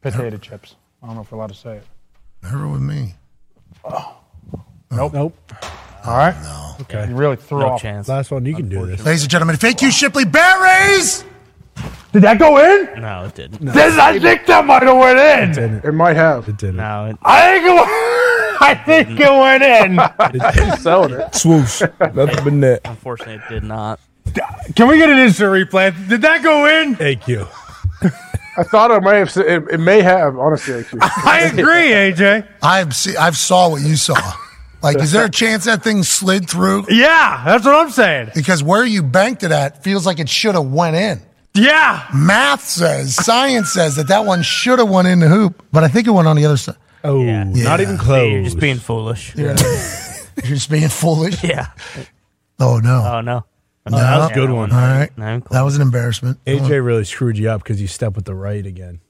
S20: potato chips. I don't know if we're allowed to say it.
S1: Never with me. Oh.
S20: Nope. Nope. All right. No.
S2: Okay.
S20: You really threw
S2: No
S20: off.
S2: chance. Last one. You can do this.
S1: Ladies and gentlemen, thank you, Shipley Berries.
S20: Did that go in?
S3: No, it didn't.
S20: This, I think that might have went in.
S7: It might have. It
S2: didn't.
S3: No, it,
S20: I think it went, I think it went in.
S7: Selling it.
S20: Swoosh. Nothing but net.
S3: unfortunately, it did not.
S20: Can we get an instant replay? Did that go in?
S2: Thank you.
S7: I thought I may have. said- It, it may have. Honestly, AQ.
S20: I agree, AJ.
S1: I've see, I've saw what you saw. Like, is there a chance that thing slid through?
S20: Yeah, that's what I'm saying.
S1: Because where you banked it at feels like it should have went in.
S20: Yeah.
S1: Math says, science says that that one should have went in the hoop, but I think it went on the other side.
S2: Oh, not even close.
S3: You're just being foolish.
S1: Yeah. You're just being foolish.
S3: Yeah.
S1: Oh no.
S3: Oh no.
S2: No, that was a good one.
S1: All right.
S2: Not even close.
S1: That was an embarrassment.
S2: AJ really screwed you up because you stepped with the right again.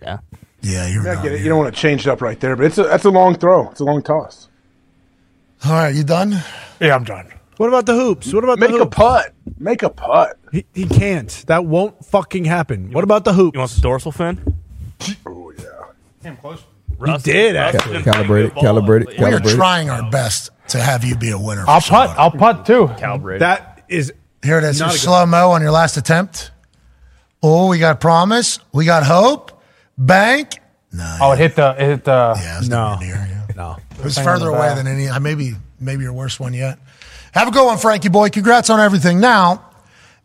S3: Yeah.
S1: Yeah, you're
S7: I get it. You don't want to change it up right there, but it's a, that's a long throw. It's a long toss.
S1: All right, you done?
S20: Yeah, I'm done.
S2: What about the hoops? What about
S7: make
S2: the
S7: a
S2: hoops?
S7: putt? Make a putt.
S2: He, he can't. That won't fucking happen. What about the hoops? You
S3: want the dorsal fin?
S20: Came close.
S2: He did actually.
S5: Calibrate it. Calibrate it.
S1: We are
S5: Calibrate it.
S1: trying our best to have you be a winner.
S20: I'll putt. I'll putt too.
S2: Calibrate. That is
S1: Here it is.
S2: Not a good-
S1: Slow mo on your last attempt. Oh, we got promise. We got hope. Bank.
S20: Oh, it hit the it hit the. Yeah,
S2: no.
S20: No.
S1: It was further away than any. I maybe maybe your worst one yet. Have a good one, Frankie boy. Congrats on everything. Now,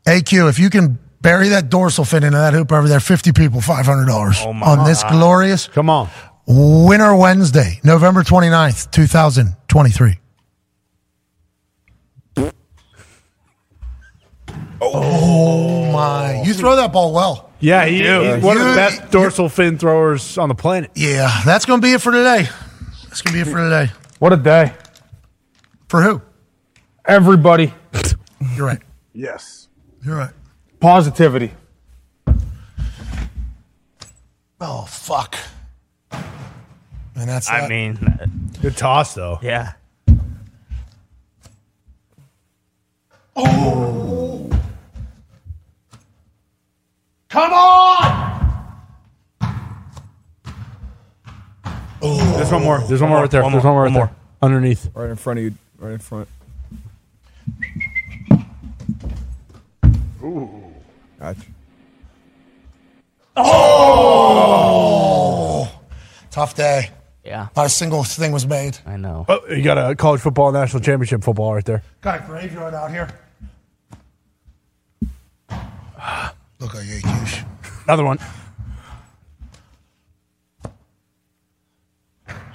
S1: AQ, if you can bury that dorsal fin into that hoop over there, fifty people, five hundred dollars
S2: Oh, my
S1: on this
S2: God.
S1: glorious.
S2: Come on.
S1: Winter Wednesday, November 29th, 2023. Oh, my. You throw that ball well.
S2: Yeah, he, he's one of the
S1: You-
S2: best dorsal fin throwers on the planet.
S1: Yeah, that's going to be it for today. That's going to be it for today.
S20: What a day.
S1: For who?
S20: Everybody.
S1: You're right.
S7: Yes.
S1: You're right.
S20: Positivity.
S1: Oh, fuck. And that's
S3: I
S1: that.
S3: mean,
S2: Good toss though.
S3: Yeah.
S1: Oh. Come on!
S20: There's one more.
S2: There's one more right there. There's one more right there. Underneath.
S5: Right in front of you. Right in front.
S7: Ooh.
S5: Gotcha.
S1: Oh! Tough day.
S3: Yeah.
S1: Not a single thing was made.
S3: I know.
S2: Oh, you got a college football national championship football right there.
S1: Got a graveyard out here. Look like AQ's.
S2: Another one.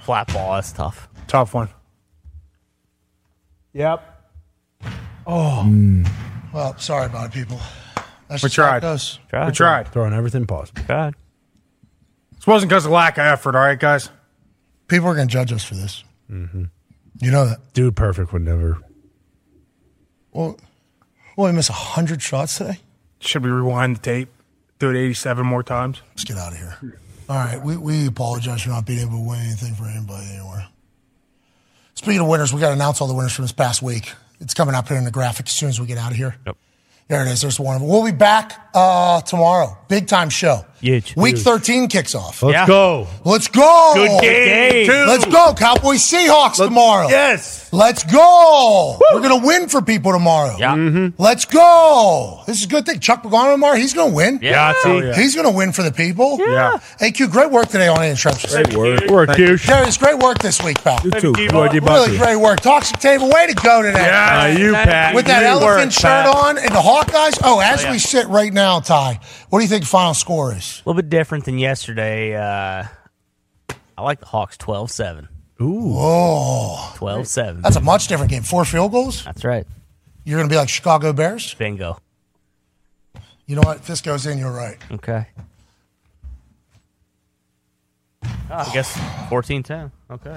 S3: Flat ball. That's tough.
S2: Tough one. Yep.
S1: Well, sorry about it, people. Oh. That's
S4: we
S1: just how it
S4: tried.
S1: goes.
S4: We tried.
S2: Throwing everything possible.
S3: Tried.
S4: This wasn't because of lack of effort, all right, guys?
S1: People are going to judge us for this. You know that.
S2: Mm-hmm. Dude Perfect would never.
S1: Well, well, we missed 100 shots today?
S4: Should we rewind the tape? Do it 87 more times?
S1: Let's get out of here. All right, we, we apologize for not being able to win anything for anybody anywhere. Speaking of winners, we got to announce all the winners from this past week. It's coming up here in the graphic as soon as we get out of here. Yep. There it is. There's one of them. We'll be back uh, tomorrow. Big time show. Week 13 kicks off.
S2: Let's Yeah. go.
S1: Let's go.
S2: Good game, too.
S1: Let's go. Cowboys Seahawks tomorrow.
S2: yes.
S1: Let's go. We're going to win for people tomorrow.
S3: Yeah.
S2: Mm-hmm.
S1: Let's go. This is a good thing. Chuck Pagano tomorrow, he's going to win.
S2: Yeah. Yeah. Oh, yeah.
S1: He's going to win for the people.
S2: Yeah.
S1: AQ, great work today on Interruptions.
S2: Great work. Work, Thank you. Q.
S1: Darius, great work this week, pal.
S2: You too. Thank you.
S1: Really great work. Toxic table, way to go today.
S2: Yeah. Uh, you, Pat.
S1: With that
S2: You
S1: elephant
S2: work,
S1: shirt
S2: Pat.
S1: on and the Hawkeyes. Oh, as
S3: Oh, yeah.
S1: we sit right now, Ty, what do you think the final score is?
S3: A little bit different than yesterday. Uh, I like the Hawks 12 7.
S2: Ooh.
S1: Whoa.
S3: 12 7.
S1: That's a much different game. Four field goals?
S3: That's right.
S1: You're going to be like Chicago Bears?
S3: Bingo.
S1: You know what? If this goes in, you're right.
S3: Okay. Oh, I guess 14 10. Okay.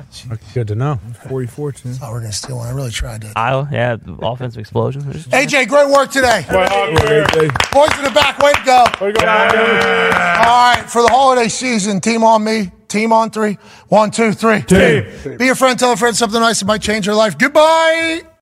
S2: Good to know.
S5: 44 10.
S1: Thought we Oh, were going to steal one. I really tried to.
S3: Iowa, yeah, offensive explosion.
S1: AJ, great work today. Boys in the back, way to go. All right, for the holiday season, team on me, team on three. One, two, three.
S2: Team.
S1: Be a friend, tell a friend something nice that might change your life. Goodbye.